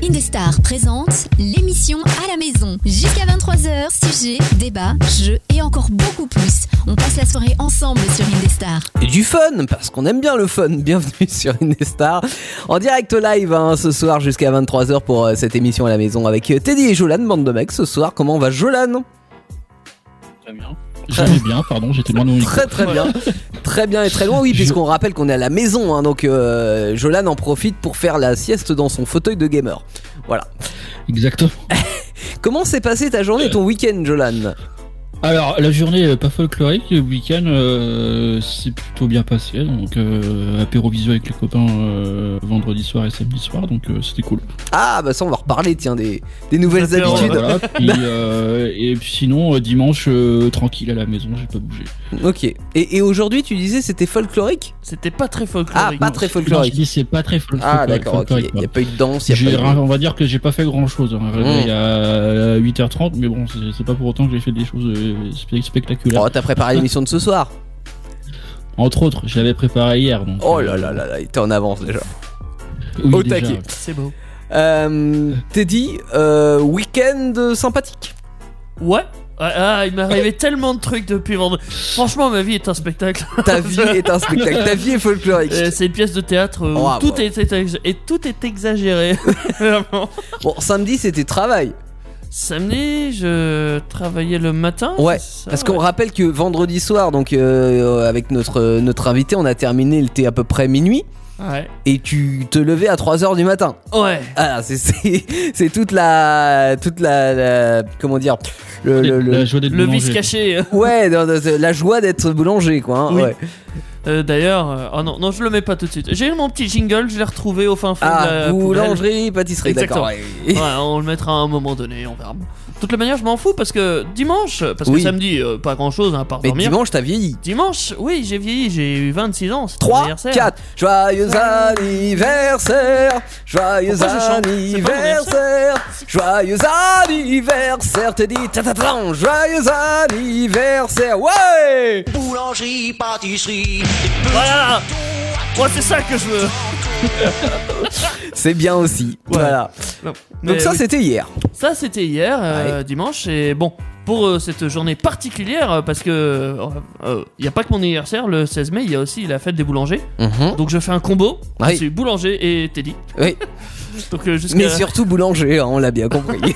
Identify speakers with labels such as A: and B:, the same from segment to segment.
A: Caroline Destar présente l'émission à la maison. Jusqu'à 23h, sujets, débats, jeux et encore beaucoup plus. On passe la soirée ensemble sur Indestar.
B: Et du fun, parce qu'on aime bien le fun. Bienvenue sur Indestar. En direct live hein, ce soir jusqu'à 23h pour euh, cette émission à la maison avec euh, Teddy et Jolan, bande de mecs. Ce soir, comment on va Jolan
C: Très bien.
D: Je vais bien, pardon, j'étais loin de mon micro.
B: Très très bien. Très bien et très loin, oui,
D: Je-
B: puisqu'on rappelle qu'on est à la maison. hein, donc euh, Jolan en profite pour faire la sieste dans son fauteuil de gamer. Voilà.
D: Exactement.
B: Comment s'est passée ta journée, ton week-end, Jolan
D: Alors, la journée euh, pas folklorique, le week-end euh, c'est plutôt bien passé. Donc, euh, apéro visio avec les copains euh, vendredi soir et samedi soir, donc euh, c'était cool.
B: Ah, bah ça, on va reparler, tiens, des, des nouvelles
C: Apéro,
B: habitudes.
D: Voilà, puis, euh, et puis sinon, euh, dimanche, euh, tranquille à la maison, j'ai pas bougé.
B: Ok. Et, et aujourd'hui, tu disais c'était folklorique
C: C'était pas très
B: Ah,
C: folklorique.
B: pas très
D: Non, je
B: folklorique.
D: dis, c'est pas très fol- folklorique.
B: Ah, d'accord, ok.
D: folklorique,
B: Il n'y a pas eu de danse, il
D: J'ai
B: n'y a pas eu
D: rien-
B: de- Mmh.
D: on va dire que j'ai pas fait grand chose. Hein. Il y a 8h30, mais bon, c'est c'est pas pour autant que j'ai fait des choses euh, spect- spectaculaires.
B: Oh, t'as préparé l'émission de ce soir
D: Entre autres, je l'avais préparé hier. Donc,
B: Oh
D: euh,
B: là là là là, il était en avance déjà.
D: oui,
B: au
D: déjà.
B: taquet.
C: C'est beau.
B: Euh, Teddy, euh, week-end sympathique.
C: Ouais. Ah, ah, il m'est arrivé tellement de trucs depuis vendredi. Franchement, ma vie est un spectacle.
B: Ta vie est un spectacle, ta vie est folklorique.
C: Euh, C'est une pièce de théâtre où
B: Bravo.
C: tout est, est ex- et tout est exagéré. Vraiment.
B: Bon, samedi c'était travail.
C: Samedi, je travaillais le matin.
B: Ouais,
C: c'est ça,
B: Parce qu'on
C: ouais.
B: rappelle que vendredi soir, donc euh, avec notre, euh, notre invité, on a terminé le thé à peu près minuit.
C: Ouais.
B: Et tu te levais à 3h du matin.
C: Ouais.
B: Ah, c'est- c'est c'est toute la. Toute la. la- comment dire le, le- le-
D: La joie d'être
C: Le
D: boulanger.
C: vice caché. euh,
B: Ouais, non, non, la joie d'être boulanger, quoi. hein,
C: Oui.
B: ouais.
C: Euh, D'ailleurs, euh, oh non, non, je le mets pas tout de suite. J'ai eu mon petit jingle, je l'ai retrouvé au fin fond de
B: Ah,
C: la poubelle.
B: boulangerie, pâtisserie, d'accord. ouais.
C: Ouais, on le mettra à un moment donné, on verra. De toute la manière, je m'en fous parce que dimanche, parce
B: Oui.
C: que samedi, euh, pas grand chose, à part
B: Mais
C: dormir.
B: dimanche, t'as vieilli.
C: Dimanche, oui, j'ai vieilli, j'ai eu 26 ans, c'est
B: 3,
C: anniversaire.
B: 4, joyeux anniversaire, joyeux
C: Pourquoi je chante C'est pas mon
B: anniversaire, joyeux anniversaire, t'es dit tatatran, joyeux anniversaire, ouais
E: Boulangerie, pâtisserie.
C: Oh Voilà Moi, c'est ça que je veux
B: C'est bien aussi,
C: Ouais.
B: voilà.
C: Non, mais
B: Donc ça
C: oui.
B: c'était hier.
C: Ça, c'était hier, euh, dimanche, et bon, pour euh, cette journée particulière, euh, parce que il n'y a pas que mon anniversaire, le 16 mai, il y a aussi la fête des boulangers. Donc je fais un combo,
B: Ah oui.
C: je suis boulanger et Teddy.
B: Oui.
C: Donc, euh, jusqu'à-
B: Mais surtout boulanger, hein, on l'a bien compris.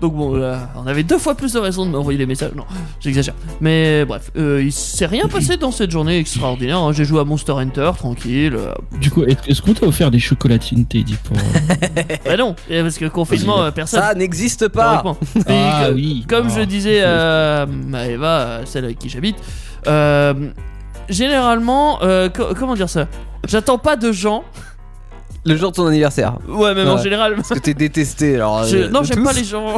C: Donc bon, là, on avait deux fois plus de raisons de m'envoyer des messages. Non, j'exagère. Mais bref, euh, il s'est rien passé dans cette journée extraordinaire. hein. J'ai joué à Monster Hunter, tranquille. euh,
D: Du coup, est- est-ce qu'on t'a offert des chocolatines, Teddy pour... euh,
C: Bah non, eh, parce que confinement, euh, personne.
B: ça n'existe pas.
C: théoriquement.
D: Ah
C: Et que-
D: oui.
C: Comme
D: Ah.
C: je disais euh, à Eva, euh, celle avec qui j'habite, euh, généralement, euh, co- comment dire ça J'attends pas de gens.
B: Le jour de ton anniversaire.
C: Ouais, même en
B: Ouais.
C: général.
B: Parce que t'es détesté alors.
C: je-
B: euh,
C: non,
B: de
C: j'aime
B: tous.
C: pas les gens.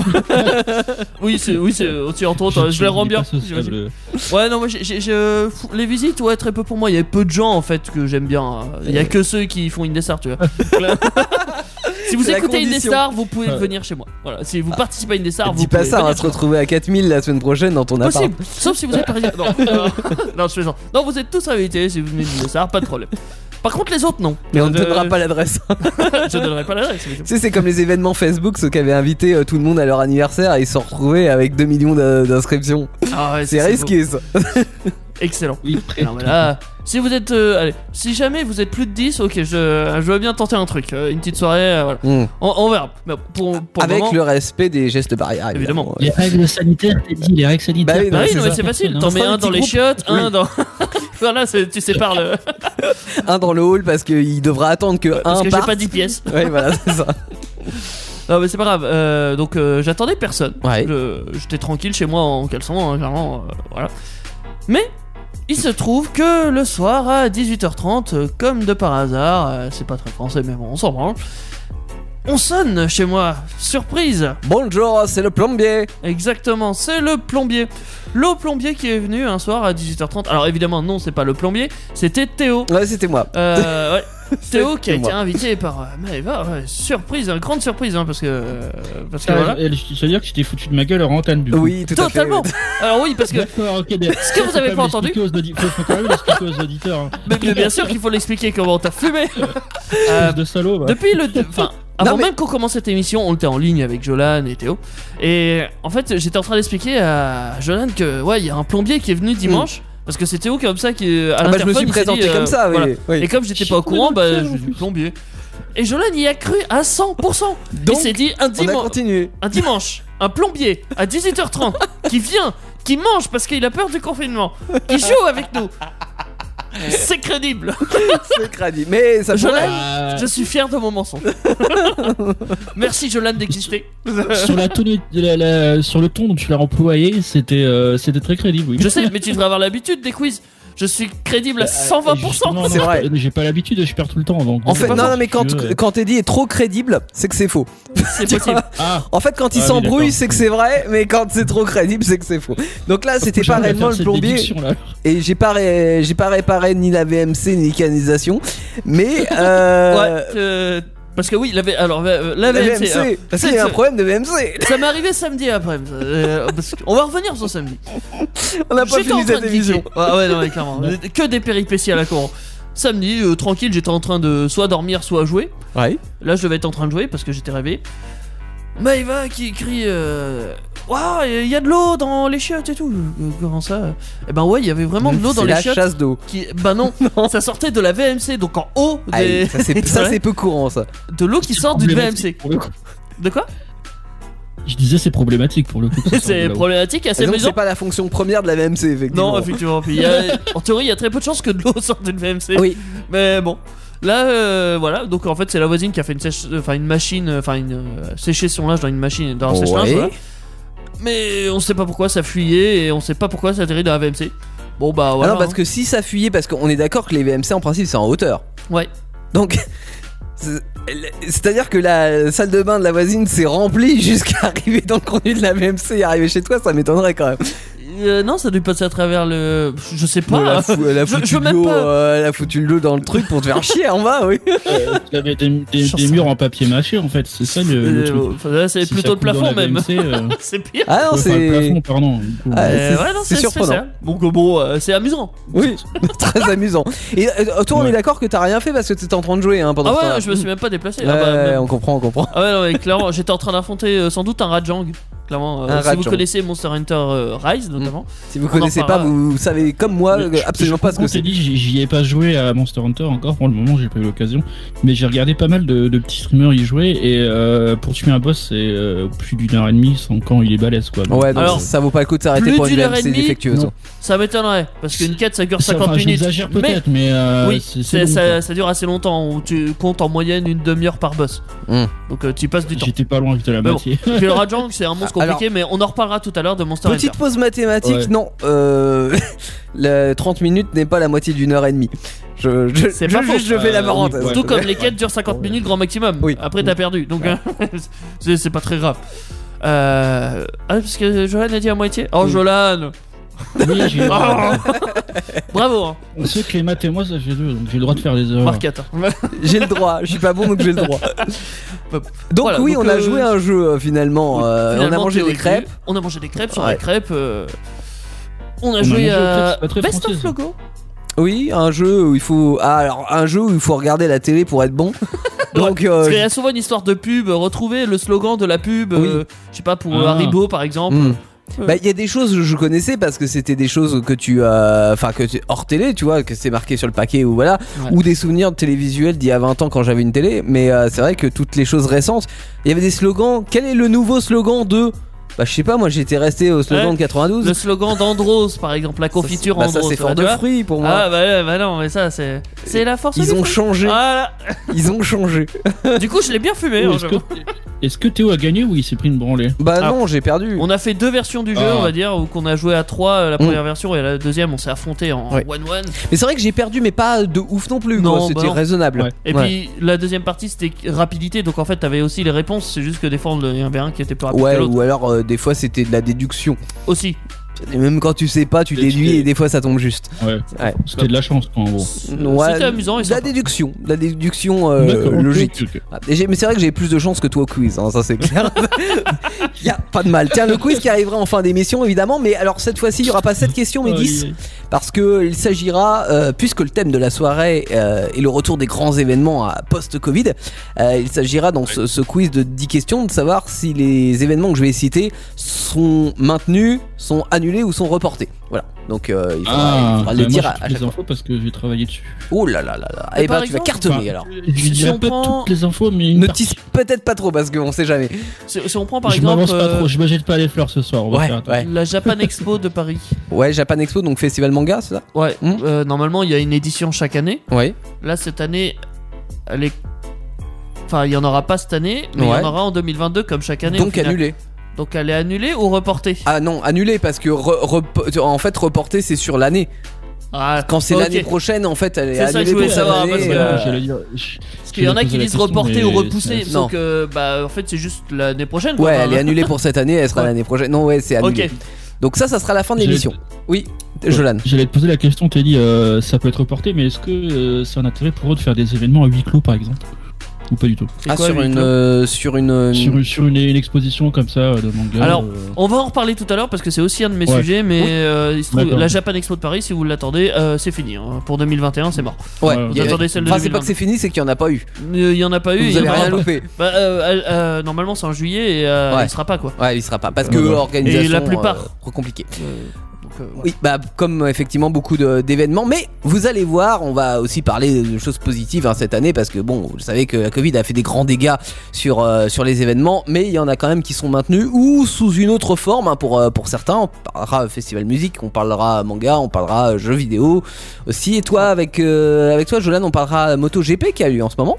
C: oui, c'est, oui, c'est, aussi entre autres, je les rends
D: il est
C: bien.
D: pas sociable.
C: j'imagine. Ouais, non, moi, j'ai- j'ai- j'ai, euh, fou- les visites, ouais, très peu pour moi. Il y a peu de gens en fait que j'aime bien. hein. Il y a que ceux qui font Indestar, tu vois. si vous
B: C'est la
C: écoutez
B: condition.
C: Indestar, vous pouvez
D: Ouais.
C: venir chez moi. Voilà, si vous participez à Indestar, vous
B: Dis Ah. pas
C: pouvez
B: ça, on va
C: venir
B: se
C: chez moi.
B: retrouver à 4000 la semaine prochaine dans ton appart.
C: Possible, sauf si vous êtes parisien. Non, euh, non, je plaisante. Non, vous êtes tous invités si vous venez d'Indestar, pas de problème. Par contre, les autres, non.
B: Mais on
C: ne
B: ne donnera pas l'adresse.
C: Je donnerai pas l'adresse. mais-
B: Tu sais, Euh, c'est comme les événements Facebook, ceux qui avaient invité euh, tout le monde à leur anniversaire et ils se sont retrouvés avec 2 millions d'in- d'inscriptions.
C: Ah ouais,
B: C'est
C: ça,
B: risqué ça.
C: beau. Excellent.
D: Oui, prêt.
C: Non, mais là, si vous êtes. euh, allez, si jamais vous êtes plus de 10, ok, je, je veux bien tenter un truc. euh, une petite soirée, euh, voilà.
B: Mm.
C: On, on verra. Mais bon, pour, pour
B: Avec
C: moment,
B: le respect des gestes barrières.
C: Évidemment.
B: ouais.
D: Les règles sanitaires, Teddy, les règles sanitaires.
B: Bah oui,
C: Bah oui,
B: c'est
C: non,
B: ça.
C: mais c'est facile. T'en
B: Dans
C: mets
B: un
C: un
B: petit
C: dans les
B: groupe.
C: chiottes, un dans. voilà, c'est- tu sépares le.
B: Un dans le hall parce qu'il devra attendre que
C: Parce
B: un
C: que j'ai
B: parte.
C: pas 10 pièces.
B: Ouais, voilà, c'est ça.
C: Non, mais c'est pas grave. Euh, donc, euh, j'attendais personne.
B: Ouais.
C: Je- J'étais tranquille chez moi en caleçon, hein, clairement. euh, voilà. Mais. Il se trouve que le soir à 18h30, euh, comme de par hasard, euh, c'est pas très français mais bon, on s'en branle, on sonne chez moi. Surprise
B: Bonjour, c'est le plombier.
C: Exactement, c'est le plombier. Le plombier qui est venu un soir à 18h30. Alors évidemment, non, c'est pas le plombier, c'était Théo.
B: Ouais, c'était moi.
C: Euh, ouais. Théo qui a été
B: moi.
C: invité par euh, Maëva, ouais, surprise, hein, grande surprise, hein, parce que. euh, parce que
D: Ah,
C: voilà.
D: elle- je- Ça veut dire que tu t'es foutu de ma gueule hors antenne, du coup.
B: Oui, tout à fait.
C: Totalement Alors oui, parce que.
D: D'accord, ok. Ce
C: que vous avez pas entendu
D: Faut quand même l'expliquer aux auditeurs. hein.
C: mais bien sûr qu'il faut l'expliquer comment t'as fumé. Euh,
D: Espèce de salaud, bah. va.
C: depuis le. Enfin, Avant
B: Non, mais-
C: même qu'on commence cette émission, on était en ligne avec Jolan et Théo. Et en fait, j'étais en train d'expliquer à Jolan que ouais, il y a un plombier qui est venu dimanche parce que c'est Théo comme ça qui est
B: Hmm.
C: à
B: Ah bah, je me
C: l'interphone,
B: suis
C: il s'est
B: présenté
C: dit, euh,
B: comme ça, oui.
C: voilà.
B: oui.
C: Et comme j'étais
D: Chier,
C: pas au courant,
D: mais
C: bah
D: non,
C: je
D: en
C: suis plombier. Et Jolan y a cru à 100%.
B: Donc,
C: il s'est dit
B: on
C: un,
B: a
C: dimanche
B: continué.
C: un dimanche, un plombier à 18h30 qui vient, qui mange parce qu'il a peur du confinement, qui joue avec nous. C'est crédible.
B: C'est cradi. Mais ça
C: Jolan,
B: pourrait.
D: Euh,
C: Je suis fier de mon mensonge. Merci Jolan d'exister.
D: sur, la tonne- la- la- sur le ton dont tu l'as employé, c'était euh, c'était très crédible. Oui.
C: Je sais, mais tu devrais avoir l'habitude des quiz. Je suis crédible à
B: Euh,
D: Justement,
C: 120%.
D: non,
B: C'est vrai.
D: j'ai pas- J'ai pas l'habitude, je perds tout le temps avant.
B: En
C: C'est
B: fait,
C: pas
B: non,
C: fort,
B: non, mais quand,
D: tu veux. euh,
B: quand Teddy est trop crédible, c'est que c'est faux.
C: C'est possible.
D: Ah,
B: En fait, quand il
D: Ah oui,
B: s'embrouille,
D: d'accord.
B: c'est que c'est vrai, mais quand c'est trop crédible, c'est que c'est faux. Donc là, c'était pas
D: j'arrive à
B: réellement
D: faire
B: le
D: cette
B: plombier,
D: déduction, là.
B: et j'ai pas, ré- j'ai pas réparé ni la VMC ni canalisation, mais euh,
C: Ouais, euh, parce que oui, la, V- alors, euh, la
B: la
C: VMC.
B: VMC,
C: alors,
B: parce qu'il y a un problème de VMC.
C: ça m'est arrivé samedi après. euh, parce que- on va revenir sur samedi.
B: On n'a pas
C: J'étais en
B: fini
C: train
B: cette
C: de
B: émission.
C: geeker. Ouais, ouais, non, mais clairement. que des péripéties à la con. Samedi, euh, tranquille, j'étais en train de soit dormir, soit jouer.
B: Ouais.
C: Là, je devais être en train de jouer parce que j'étais réveillé. Maïva qui crie euh, Waouh, il y a de l'eau dans les chiottes et tout. Euh, Comment ça Eh ben ouais, il y avait vraiment de l'eau dans
B: C'est
C: les
B: la
C: chiottes.
B: chasse d'eau.
C: Qui... Bah non, ça sortait de la VMC, donc en haut
B: Ah oui,
C: des...
B: Ça, c'est- ça, c'est peu courant, ça.
C: de l'eau qui sort d'une VMC.
D: Pour le coup.
C: De quoi
D: Je disais c'est problématique pour le coup. que ça sorte de
C: C'est
D: là-haut.
C: problématique,
B: Et
C: assez
B: Ah, donc,
C: amusant.
B: c'est pas la fonction première de la VMC, effectivement.
C: Non, effectivement. Puis il y a- en théorie, il y a très peu de chances que de l'eau sorte d'une VMC.
B: Oui.
C: Mais bon. Là, euh, voilà. Donc en fait, c'est la voisine qui a fait une, sèche- enfin, une machine, enfin une euh, sécher son linge dans une machine, dans un
B: Ouais.
C: sèche-linge. voilà. Mais on sait pas pourquoi ça fuyait et on sait pas pourquoi ça atterrit dans la VMC. Bon bah
B: Ah
C: voilà.
B: non, parce que si ça fuyait, parce qu'on est d'accord que les VMC en principe c'est en hauteur.
C: hein. Ouais.
B: Donc, c'est- c'est-à-dire que la salle de bain de la voisine s'est remplie jusqu'à arriver dans le conduit de la VMC et arriver chez toi, ça m'étonnerait quand même.
C: Euh, non, ça a dû passer à travers le. Je sais pas.
B: elle, a fou- elle a
C: Je-
B: foutu
C: je veux
B: de
C: même
B: l'eau,
C: pas.
B: euh, elle a foutu de l'eau dans le truc pour te faire chier en bas, oui.
D: Euh, Il y avait des, des-
C: J'en
D: des
C: sais
D: murs en papier mâché en fait, c'est ça le, le
C: Euh,
D: truc.
C: enfin, là, c'est
D: Si ça
C: plutôt le
D: coule dans
C: plafond
D: la
C: même.
D: VMC, euh,
C: c'est pire.
B: Ah non,
D: enfin,
B: c'est.
D: le plafond, pardon.
B: Ah,
C: Euh,
B: c'est-
C: ouais, non,
B: c'est surprenant.
C: spécial. Bon, que bon, euh, c'est amusant.
B: Oui, très amusant. Et euh, toi, on
D: Ouais.
B: est d'accord que t'as rien fait parce que t'étais en train de jouer hein, pendant
C: Ah
B: ce
C: ouais,
B: temps-là.
C: je me suis même pas déplacé.
B: Ouais,
C: Ah, bah, même-
B: on comprend, on comprend.
C: Ah ouais, non, mais clairement, j'étais en train d'affronter euh, sans doute un Rajang. Clairement, euh,
B: Un
C: si
B: Rajang. Mm.
C: vous connaissez Monster Hunter euh, Rise notamment.
B: Si vous
C: On en
B: connaissez pas,
C: parlera.
B: vous, vous savez comme moi
D: Mais je-
B: absolument
D: Euh, je
B: pas ce que
D: comprends, t'as
B: c'est.
D: dit, j'y- j'y ai pas joué à Monster Hunter encore pour le moment, j'ai pas eu l'occasion. Mais j'ai regardé pas mal de, de petits streamers y jouer et euh, pour tuer un boss, c'est euh, plus d'une heure et demie sans quand il est balèze quoi. Donc,
B: Ouais, donc
C: Alors,
B: ça vaut pas le coup de s'arrêter
C: plus
B: pour une
C: d'une heure et
B: VMC
C: demie,
B: défectueuse.
D: non.
C: Ça m'étonnerait, parce qu'une quête ça dure
D: ça,
C: 50
D: enfin,
C: minutes.
D: J'exagère
C: Mais
D: peut-être, mais, euh,
C: oui,
D: c'est-
C: c'est-
D: c'est long,
C: ça, ça dure assez longtemps. où Tu comptes en moyenne une demi-heure par boss.
B: Hmm.
C: Donc euh, tu y passes du
D: quoi.
C: temps.
D: J'étais pas loin de la
C: Mais bon.
D: moitié.
C: Puis le Rajang, c'est un monstre
B: Alors-
C: compliqué, mais on en reparlera tout à l'heure de Monster
B: Petite
C: Hunter.
B: pause mathématique,
D: Ouais.
B: non. Euh, le 30 minutes n'est pas la moitié d'une heure et demie. Je, je,
C: C'est
B: je-
C: pas faux.
B: juste, je fais la
D: Euh,
B: parenthèse.
D: oui, ouais.
C: Tout comme les quêtes durent 50 minutes grand maximum.
B: Oui.
C: Après t'as perdu, donc euh, c'est c'est pas très grave. Euh... Ah, parce que Jolan a dit à moitié. Oh,
B: Hmm.
C: Jolan
D: Oui, j'ai-
C: Oh. Bravo, hein.
D: On sait que les maths et moi ça fait deux, donc j'ai le droit de faire des erreurs.
C: Marquette, hein.
B: J'ai le droit, je suis pas bon donc j'ai le droit. donc
C: Voilà,
B: oui,
C: donc,
B: on a
C: euh,
B: joué à un jeu euh, finalement.
C: Oui,
B: euh,
C: Finalement,
B: on a mangé
C: Théo
B: des
C: est venu.
B: crêpes.
C: On a mangé des crêpes sur
B: Ouais.
C: les crêpes. euh, On a
D: a
C: joué
D: mangé aux crêpes,
C: à
D: c'est pas très
C: Best
D: français,
C: of
D: ça.
B: Euh,
C: Logo.
B: Oui, un jeu où il faut. Ah, alors un jeu où il faut regarder la télé pour être bon. donc euh,
C: Parce qu'il y a souvent une histoire de pub. euh, Retrouver le slogan de la pub, euh, je sais pas, pour euh,
D: Ah.
C: Haribo par exemple.
B: Hmm. Bah, il y a des choses que je connaissais parce que c'était des choses que tu as. Enfin, que tu. hors télé, tu vois, que c'est marqué sur le paquet ou voilà.
C: Ouais.
B: Ou des souvenirs télévisuels d'il y a 20 ans quand j'avais une télé. Mais euh, c'est vrai que toutes les choses récentes, il y avait des slogans. Quel est le nouveau slogan de. Bah, je sais pas, moi j'étais resté au slogan
C: Ouais.
B: de 92.
C: Le slogan d'Andros par exemple, la confiture
B: Mm. ça, c'est- bah,
C: Andros.
B: ça, c'est
C: tu
B: fort de
C: vois.
B: fruits pour moi.
C: Ah bah, ouais, bah non, mais ça c'est c'est Ah. la force.
B: ils
C: du
B: ont
C: fruit.
B: changé.
C: Voilà.
B: Ils ont changé.
C: Du coup, je l'ai bien fumé. hein,
D: Est-ce que,
C: j'avoue.
D: est-ce que Théo a gagné ou il s'est pris une branlée
B: Bah,
C: Ah.
B: non, j'ai perdu.
C: On a fait deux versions du jeu,
D: Ah.
C: on va dire, où qu'on a joué à trois euh, la première version et la deuxième, on s'est affronté en
B: Mm. Ouais.
C: one one.
B: Mais c'est vrai que j'ai perdu, mais pas de ouf non plus.
C: Non,
B: quoi.
C: bah
B: c'était
C: non.
B: raisonnable.
D: Ouais.
C: Et
B: Ouais.
C: puis la deuxième partie c'était rapidité, donc en fait t'avais aussi les réponses, c'est juste que des fois on en avait un qui était plus rapide
B: Ouais,
C: que ah, l'autre.
B: ou alors euh, des fois c'était de la déduction.
C: Aussi.
B: Et même quand tu sais pas, tu
D: Et tu
B: déduis
D: t'es-
B: et des fois ça tombe juste.
D: Ouais.
B: Ouais.
D: C'était de la chance, quoi, en gros.
B: Ouais,
C: C'était amusant et
B: de la
C: ça.
B: déduction, de la déduction euh,
D: D'accord, ok,
B: logique.
D: ok, ok.
B: Ah, et j'ai- mais c'est vrai que j'ai plus de chance que toi au quiz, hein, ça c'est clair. y a pas de mal. Tiens, le quiz qui arrivera en fin d'émission évidemment, mais alors cette fois-ci il y aura pas 7 questions
D: Oh,
B: mais 10
D: Aïe, aïe.
B: parce que il s'agira, euh, puisque le thème de la soirée euh, est le retour des grands événements à post-Covid, euh, il s'agira dans ce, ce quiz de 10 questions de savoir si les événements que je vais citer sont maintenus, sont annulés ou sont reportés. Voilà. Donc euh, il faudra,
D: Ah,
B: il faudra
D: bah,
B: le
D: moi,
B: dire
D: j'ai
B: à,
D: toutes
B: à
D: les
B: chaque fois.
D: infos parce que j'ai travaillé dessus.
B: Oh là là là là.
C: Mais
B: Eh ben
C: par
B: tu vas
C: exemple,
B: cartonner
D: bah,
B: alors.
D: Je
C: Si
D: lui dirai
C: on
D: pas
C: prend-
D: toutes les infos, mais une
B: Ne
D: partie.
B: tisse peut-être pas trop parce qu'on sait jamais.
C: Si, si on prend par
D: je
C: exemple
D: m'avance pas
C: euh,
D: trop, je me jette pas les fleurs ce soir. On va
B: Ouais,
D: faire attention.
B: ouais.
C: la Japan Expo de Paris.
B: Ouais, Japan Expo, donc festival manga, c'est ça
C: Ouais,
B: Hmm.
C: euh, normalement il y a une édition chaque année.
B: Oui.
C: Là cette année, elle est. Enfin, il y en aura pas cette année, mais il
B: Ouais.
C: y en aura en 2022 comme chaque année. au
B: Donc
C: final.
B: annulé.
C: Donc elle est annulée ou reportée
B: Ah non, annulé parce que re- repo- en fait reporté c'est sur l'année.
C: Ah,
B: Quand c'est
C: ok.
B: l'année prochaine, en fait, elle est,
C: C'est ça que
B: annulée
C: je voulais
B: pour
C: savoir,
B: cette
C: parce
B: année,
C: que-
B: euh,
D: Voilà, Ah, bah, j'allais dire, je-
C: Parce qu'il y en a
D: j'allais
C: qui
D: poser la
C: disent
D: question,
C: reporter
D: mais
C: ou repousser.
D: ça-
B: Non.
C: Donc, euh, bah, en fait, c'est juste l'année prochaine. quoi,
B: Ouais,
C: enfin,
B: elle est Ah, annulée pour cette année, elle sera
C: Ouais.
B: l'année prochaine. Non, ouais, c'est annulé.
C: Ok.
B: Donc ça, ça sera la fin de
D: J'ai-
B: l'émission. Oui,
C: euh,
D: Ouais.
B: Jolan.
D: J'allais te poser la question, Teddy, euh, ça peut être reporté, mais est-ce que euh, c'est un intérêt pour eux de faire des événements à huis clos par exemple Ou pas du tout
C: C'est
B: Ah,
C: quoi,
B: sur
C: lui,
B: une,
C: Claude
B: euh, sur une.
D: Sur, une- sur une, une exposition comme ça euh, de manga
C: Alors,
D: euh,
C: On va en reparler tout à l'heure parce que c'est aussi un de mes
D: Ouais.
C: sujets, mais euh, il se trouve,
D: D'accord.
C: la Japan Expo de Paris, si vous l'attendez, euh, c'est fini. hein. Pour 2021, c'est mort.
B: Ouais.
D: Vous
B: il y a-
C: euh, attendez celle de
B: Enfin, c'est pas
C: 2020.
B: que c'est fini, c'est qu'il y en a pas eu.
C: Il y en a pas eu. il
B: Vous
C: y en
B: avez
C: aura
B: rien
C: pas.
B: loupé.
C: Bah, euh, euh, euh, normalement, c'est en juillet et euh,
B: Ouais.
C: il sera pas quoi.
B: Ouais, il sera pas parce que
D: Ouais, ouais.
B: organisation.
C: Et la
B: euh,
C: plupart.
B: trop compliqué.
C: Donc, euh, ouais.
B: Oui, bah comme euh, effectivement beaucoup de- d'événements, mais vous allez voir, on va aussi parler de choses positives hein, cette année parce que bon, vous savez que la Covid a fait des grands dégâts sur euh, sur les événements, mais il y en a quand même qui sont maintenus ou sous une autre forme hein, pour euh, pour certains. On parlera euh, festival musique, on parlera manga, on parlera euh, jeux vidéo aussi. Et toi, avec euh, avec toi, Jolan, on parlera MotoGP qui a eu en ce moment.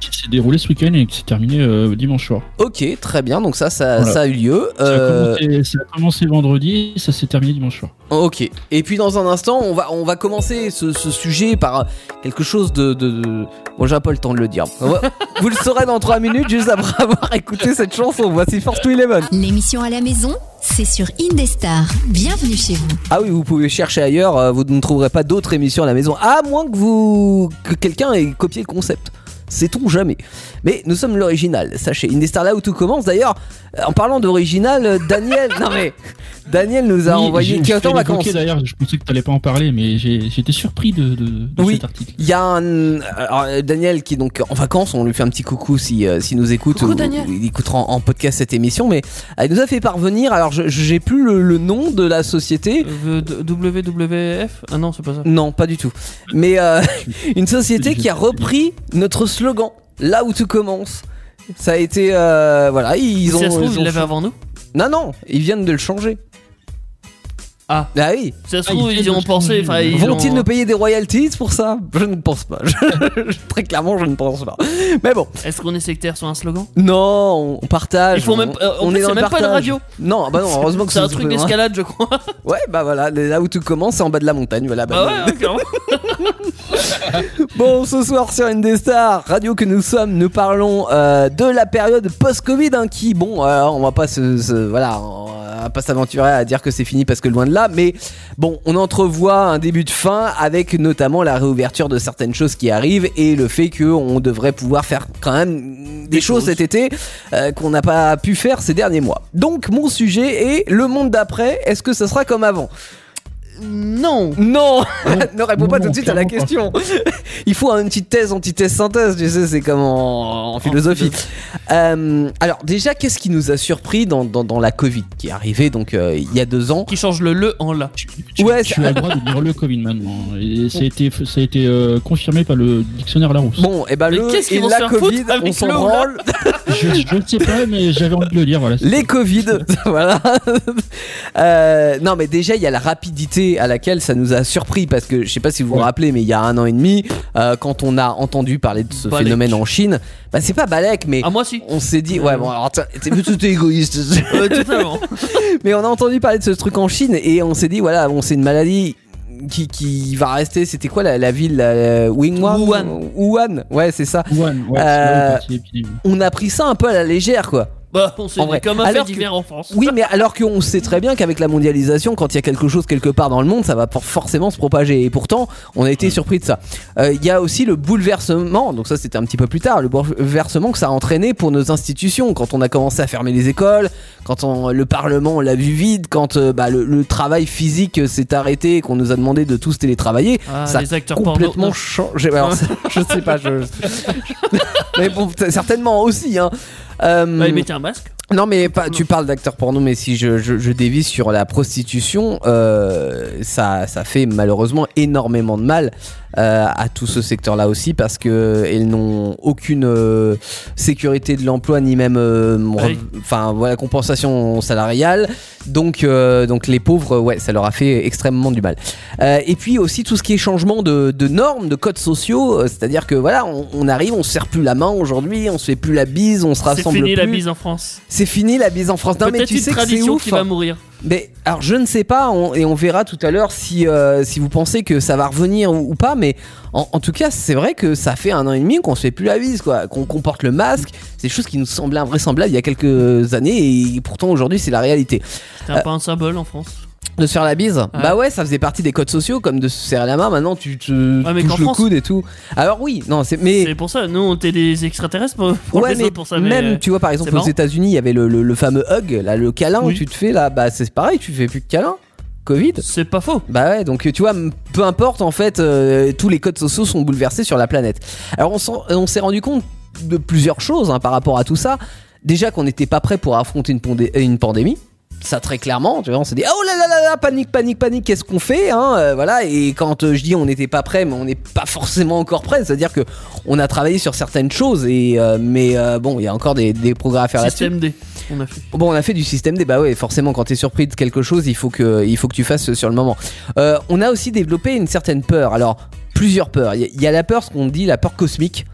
D: qui s'est déroulé ce week-end et qui s'est terminé euh, dimanche soir.
B: Ok, très bien. Donc ça, ça,
D: Voilà.
B: ça a eu lieu.
D: Ça, a
B: Euh,
D: commencé, ça a commencé vendredi, ça s'est terminé dimanche soir.
B: Oh, Ok. Et puis dans un instant, on va, on va commencer ce, ce sujet par euh, quelque chose de... de, de- Bon, j'ai pas le temps de le dire. On va- Vous le saurez dans 3 minutes, juste après avoir écouté cette chanson. Voici Force to Eleven.
A: L'émission à la maison, c'est sur Indestar. Bienvenue chez vous.
B: Ah oui, vous pouvez chercher ailleurs, euh, vous ne trouverez pas d'autres émissions à la maison, à moins que vous que quelqu'un ait copié le concept. Sait-on jamais Mais nous sommes l'original, sachez. Indestar là où tout commence. D'ailleurs, euh, en parlant d'original, euh, Daniel... non mais... Daniel nous a
D: Oui,
B: envoyé...
D: j'ai-
B: Qui
D: je
B: est en
D: l'ai
B: vacances
D: évoqué D'ailleurs, je pensais que t'allais pas en parler, mais j'ai- j'étais surpris de, de- de
B: Oui.
D: cet article.
B: Il y a un alors, euh, Daniel qui est donc en vacances, on lui fait un petit coucou si euh, s'il nous écoute
C: Coucou,
B: ou-
C: Daniel.
B: ou il écoutera en, en podcast cette émission mais euh, il nous a fait parvenir alors je- je- j'ai plus le, le nom de la société
C: Euh, de- WWF Ah non, c'est pas ça.
B: non, pas du tout. Mais euh, une société qui a repris notre slogan là où tout commence. Ça a été euh, voilà, ils ont,
C: si ça se trouve,
B: ils ont
C: il l'avait avant nous.
B: Non non, ils viennent de le changer.
C: Ah.
B: Ah oui.
C: Si ça se
D: Ah,
C: trouve,
D: ils
C: ils y
D: viennent
C: ont
D: de
C: pensé.
D: changer.
C: enfin, ils
B: Vont-ils
C: ont-
B: nous payer des royalties pour ça Je ne pense pas. Très clairement, je ne pense pas. Mais bon,
C: Est-ce qu'on est sectaire sur un slogan
B: Non, on partage.
C: Il faut même-
B: on-
C: euh, en
B: on
C: plus,
B: est dans
C: c'est
B: le
C: même pas une
B: partage.
C: radio.
B: Non, bah non, heureusement que
C: c'est un
B: ce-
C: truc d'escalade, je crois.
B: Ouais, bah voilà, là où tout commence, c'est en bas de la montagne. Voilà, bah,
C: Ah ouais, ouais, clairement.
B: Bon, ce soir sur Indestar, radio que nous sommes, nous parlons euh, de la période post-Covid, hein, qui, bon, euh, on va pas se, se- voilà, on va pas s'aventurer à dire que c'est fini parce que loin de là, mais bon, on entrevoit un début de fin avec notamment la réouverture de certaines choses qui arrivent et le fait que on devrait pouvoir faire quand même des, choses,
C: choses.
B: cet été euh, qu'on n'a pas pu faire ces derniers mois. Donc, mon sujet est le monde d'après. Est-ce que ça sera comme avant
C: Non
B: non,
D: Non.
B: Ah, ne réponds pas
D: Non,
B: tout de suite à la
D: clairement
B: question. Il faut une petite thèse, antithèse, synthèse, tu sais, c'est comme
C: Oh,
B: en, en philosophie. Euh, alors déjà, qu'est-ce qui nous a surpris dans, dans, dans la Covid qui est arrivée donc euh, il y a deux ans
C: Qui change le le en la.
D: Tu,
B: Ouais,
D: tu as le droit de dire le Covid maintenant. Et ça a été, ça a été euh, confirmé par le dictionnaire Larousse.
B: Bon, et ben
C: Mais
B: le
C: qu'est-ce qu'ils
B: et
C: vont se
B: la
C: faire foutre
B: Covid,
C: avec
B: on s'en
C: le ou la
B: branle.
D: Je, je ne sais pas, mais j'avais envie de le dire. Voilà, c'est
B: Les
D: tout.
B: Covid, voilà. Euh, non, mais déjà, il y a la rapidité à laquelle ça nous a surpris parce que je sais pas si vous vous
D: Ouais.
B: rappelez, mais il y a un an et demi, euh, quand on a entendu parler de ce
C: Balek.
B: phénomène en Chine, bah c'est pas Balek, mais
C: Ah, moi si.
B: On s'est dit, ouais, bon, alors t'es t'es plutôt égoïste.
C: Euh, totalement.
B: Mais on a entendu parler de ce truc en Chine et on s'est dit, voilà, bon, c'est une maladie qui, qui va rester. C'était quoi la, la ville la- la- Wingwan
C: Wuhan.
B: Wuhan, ouais, c'est ça.
D: Wuhan, ouais, c'est
B: Euh,
D: là où est partie l'épidémie.
B: On a pris ça un peu à la légère, quoi.
C: Bah, on s'est
B: En
C: dit
B: vrai.
C: comme un
B: Alors
C: fait
B: que-
C: divers en France.
B: Oui, mais alors qu'on sait très bien qu'avec la mondialisation, quand il y a quelque chose quelque part dans le monde, ça va for- forcément se propager. Et pourtant, on a été surpris de ça. Euh, Il y a aussi le bouleversement, donc ça c'était un petit peu plus tard, le bouleversement que ça a entraîné pour nos institutions. Quand on a commencé à fermer les écoles, quand on- le Parlement on l'a vu vide, quand euh, bah, le, le travail physique euh, s'est arrêté, et qu'on nous a demandé de tous télétravailler,
C: Ah,
B: ça
C: les acteurs
B: complètement
C: porno.
B: changé. Ouais, alors, ça, je sais pas, je... mais bon, certainement aussi. Hein. Euh,
C: Bah, ils mettaient un masque.
B: non mais pas, tu parles d'acteurs porno, mais si je, je, je dévie sur la prostitution, euh, ça, ça fait malheureusement énormément de mal euh, à tout ce secteur-là aussi parce que elles n'ont aucune euh, sécurité de l'emploi ni même, euh, re-
C: Oui.
B: enfin voilà compensation salariale. Donc euh, donc les pauvres, ouais, ça leur a fait extrêmement du mal. Euh, et puis aussi tout ce qui est changement de, de normes, de codes sociaux, euh, c'est-à-dire que voilà, on, on arrive, on se serre plus la main aujourd'hui, on se fait plus la bise, on se
C: C'est
B: rassemble
C: fini la
B: plus.
C: bise en France.
B: C'est fini la bise en France. Non, mais
C: Peut-être
B: tu
C: une
B: sais que c'est
C: tradition
B: ouf. hein.
C: qui va mourir.
B: Mais alors, je ne sais pas, on- et on verra tout à l'heure si, euh, si vous pensez que ça va revenir ou, ou pas. Mais en, en tout cas, c'est vrai que ça fait un an et demi qu'on se fait plus la bise, quoi. Qu'on qu'on porte le masque. C'est des choses qui nous semblaient invraisemblables il y a quelques années, et pourtant aujourd'hui, c'est la réalité.
C: C'était un
B: Euh,
C: pas un symbole en France.
B: De se faire la bise, bah ouais, ça faisait partie des codes sociaux, comme de se serrer la main. Maintenant, tu te
C: Ouais, mais qu'en
B: touches le
C: France-
B: coude et tout. Alors oui, non, c'est mais
C: C'est pour ça, nous on était des extraterrestres pour, pour
B: Ouais,
C: les
B: mais
C: autres, pour ça.
B: même,
C: mais, euh,
B: tu vois, par exemple,
C: c'est
B: aux
C: marrant.
B: États-Unis, il y avait le, le- le fameux hug, là, le câlin
C: Oui.
B: que tu te fais, là, bah c'est pareil, tu fais plus de câlin. Covid.
C: c'est pas faux.
B: Bah ouais, donc tu vois, m- peu importe, en fait, euh, tous les codes sociaux sont bouleversés sur la planète. Alors on s'en- on s'est rendu compte de plusieurs choses hein, par rapport à tout ça. Déjà qu'on n'était pas prêt pour affronter une, pondé- euh, une pandémie. Ça très clairement, tu vois, on s'est dit oh là là là là, panique, panique, panique, qu'est-ce qu'on fait hein, euh, Voilà, et quand euh, je dis on n'était pas prêt, mais on n'est pas forcément encore prêt, c'est-à-dire que on a travaillé sur certaines choses, et euh, mais euh, bon, il y a encore des, des progrès à faire là-dessus.
C: Système D, on a fait.
B: Bon, on a fait du système D. Bah ouais, forcément, quand t'es surpris de quelque chose, il faut que, il faut que tu fasses sur le moment. Euh, on a aussi développé une certaine peur. Alors, plusieurs peurs. Il y a- il y, a la peur, ce qu'on dit, la peur cosmique,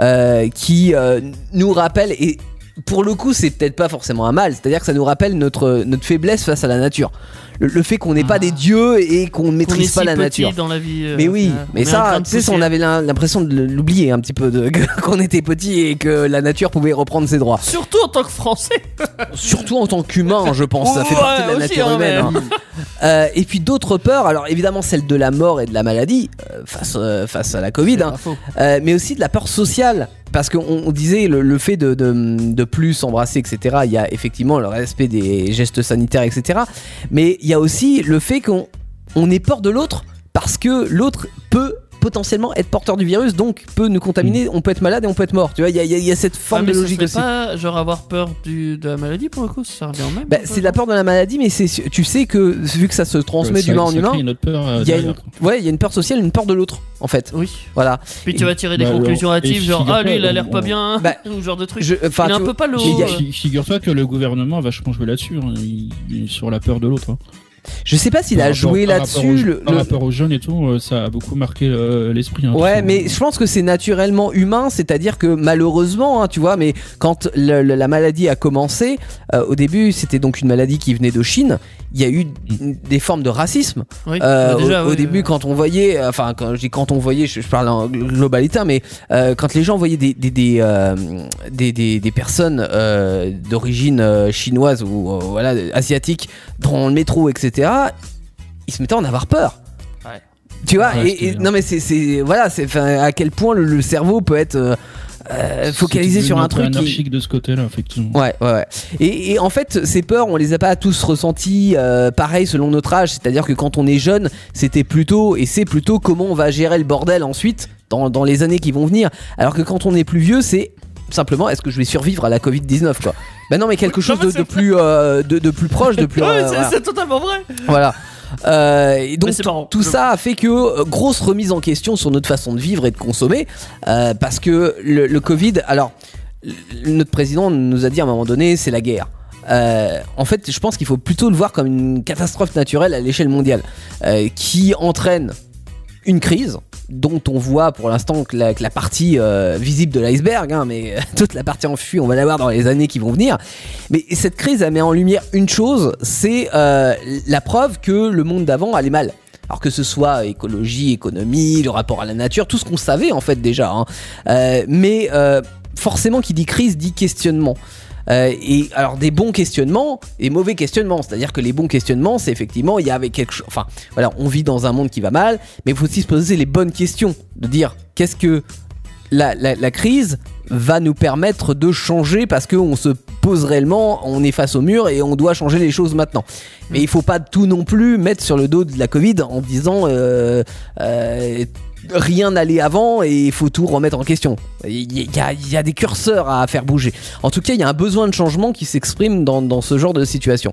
B: euh, qui euh, nous rappelle et pour le coup, c'est peut-être pas forcément un mal. C'est-à-dire que ça nous rappelle notre, notre faiblesse face à la nature. Le, le fait qu'on n'est pas
C: Ah.
B: des dieux et qu'on ne
C: On est
B: maîtrise
C: si
B: pas la
C: petit
B: nature.
C: dans la vie. euh,
B: Mais oui,
C: euh, on
B: mais
C: est en
B: ça,
C: train de
B: tu sais, ça, on
C: pousser.
B: avait la- l'impression de l'oublier un petit peu, de, qu'on était petit et que la nature pouvait reprendre ses droits.
C: Surtout en tant que Français.
B: Surtout en tant qu'humain, hein, je pense, ça fait
C: Ouais,
B: partie de la
C: aussi,
B: nature
C: hein,
B: humaine.
C: mais-
B: hein. Euh, et puis d'autres peurs, alors évidemment celle de la mort et de la maladie euh, face, euh, face à la Covid, hein,
C: Pas faux.
B: euh, mais aussi de la peur sociale. Parce qu'on on disait le, le fait de, de, de plus s'embrasser, etc. Il y a effectivement le respect des gestes sanitaires, etc. Mais il y a aussi le fait qu'on on ait peur de l'autre parce que l'autre peut potentiellement être porteur du virus, donc peut nous contaminer, on peut être malade et on peut être mort. Tu vois, il y a, il y a- il y a cette
C: Ah,
B: forme
C: Mm. mais
B: de
C: ça
B: logique
C: serait
B: aussi.
C: pas genre avoir peur du- de la maladie pour le coup, ça revient au même.
B: Bah,
C: un peu,
B: c'est de la peur de la maladie, mais c'est tu sais que vu que ça se transmet
D: Ça-
B: d'humain en
D: ça crée
B: humain,
D: une autre peur, euh,
B: il y a
D: derrière,
B: une,
D: quoi.
B: ouais, il y a une peur sociale, une peur de l'autre, en fait.
C: Oui.
B: Voilà.
C: Puis tu vas tirer des
D: Bah, alors,
C: conclusions hâtives,
D: et
C: genre
D: figure-toi,
C: ah lui il a l'air
D: on-
C: pas bien, hein,
B: Bah,
C: ou genre de trucs.
B: Je, enfin,
C: il est un
B: tu-
C: peu pas euh. le.
B: Mais il y a-
D: Fi- Figure-toi que le gouvernement a vachement joué là-dessus, hein, il- sur la peur de l'autre. hein.
B: je sais pas s'il a
D: Par rapport-
B: joué
D: par rapport
B: là-dessus.
D: aux-
B: le-
D: Par
B: le-
D: rapport aux jeunes et tout, euh, ça a beaucoup marqué euh, l'esprit. hein, tout
B: Ouais,
D: ça.
B: mais je pense que c'est naturellement humain, c'est-à-dire que malheureusement, hein, tu vois, mais quand le- le- la maladie a commencé, euh, au début, c'était donc une maladie qui venait de Chine. Il y a eu d-
D: Mm.
B: des formes de racisme.
C: Oui,
B: Euh,
C: bah, déjà,
B: au, au
C: oui,
B: début,
C: euh,
B: quand on voyait, euh, enfin, quand je dis quand on voyait, je, je parle en gl- globalité, hein, mais euh, quand les gens voyaient des, des, des, euh, des, des- des personnes euh, d'origine euh, chinoise ou euh, voilà, asiatique dans le métro, etc., ils se mettaient à en avoir peur.
C: Ouais.
B: Tu vois,
D: Ouais,
B: et-
D: je te
B: et-
D: dis, hein.
B: non mais c'est- c'est voilà, c'est enfin, à quel point le, le cerveau peut être euh, euh,
D: C'est
B: focalisé
D: devenu
B: sur un
D: peu
B: truc qui,
D: anarchique de ce côté-là, effectivement.
B: Ouais, ouais, ouais. Et, et en fait, ces peurs, on les a pas tous ressenties euh, pareil selon notre âge. C'est-à-dire que quand on est jeune, c'était plutôt, et c'est plutôt comment on va gérer le bordel ensuite, dans, dans les années qui vont venir. Alors que quand on est plus vieux, c'est simplement est-ce que je vais survivre à la Covid-19, quoi. Ben non, mais quelque chose de, de plus, euh, de, de plus proche, de plus.
C: ouais,
B: euh,
C: c'est
B: voilà.
C: c'est totalement vrai.
B: Voilà. Euh, et donc
C: Mais c'est marrant.
B: tout
C: Je-
B: ça a fait que euh, grosse remise en question sur notre façon de vivre et de consommer, euh, parce que le, le Covid, alors l- notre président nous a dit à un moment donné, c'est la guerre. Euh, en fait, je pense qu'il faut plutôt le voir comme une catastrophe naturelle à l'échelle mondiale, euh, qui entraîne une crise dont on voit pour l'instant que la, que la partie euh, visible de l'iceberg, hein, mais euh, toute la partie enfuie, on va la voir dans les années qui vont venir. Mais cette crise, elle met en lumière une chose, c'est euh, la preuve que le monde d'avant allait mal. Alors que ce soit écologie, économie, le rapport à la nature, tout ce qu'on savait en fait déjà. hein. Euh, mais euh, forcément, qui dit crise dit questionnement. Euh, et alors des bons questionnements et mauvais questionnements. C'est-à-dire que les bons questionnements, c'est effectivement il y avait quelque chose. Enfin, voilà, on vit dans un monde qui va mal, mais il faut aussi se poser les bonnes questions, de dire qu'est-ce que la, la- la crise va nous permettre de changer parce qu'on se pose réellement, on est face au mur et on doit changer les choses maintenant. Mais il faut pas tout non plus mettre sur le dos de la Covid en disant euh, euh, rien n'allait avant et il faut tout remettre en question. Il y, a- il y a des curseurs à faire bouger. En tout cas, il y a un besoin de changement qui s'exprime dans, dans ce genre de situation.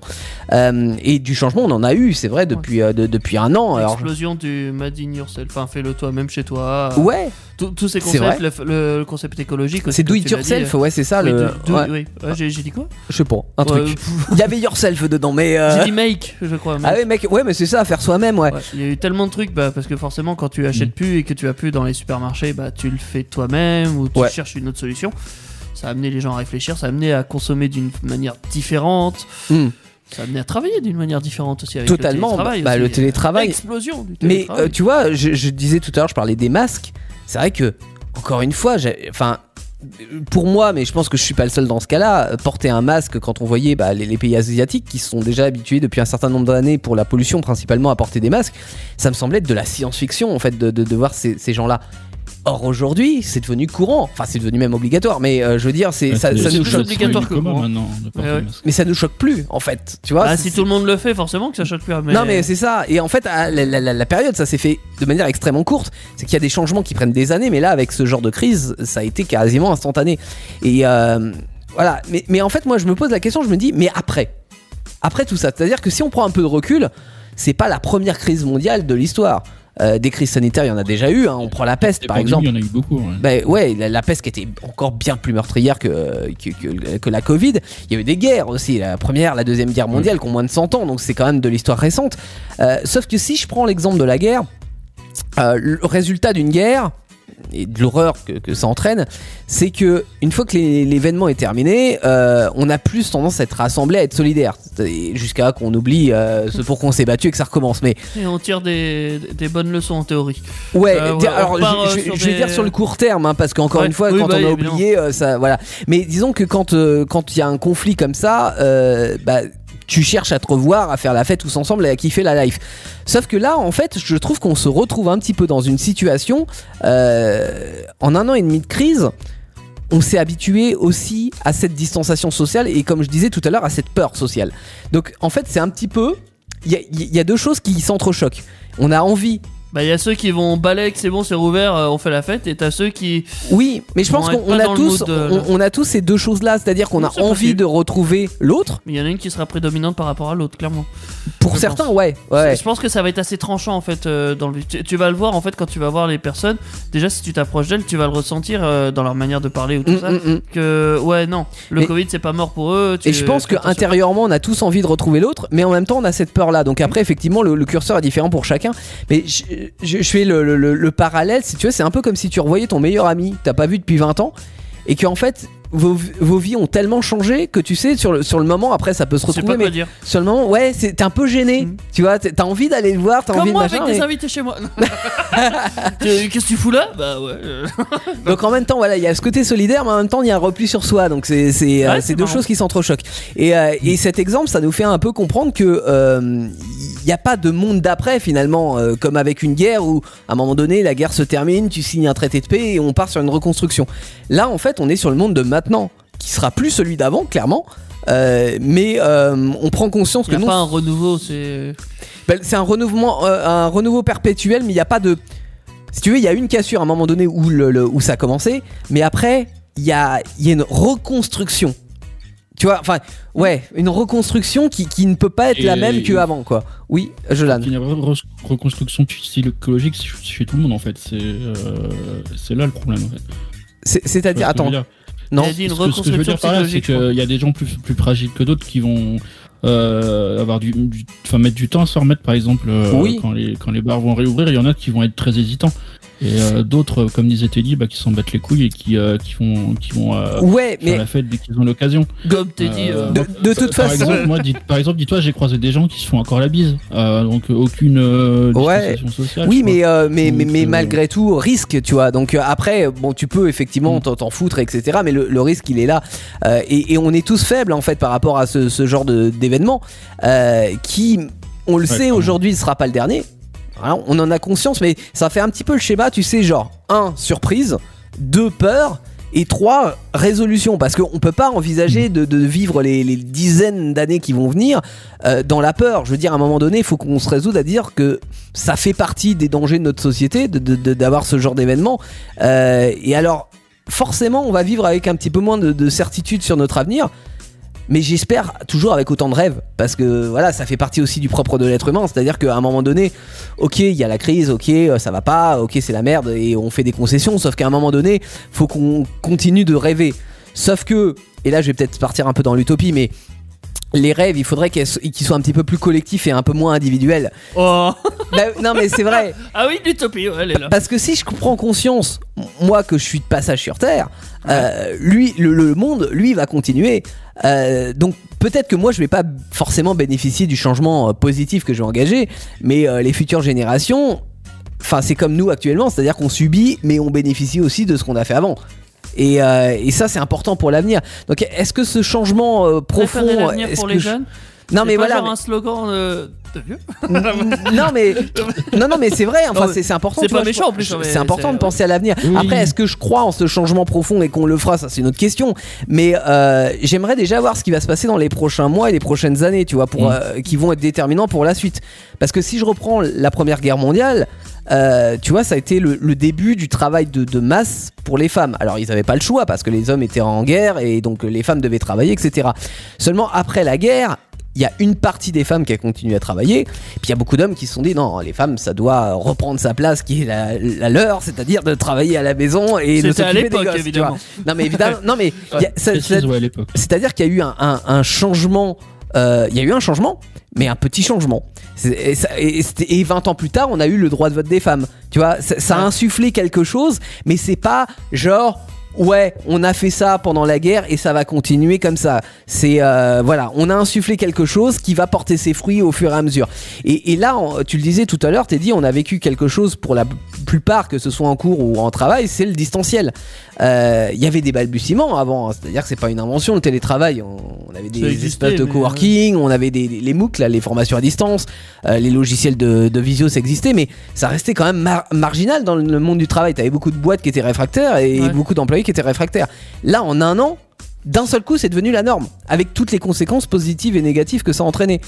B: Euh, et du changement, on en a eu, c'est vrai, depuis, euh, de- depuis un an. Alors,
C: L'explosion du Made in Yourself, enfin fais-le toi-même chez toi. euh,
B: ouais,
C: tous- Tous ces
B: C'est
C: concepts, le, le- le concept écologique aussi.
B: c'est do
C: comme
B: it
C: tu l'as dit,
B: yourself,
C: euh,
B: ouais, c'est ça.
C: oui,
B: le...
C: do- do-
B: ouais,
C: oui. Ah, J'ai j'ai dit quoi
B: Je sais pas, un
C: Ouais,
B: truc.
C: pff,
B: Il y avait yourself dedans, mais. euh,
C: J'ai dit make, je crois.
B: Ah
C: make.
B: ouais, mec, ouais, mais c'est ça, faire soi-même, ouais. Mm.
C: Ouais, Il y a eu tellement de trucs, bah, parce que forcément, quand tu achètes plus et que tu vas plus dans les supermarchés, bah, tu le fais toi-même ou tu
B: Ouais.
C: cherches une autre solution. Ça a amené les gens à réfléchir, ça a amené à consommer d'une manière différente,
B: Mm.
C: ça a amené à travailler d'une manière différente aussi avec
B: Totalement,
C: le télétravail.
B: bah,
C: aussi.
B: le télétravail.
C: Explosion du
B: Mais
C: télétravail.
B: euh, tu vois, je, je disais tout à l'heure, je parlais des masques. C'est vrai que, encore une fois, j'ai- enfin. Pour moi, mais je pense que je suis pas le seul dans ce cas-là, euh, porter un masque quand on voyait bah, les, les pays asiatiques qui se sont déjà habitués depuis un certain nombre d'années pour la pollution principalement à porter des masques, ça me semblait être de la science-fiction en fait de, de- de voir ces, ces gens-là. Or aujourd'hui, c'est devenu courant, enfin c'est devenu même obligatoire, mais euh, je veux dire, c'est, ça,
D: Bah,
B: ça
D: c'est
B: nous
C: plus
B: choque,
C: obligatoire que
D: commun
C: moi.
D: maintenant. de porter
C: Ouais,
D: le
C: ouais.
D: masque.
B: mais ça nous choque plus en fait, tu vois.
C: Bah,
B: c'est-
C: si tout le monde le fait, forcément que ça choque plus. hein, Mais...
B: non mais c'est ça. Et en fait, à la, la- la- la période, ça s'est fait de manière extrêmement courte. C'est qu'il y a des changements qui prennent des années, mais là, avec ce genre de crise, ça a été quasiment instantané. Et euh, voilà. Mais, mais en fait, moi, je me pose la question, je me dis, mais après, après tout ça, c'est-à-dire que si on prend un peu de recul, c'est pas la première crise mondiale de l'histoire. Euh, des crises sanitaires, il y en a déjà eu. hein. On prend la peste,
D: Les
B: par
D: pandémies,
B: exemple.
D: Il y en a eu beaucoup. ouais.
B: Ben ouais, la, la peste qui était encore bien plus meurtrière que, euh, que, que- que la Covid. Il y a eu des guerres aussi, la première, la deuxième guerre mondiale, qui ont moins de 100 ans, donc c'est quand même de l'histoire récente. Euh, sauf que si je prends l'exemple de la guerre, euh, le résultat d'une guerre et de l'horreur que, que ça entraîne, c'est que une fois que les- l'événement est terminé, euh, on a plus tendance à être rassemblés, à être solidaires, Et jusqu'à qu'on oublie euh, ce pour qu'on s'est battu et que ça recommence. Mais
C: Et on tire des, des bonnes leçons en théorie.
B: Ouais,
C: Euh,
B: di-
C: voilà, on
B: alors
C: repart,
B: je,
C: euh,
B: je-
C: sur
B: je vais
C: des-
B: dire sur le court terme, hein, parce qu'encore
C: Ouais.
B: une fois,
C: Oui,
B: quand
C: bah,
B: on a
C: évidemment.
B: oublié, euh, ça, voilà. Mais disons que quand euh, quand il y a un conflit comme ça, euh, bah, tu cherches à te revoir, à faire la fête tous ensemble et à kiffer la life. Sauf que là, en fait, je trouve qu'on se retrouve un petit peu dans une situation euh, en un an et demi de crise. On s'est habitué aussi à cette distanciation sociale et, comme je disais tout à l'heure, à cette peur sociale. Donc, en fait, c'est un petit peu. Il y, a- il y a deux choses qui s'entrechoquent. On a envie
C: Bah, il y a ceux qui vont balai, que c'est bon, c'est rouvert, euh, on fait la fête, et t'as ceux qui.
B: Oui, mais je
C: Ils
B: pense
C: vont
B: qu'on
C: être
B: on
C: pas
B: a
C: dans le
B: tous,
C: mood de-
B: on, on a tous ces deux choses-là, c'est-à-dire qu'on
C: Oui,
B: a
C: c'est
B: envie
C: possible.
B: de retrouver l'autre.
C: Il y en a une qui sera prédominante par rapport à l'autre, clairement.
B: Pour
C: Je
B: certains,
C: pense.
B: ouais, ouais.
C: Je pense que ça va être assez tranchant en fait euh, dans le. Tu, tu vas le voir en fait quand tu vas voir les personnes. Déjà si tu t'approches d'elles, tu vas le ressentir euh, dans leur manière de parler ou tout
B: Mm,
C: ça.
B: mm, mm.
C: Que ouais non, le
B: Mais-
C: Covid c'est pas mort pour eux. tu-
B: Et je pense
C: fais
B: que
C: attention.
B: intérieurement, on a tous envie de retrouver l'autre, mais en même temps, on a cette peur-là. Donc après, effectivement, le, le curseur est différent pour chacun. Mais je, je- je fais le, le- le- le parallèle, si tu veux, c'est un peu comme si tu revoyais ton meilleur ami que t'as pas vu depuis 20 ans, et qu'en fait, vos, vos vies ont tellement changé que tu sais, sur le, sur le moment, après, ça peut se
C: Je sais pas
B: retrouver,
C: quoi
B: mais
C: dire.
B: sur le moment, ouais, c'est- t'es un peu gêné.
C: Mm.
B: Tu vois, t'es- t'as envie d'aller le voir, t'as
C: Comme
B: envie de
C: moi
B: machin,
C: avec des
B: mais-
C: invités chez moi. Tu- Qu'est-ce que tu fous là Bah ouais. euh.
B: Donc en même temps, voilà, il y a ce côté solidaire, mais en même temps, il y a un repli sur soi. Donc c'est c'est, euh,
C: Ouais,
B: c'est
C: c'est
B: deux
C: marrant.
B: choses qui s'entrechoquent. Et, euh, et cet exemple, ça nous fait un peu comprendre que euh, il n'y a pas de monde d'après finalement, euh, comme avec une guerre où à un moment donné, la guerre se termine, tu signes un traité de paix et on part sur une reconstruction. Là, en fait, on est sur le monde de maintenant, qui sera plus celui d'avant, clairement. Euh, mais euh, on prend conscience
C: Y
B: que
C: a
B: non,
C: pas un renouveau c'est.
B: ben, c'est un renouvellement, euh, un renouveau perpétuel, mais il n'y a pas de. Si tu veux, il y a une cassure à un moment donné où, le, le- où ça a commencé, mais après, il y a, il y a une reconstruction. Tu vois, enfin, ouais, une reconstruction qui, qui ne peut pas être la
D: Et-
B: même qu'avant, quoi. Oui, Jolan.
D: Il y a une re- reconstruction du style écologique chez tout le monde en fait. C'est euh, c'est là le problème en fait.
B: C'est-
D: Tu
B: C'est-à-dire,
D: vois ce que je veux
B: attends,
D: dire
B: non.
C: Il a dit une
D: Ce que- ce que je veux
C: reconstruction
D: dire par là, c'est
C: psychologique. je crois.
D: qu'il y a des gens plus, plus fragiles que d'autres qui vont euh, avoir du, du- enfin mettre du temps à se remettre, par exemple, euh,
B: Oui.
D: quand, les, quand les bars vont réouvrir, il y en a qui vont être très hésitants. Et euh, d'autres, comme disait Teddy, bah, qui s'en battent les couilles et qui, euh, qui, font, qui vont euh,
B: Ouais,
D: faire
B: mais
D: la fête dès qu'ils ont l'occasion.
C: Gomme Teddy.
D: Euh,
C: euh,
B: de, de toute
D: Par
B: façon,
D: exemple, moi, dites- par exemple, dis-toi, j'ai croisé des gens qui se font encore la bise. Euh, donc, euh, aucune euh,
B: Ouais.
D: distanciation sociale.
B: Oui,
D: tu vois.
B: mais, euh, mais, mais,
D: Donc,
B: mais
D: euh,
B: malgré tout, risque, tu vois. Donc euh, après, bon, tu peux effectivement
D: Mm.
B: t'en- t'en foutre, etc. Mais le, le risque, il est là. Euh, et, et on est tous faibles, en fait, par rapport à ce, ce genre de- d'événement euh, qui, on le sait,
D: clairement.
B: aujourd'hui, ne sera pas le dernier. Voilà, on en a conscience, mais ça fait un petit peu le schéma, tu sais, genre, 1, surprise, 2, peur, et 3, résolution. Parce qu'on peut pas envisager de, de vivre les, les dizaines d'années qui vont venir euh, dans la peur. Je veux dire, à un moment donné, il faut qu'on se résoute à dire que ça fait partie des dangers de notre société de- de- de- d'avoir ce genre d'événement. Euh, et alors, forcément, on va vivre avec un petit peu moins de, de certitude sur notre avenir. Mais j'espère toujours avec autant de rêves, parce que voilà, ça fait partie aussi du propre de l'être humain. C'est-à-dire qu'à un moment donné, ok, il y a la crise, ok, euh, ça va pas, ok, c'est la merde, et on fait des concessions. Sauf qu'à un moment donné, faut qu'on continue de rêver. Sauf que, et là, je vais peut-être partir un peu dans l'utopie, mais les rêves, il faudrait qu'elles so- qu'ils soient un petit peu plus collectifs et un peu moins individuels.
C: oh.
B: Bah, non, mais c'est vrai.
C: Ah oui, l'utopie, ouais, elle est là.
B: Parce que si je prends conscience, m- moi, que je suis de passage sur Terre, euh, lui, le, le monde, lui, va continuer. Euh, donc peut-être que moi, je vais pas forcément bénéficier du changement euh, positif que je vais engager, mais euh, les futures générations, enfin, c'est comme nous actuellement, c'est-à-dire qu'on subit, mais on bénéficie aussi de ce qu'on a fait avant. Et, euh, et ça, c'est important pour l'avenir. Donc, est-ce que ce changement euh, profond,
C: Préférer l'avenir
B: est-ce
C: pour
B: que
C: les
B: je-
C: jeunes.
B: non
C: C'est
B: mais
C: pas
B: voilà,
C: genre un slogan euh, de vieux.
B: mais- non mais, non non mais c'est vrai. Enfin,
C: Non, mais
B: c'est c'est important.
C: c'est
B: tu
C: pas
B: vois, je
C: méchant,
B: pense-
C: en plus,
B: je-
C: hein, mais
B: C'est important
C: c'est-
B: de penser à l'avenir.
D: Oui.
B: Après, est-ce que je crois en ce changement profond et qu'on le fera Ça, c'est une autre question. Mais euh, j'aimerais déjà voir ce qui va se passer dans les prochains mois et les prochaines années, tu vois, pour,
D: Mm.
B: euh, qui vont être déterminants pour la suite. Parce que si je reprends la Première Guerre mondiale, euh, tu vois, ça a été le, le début du travail de, de masse pour les femmes. Alors, ils n'avaient pas le choix parce que les hommes étaient en guerre et donc les femmes devaient travailler, etc. Seulement après la guerre. Il y a une partie des femmes qui a continué à travailler, puis il y a beaucoup d'hommes qui se sont dit non, les femmes, ça doit reprendre sa place qui est la, la leur, c'est-à-dire de travailler à la maison et de
C: C'était à
B: s'occuper des
C: l'époque,
B: gosses, tu
C: évidemment.
B: vois. Non mais évidemment, non mais il y a- ça- ça-
D: Précise, ouais, à l'époque.
B: c'est-à-dire qu'il y a eu un, un- un changement. euh, Il y a eu un changement, mais un petit changement. C'est- Et, ça- et c'était- et 20 ans plus tard, on a eu le droit de vote des femmes. Tu vois, ça, ça a
C: Ouais.
B: insufflé quelque chose, mais c'est pas genre. Ouais, on a fait ça pendant la guerre et ça va continuer comme ça. C'est euh, voilà, on a insufflé quelque chose qui va porter ses fruits au fur et à mesure. Et, et là, on- tu le disais tout à l'heure, t'es dit, on a vécu quelque chose pour la plupart, que ce soit en cours ou en travail, c'est le distanciel. Euh, Il y avait des balbutiements avant, hein, c'est-à-dire que c'est pas une invention, le télétravail. On, on avait des
C: Ça existait,
B: espaces de
C: mais, euh,
B: coworking, on avait des, des- les MOOC, là, les formations à distance, euh, les logiciels de, de visio, ça existait, mais ça restait quand même mar- marginal dans le monde du travail. T'avais beaucoup de boîtes qui étaient réfractaires et
C: Ouais.
B: beaucoup d'employés qui étaient réfractaires. Là, en un an, d'un seul coup, c'est devenu la norme, avec toutes les conséquences positives et négatives que ça entraînait.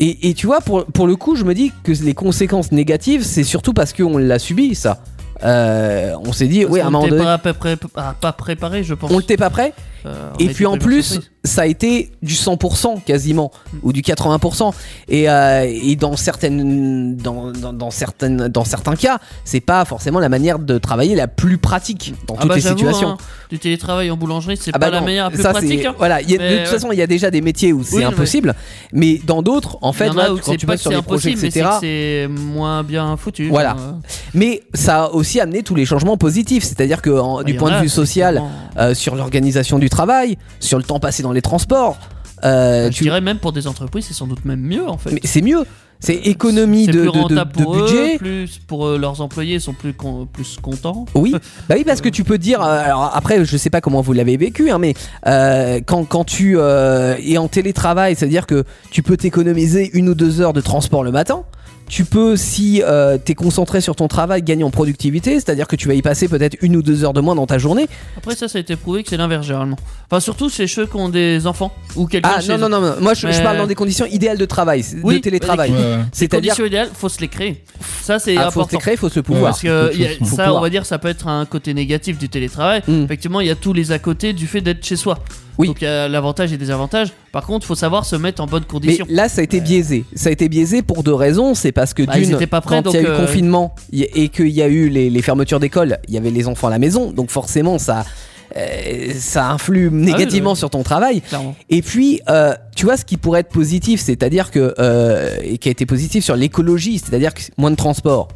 B: Et, et tu vois, pour, pour le coup, je me dis que les conséquences négatives, c'est surtout parce qu'on l'a subi, ça. Euh, on s'est dit,
C: Parce
B: oui, à un
C: qu'on
B: moment
C: était
B: donné,
C: pas, à peu près- à pas préparé, je pense.
B: on le t'est pas prêt.
C: Euh, on
B: Et
C: a été
B: puis en
C: pris par
B: plus,
C: surprise.
B: ça a été du 100% quasiment,
C: Mm.
B: ou du 80%. Et, euh, et dans, certaines, dans, dans, dans certaines, dans certains cas, c'est pas forcément la manière de travailler la plus pratique dans
C: Ah
B: toutes
C: bah,
B: les
C: j'avoue,
B: situations.
C: hein, du télétravail en boulangerie, c'est
B: Ah bah
C: pas la
B: non,
C: meilleure la plus
B: ça, c'est-
C: pratique. hein.
B: Voilà, il y a-
C: Mais
B: de toute
C: ouais.
B: façon, il y a déjà des métiers où c'est
C: Oui, non, mais-
B: impossible, mais, dans d'autres, en fait,
C: Il y en
B: là,
C: a où
B: quand
C: c'est
B: tu
C: pas
B: passes
C: que
B: sur
C: c'est
B: des projets,
C: impossible, mais
B: etc.
C: C'est que c'est moins bien foutu.
B: Voilà.
C: Euh,
B: Mais ça a aussi amené tous les changements positifs, c'est-à-dire que en-
C: Oh, il
B: du
C: y
B: point
C: en
B: de
C: a,
B: vue social,
C: effectivement.
B: euh, sur l'organisation du travail, sur le temps passé dans les transports, euh,
C: Bah, Je
B: tu-
C: dirais même pour des entreprises, c'est sans doute même mieux en fait.
B: mais c'est mieux. C'est économie
C: C'est
B: de,
C: plus
B: de- de-
C: rentable
B: de
C: pour eux,
B: budget.
C: plus pour euh, leurs employés, ils sont plus, con- plus contents.
B: Oui, bah oui, parce que tu peux dire. euh, alors après, je sais pas comment vous l'avez vécu, hein, mais euh, quand quand tu euh, es en télétravail, c'est à dire que tu peux t'économiser une ou deux heures de transport le matin. Tu peux, si euh, t'es concentré sur ton travail, gagner en productivité, c'est-à-dire que tu vas y passer peut-être une ou deux heures de moins dans ta journée.
C: Après, ça, ça a été prouvé que c'est l'inverse généralement. Enfin, surtout chez ceux qui ont des enfants ou quelqu'un
B: Ah non,
C: chez
B: non,
C: eux.
B: non, non. moi je, je
C: Mais-
B: parle dans des conditions idéales de travail, c'est-
C: Oui,
B: de télétravail.
D: Ouais, ouais.
C: Les
B: C'est-à-dire
C: conditions idéales, faut se les créer. Ça, c'est
B: qu'il faut se
C: important.
B: les créer, faut se le pouvoir.
C: Parce que
D: Faut
C: y a-
D: pouvoir.
C: ça, on
B: pouvoir.
C: va dire, ça peut être un côté négatif du télétravail.
B: Mm.
C: Effectivement, il y a tous les à côté du fait d'être chez soi.
B: Oui.
C: Donc il y a l'avantage et désavantage. Par contre, faut savoir se mettre en bonne
B: Mais
C: condition.
B: là, ça a été biaisé. Ça a été biaisé pour deux raisons. C'est parce que
C: Bah, ils
B: d'une,
C: étaient pas prêts,
B: quand il y a eu
C: donc, euh,
B: confinement y- et qu'il y a eu les, les fermetures d'école, il y avait les enfants à la maison. Donc forcément, ça, euh, ça influe négativement
C: Ah oui.
B: sur ton travail.
C: Clairement.
B: Et puis, euh, tu vois, ce qui pourrait être positif, c'est-à-dire que. euh, et qui a été positif sur l'écologie, c'est-à-dire que c'est moins de transport.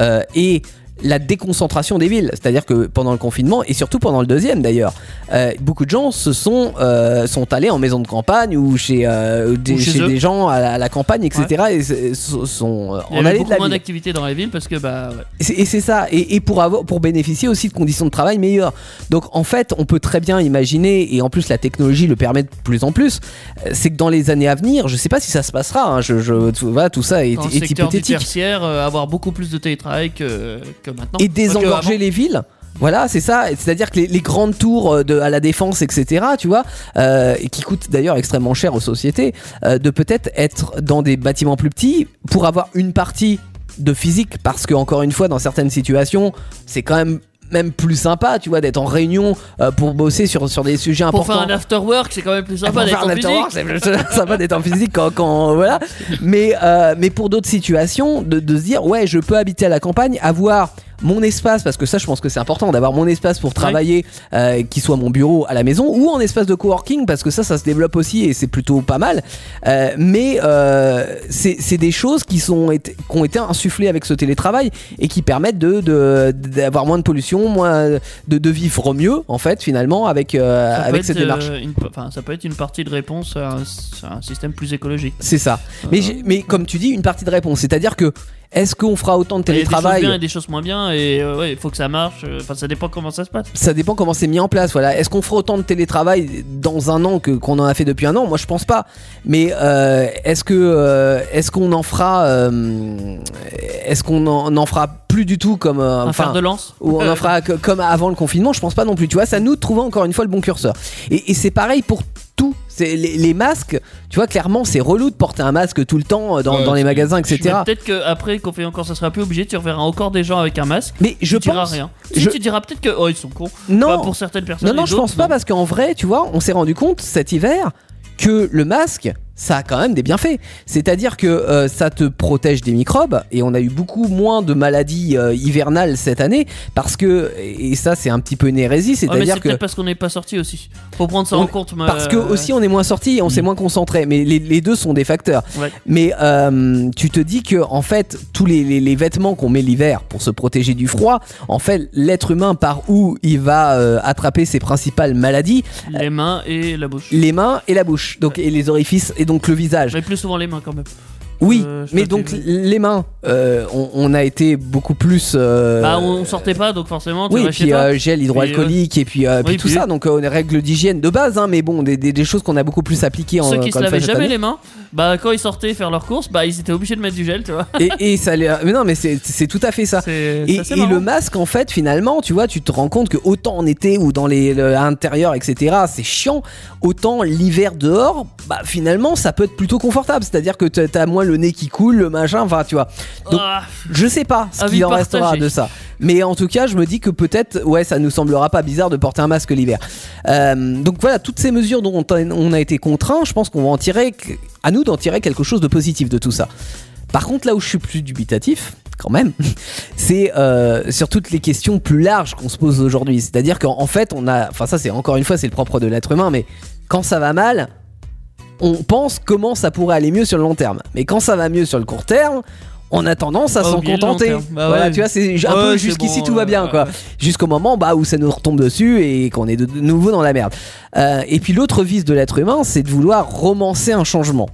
B: euh, et la déconcentration des villes. C'est-à-dire que pendant le confinement, et surtout pendant le deuxième d'ailleurs, euh, beaucoup de gens se sont, euh, sont allés en maison de campagne ou chez, euh, des,
C: Ou chez
B: chez
C: eux.
B: des gens à la, à la campagne, etc. Et se- se- sont euh,
C: Il y
B: en
C: avait
B: allée de
C: beaucoup
B: la
C: moins
B: ville.
C: d'activités dans les villes parce que bah ouais.
B: Et c'est- Et c'est ça, et, et pour, avoir, pour bénéficier aussi de conditions de travail meilleures. Donc en fait, on peut très bien imaginer, et en plus la technologie le permet de plus en plus, euh, c'est que dans les années à venir, je sais pas si ça se passera, hein, je, je, tout, voilà, tout ça est,
C: dans le
B: est
C: secteur du
B: hypothétique.
C: tertiaire, euh, avoir beaucoup plus de télétravail que, que maintenant.
B: Et
C: Quoique
B: désengorger
C: avant,
B: les villes voilà, c'est ça. C'est-à-dire que les, les grandes tours euh, de, à la défense, etc., tu vois, euh, et qui coûtent d'ailleurs extrêmement cher aux sociétés, euh, de peut-être être dans des bâtiments plus petits pour avoir une partie de physique, parce que encore une fois, dans certaines situations, c'est quand même même plus sympa, tu vois, d'être en réunion euh, pour bosser sur, sur des sujets
C: Pour
B: importants.
C: faire un after work, c'est quand même plus
B: Ah,
C: sympa
B: pour
C: d'être
B: faire
C: en
B: un
C: physique.
B: after work, c'est plus sympa d'être en physique quand, quand- euh, voilà. Mais euh, mais pour d'autres situations, de, de se dire ouais, je peux habiter à la campagne, avoir mon espace parce que ça, je pense que c'est important d'avoir mon espace pour travailler, euh, qui soit mon bureau à la maison ou en espace de coworking parce que ça, ça se développe aussi et c'est plutôt pas mal. Euh, mais euh, c'est c'est des choses qui sont été- qui ont été insufflées avec ce télétravail et qui permettent de de- d'avoir moins de pollution, moins de, de vivre mieux en fait finalement avec euh,
C: Ça peut
B: avec
C: être,
B: cette démarche.
C: euh, une- enfin, ça peut être une partie de réponse à un, à un système plus écologique.
B: C'est ça. Mais, j'ai- mais comme tu dis, une partie de réponse. C'est-à-dire que est-ce qu'on fera autant de
C: Il y a des choses bien et
B: télétravail
C: des choses moins bien, et euh, ouais, il faut que ça marche. euh, Enfin, ça dépend comment ça se passe.
B: Ça dépend comment c'est mis en place. Voilà. Est-ce qu'on fera autant de télétravail dans un an que qu'on en a fait depuis un an Moi, je pense pas. Mais euh, est-ce que euh, est-ce qu'on en fera euh, Est-ce qu'on en, en fera plus du tout comme euh,
C: Un fer
B: enfin
C: de Euh. lance.
B: ou on en fera que- comme avant le confinement, je pense pas non plus. Tu vois, ça nous trouve encore une fois le bon curseur. Et, et c'est pareil pour tout. C'est les, les masques. Tu vois, clairement, c'est relou de porter un masque tout le temps euh, dans,
D: Ouais,
B: dans les
D: c'est-
B: magasins, etc.
C: Mais Peut-être qu'après qu'on fait encore, ça sera plus obligé. Tu reverras encore des gens avec un masque.
B: Mais je
C: tu diras
B: pense.
C: rien. Si
B: je-
C: tu diras peut-être que oh ils sont cons.
B: Non,
C: Enfin, pour certaines personnes.
B: non, non,
C: et
B: je pense
C: d'autres,
B: pas
C: non. Ah,
B: parce qu'en vrai, tu vois, on s'est rendu compte cet hiver que le masque, ça a quand même des bienfaits. C'est-à-dire que euh, ça te protège des microbes et on a eu beaucoup moins de maladies euh, hivernales cette année parce que et ça c'est un petit peu une hérésie,
C: Ouais, mais c'est
B: c'est-à-dire que
C: peut-être parce qu'on n'est pas sorti aussi. Faut prendre ça
B: On-
C: en compte. mais,
B: parce que
C: euh,
B: aussi on est moins sorti, on s'est
D: Mm.
B: moins concentré, mais les, les deux sont des facteurs.
C: Ouais.
B: Mais euh, tu te dis que en fait tous les, les- les vêtements qu'on met l'hiver pour se protéger du froid, en fait l'être humain par où il va euh, attraper ses principales maladies,
C: les mains et la bouche.
B: les mains et la bouche, donc et les orifices et donc le visage.
C: Mais plus souvent les mains quand même.
B: Oui,
C: Euh, je
B: mais
C: sais
B: donc
C: plus.
B: les mains, euh, on, on a été beaucoup plus. euh,
C: Bah, on sortait pas donc forcément. Tu
B: oui,
C: vas
B: et
C: chez
B: puis
C: toi.
B: euh, gel hydroalcoolique et puis, euh,
C: Oui,
B: puis tout
C: puis-
B: ça, donc euh, des règles d'hygiène de base, hein, mais bon, des, des- des choses qu'on a beaucoup plus appliquées en
C: Ceux qui se
B: encore une fois,
C: lavaient
B: cette
C: jamais
B: année.
C: les mains, bah quand ils sortaient faire leurs courses, bah ils étaient obligés de mettre du gel, tu vois.
B: Et, et ça, les- mais non, mais c'est c'est tout à fait ça.
C: C'est
B: Et,
C: ça, c'est
B: et
C: marrant.
B: le masque, en fait, finalement, tu vois, tu te rends compte que autant en été ou dans les le- à l'intérieur, etc., c'est chiant, autant l'hiver dehors, bah finalement, ça peut être plutôt confortable. C'est-à-dire que t'as t'as moins le nez qui coule, le machin, enfin, tu vois. donc-
C: Ah,
B: Je sais pas ce
C: Avis
B: qu'il en
C: partagé.
B: restera de ça. Mais en tout cas, je me dis que peut-être, ouais, ça nous semblera pas bizarre de porter un masque l'hiver. Euh, donc voilà, toutes ces mesures dont on a- on a été contraints, je pense qu'on va en tirer, que- à nous d'en tirer quelque chose de positif de tout ça. Par contre, là où je suis plus dubitatif, quand même, c'est euh, sur toutes les questions plus larges qu'on se pose aujourd'hui. C'est-à-dire qu'en en fait, on a, enfin ça, c'est encore une fois, c'est le propre de l'être humain, mais quand ça va mal, on pense comment ça pourrait aller mieux sur le long terme. Mais quand ça va mieux sur le court terme, on a tendance à
C: Ah,
B: s'en
C: oublier le long
B: contenter.
C: terme. Bah
B: voilà,
C: ouais.
B: tu vois, c'est un
C: Ouais,
B: peu
C: c'est
B: jusqu'ici
C: bon,
B: tout va bien,
C: euh,
B: quoi. Jusqu'au moment bah, où ça nous retombe dessus et qu'on est de, de nouveau dans la merde. Euh, et puis l'autre vice de l'être humain, c'est de vouloir romancer un changement.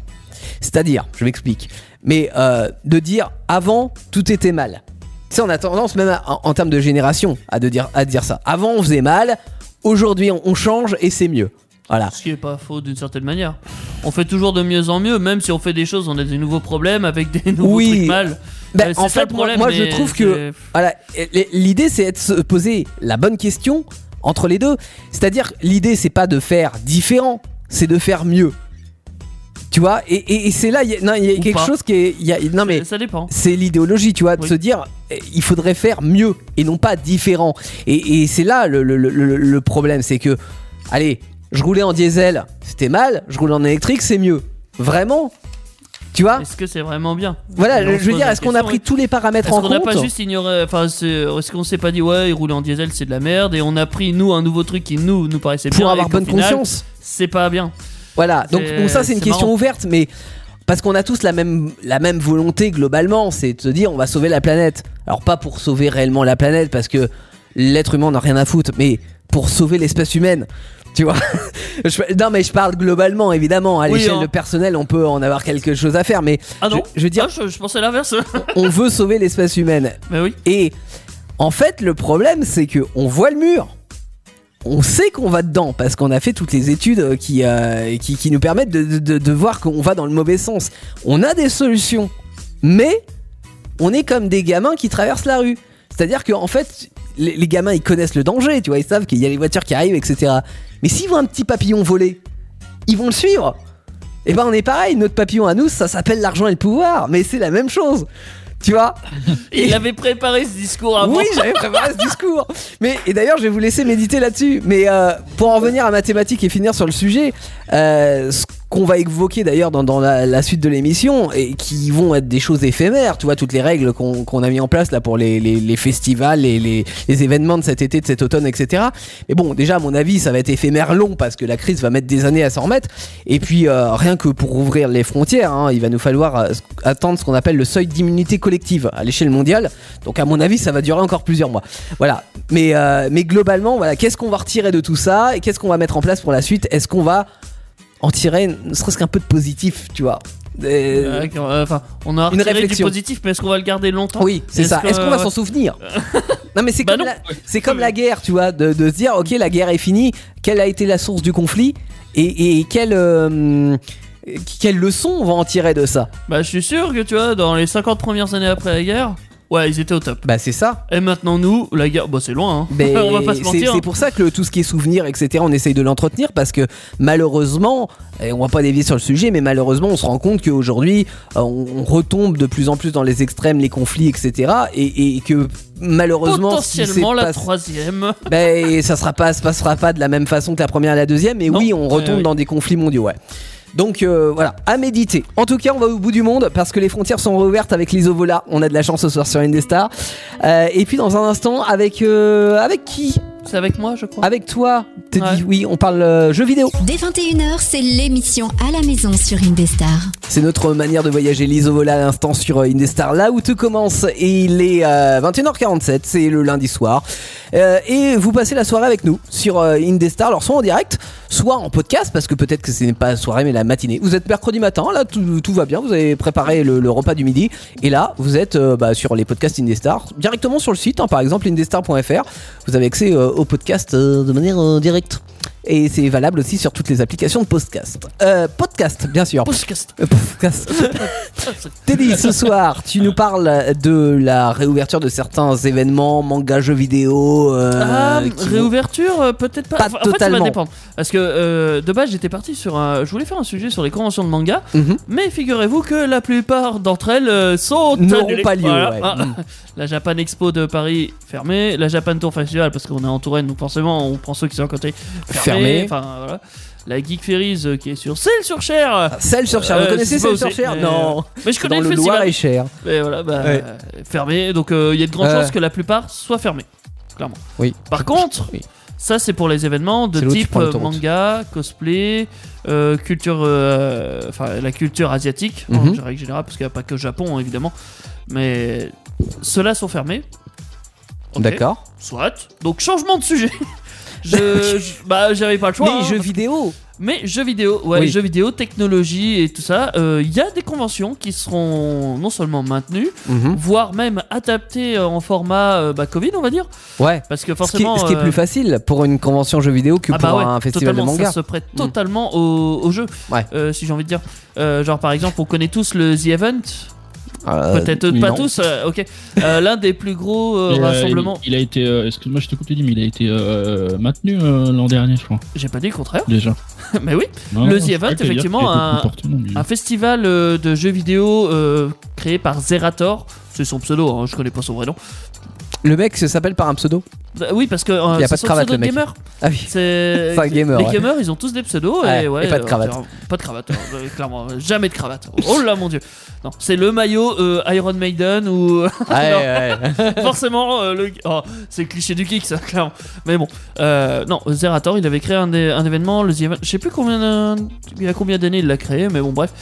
B: C'est-à-dire, je m'explique, mais euh, de dire avant tout était mal. Tu sais, on a tendance même à- en, en termes de génération à, de dire, à dire ça. Avant on faisait mal, aujourd'hui on, on change et c'est mieux. Voilà.
C: Ce qui est pas faux d'une certaine manière. On fait toujours de mieux en mieux, même si on fait des choses, on a des nouveaux problèmes avec des nouveaux
B: Oui.
C: trucs mal.
B: Ben,
C: Euh, c'est
B: en
C: ça
B: fait,
C: le problème,
B: moi, moi, je
C: mais
B: trouve que
C: c'est-
B: voilà, l'idée c'est de se poser la bonne question entre les deux. C'est-à-dire l'idée c'est pas de faire différent, c'est de faire mieux. Tu vois et, et- et c'est là il y a, non, il y a
C: Ou
B: quelque
C: pas.
B: chose qui est il y a- non mais
C: ça dépend.
B: c'est l'idéologie, tu vois, de
C: Oui.
B: se dire eh, il faudrait faire mieux et non pas différent. Et, et c'est là le, le- le- le- le problème, c'est que, allez, je roulais en diesel, c'était mal, je roule en électrique, c'est mieux. Vraiment Tu vois
C: Est-ce que c'est vraiment bien
B: Voilà, je
C: Non,
B: veux
C: pose
B: dire,
C: la
B: est-ce qu'on a
C: question,
B: pris tous les paramètres
C: Est-ce
B: en
C: qu'on n'a
B: compte
C: pas juste ignoré, enfin, c'est- est-ce qu'on s'est pas dit ouais, rouler en diesel c'est de la merde et on a pris nous un nouveau truc qui nous nous paraissait
B: pour
C: bien
B: avoir
C: et qu'au
B: bonne
C: final,
B: conscience
C: C'est pas bien.
B: Voilà, donc
C: C'est-
B: bon, ça c'est une
C: c'est
B: question
C: marrant.
B: ouverte, mais Parce qu'on a tous la même, la même volonté globalement, c'est de se dire on va sauver la planète. Alors pas pour sauver réellement la planète, parce que l'être humain n'a rien à foutre, mais pour sauver l'espèce humaine. Tu vois Je- Non mais je parle globalement, évidemment. À
C: Oui,
B: l'échelle
C: hein.
B: de personnel, on peut en avoir quelque chose à faire, mais
C: Ah non
B: je, je veux dire,
C: Ah, je, je pensais l'inverse.
B: on veut sauver l'espèce humaine.
C: Mais oui.
B: Et en fait, le problème, c'est que on voit le mur. On sait qu'on va dedans parce qu'on a fait toutes les études euh, qui, euh, qui, qui nous permettent de, de- de- de voir qu'on va dans le mauvais sens. On a des solutions, mais on est comme des gamins qui traversent la rue. C'est-à-dire qu'en fait, les, les gamins ils connaissent le danger, tu vois, ils savent qu'il y a les voitures qui arrivent, etc. Mais s'ils voient un petit papillon voler, ils vont le suivre. Et ben on est pareil, notre papillon à nous, ça s'appelle l'argent et le pouvoir, mais c'est la même chose, tu vois.
C: Il avait préparé ce discours hein, avant.
B: Oui, j'avais préparé ce discours. Mais et d'ailleurs, je vais vous laisser méditer là-dessus. Mais euh, pour en revenir à mathématiques et finir sur le sujet, euh, ce qu'on va évoquer d'ailleurs dans, dans la, la suite de l'émission et qui vont être des choses éphémères, tu vois, toutes les règles qu'on qu'on a mis en place là pour les, les- les festivals, les, les- les événements de cet été, de cet automne, etc. Mais bon, déjà, à mon avis, ça va être éphémère long parce que la crise va mettre des années à s'en remettre. Et puis, euh, rien que pour ouvrir les frontières, hein, il va nous falloir euh, ce- attendre ce qu'on appelle le seuil d'immunité collective à l'échelle mondiale. Donc, à mon avis, ça va durer encore plusieurs mois. Voilà. Mais, euh, mais globalement, voilà, qu'est-ce qu'on va retirer de tout ça et qu'est-ce qu'on va mettre en place pour la suite Est-ce qu'on va en tirer ne serait-ce qu'un peu de positif, tu vois Euh,
C: Euh, euh, Enfin, on a
B: Une
C: retiré du
B: réflexion.
C: positif, mais est-ce qu'on va le garder longtemps
B: Oui, c'est
C: Est-ce
B: ça.
C: que-
B: Est-ce qu'on va
C: ouais.
B: s'en souvenir Non, mais c'est
C: Bah
B: comme,
C: non.
B: la- c'est comme la guerre, tu vois, de, de se dire, ok, la guerre est finie, quelle a été la source du conflit et, et quelle, euh, quelle leçon on va en tirer de ça
C: Bah, je suis sûr que tu vois, dans les 50 premières années après la guerre, ouais, ils étaient au top.
B: Bah, c'est ça.
C: Et maintenant, nous, la guerre, bah, c'est loin, hein.
B: Ben,
C: on va pas se
B: c'est-
C: mentir. hein.
B: C'est pour ça que le- tout ce qui est souvenir, etc., on essaye de l'entretenir parce que malheureusement, et on va pas dévier sur le sujet, mais malheureusement, on se rend compte qu'aujourd'hui, euh, on, on retombe de plus en plus dans les extrêmes, les conflits, etc., et, et que malheureusement, si c'est
C: Potentiellement la
B: pas-
C: troisième.
B: Ben, ça sera pas, se passera pas de la même façon que la première et la deuxième, mais
C: Non.
B: oui, on retombe
C: Ouais, oui.
B: dans des conflits mondiaux, ouais. Donc euh, voilà, à méditer. En tout cas, on va au bout du monde parce que les frontières sont réouvertes avec l'isovola. On a de la chance ce soir sur Indestar. Euh, et puis dans un instant, avec euh, avec qui
C: C'est avec moi, je crois.
B: Avec toi Te
C: Ouais.
B: dis oui, on parle euh, jeux vidéo.
A: Dès 21h, c'est l'émission à la maison sur Indestar.
B: C'est notre manière de voyager l'isovola à l'instant sur euh, Indestar, là où tout commence. Et il est euh, 21h47, c'est le lundi soir. Euh, et vous passez la soirée avec nous sur euh, Indestar, alors soit en direct, soit en podcast, parce que peut-être que ce n'est pas la soirée mais la matinée. Vous êtes mercredi matin, là tout, tout va bien, vous avez préparé le, le repas du midi. Et là, vous êtes euh, bah, sur les podcasts Indestar, directement sur le site, hein, par exemple indestar.fr. Vous avez accès euh, au podcast euh, de manière euh, directe. Et c'est valable aussi sur toutes les applications de podcast. Euh, podcast, bien sûr.
C: Podcast.
B: Euh, podcast. Teddy, ce soir, tu nous parles de la réouverture de certains événements, mangas, jeux vidéo. euh,
C: Ah,
B: qui vont-
C: réouverture, euh, peut-être pas.
B: Pas
C: Enfin, En fait, ça
B: totalement.
C: va dépendre. Parce que euh, de base, j'étais parti sur un. Je voulais faire un sujet sur les conventions de manga,
B: Mhm.
C: mais figurez-vous que la plupart d'entre elles euh, sont.
B: N'auront pas lieu,
C: Voilà.
B: ouais.
C: Ah,
B: Mm.
C: La Japan Expo de Paris fermée, la Japan Tour Festival, parce qu'on est en Touraine, donc forcément, on prend ceux qui sont à côté
B: Fermé.
C: fermés. Enfin, voilà. La Geek Ferries euh, qui est sur Celle sur Cher.
B: Celle sur Cher,
C: Euh,
B: vous connaissez
C: je sais
B: Celle
C: pas où
B: sur
C: c'est,
B: Cher
C: mais-
B: Non.
C: mais je connais
B: Ah, Dans
C: le,
B: le Loir
C: festival.
B: et Cher.
C: Mais voilà, bah,
B: Ouais.
C: euh, fermé. Donc euh, il y a de grandes
B: Ouais.
C: chances que la plupart soient fermées, clairement.
B: Oui.
C: Par contre,
B: Oui.
C: ça c'est pour les événements de
B: C'est là où tu
C: type
B: prends
C: euh,
B: l'autoroute.
C: manga, cosplay, euh, culture, euh, enfin la culture asiatique
B: Mhm.
C: en règle générale, parce qu'il n'y a pas que le Japon hein, évidemment. Mais ceux-là sont fermés. Ok,
B: D'accord.
C: Soit. Donc changement de sujet. Je, je- bah j'avais pas le choix.
B: Les
C: hein.
B: jeux vidéo.
C: Mais jeux vidéo, ouais,
B: Oui.
C: jeux vidéo, technologie et tout ça, euh, il y a des conventions qui seront non seulement maintenues,
B: Mhm.
C: voire même adaptées euh, en format euh, bah, Covid, on va dire.
B: Ouais.
C: Parce que
B: Ce qui,
C: forcément.
B: ce qui est plus
C: euh,
B: facile pour une convention jeux vidéo que
C: ah bah
B: pour
C: ouais,
B: un festival de
C: totalement,
B: manga. Mm.
C: Ça se prête totalement au, au jeu,
B: Ouais.
C: euh, si j'ai envie de dire. Euh, genre, par exemple, on connaît tous le The Event.
B: Euh,
C: Peut-être
B: non.
C: pas tous, euh, ok. Euh, L'un des plus gros euh,
D: Mais, euh,
C: rassemblements.
D: il, il a été, euh, excuse-moi, je te coupe, Teddy, mais il a été euh, maintenu euh, l'an dernier, je crois,
C: J'ai pas dit le contraire,
D: déjà.
C: mais oui.
D: Non,
C: Le
D: non,
C: The
D: je crois
C: Event,
D: qu'il y a-
C: effectivement,
D: il y a
C: un-
D: beaucoup de portements, mais-
C: Un festival euh, de jeux vidéo euh, créé par Zerator. C'est son pseudo, hein, je connais pas son vrai nom.
B: Le mec se s'appelle par un pseudo.
C: Bah oui, parce que euh,
B: Y a
C: c'est
B: pas de
C: son
B: cravate,
C: pseudo
B: le mec.
C: gamer.
B: Ah oui.
C: C'est
B: C'est un gamer,
C: Les
B: ouais.
C: gamers, ils ont tous des pseudos
B: Ouais,
C: et, ouais,
B: et pas de cravate.
C: euh, pas de cravate, euh, clairement, euh, jamais de cravate. Oh là mon dieu. Non, c'est le maillot euh, Iron Maiden ou forcément euh, le. Oh, c'est le cliché du geek ça, clairement. Mais bon, euh, non, Zerator, il avait créé un, é- un événement, le The Event- je sais plus combien, euh, il y a combien d'années il l'a créé, mais bon bref.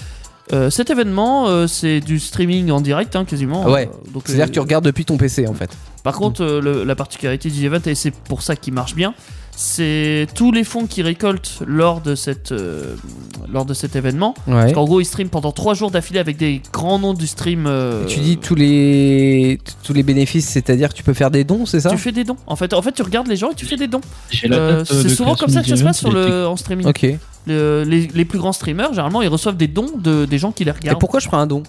C: Euh, cet événement, euh, c'est du streaming en direct, hein, quasiment.
B: Ah ouais.
C: Euh, donc,
B: C'est-à-dire
C: euh,
B: que tu regardes depuis ton PC en fait.
C: Par contre, euh, le- la particularité du event, et c'est pour ça qu'il marche bien, c'est tous les fonds qu'ils récoltent lors de, cette, euh, lors de cet événement.
B: Ouais.
C: En gros, ils streament pendant 3 jours d'affilée avec des grands noms du stream. euh,
B: Tu dis tous les tous les bénéfices, c'est-à-dire que tu peux faire des dons, c'est ça
C: Tu fais des dons. En fait, en fait, tu regardes les gens et tu fais des dons.
D: J'ai la
C: Euh,
D: date, euh,
C: c'est
D: de
C: souvent
D: création
C: comme ça
D: du
C: que ça se
D: event,
C: passe sur
D: elle a été-
C: le, en streaming.
B: Ok. Et
C: Le- les, les plus grands streamers, généralement, ils reçoivent des dons de, des gens qui les regardent.
B: pourquoi je ferais un don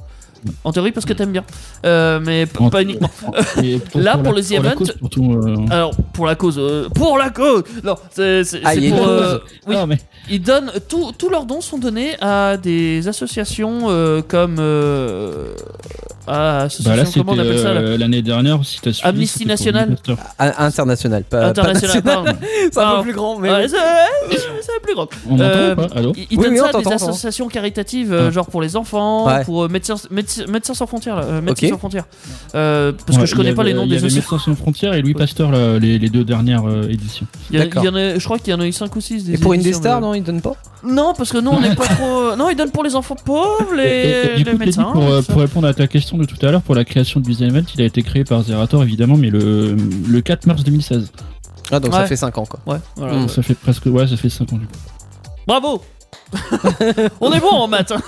C: En théorie, parce que t'aimes bien. Euh, mais p-
D: En-
C: pas uniquement.
D: Et
C: Là,
D: la-
C: pour le The
D: la
C: Event-
D: cause, surtout, euh,
C: Alors, pour la cause. euh, pour la cause Non, c'est c'est-
B: Ah,
C: c'est
B: il y a une
C: pour. euh, oui,
D: non, Ah, mais
C: Ils donnent tout- tous leurs dons sont donnés à des associations euh, comme euh, à associations
D: bah là,
C: comment on
D: c'était
C: appelle ça là
D: euh, l'année dernière, si t'as suivi.
C: Amnesty
D: c'était pour
C: National.
D: Black Panther.
B: Ah, International, pas
D: euh,
B: pas
C: international.
B: national.
C: pardon.
B: C'est un
C: Pardon.
B: peu plus grand, mais.
C: Ouais, c'est c'est plus grand.
D: On
C: Euh,
D: entend ou pas Allô
C: Ils, ils
B: Oui,
C: donnent
B: oui, on
C: ça à des
B: t'entend, on t'entend.
C: associations caritatives, euh,
D: Ah.
C: genre pour les enfants,
B: Ouais.
C: pour euh, médecins, Médecins- Médecins sans frontières, là, euh, Médecins
B: Ok.
C: sans frontières. Euh, parce
D: Ouais,
C: que je connais
D: il y
C: pas les
D: avait-
C: noms
D: il y
C: des
D: avait
C: associations.
D: Médecins sans frontières et Louis
C: Ouais.
D: Pasteur, là, les, les deux dernières euh, éditions.
C: Il y a- il
B: D'accord.
C: y en a- je crois qu'il y en a eu 5 ou 6
B: Et pour une des stars, non, ils donnent pas
C: Non, parce que nous on n'est pas trop. Non, ils donnent pour les enfants pauvres, les,
D: du
C: les
D: coup, Teddy,
C: médecins.
D: pour, euh,
C: tout ça.
D: pour répondre à ta question de tout à l'heure, pour la création du The Event, il a été créé par Zerator évidemment, mais le, le 4 mars 2016.
B: Ah, donc
C: Ouais.
B: ça fait 5 ans quoi.
C: Ouais, voilà.
B: Mm.
D: Donc, ça fait presque, ouais, ça fait 5 ans du coup.
C: Bravo On est bon en maths hein.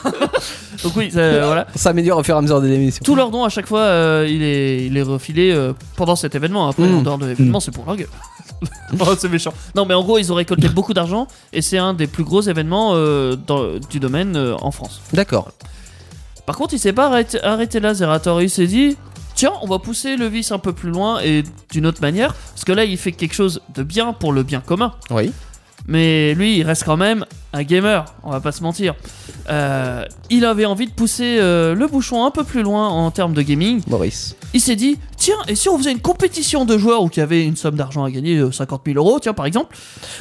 C: Donc oui, ça- voilà.
B: Ça améliore au fur et à mesure des émissions.
C: Tout leur don à chaque fois, euh, il, est, il est refilé euh, pendant cet événement. Après,
B: Mm.
C: en dehors de l'événement, c'est pour leur gueule. oh, c'est méchant. Non, mais en gros, ils ont récolté
B: Mm.
C: beaucoup d'argent et c'est un des plus gros événements euh, dans- du domaine euh, en France.
B: D'accord.
C: Par contre, il s'est pas arrêté, arrêté là, Zerator. Il s'est dit tiens, on va pousser le vice un peu plus loin et d'une autre manière. Parce que là, il fait quelque chose de bien pour le bien commun.
B: Oui.
C: Mais lui, il reste quand même un gamer, on va pas se mentir. Euh, il avait envie de pousser euh, le bouchon un peu plus loin en termes de gaming.
B: Maurice.
C: Il s'est dit, tiens, et si on faisait une compétition de joueurs où il y avait une somme d'argent à gagner, euh, 50 000 euros, tiens, par exemple.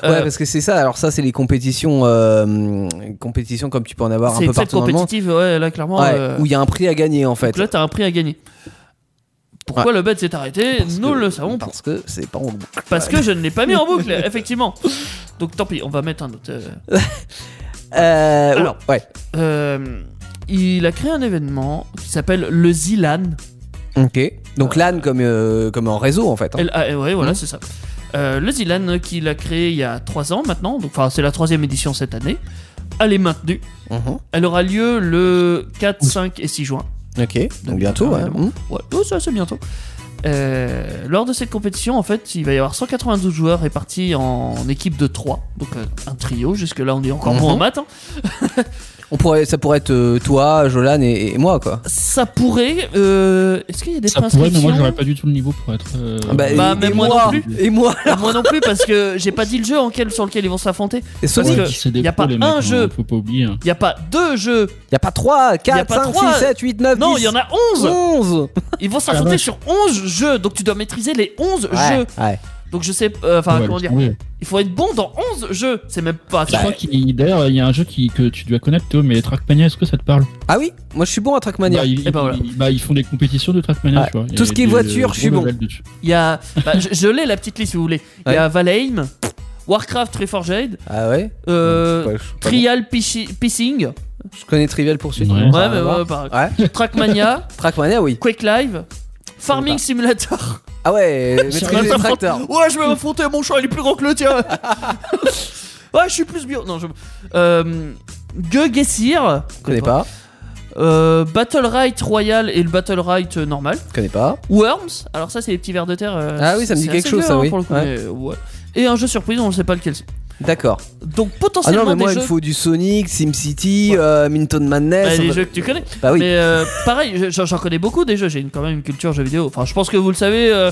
B: Ouais,
C: Euh,
B: parce que c'est ça. Alors, ça, c'est les compétitions, euh, compétitions comme tu peux en avoir un
C: c'est
B: peu
C: une fête
B: partout dans le monde.
C: compétitive, ouais, là, clairement.
B: Ouais,
C: euh,
B: Où il y a un prix à gagner en fait.
C: donc là, t'as un prix à gagner. Pourquoi le bet s'est arrêté
B: Parce
C: Nous
B: que-
C: le savons
B: Parce que c'est pas en boucle.
C: parce que je ne l'ai pas mis en boucle, effectivement. Donc tant pis, on va mettre un autre. euh,
B: Euh,
C: Alors.
B: oula, ouais.
C: euh, il a créé un événement qui s'appelle le Zilan.
B: Ok. Donc, LAN comme, euh, comme en réseau en fait. hein.
C: Elle- ah, ouais, voilà,
B: Mhm.
C: c'est ça. Euh, le Zilan euh, qu'il a créé il y a 3 ans maintenant, donc enfin c'est la troisième édition cette année, elle est maintenue.
B: Mhm.
C: Elle aura lieu le 4, 5 et 6 juin.
B: Ok. Donc, ah, bientôt, ouais.
C: Évidemment. Ouais, oh, ça c'est bientôt. Euh, lors de cette compétition, en fait, il va y avoir 192 joueurs répartis en équipe de 3, donc euh, un trio. Jusque-là, on est encore bon
B: Mhm.
C: en maths. hein.
B: On pourrait, ça pourrait être euh, toi, Jolan et, et moi quoi.
C: Ça pourrait. euh, Est-ce qu'il y a des
D: Ça pourrait, mais
C: préinscriptions
D: moi, j'aurais pas du tout le niveau pour être. euh,
B: Bah,
C: Bah,
B: et-
C: mais
B: et
C: moi non plus.
B: Et moi.
C: Moi non plus, parce que j'ai pas dit le jeu en quel- sur lequel ils vont s'affronter.
B: Et
C: Parce
B: Sonic.
C: que
D: c'est des
C: y a
D: pros,
C: pas
D: les
C: un
D: mecs, hein,
C: jeu.
D: Faut pas oublier. hein.
C: Il n'y a pas deux jeux.
B: Y a pas 3,
C: Y a
B: 4,
C: pas
B: 5,
C: trois.
B: 6, 7, 8, 9,
C: Non,
B: 10.
C: il y en a 11
B: 11
C: Ils vont
D: Ah, la
C: s'affronter
D: vache.
C: sur 11 jeux, donc tu dois maîtriser les 11 jeux.
B: ouais.
C: Donc je sais, euh, enfin
D: Ouais,
C: comment dire, Bah,
D: laisse tomber.
C: il faut être bon dans 11 jeux. C'est même pas.
D: Je crois qu'il d'ailleurs, il y a un jeu qui, que tu dois connaître, Théo, mais Trackmania, est-ce que ça te parle
B: Ah oui, moi je suis bon à Trackmania.
D: bah, ils,
C: Eh ben voilà.
D: ils- bah, ils font des compétitions de Trackmania,
B: Ouais.
D: tu vois. Il y
B: Tout
D: a
B: ce qui est
D: des-
B: voiture,
D: des
B: je suis
D: gros
B: bon.
D: levels dessus.
C: Il y a, bah, je, je l'ai la petite liste si vous voulez. Il y a Valheim, Warcraft Reforged,
B: Ah ouais
C: euh,
B: Ouais, je suis pas bon.
C: Trial Pichi- Pissing,
B: Je connais Trivial Poursuite.
D: Ouais.
B: non,
D: Ouais,
B: ça
C: ouais,
B: n'a rien
C: mais
B: à
C: ouais,
B: voir.
C: pareil.
B: Ouais.
C: Trackmania,
B: Trackmania, oui.
C: Quake Live, Farming
B: Ouais.
C: Simulator.
B: Ah ouais, maîtriser les
C: Attends,
B: tracteurs.
C: Ouais, je vais m'affronter, mon champ il est plus grand que le tien. ouais, je suis plus bio. Non, je. Euh, Gue Gessir,
B: Je connais pas,
C: Euh, Battle Right Royal et le Battle Right euh, normal.
B: je connais pas.
C: Worms, alors ça c'est les petits vers de terre. euh,
B: Ah oui, ça me
C: c'est
B: dit quelque
C: assez
B: chose,
C: vieux,
B: ça,
C: hein,
B: oui.
C: pour le coup,
B: Ouais.
C: mais, euh, ouais. Et un jeu surprise, on ne sait pas lequel c'est.
B: D'accord.
C: Donc
B: Ah non,
C: potentiellement
B: mais moi
C: des
B: il
C: jeux.
B: me faut du Sonic, SimCity,
C: Ouais.
B: euh, Minton
C: Bah,
B: Madness.
C: des
B: enfin-
C: jeux que tu connais.
B: Bah oui.
C: Mais euh, pareil, je- j'en j'en connais beaucoup des jeux. J'ai une- quand même une culture jeux vidéo. Enfin, je pense que vous le savez. euh,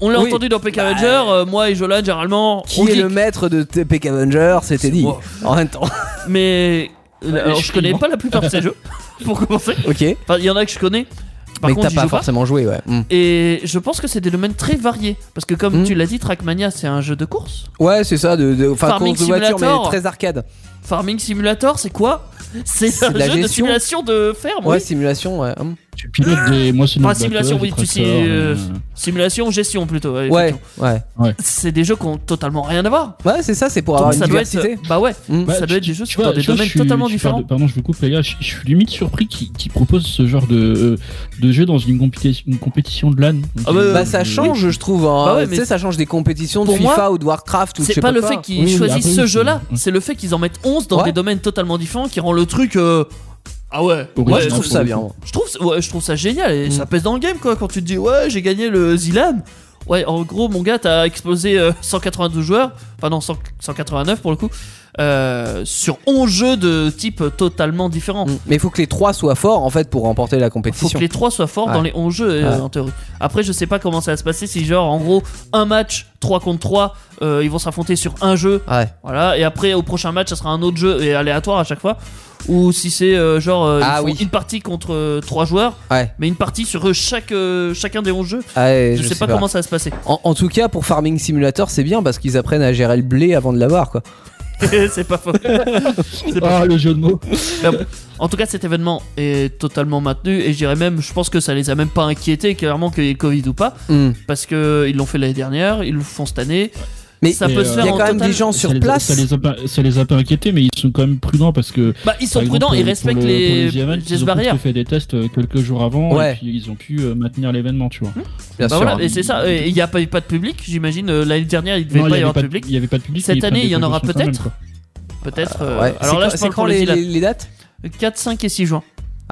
C: on l'a
B: Oui.
C: entendu dans PK
B: Bah,
C: Avenger. euh, moi et Jolan, généralement,
B: Qui
C: on
B: est
C: geek.
B: le maître de TPK Avenger C'était
C: C'est
B: dit.
C: moi.
B: En même temps.
C: Mais euh,
D: Ouais,
C: alors,
D: je
C: je connais
D: suis-
C: pas la plupart de ces jeux. Pour commencer,
B: Ok.
C: enfin, il y en a que je connais. Par
B: mais que
C: contre,
B: t'as
C: j'y
B: pas
C: joue pas. Hmm.
B: forcément joué, ouais. Mm.
C: Et je pense que c'est des domaines très variés. Parce que comme
B: Mm.
C: tu l'as dit, Trackmania, c'est un jeu de course.
B: Ouais, c'est ça, de, de, enfin,
C: Farming
B: course de voiture, mais
C: Simulator. Ah
B: très arcade.
C: Farming Simulator, c'est quoi C'est
B: C'est
C: un
B: de la
C: jeu de
B: gestion.
C: simulation de ferme.
B: Ouais,
C: oui.
B: simulation, ouais. Mm.
D: tu pilotes des moissonneurs
C: Enfin, simulation,
D: batteurs,
C: oui, tu
D: des
C: sais,
D: tracteurs,
C: euh,
D: euh,
C: Simulation, gestion plutôt. ouais,
B: Ouais,
C: effectivement.
B: ouais.
C: C'est des jeux qui ont totalement rien à voir.
B: Ouais, c'est ça, c'est pour
C: Donc
B: avoir une
C: ça doit être.
B: diversité.
C: Bah ouais,
B: Mm.
D: Bah,
C: ça doit être des jeux
D: Tu
C: dans
D: vois,
C: des
D: tu vois,
C: domaines
D: je suis-
C: totalement
D: tu
C: différents.
D: parles- Pardon, je vous coupe les gars, je, je suis limite surpris qu'ils qu'ils proposent ce genre de, euh, de jeu dans une, compéti- une compétition de LAN. Donc,
C: Ah bah,
D: euh,
B: Bah ça change je trouve hein.
C: Bah ouais,
B: tu sais
C: mais-
B: ça change des compétitions de
C: Pour
B: FIFA
C: moi,
B: ou de Warcraft ou de je
C: C'est
B: sais
C: pas
B: pas
C: le
B: quoi.
C: fait qu'ils
D: Oui,
C: choisissent
D: après,
C: ce
D: oui.
C: jeu-là,
D: Ouais.
C: c'est le fait qu'ils en mettent 11 dans
B: Ouais.
C: des domaines totalement différents qui rend le truc. euh, Ah ouais,
D: Original,
B: Ouais,
C: ouais,
B: je trouve
D: pour
B: ça
D: le
B: bien.
D: coup.
C: Je trouve, ouais, je trouve ça génial et
B: Mm.
C: ça pèse dans le game quoi. Quand tu te dis ouais j'ai gagné le Zilam, ouais en gros mon gars t'as explosé euh, 192 joueurs, enfin non 100 189 pour le coup, euh, sur 11 jeux de type totalement différent.
B: Mm. Mais il faut que les trois soient forts en fait pour remporter la
C: Faut
B: compétition.
C: que les trois soient forts
B: Ouais.
C: dans les 11 jeux euh,
B: Ouais.
C: en théorie. Après je sais pas comment ça va se passer si genre en gros un match 3 contre 3 euh, ils vont s'affronter sur un jeu
B: Ouais.
C: voilà et après au prochain match ça sera un autre jeu et aléatoire à chaque fois ou si c'est euh, genre euh, ils
B: Ah
C: font
B: oui.
C: une partie contre euh, trois joueurs
B: Ouais.
C: mais une partie sur eux, chaque, euh, chacun des 11 jeux.
B: Ouais,
C: Je, sais, pas, comment ça va se passer.
B: En, en tout cas pour Farming Simulator c'est bien parce qu'ils apprennent à gérer le blé avant de l'avoir quoi.
C: c'est pas faux. C'est pas
D: Ah, le jeu de mots.
C: En tout cas, cet événement est totalement maintenu et je dirais même, je pense que ça les a même pas inquiétés, clairement qu'il y ait le Covid ou pas,
B: Mm.
C: parce que euh, ils l'ont fait l'année dernière, ils le font cette année.
B: Mais
C: ça
D: mais,
C: peut
D: euh,
C: se
B: il y
C: faire
B: a
C: en
B: quand même
C: total.
B: des gens
D: Ça
B: sur
D: les a-
B: place.
D: ça les, a pas, ça les a pas inquiétés, mais ils sont quand même prudents parce que.
C: Bah, ils sont
D: par exemple,
C: prudents, ils
D: pour-
C: respectent
D: pour le- pour
C: les,
D: les events, ils ont
C: gestes
D: tous
C: barrières.
D: fait des tests euh, quelques jours avant
B: Ouais.
D: et puis ils ont pu euh, maintenir l'événement, tu vois.
B: Bien
C: Bah
B: sûr.
C: voilà, et c'est ça. et Il n'y a pas eu pas de public, j'imagine. euh, L'année dernière, il devait
D: Non,
C: pas
D: il
C: y
D: y avait
C: avoir
D: pas
C: de
D: de-
C: public.
D: il y avait pas de public.
C: Cette
D: mais il y a
C: année,
D: des
C: il y en aura
D: précautions quand même,
C: peut-être. Peut-être. euh,
B: Ouais.
C: Alors
B: C'est
C: là,
B: quand-
C: je
B: c'est
C: parle pour
B: quand
C: les
B: les,
C: îles.
B: les- les dates
C: euh, 4, 5 et 6 juin.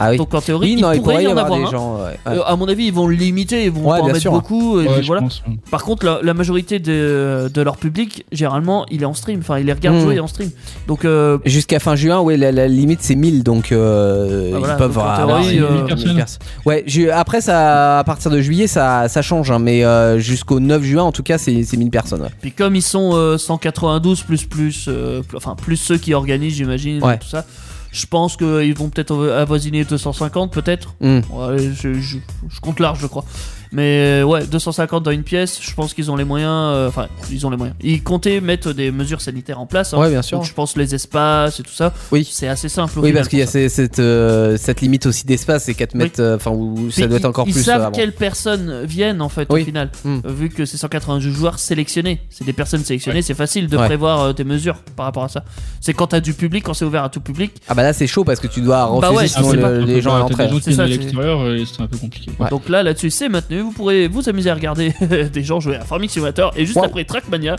B: Ah oui.
C: Donc en théorie,
B: Oui,
C: il
B: non, il pourrait y avoir
C: avoir
B: des
C: un.
B: gens. ouais, ouais.
C: Euh, à mon avis, ils vont le limiter, ils vont
B: Ouais,
C: pas en
B: bien
C: mettre
B: sûr.
C: beaucoup. Et
D: Ouais,
C: puis
D: je
C: voilà.
D: pense, Ah, ouais.
C: Par contre, la, la majorité de, de leur public, généralement, il est en stream. Enfin, il les regarde
B: Mm.
C: jouer en stream. Donc, euh,
B: Jusqu'à fin juin, ouais, la, la limite c'est 1000, donc euh,
C: Ah, voilà,
B: ils peuvent
C: donc, en
B: avoir
C: théorie,
B: une-
C: euh,
B: une personne. Ouais, ju- après ça, à partir de juillet, ça, ça change, hein, mais euh, jusqu'au 9 juin, en tout cas, c'est c'est 1000 personnes. ouais.
C: puis comme ils sont euh, 192 plus plus, euh, plus- enfin plus ceux qui organisent, j'imagine,
B: Ouais.
C: tout ça. Je pense qu'ils vont peut-être avo- avoisiner 250, peut-être.
B: Mm.
C: Ouais, je, je- je compte large, je crois. Mais euh, ouais, 250 dans une pièce, je pense qu'ils ont les moyens. euh, Enfin, ils ont les moyens. Ils comptaient mettre des mesures sanitaires en place. hein.
B: Ouais, bien sûr.
C: Donc, je pense les espaces et tout ça.
B: Oui.
C: C'est assez simple. au
B: Oui,
C: final,
B: parce qu'il y a
C: pour ça.
B: ces- cette, euh, cette limite aussi d'espace, c'est 4
C: Oui.
B: mètres, euh, enfin, où ça doit
C: Puis ils-
B: être encore
C: ils
B: plus.
C: savent
B: euh, avant.
C: quelles personnes viennent en fait
B: Oui.
C: au final,
B: Mm.
C: Euh, vu que c'est 192 joueurs sélectionnés. C'est des personnes sélectionnées, c'est facile de
B: Ouais.
C: prévoir euh, tes mesures par rapport à ça. C'est quand t'as du public, quand c'est ouvert à tout public.
B: Ah bah là, c'est chaud parce que tu dois refuser
C: Bah ouais,
B: sinon
C: c'est
B: le-
C: pas-
B: les gens à
D: T'as des
B: l'entrée.
D: gens qui
C: C'est
D: viennent
C: ça,
D: de
C: c'est-
D: l'extérieur et c'est un peu compliqué.
B: Ouais.
C: Donc là, là-dessus, c'est maintenu. Vous pourrez vous amuser à regarder des gens jouer à Farming Simulator et juste
B: Wow.
C: après Trackmania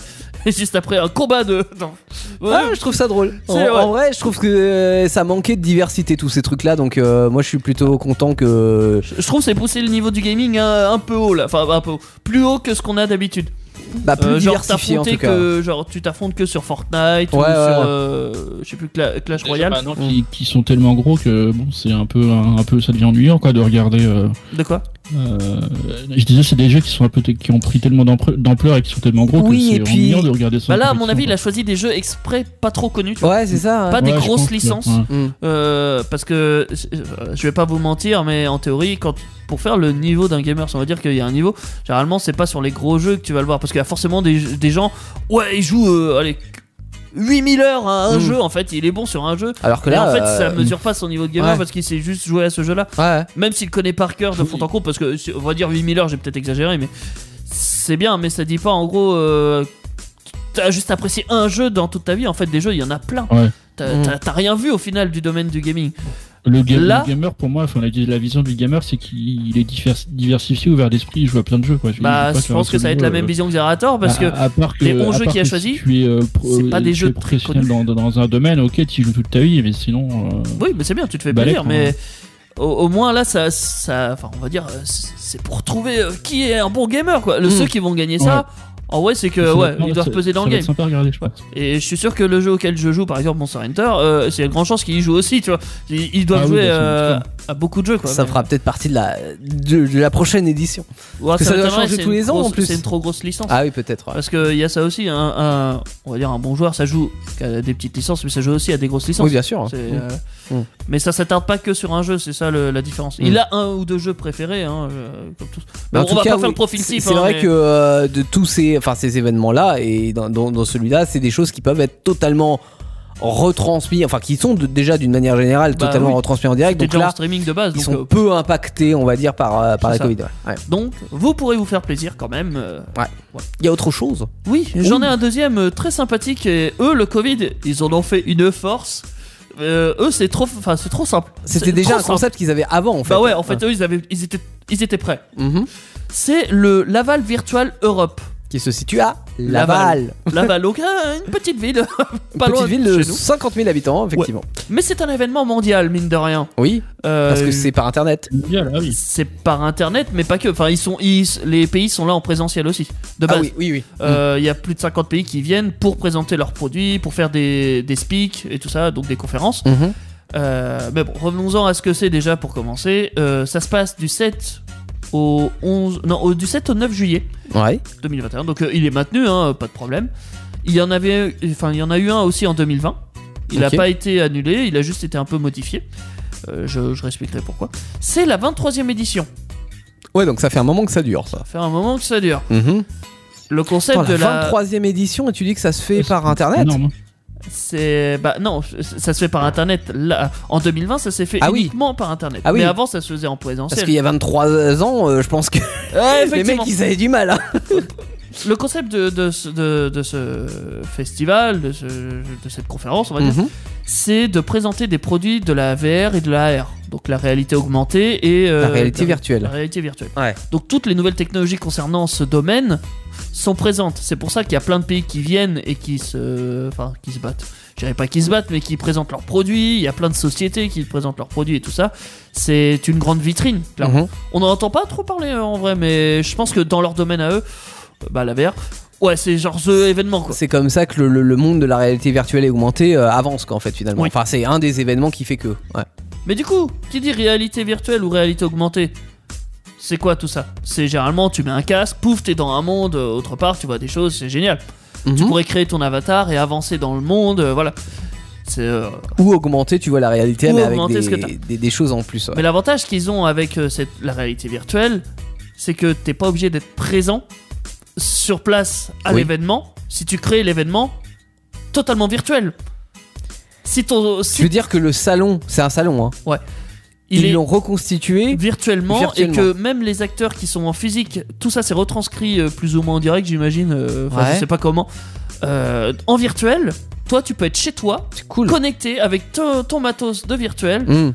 C: et juste après un combat de. Non. Ouais.
B: Ah, je trouve ça drôle. En,
C: C'est- ouais.
B: en vrai, je trouve que euh, ça manquait de diversité tous ces trucs-là, donc euh, moi je suis plutôt content que.
C: Je trouve que c'est pousser le niveau du gaming hein, un, un peu haut là, enfin un peu haut. plus haut que ce qu'on a d'habitude.
B: Bah, plus
C: Euh, genre
B: diversifié en
C: t'affronter
B: tout cas.
C: que genre tu t'affrontes que sur Fortnite ou
B: Ouais, ouais,
C: sur
B: ouais.
C: euh, je sais plus Cla- Clash Royale.
D: Déjà, maintenant, qui, qui sont tellement gros que bon, c'est un peu, un, un peu, ça devient ennuyant quoi de regarder. euh,
C: De quoi
D: euh, je disais, c'est des jeux qui sont un peu, qui ont pris tellement d'empre- d'ampleur et qui sont tellement gros
B: Oui, et
D: que c'est
B: puis-
D: ennuyant de regarder ça.
C: Bah
D: en
C: là, à
D: compétition,
C: mon avis, il
D: quoi.
C: a choisi des jeux exprès pas trop connus, tu vois.
B: Ouais, c'est ça.
C: Pas
B: ouais.
C: des
D: je
C: grosses
D: pense que-
C: licences.
D: ouais.
B: Mm.
C: Euh, parce que euh, je vais pas vous mentir, mais en théorie, quand pour faire le niveau d'un gamer, on va dire qu'il y a un niveau. Généralement, c'est pas sur les gros jeux que tu vas le voir, parce qu'il y a forcément des, des gens. Ouais, ils jouent, euh, allez, 8000 heures à un
B: Mm.
C: jeu. En fait, il est bon sur un jeu.
B: Alors que
C: Et
B: là.
C: en fait, ça
B: euh,
C: mesure pas son niveau de gamer
B: ouais.
C: parce qu'il sait juste jouer à ce jeu-là.
B: Ouais.
C: Même s'il connaît par cœur de
D: Oui.
C: fond en comble, parce que si- on va dire 8000 heures, j'ai peut-être exagéré, mais c'est bien, mais ça dit pas en gros. euh, T'as juste apprécié un jeu dans toute ta vie, en fait, des jeux, il y en a plein.
D: Ouais.
C: T'as
B: Mm.
C: t'as- t'as rien vu au final du domaine du gaming.
D: Le, ga-
C: Là-
D: le gamer, pour moi, enfin, la, la vision du gamer, c'est qu'il il est divers- diversifié, ouvert d'esprit, il joue à plein de jeux. Quoi. Il
C: bah,
D: joue pas
C: je
D: sur un
C: pense que
D: seul
C: ça va
D: jeu,
C: être la
D: euh, Bah,
C: même vision que Zerator, parce
D: à-
C: que
D: à part que,
C: les onze
D: à
C: jeux
D: part
C: qu'il a
D: que si
C: choisis,
D: tu es, euh, pro-
C: c'est pas des
D: tu es
C: jeux très
D: professionnel
C: connus.
D: dans, dans- dans un domaine, ok, tu y joues toute ta vie, mais sinon. euh,
C: Oui, mais c'est bien, tu te fais
D: Balèque,
C: plaisir, mais au, au moins là, ça, ça, enfin, on va dire, euh, c'est c'est pour trouver euh, qui est un bon gamer, quoi. Le,
B: Mm.
C: Ceux qui vont gagner ça, en vrai, c'est que
D: Hmm. ça va
C: ouais,
D: être marrant,
C: ils doivent
D: ça-
C: peser dans le
D: ça va
C: game.
D: être sympa à regarder, je pense.
C: Et je suis sûr que le jeu auquel je joue, par exemple Monster Hunter, euh, c'est il y a de grandes chances qu'ils y jouent aussi, tu vois. Ils, ils doivent
D: Ah oui,
C: jouer
D: bah, c'est
C: euh,
D: sûr.
C: à beaucoup de jeux, quoi.
B: Ça
C: Mais-
B: fera peut-être partie de la, de, de la prochaine édition.
C: Ouais,
B: que ça doit
C: m'étonnerait,
B: changer
C: c'est
B: tous
C: une
B: les ans, en
C: grosse-
B: plus.
C: C'est une trop grosse licence.
B: Ah oui, peut-être. ouais.
C: Parce qu'il y a ça aussi, un, un- on va dire un bon joueur, ça joue à des petites licences, mais ça joue aussi à des grosses licences.
B: Oui, bien sûr.
C: C'est,
B: Mm.
C: euh,
B: Mm.
C: Mais ça s'attarde pas que sur un jeu, c'est ça le- la différence.
B: Mm.
C: Il a un ou deux jeux préférés, hein, euh, comme tous.
B: Mais
C: Bon,
B: en
C: on
B: tout
C: va
B: cas,
C: pas faire
B: oui,
C: le profil
B: c'est-
C: type.
B: C'est
C: hein,
B: vrai
C: mais-
B: que euh, de tous ces, enfin, ces événements-là, et dans, dans- dans celui-là, c'est des choses qui peuvent être totalement retransmis, enfin qui sont de- déjà d'une manière générale
C: Bah
B: totalement
C: oui.
B: retransmis en direct.
C: C'était
B: Donc
C: déjà en
B: là,
C: streaming de base.
B: ils
C: Donc,
B: sont
C: euh,
B: peu impactés, on va dire, par, euh, par la
C: C'est ça.
B: Covid. ouais. Ouais.
C: donc, vous pourrez vous faire plaisir quand même. euh.
B: Il y a autre chose.
C: Oui, j'en ai un deuxième euh, très sympathique. Et eux, le Covid, ils en ont fait une force. Euh, eux, c'est trop, enfin, c'est trop simple.
B: C'était
C: C'est
B: déjà
C: trop
B: un
C: simple.
B: concept qu'ils avaient avant, en fait.
C: Bah ouais, en fait, eux, ils avaient, ils étaient, ils étaient prêts.
B: Mhm.
C: C'est le Laval Virtual Europe.
B: Qui se situe à Laval.
C: Laval. Laval, donc euh, une petite ville,
B: Petite
C: pas loin
B: ville euh,
C: de
B: de
C: chez nous.
B: 50 000 habitants, effectivement.
C: Mais c'est un événement mondial, mine de rien.
B: Oui,
C: Euh,
B: parce que c'est par internet.
D: Mondial, ah oui.
C: c'est par internet, mais pas que. Enfin, ils sont, ils- les pays sont là en présentiel aussi. De base,
B: Ah
C: Euh, il
B: oui, oui, oui.
C: y a plus de 50 pays qui viennent pour présenter leurs produits, pour faire des, des speaks et tout ça, donc des conférences.
B: Mhm.
C: Euh, mais bon, revenons-en à ce que c'est déjà pour commencer. Euh, ça se passe du 7 au 11, non, au- du 7 au 9 juillet.
B: Ouais.
C: 2021. Donc euh, il est maintenu, hein, euh, pas de problème. Il y en avait, enfin il y en a eu un aussi en 2020. Il n'a
B: Ok.
C: pas été annulé, il a juste été un peu modifié. Euh, je, je respecterai pourquoi. C'est la 23e édition.
B: Ouais, donc ça fait un moment que ça dure, ça.
C: Ça fait un moment que ça dure.
B: Mhm.
C: Le concept
B: Attends,
C: de
B: Oh, la
C: la,
B: 23ème édition, et tu dis que ça se fait
D: Ouais,
B: par
D: c'est
B: internet
D: énorme, hein.
C: c'est bah non, c- ça se fait par internet. Là, en 2020, ça s'est fait
B: Ah oui.
C: uniquement par internet.
B: Ah oui.
C: Mais avant, ça se faisait en
B: Parce
C: présentiel.
B: qu'il y a 23 ans, euh, je pense que
C: Ouais,
B: les
C: effectivement.
B: mecs ils avaient du mal. hein.
C: Le concept de, de ce- de- de ce festival, de, ce- de cette conférence, on va dire,
B: Mhm.
C: c'est de présenter des produits de la VR et de la AR, donc la réalité augmentée et euh,
B: La réalité
C: la-
B: virtuelle.
C: La réalité virtuelle.
B: Ouais.
C: Donc toutes les nouvelles technologies concernant ce domaine sont présentes. C'est pour ça qu'il y a plein de pays qui viennent et qui se, enfin, qui se battent. Je dirais pas qui se battent, mais qui présentent leurs produits. Il y a plein de sociétés qui présentent leurs produits et tout ça. C'est une grande vitrine. Clairement.
B: Mhm.
C: On n'en entend pas trop parler euh, en vrai, mais je pense que dans leur domaine à eux, euh, bah la VR, ouais, c'est genre ce événement quoi.
B: C'est comme ça que le, le- le monde de la réalité virtuelle et augmentée euh, avance, quoi, en fait, finalement.
C: Oui.
B: Enfin, c'est un des événements qui fait que. Ouais.
C: Mais du coup, qui dit réalité virtuelle ou réalité augmentée C'est quoi tout ça C'est généralement tu mets un casque, pouf, t'es dans un monde, euh, autre part, tu vois des choses, c'est génial. Tu
B: Mhm.
C: pourrais créer ton avatar et avancer dans le monde, euh, voilà. C'est euh,
B: Ou augmenter, tu vois, la réalité,
C: Ou
B: mais avec
C: augmenter ce que
B: des,
C: t'as.
B: des- des choses en plus. ouais.
C: Mais l'avantage qu'ils ont avec euh, cette, la réalité virtuelle, c'est que t'es pas obligé d'être présent sur place à
B: Oui.
C: l'événement si tu crées l'événement totalement virtuel. Si ton
B: Tu
C: si
B: veux dire que le salon, c'est un salon, hein.
C: il
B: Ils
C: est
B: l'ont reconstitué.
C: virtuellement,
B: Virtuellement.
C: et que même les acteurs qui sont en physique, tout ça c'est retranscrit euh, plus ou moins en direct, j'imagine. euh, Enfin,
B: Ouais.
C: je sais pas comment. Euh, en virtuel, toi tu peux être chez toi,
B: C'est cool.
C: connecté avec ton, ton matos de virtuel
B: Mhm.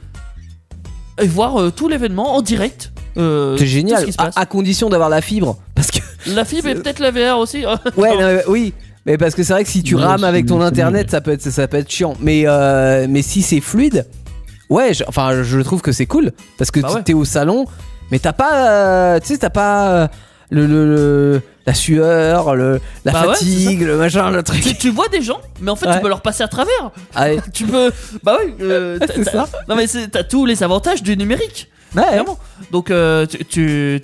C: et voir euh, tout l'événement en direct. Euh,
B: C'est
C: tout ce
B: génial, Ah,
C: qui se
B: à,
C: passe.
B: à condition d'avoir la fibre. Parce que
C: La fibre et peut-être la VR aussi.
B: Ouais, non, mais- oui. Mais parce que c'est vrai que si tu
D: Ouais,
B: rames
D: c'est
B: avec ton
D: mieux, c'est
B: internet,
D: mieux.
B: ça peut être, ça peut être chiant. Mais, euh, mais si c'est fluide, ouais, je- enfin, je trouve que c'est cool. Parce que
C: Bah
B: tu
C: ouais.
B: t'es au salon, mais t'as pas. euh, tu sais, t'as pas. euh, le, le- le- la sueur, le, la
C: Bah ouais,
B: fatigue, le machin, le truc. Ah
C: tu, tu vois des gens, mais en fait
B: Ouais.
C: tu peux leur passer à travers.
B: Allez,
C: Tu peux. Bah oui. euh, t'as-
B: c'est
C: t'as-
B: ça.
C: Non mais c'est- t'as tous les avantages du numérique.
B: Ouais.
C: Clairement. Donc euh, tu- tu...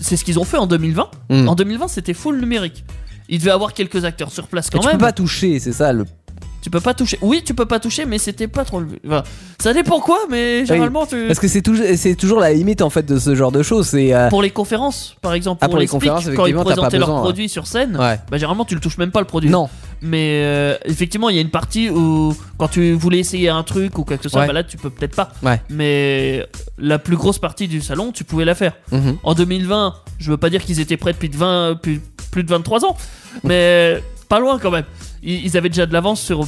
C: c'est ce qu'ils ont fait en 2020.
B: Mm.
C: En 2020, c'était full numérique. Il devait avoir quelques acteurs sur place
B: Mais
C: quand
B: tu
C: même.
B: peux pas toucher, c'est ça. Le...
C: Tu peux pas toucher. Oui, tu peux pas toucher, mais c'était pas trop. le- Voilà. Ça dépend quoi, mais généralement, tu...
B: Parce que c'est toujours, c'est toujours la limite en fait de ce genre de choses. C'est euh,
C: pour les conférences, par exemple,
B: Ah,
C: pour, les, conférences, quand ils
B: effectivement, t'as pas
C: présentaient leurs
B: besoin, ouais.
C: produits sur scène,
B: ouais.
C: bah généralement, tu le touches même pas le produit.
B: Non,
C: Mais euh, effectivement, il y a une partie où quand tu voulais essayer un truc ou quoi que ce soit,
B: Ouais.
C: bah là, tu peux peut-être pas.
B: Ouais.
C: Mais euh, la plus grosse partie du salon, tu pouvais la faire.
B: Mhm.
C: En 2020, je veux pas dire qu'ils étaient prêts depuis de 20, plus, plus de 23 ans, mais pas loin quand même. Ils, ils avaient déjà de l'avance sur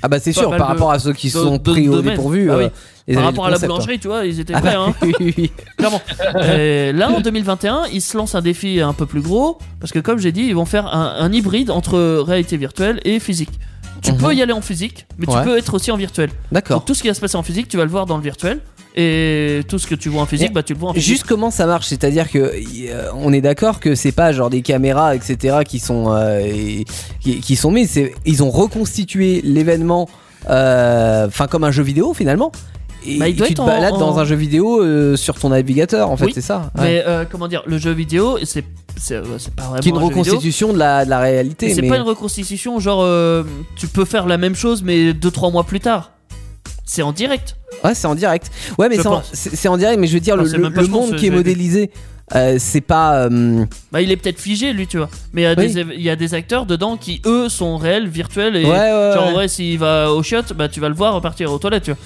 B: ah bah c'est
C: Pas
B: sûr
C: mal
B: par
C: de-
B: rapport à ceux qui
C: de-
B: sont
C: de-
B: pris au
C: domaine.
B: dépourvu.
C: Bah oui.
B: euh, ils avaient
C: par
B: le
C: rapport à la
B: concept, hein.
C: boulangerie, tu vois, ils étaient
B: Ah
C: prêts,
B: bah
C: hein,
B: oui, oui, oui.
C: clairement. Et là, en 2021, ils se lancent un défi un peu plus gros parce que, comme j'ai dit, ils vont faire un, un hybride entre réalité virtuelle et physique. Tu
B: Mhm.
C: peux y aller en physique, mais
B: Ouais.
C: tu peux être aussi en virtuel.
B: D'accord.
C: Donc tout ce qui va se passer en physique, tu vas le voir dans le virtuel. Et tout ce que tu vois en physique,
B: Et
C: bah tu le vois en physique.
B: Juste comment ça marche, c'est-à-dire que euh, on est d'accord que c'est pas genre des caméras etc qui sont euh, et- qui, qui sont mises, c'est ils ont reconstitué l'événement, euh, enfin comme un jeu vidéo finalement. Et
C: Bah, il doit
B: tu te
C: être en-
B: balades
C: en-
B: dans un jeu vidéo euh, sur ton navigateur en fait,
C: Oui,
B: c'est ça. ouais.
C: Mais euh, comment dire, le jeu vidéo, et c'est c'est euh, c'est pas vraiment
B: Qui est une
C: un jeu vidéo.
B: reconstitution de la, de la réalité.
C: C'est
B: mais-
C: pas une reconstitution genre euh, tu peux faire la même chose mais 2-3 mois plus tard. C'est en direct.
B: Ouais, c'est en direct. Ouais, mais
C: Je
B: c'est en,
C: pense.
B: c'est- c'est en direct, mais je veux dire
C: Non,
B: le,
C: c'est
B: le-
C: même pas
B: le
C: je pense, euh,
B: monde qui est
C: j'ai-
B: modélisé euh, c'est pas. euh,
C: Bah, il est peut-être figé, lui, tu vois. Mais il y a
B: Oui.
C: des éve- il y, a des acteurs dedans qui, eux, sont réels, virtuels. Et
B: Ouais, ouais,
C: genre, en
B: ouais.
C: vrai, s'il va au chiottes, bah, tu vas le voir repartir aux toilettes, tu vois.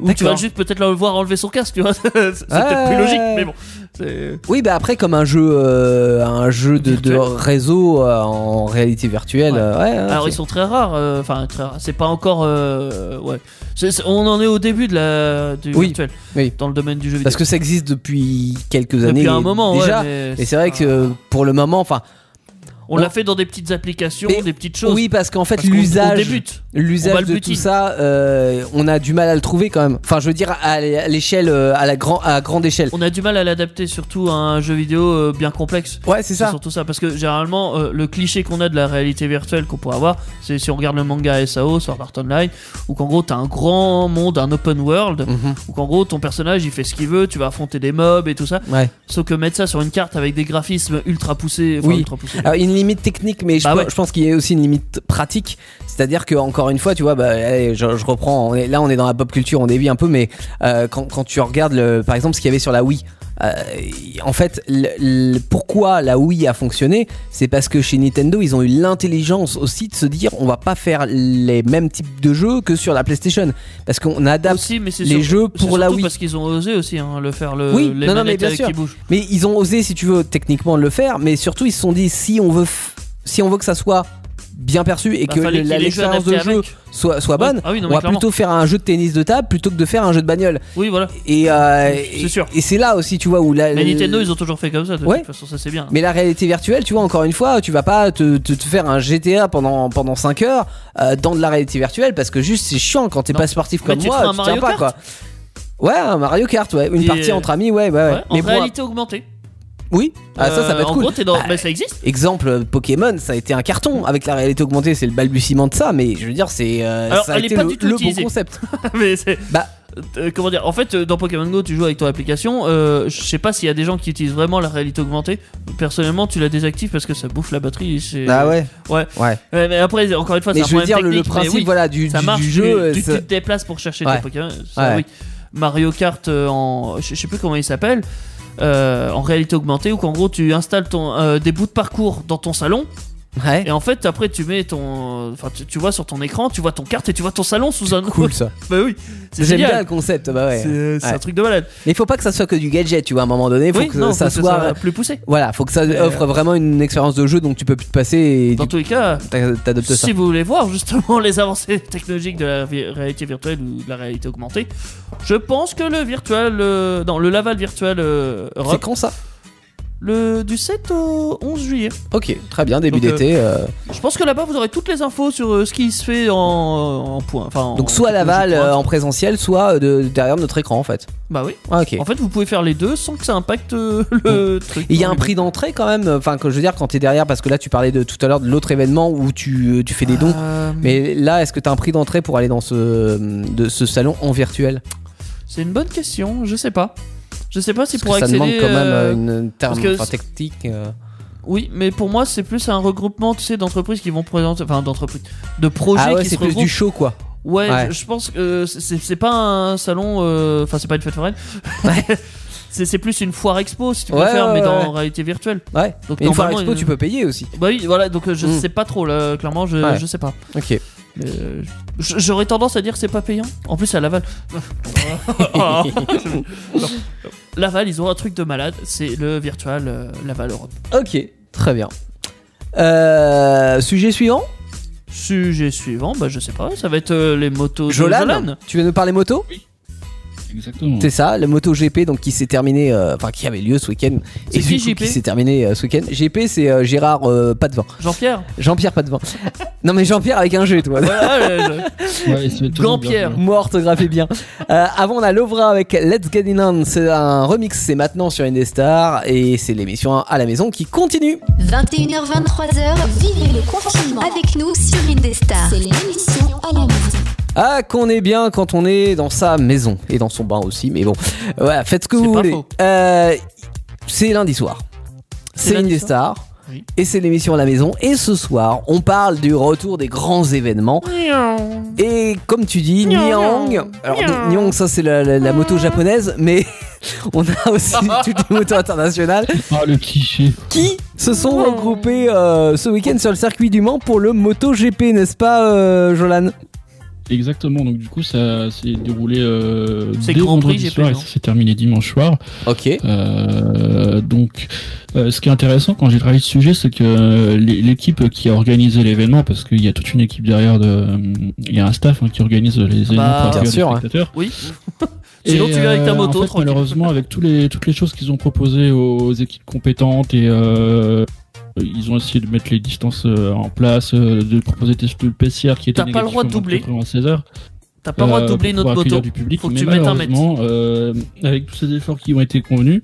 C: Ou tu
B: D'accord.
C: vas juste peut-être le voir enlever son casque, tu vois. c'est c'est
B: Ouais,
C: peut-être plus
B: ouais,
C: logique,
B: ouais.
C: mais bon. C'est-
B: Oui, bah après, comme un jeu, euh, un jeu de, de
C: Virtuel.
B: réseau euh, en réalité virtuelle.
C: Ouais.
B: euh, ouais, hein,
C: Alors,
B: c'est-
C: ils sont très rares. euh, Enfin, très rares. C'est pas encore. euh, ouais. C'est- c'est- on en est au début de la, du
B: Oui,
C: virtuel.
B: oui.
C: Dans le domaine du jeu vidéo.
B: Parce que ça existe depuis quelques années.
C: Depuis un moment,
B: déjà.
C: ouais. mais
B: Et c'est vrai que euh, pour le moment, enfin,
C: On l'a fait dans des petites applications,
B: Mais-
C: des petites choses.
B: oui, parce qu'en fait,
C: Parce qu'on- On
B: l'usage,
C: débute. On va
B: l'usage
C: le
B: de
C: butine.
B: tout ça, euh, on a du mal à le trouver quand même. Enfin, je veux dire à l'é- à l'échelle, euh, à la grand, à grande échelle.
C: On a du mal à l'adapter, surtout à un jeu vidéo euh, bien complexe.
B: Ouais, c'est
C: C'est
B: ça.
C: surtout ça, parce que généralement, euh, le cliché qu'on a de la réalité virtuelle qu'on pourrait avoir, c'est si on regarde le manga SAO, Sword Art Online, où qu'en gros, t'as un grand monde, un open world,
B: Mhm.
C: où qu'en gros, ton personnage, il fait ce qu'il veut, tu vas affronter des mobs et tout ça.
B: Ouais.
C: Sauf que mettre ça sur une carte avec des graphismes ultra poussés, enfin,
B: Oui.
C: ultra poussés.
B: Alors, il y a Ah, une limite technique, mais je,
C: Bah
B: pe-
C: ouais.
B: je pense qu'il y a aussi une limite pratique. C'est-à-dire que encore une fois, tu vois, bah, allez, je, je reprends. on est- là, on est dans la pop culture, on dévie un peu, mais euh, quand, quand tu regardes, le, par exemple, ce qu'il y avait sur la Wii. euh, en fait, le- le- pourquoi la Wii a fonctionné, c'est parce que chez Nintendo, ils ont eu l'intelligence aussi de se dire, on va pas faire les mêmes types de jeux que sur la PlayStation, parce qu'on adapte
C: Aussi, mais c'est
B: Euh, les
C: sur-
B: jeux
C: c'est
B: pour la
C: surtout
B: Wii.
C: parce qu'ils ont osé aussi hein, le faire le
B: Oui,
C: les
B: non, non, mais
C: manettes
B: bien
C: avec
B: sûr.
C: qui bougent.
B: Mais ils ont osé, si tu veux, techniquement le faire, mais surtout ils se sont dit si on veut, f- si on veut que ça soit bien perçu et
C: Bah,
B: que
C: fallait
B: le-
C: qu'il y
B: la-
C: ait les jeux
B: l'expérience de
C: adaptés
B: jeu
C: avec.
B: soit, soit bonne,
C: Ah oui, non,
B: on
C: mais
B: va
C: clairement.
B: plutôt faire un jeu de tennis de table plutôt que de faire un jeu de bagnole.
C: Oui, voilà.
B: Et, euh,
C: C'est
B: et-
C: sûr.
B: Et c'est là aussi, tu vois, où la.
C: Mais
B: le-
C: Nintendo, ils ont toujours fait comme ça. De
B: Euh, Ouais.
C: toute façon, ça c'est bien.
B: mais la réalité virtuelle, tu vois, encore une fois, tu vas pas te, te- te faire un GTA pendant, pendant 5 heures euh, dans de la réalité virtuelle parce que juste c'est chiant quand t'es
C: Non.
B: pas sportif
C: Mais
B: comme
C: tu te
B: moi,
C: feras un
B: tu tiens
C: Mario
B: pas
C: Kart.
B: quoi. Ouais, un Mario Kart, ouais, une
C: Et,
B: partie
C: euh,
B: entre amis, ouais, ouais, ouais.
C: Ouais, en
B: mais bon,
C: réalité augmentée.
B: oui, ah, ça, ça
C: Euh,
B: peut être
C: en
B: cool.
C: gros, t'es dans...
B: Bah,
C: mais ça existe.
B: Exemple, euh, Pokémon, ça a été un carton. Avec la réalité augmentée, c'est le balbutiement de ça, mais je veux dire, c'est euh,
C: Alors,
B: ça a
C: elle est
B: été
C: pas
B: le,
C: du tout
B: le bon
C: utilisée.
B: concept.
C: mais c'est.
B: Bah.
C: Euh, comment dire En fait, euh, dans Pokémon Go, tu joues avec ton application. euh, je sais pas s'il y a des gens qui utilisent vraiment la réalité augmentée. Personnellement, tu la désactives parce que ça bouffe la batterie. c'est-
B: Bah ouais.
C: Ah Ouais.
B: Ouais.
C: Ouais, mais après, encore une fois, c'est
B: Mais
C: un
B: je veux
C: problème
B: dire, le, le
C: technique, mais
B: principe
C: oui,
B: voilà, du,
C: ça
B: du-
C: marche.
B: du
C: tu-
B: jeu, euh,
C: tu,
B: ça-
C: tu te déplaces pour chercher tes
B: Ouais.
C: Pokémon. ça,
B: Ouais.
C: oui. Mario Kart euh, en. Je je sais plus comment il s'appelle. euh, en réalité augmentée, où qu'en gros tu installes ton, euh, des bouts de parcours dans ton salon
B: ouais.
C: Et en fait, après, tu mets ton. Enfin, tu, tu vois sur ton écran, tu vois ton carte et tu vois ton salon sous un.
B: Cool ça.
C: bah oui, c'est
B: J'aime bien
C: génial.
B: le concept, bah ouais.
C: C'est c'est
B: Ouais.
C: un truc de malade.
B: Mais il faut pas que ça soit que du gadget, tu vois, à un moment donné, faut
C: oui,
B: que
C: non,
B: ça
C: faut que
B: soit.
C: plus poussé.
B: Voilà, faut que ça offre vraiment une expérience de jeu, donc tu peux plus te passer et
C: euh, Dans
B: du
C: tous les cas,
B: coup, t'a- t'adoptes ça.
C: si vous voulez voir justement les avancées technologiques de la vi- réalité virtuelle ou de la réalité augmentée, je pense que le virtuel. euh, Non, le Laval Virtuel euh,
B: C'est
C: Europe,
B: quand ça
C: le... du 7 au 11 juillet.
B: Ok, très bien, début
C: Donc, euh,
B: d'été. euh,
C: Je pense que là-bas, vous aurez toutes les infos sur euh, ce qui se fait en, en point. Enfin, en
B: Donc soit à Laval
C: technologie
B: euh,
C: pointe.
B: en présentiel, soit euh, de- derrière notre écran en fait.
C: Bah oui.
B: Ah, ok.
C: En fait, vous pouvez faire les deux sans que ça impacte euh, le truc.
B: Et Il y a un prix d'entrée quand même, enfin que je veux dire quand t'es derrière, parce que là tu parlais de tout à l'heure de l'autre événement où tu, euh, tu fais des dons.
C: Euh,
B: Mais là, est-ce que t'as un prix d'entrée pour aller dans ce, euh, de ce salon en virtuel
C: C'est une bonne question, je sais pas. Je sais pas si
B: Parce
C: pour
B: que ça
C: accéder.
B: demande quand même
C: euh,
B: euh, une terme,
C: parce que
B: enfin,
C: c'est-
B: technique. euh.
C: Oui, mais pour moi, c'est plus un regroupement, tu sais, d'entreprises qui vont présenter. Enfin, d'entreprises. De projets
B: Ah ouais,
C: qui se
B: c'est plus
C: regroupent.
B: du show quoi.
C: Ouais,
B: Ouais.
C: Je, je pense que euh, c'est c'est pas un salon. euh, Enfin, c'est pas une fête foraine. c'est c'est plus une foire expo, si tu
B: Ouais,
C: préfères,
B: ouais,
C: mais dans
B: ouais.
C: réalité virtuelle.
B: Ouais.
C: Donc,
B: Mais une fois expo,
C: normalement, il-
B: tu peux payer aussi.
C: Bah oui, voilà, donc euh, je
B: Mm.
C: sais pas trop, là, clairement, je,
B: Ouais.
C: je sais pas.
B: Ok.
C: Mais, euh, j- J'aurais tendance à dire que c'est pas payant. En plus, à Laval. Ah. Non. Laval, ils ont un truc de malade. C'est le virtual euh, Laval Europe.
B: Ok, très bien. Euh, sujet suivant
C: Sujet suivant, bah je sais pas. Ça va être euh, les motos. de
B: Jolan, Tu veux nous parler moto
D: Exactement.
B: C'est ça, le Moto GP donc qui s'est terminé, euh, enfin qui avait lieu ce week-end.
C: C'est
B: Et
C: qui,
B: du coup,
C: JP?
B: Qui s'est terminé euh, ce week-end. GP c'est euh, Gérard pas devant.
C: Jean-Pierre.
B: Jean-Pierre pas devant. non mais Jean-Pierre avec un G toi.
C: Voilà, euh,
D: Ouais, et ça va être tellement bien,
C: Pierre.
D: quoi.
B: Moi orthographié bien. Euh, avant on a Lovra avec Let's Get It On, c'est un remix, c'est maintenant sur Indestar et c'est l'émission à la maison qui continue.
A: 21h23h, vivez le confinement avec nous sur Indestar. C'est l'émission à la maison.
B: Ah qu'on est bien quand on est dans sa maison et dans son bain aussi, mais bon, voilà, faites ce que
C: C'est
B: vous
C: pas
B: voulez.
C: faux.
B: Euh, c'est lundi soir.
C: C'est
B: C'est
C: lundi
B: Indestar.
C: Oui.
B: Et c'est l'émission à la maison. Et ce soir, on parle du retour des grands événements.
C: je-
B: Et comme tu dis,
C: Nyang,
B: Niang.
C: nyang. Ah.
B: Alors,
C: Nyang.
B: Niang, ça c'est la, la- la moto japonaise, mais On a aussi toutes les motos internationales
D: Ah, le cliché.
B: qui se sont regroupées euh, ce week-end sur le circuit du Mans pour le MotoGP, n'est-ce pas, euh, Jolan
D: Exactement, donc du coup, ça s'est déroulé euh,
C: C'est
D: dès
C: Grand Prix,
D: vendredi
C: GP,
D: soir et
C: non
D: ça s'est terminé dimanche soir.
B: Ok.
D: Euh, donc, euh, ce qui est intéressant quand j'ai travaillé ce sujet, c'est que euh, l'é- l'équipe qui a organisé l'événement, parce qu'il y a toute une équipe derrière, de, euh, il y a un staff hein, qui organise les événements
C: Bah,
D: pour
B: bien
D: accueillir les
B: sûr, hein.
D: spectateurs.
C: Oui. Sinon,
D: Et,
C: tu viens avec ta
D: euh,
C: moto,
D: en fait,
C: tranquille.
D: Malheureusement, avec tous les, toutes les choses qu'ils ont proposées aux équipes compétentes et euh, ils ont essayé de mettre les distances euh, en place, euh, de proposer des tests de PCR qui étaient
C: T'as pas le droit de doubler.
D: En 16 heures.
C: T'as pas le droit de
D: Euh,
C: doubler
D: pour
C: notre
D: pouvoir accueillir
C: moto.
D: Du public,
C: Faut que
D: mais
C: tu mettes un mètre.
D: malheureusement, euh, avec tous ces efforts qui ont été convenus,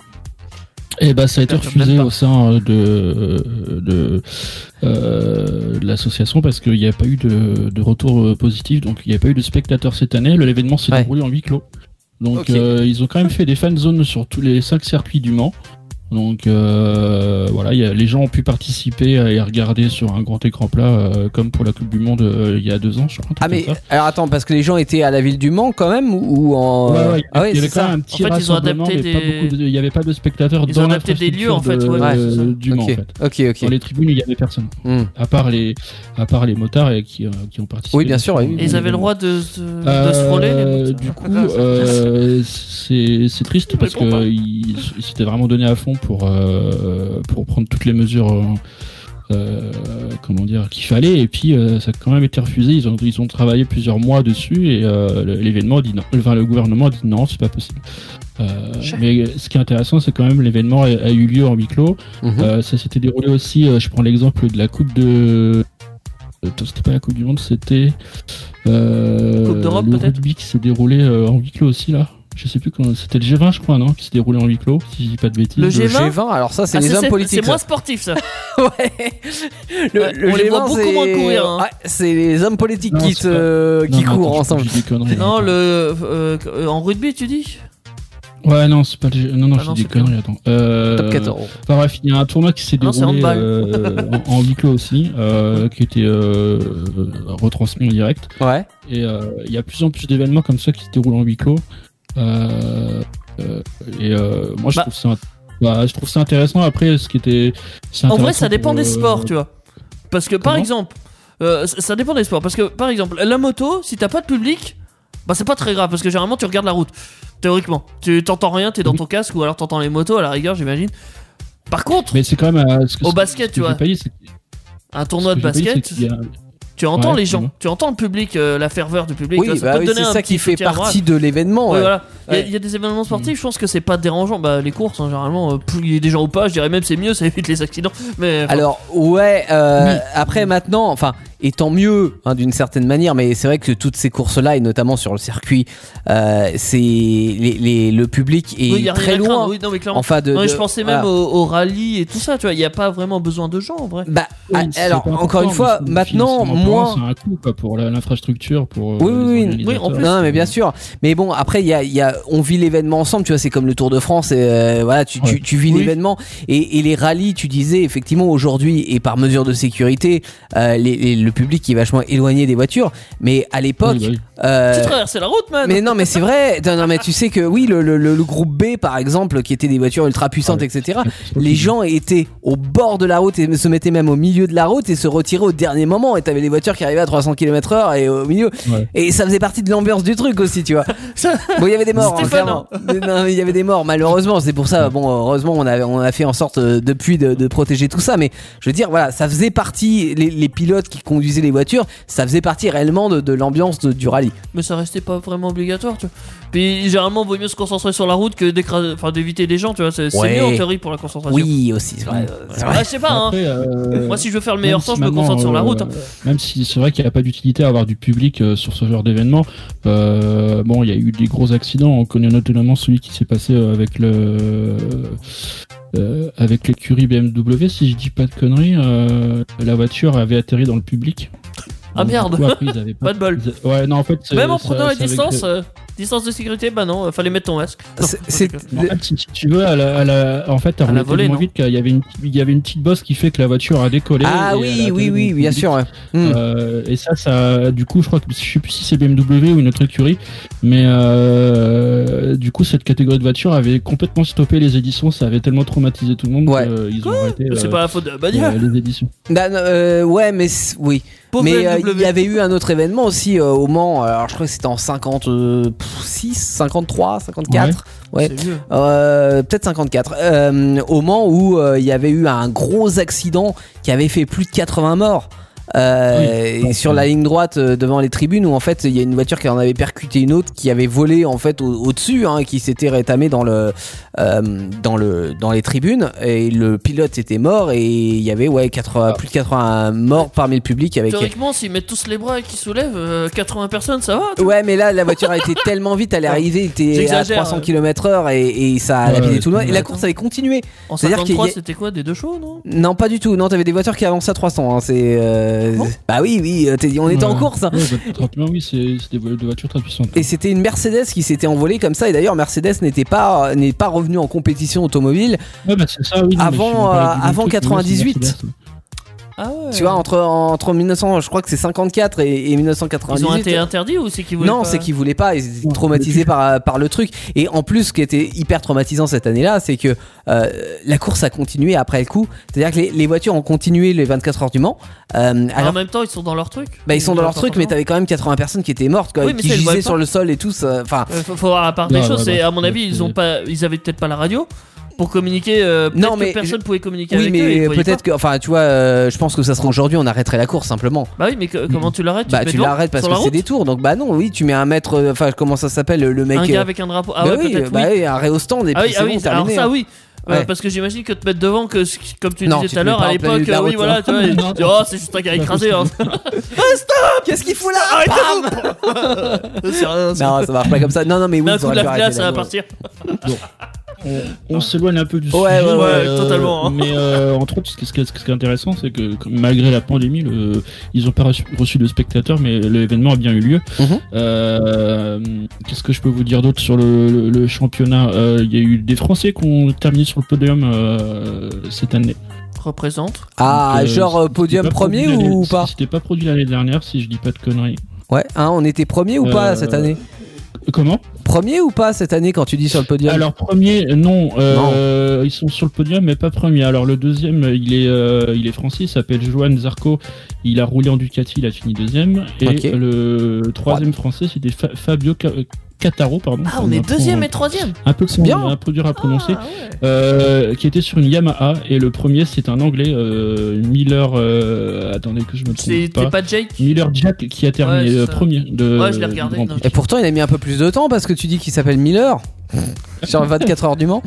D: et ben ça a été
C: Ça, tu me
D: refusé
C: donnes pas.
D: au sein euh, de de, euh, de l'association parce qu'il n'y a pas eu de, de retour euh, positif, donc il n'y a pas eu de spectateurs cette année. Le- L'événement s'est
B: Ouais.
D: déroulé en huis clos. Donc
B: Ok.
D: euh, ils ont quand même fait des fan zones sur tous les cinq circuits du Mans. Donc euh, voilà, il y a- les gens ont pu participer et regarder sur un grand écran plat, euh, comme pour la Coupe du Monde euh, il y a deux ans, je crois. un truc
B: Ah mais
D: comme ça.
B: alors attends parce que les gens étaient à la ville du Mans quand même ou ou en
D: Ouais, ouais,
B: ah ouais
D: il y
B: c'est
D: avait quand
B: ça
D: même un petit
C: En fait, ils ont
D: rassemblement,
C: adapté
D: mais pas
C: des-
D: beaucoup de- il n'y avait pas de spectateurs
C: Ils ont
D: dans
C: adapté des lieux, en fait,
D: l'infrastructure
C: ouais,
D: de-
C: c'est ça.
D: du
B: ok
D: Mans, en fait.
B: ok ok
D: Dans les tribunes, il n'y avait personne,
B: Hmm.
D: à part les, à part les motards et qui, euh, qui ont participé.
B: Oui, bien sûr, oui, oui.
C: Et ils avaient le droit de, de, de se
D: Euh,
C: frôler, les motos.
D: Du coup, euh, c'est c'est triste parce
C: réponds pas.
D: que ils ils s'étaient vraiment donné à fond pour euh, pour prendre toutes les mesures. euh, euh, comment dire qu'il fallait et puis euh, ça a quand même été refusé ils ont ils ont travaillé plusieurs mois dessus et euh, le- l'événement a dit non enfin le gouvernement a dit non c'est pas possible Euh,
C: Chef.
D: mais ce qui est intéressant c'est quand même l'événement a, a eu lieu en huis clos
B: Mhm.
D: euh, ça s'était déroulé aussi, euh, je prends l'exemple de la Coupe de. euh, C'était pas la Coupe du Monde, c'était. euh,
C: Coupe d'Europe,
D: le
C: peut-être
D: rugby qui s'est déroulé euh, en huis clos aussi, là. Je sais plus quand. C'était le G20, je crois, non Qui s'est déroulé en huis clos, si je dis pas de bêtises.
C: Le
B: Le
C: G20,
B: G20 alors ça c'est
C: Ah,
B: les hommes
C: C'est
B: politiques
C: moins
B: ça.
C: sportif, ça.
B: Ouais. le,
C: Ouais,
B: le
C: on les voit
B: G20,
C: beaucoup
B: c'est-
C: moins courir, hein.
D: Ah,
B: Ouais, c'est les hommes politiques
D: Non,
B: qui
D: c'est
B: se
D: Non,
B: qui
D: non,
B: courent
D: attends,
B: ensemble
D: je dis des conneries.
C: non, le euh, euh, en rugby, tu dis
D: Ouais, non, c'est pas le G- Non, non,
C: Ah
D: je
C: non,
D: dis
C: c'est
D: des conneries, attends. Euh,
B: top 14
D: Enfin bref, il y a un tournoi qui s'est
C: Non, c'est
D: déroulé
C: handball.
D: euh, en, en huis clos aussi, euh, qui était euh, retransmis en direct.
B: ouais
D: Et euh, il y a plus en plus d'événements comme ça qui se déroulent en huis clos. Euh, euh, et euh, moi, je,
C: Bah.
D: trouve ça, bah, je trouve ça intéressant. Après, ce qui était. c'est
C: En vrai,
D: intéressant
C: ça dépend
D: pour,
C: des
D: euh,
C: sports, tu vois. Parce que par
D: Comment
C: exemple, euh, ça ça dépend des sports. Parce que par exemple, la moto, si t'as pas de public, bah c'est pas très grave parce que généralement tu regardes la route. Théoriquement, tu t'entends rien, t'es dans ton casque ou alors t'entends les motos à la rigueur, j'imagine. Par contre,
D: Mais c'est quand même. euh, ce que-
C: Au
D: ce que-
C: basket,
D: ce que
C: tu
D: j'ai
C: vois.
D: pas dit, c'est que-
C: un tournoi
D: ce
C: de
D: que j'ai pas dit,
C: basket,
D: c'est qu'il y a-
C: tu entends
D: Ouais,
C: les gens,
D: ouais.
C: tu entends le public, euh, la ferveur du public.
B: oui
C: tu vois, ça
B: bah
C: peut te
B: oui,
C: donner
B: c'est
C: un
B: ça
C: petit
B: qui fait
C: soutien moral.
B: partie de l'événement
C: Ouais,
B: ouais.
C: voilà. Il y a-
B: Ouais. Mm.
C: il y, a des événements sportifs, je pense que c'est pas dérangeant. Bah, les courses, hein, généralement, euh, plus il y a des gens ou pas, je dirais même c'est mieux, ça évite les accidents. Mais enfin,
B: Alors ouais, euh, après maintenant, enfin, et tant mieux hein, d'une certaine manière, mais c'est vrai que toutes ces courses-là, et notamment sur le circuit, euh, c'est les, les- le public est
C: oui, il y a rien
B: très
C: à craindre.
B: loin.
C: Oui, non, mais clairement.
B: Enfin de,
C: Non, mais
B: de-
C: je pensais même
B: voilà.
C: au, au rallye et tout ça, tu vois. Il n'y a pas vraiment besoin de gens en vrai.
B: Bah,
D: Oui,
B: ah,
D: c'est
B: alors
D: pas
B: encore
D: important,
B: une fois,
D: mais c'est-
B: maintenant
D: financièrement
B: moins.
D: parlant, C'est un coût quoi, pour la- l'infrastructure, pour. euh,
B: Oui, oui,
D: les
B: oui.
C: Oui, en
D: organisateurs.
C: plus.
B: Non, mais bien sûr. Mais bon, après, il y a, il y a, on vit l'événement ensemble. Tu vois, c'est comme le Tour de France. Et euh, voilà, tu, tu,
D: Ouais.
B: tu vis
C: Oui.
B: l'événement et, et les rallyes. Tu disais effectivement aujourd'hui et par mesure de sécurité, euh, les- les- le public est vachement éloigné des voitures. Mais à l'époque,
D: Oui, bah oui.
B: euh,
C: Tu traverses la route, man.
B: mais non, mais c'est vrai. Non, non, mais tu sais que oui, le, le- le- le groupe B, par exemple, qui était des voitures ultra puissantes,
D: Ah
B: etc. Les gens étaient au bord de la route et se mettaient même au milieu de la route et se retiraient au dernier moment. Et t'avais des voitures qui arrivaient à 300 km/h et au milieu.
D: Ouais.
B: Et ça faisait partie de l'ambiance du truc aussi, tu vois. Bon, il y avait des morts, hein,
C: Stéphane,
B: clairement. Non, mais il y avait des morts, malheureusement. C'est pour ça, bon, heureusement, on a, on a fait en sorte euh, depuis de, de protéger tout ça. Mais je veux dire, voilà, ça faisait partie, les, les pilotes qui conduisaient les voitures, ça faisait partie réellement de, de l'ambiance de- du rallye.
C: Mais ça restait pas vraiment obligatoire, tu vois. Puis généralement, vaut mieux se concentrer sur la route que d'écraser- enfin, d'éviter les gens, tu vois. C'est c'est
B: Ouais.
C: mieux en théorie pour la concentration.
B: Oui, aussi, c'est vrai. c'est vrai.
C: Ah, je sais pas, hein.
D: Après, euh,
C: Moi, si je veux faire le meilleur
D: Même
C: temps,
D: si
C: je me
D: maintenant,
C: concentre sur la
D: euh,
C: route. hein.
D: Même si c'est vrai qu'il n'y a pas d'utilité à avoir du public euh, sur ce genre d'événement, euh, bon, il y a eu des gros accidents. On connaît notamment celui qui s'est passé euh, avec le. euh, avec l'écurie BMW, si je dis pas de conneries, euh, la voiture avait atterri dans le public.
C: Ah,
D: Donc, du
C: merde.
D: coup, après, ils avaient pas,
C: Pas de bol.
D: ils a- Ouais, non, en fait. c'est-
C: Même en
D: ça-
C: prenant la
D: c'est avec-
C: distance, euh, Distance de sécurité, bah non, euh, fallait mettre ton masque. Non,
B: C'est- c'est-
C: je déconne.
D: En fait, si, si tu veux, à la, à la- en fait, t'as
C: À la
D: roulé
C: volée,
D: tellement
C: non
D: vite qu'il y avait une, il y avait une petite bosse qui fait que la voiture a décollé.
B: Ah
D: et elle
B: oui,
D: a
B: oui,
D: atterri
B: oui,
D: dans le
B: bien
D: public.
B: sûr. ouais. Hmm.
D: Euh, et ça, ça, du coup, je crois que je sais plus si c'est BMW ou une autre écurie, mais euh, du coup, cette catégorie de voiture avait complètement stoppé les éditions. Ça avait tellement traumatisé tout le monde
B: Ouais.
D: qu'ils ont arrêté
C: C'est
D: euh,
C: pas la faute de la
D: euh,
C: bagnole.
D: les éditions.
B: Bah, non, euh, ouais, mais c- oui.
C: Pauvre E.
B: mais euh,
C: BMW.
B: il y avait eu un autre événement aussi euh, au Mans. Alors je crois que c'était en euh, 56, 53, 54. Ouais.
C: C'est vieux.
B: Euh, peut-être 54, euh, au moment où euh, il y avait eu un gros accident qui avait fait plus de 80 morts. euh,
D: Oui.
B: et sur la ligne droite euh, devant les tribunes où en fait il y a une voiture qui en avait percuté une autre qui avait volé en fait au- au-dessus hein, qui s'était rétamée dans le euh, dans le dans les tribunes et le pilote était mort et il y avait ouais
C: Ah.
B: 80, plus de 80 morts parmi le public avec
C: Théoriquement, s'ils mettent tous les bras et qu'ils soulèvent, euh, 80 personnes, ça va. tu vois.
B: Ouais, mais là, la voiture a été tellement vite, elle est arrivée, elle était à
C: J'exagère,
B: 300
C: euh.
B: km/h et, et ça a
D: Ouais,
B: lapidé
D: ouais,
B: tout le monde.
D: c'est
B: Et la
C: vrai.
B: course avait continué.
C: En
B: C'est-à-dire qu'il y a-
C: 53, c'était quoi Des deux chevaux, non
B: Non, pas du tout. Non, t'avais des voitures qui avançaient à 300. hein, C'est. euh,
C: Ah Bon.
B: Bah oui, oui, euh, t'es- on était en
D: Ouais.
B: course. hein.
D: Ouais, bah, tranquillement, oui, c'est c'est des vo- des voitures très puissantes.
B: Et c'était une Mercedes qui s'était envolée comme ça. Et d'ailleurs, Mercedes n'était pas, n'est pas revenue en compétition automobile.
D: Ouais, bah, c'est ça, oui, non, mais
B: Avant,
D: je suis- on parlait
B: euh,
D: du même
B: avant
D: truc, mais oui, c'est
B: 98.
D: Mercedes.
C: Ah ouais.
B: Tu vois, entre, entre 1900, je crois que c'est 54 et, et
C: Ils ont
B: 1998.
C: été interdits ou c'est qu'ils voulaient
B: non,
C: pas
B: c'est qu'ils voulaient pas, ils étaient
D: Non,
B: traumatisés par, par le truc. Et en plus, ce qui était hyper traumatisant cette année-là, c'est que euh, la course a continué après le coup. C'est-à-dire que les, les voitures ont continué les 24 heures du Mans. euh, alors
C: En même temps, ils sont dans leur truc.
B: Bah ils sont dans leur truc, mais t'avais quand même 80 personnes qui étaient mortes, quoi,
C: Oui, mais
B: qui
C: ça, ils le
B: gisaient
C: voient
B: sur
C: pas.
B: le sol et tout. ça- Enfin,
C: Euh, faut, faut voir la part des
D: Ouais,
C: choses.
D: ouais,
C: c'est
D: bah,
C: à mon
D: c'est-
C: avis, ils ont
D: c'est-
C: pas, ils avaient peut-être pas la radio pour communiquer. euh, peut-être
B: Non, mais
C: que personne pouvait communiquer
B: oui,
C: avec eux. ils
B: mais
C: voyaient pas.
B: peut-être que, enfin, tu vois, euh, je pense que ça serait aujourd'hui, on arrêterait la course simplement.
C: Bah oui, mais que- comment tu l'arrêtes
B: bah,
C: te mets
B: tu
C: devant
B: l'arrêtes parce
C: Sur
B: que
C: la
B: c'est
C: route
B: des tours. Donc, bah non, oui, tu mets un mètre, euh, enfin, comment ça s'appelle, le- le mec.
C: Un gars
B: euh,
C: avec un drapeau. Ah
B: bah
C: ouais,
B: oui,
C: peut-être.
B: bah
C: oui.
B: oui, arrêt au stand et
C: Ah
B: puis
C: oui,
B: c'est
C: ah
B: bon,
C: oui, alors
B: terminé.
C: ça
B: hein.
C: oui. Euh,
B: Ouais.
C: parce que j'imagine que te mettre devant, que ce- comme tu
B: Non, tu te
C: disais tout à
B: mets
C: l'heure,
B: pas en
C: à
B: plein milieu
C: l'époque,
B: de la
C: euh, oui,
B: route,
C: voilà,
B: hein.
C: tu vois, ils
D: Non.
C: disent, oh, c'est juste un gars écrasé. hein.
B: Qu'est-ce qu'il fout là Bam
C: C'est rien, c'est-
B: Non, ça marche pas comme ça. Non, non, mais oui,
C: D'un
B: ils
C: coup
B: auraient
C: de
B: pu
C: la
B: arrêter
C: filasse, ça va
B: la-
C: partir.
D: on, on s'éloigne un peu du
B: Euh, Ouais,
D: sujet.
B: ouais, ouais,
D: euh,
C: totalement, hein.
D: Mais euh, entre autres, ce qui, ce qui- ce qui est intéressant, c'est que comme- malgré la pandémie, le- ils n'ont pas reçu, reçu de spectateurs, mais l'événement a bien eu lieu.
B: Mhm.
D: Euh, Qu'est-ce que je peux vous dire d'autre sur le, le- le championnat Euh, Il y a eu des Français qui ont terminé sur le podium euh, cette année.
C: Représente.
B: Ah,
D: Donc, euh,
B: genre euh,
D: c'était
B: podium
D: pas
B: premier
D: produit l'année-
B: ou pas
D: C'était pas produit l'année dernière, si je dis pas de conneries.
B: Ouais, hein, on était premier ou pas
D: Euh,
B: cette année
D: Comment
B: Premier ou pas cette année quand tu dis sur le podium
D: Alors premier, non, euh, ils sont sur le podium, mais pas premier. Alors le deuxième, il est, euh, il est français, il s'appelle Johan Zarco. Il a roulé en Ducati, il a fini deuxième. Et
B: Ok.
D: le troisième français, c'était Fa- Fabio Ca- Cataro, pardon.
C: Ah, on
D: Ça
C: est
D: m'apprend
C: deuxième et troisième.
D: Un peu, con-
B: Bien.
D: un peu dur à prononcer.
C: Ah, ouais.
D: Euh, qui était sur une Yamaha et le premier c'est un anglais euh, Miller euh, attendez que je me
C: C'est t'es
D: trompe pas.
C: pas Jake
D: Miller Jack qui a terminé
C: c'est
D: euh,
C: ça.
D: premier de
C: Ouais, je l'ai
D: du
C: regardé,
D: Grand
C: non.
D: Prix.
B: Et pourtant, il a mis un peu plus de temps parce que tu dis qu'il s'appelle Miller sur le 24 heures du Mans.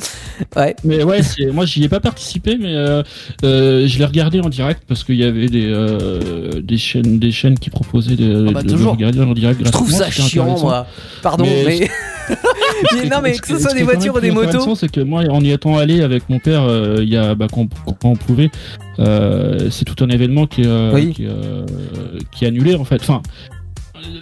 B: Ouais.
D: Mais ouais, c'est- moi j'y ai pas participé, mais euh, euh, je l'ai regardé en direct parce qu'il y avait des, euh, des chaînes des chaînes qui proposaient de,
C: Ah bah,
D: de
C: toujours.
D: le regarder en direct.
B: Je trouve ça chiant, moi. Pardon, mais.
D: Mais-
B: Mais non, mais que ce soit des voitures ou des motos.
D: C'est que moi, en y étant allé avec mon père, euh, il y a bah, quand, quand on pouvait, euh, c'est tout un événement qui est, euh,
B: Oui.
D: qui, est, euh, qui est annulé en fait. Enfin,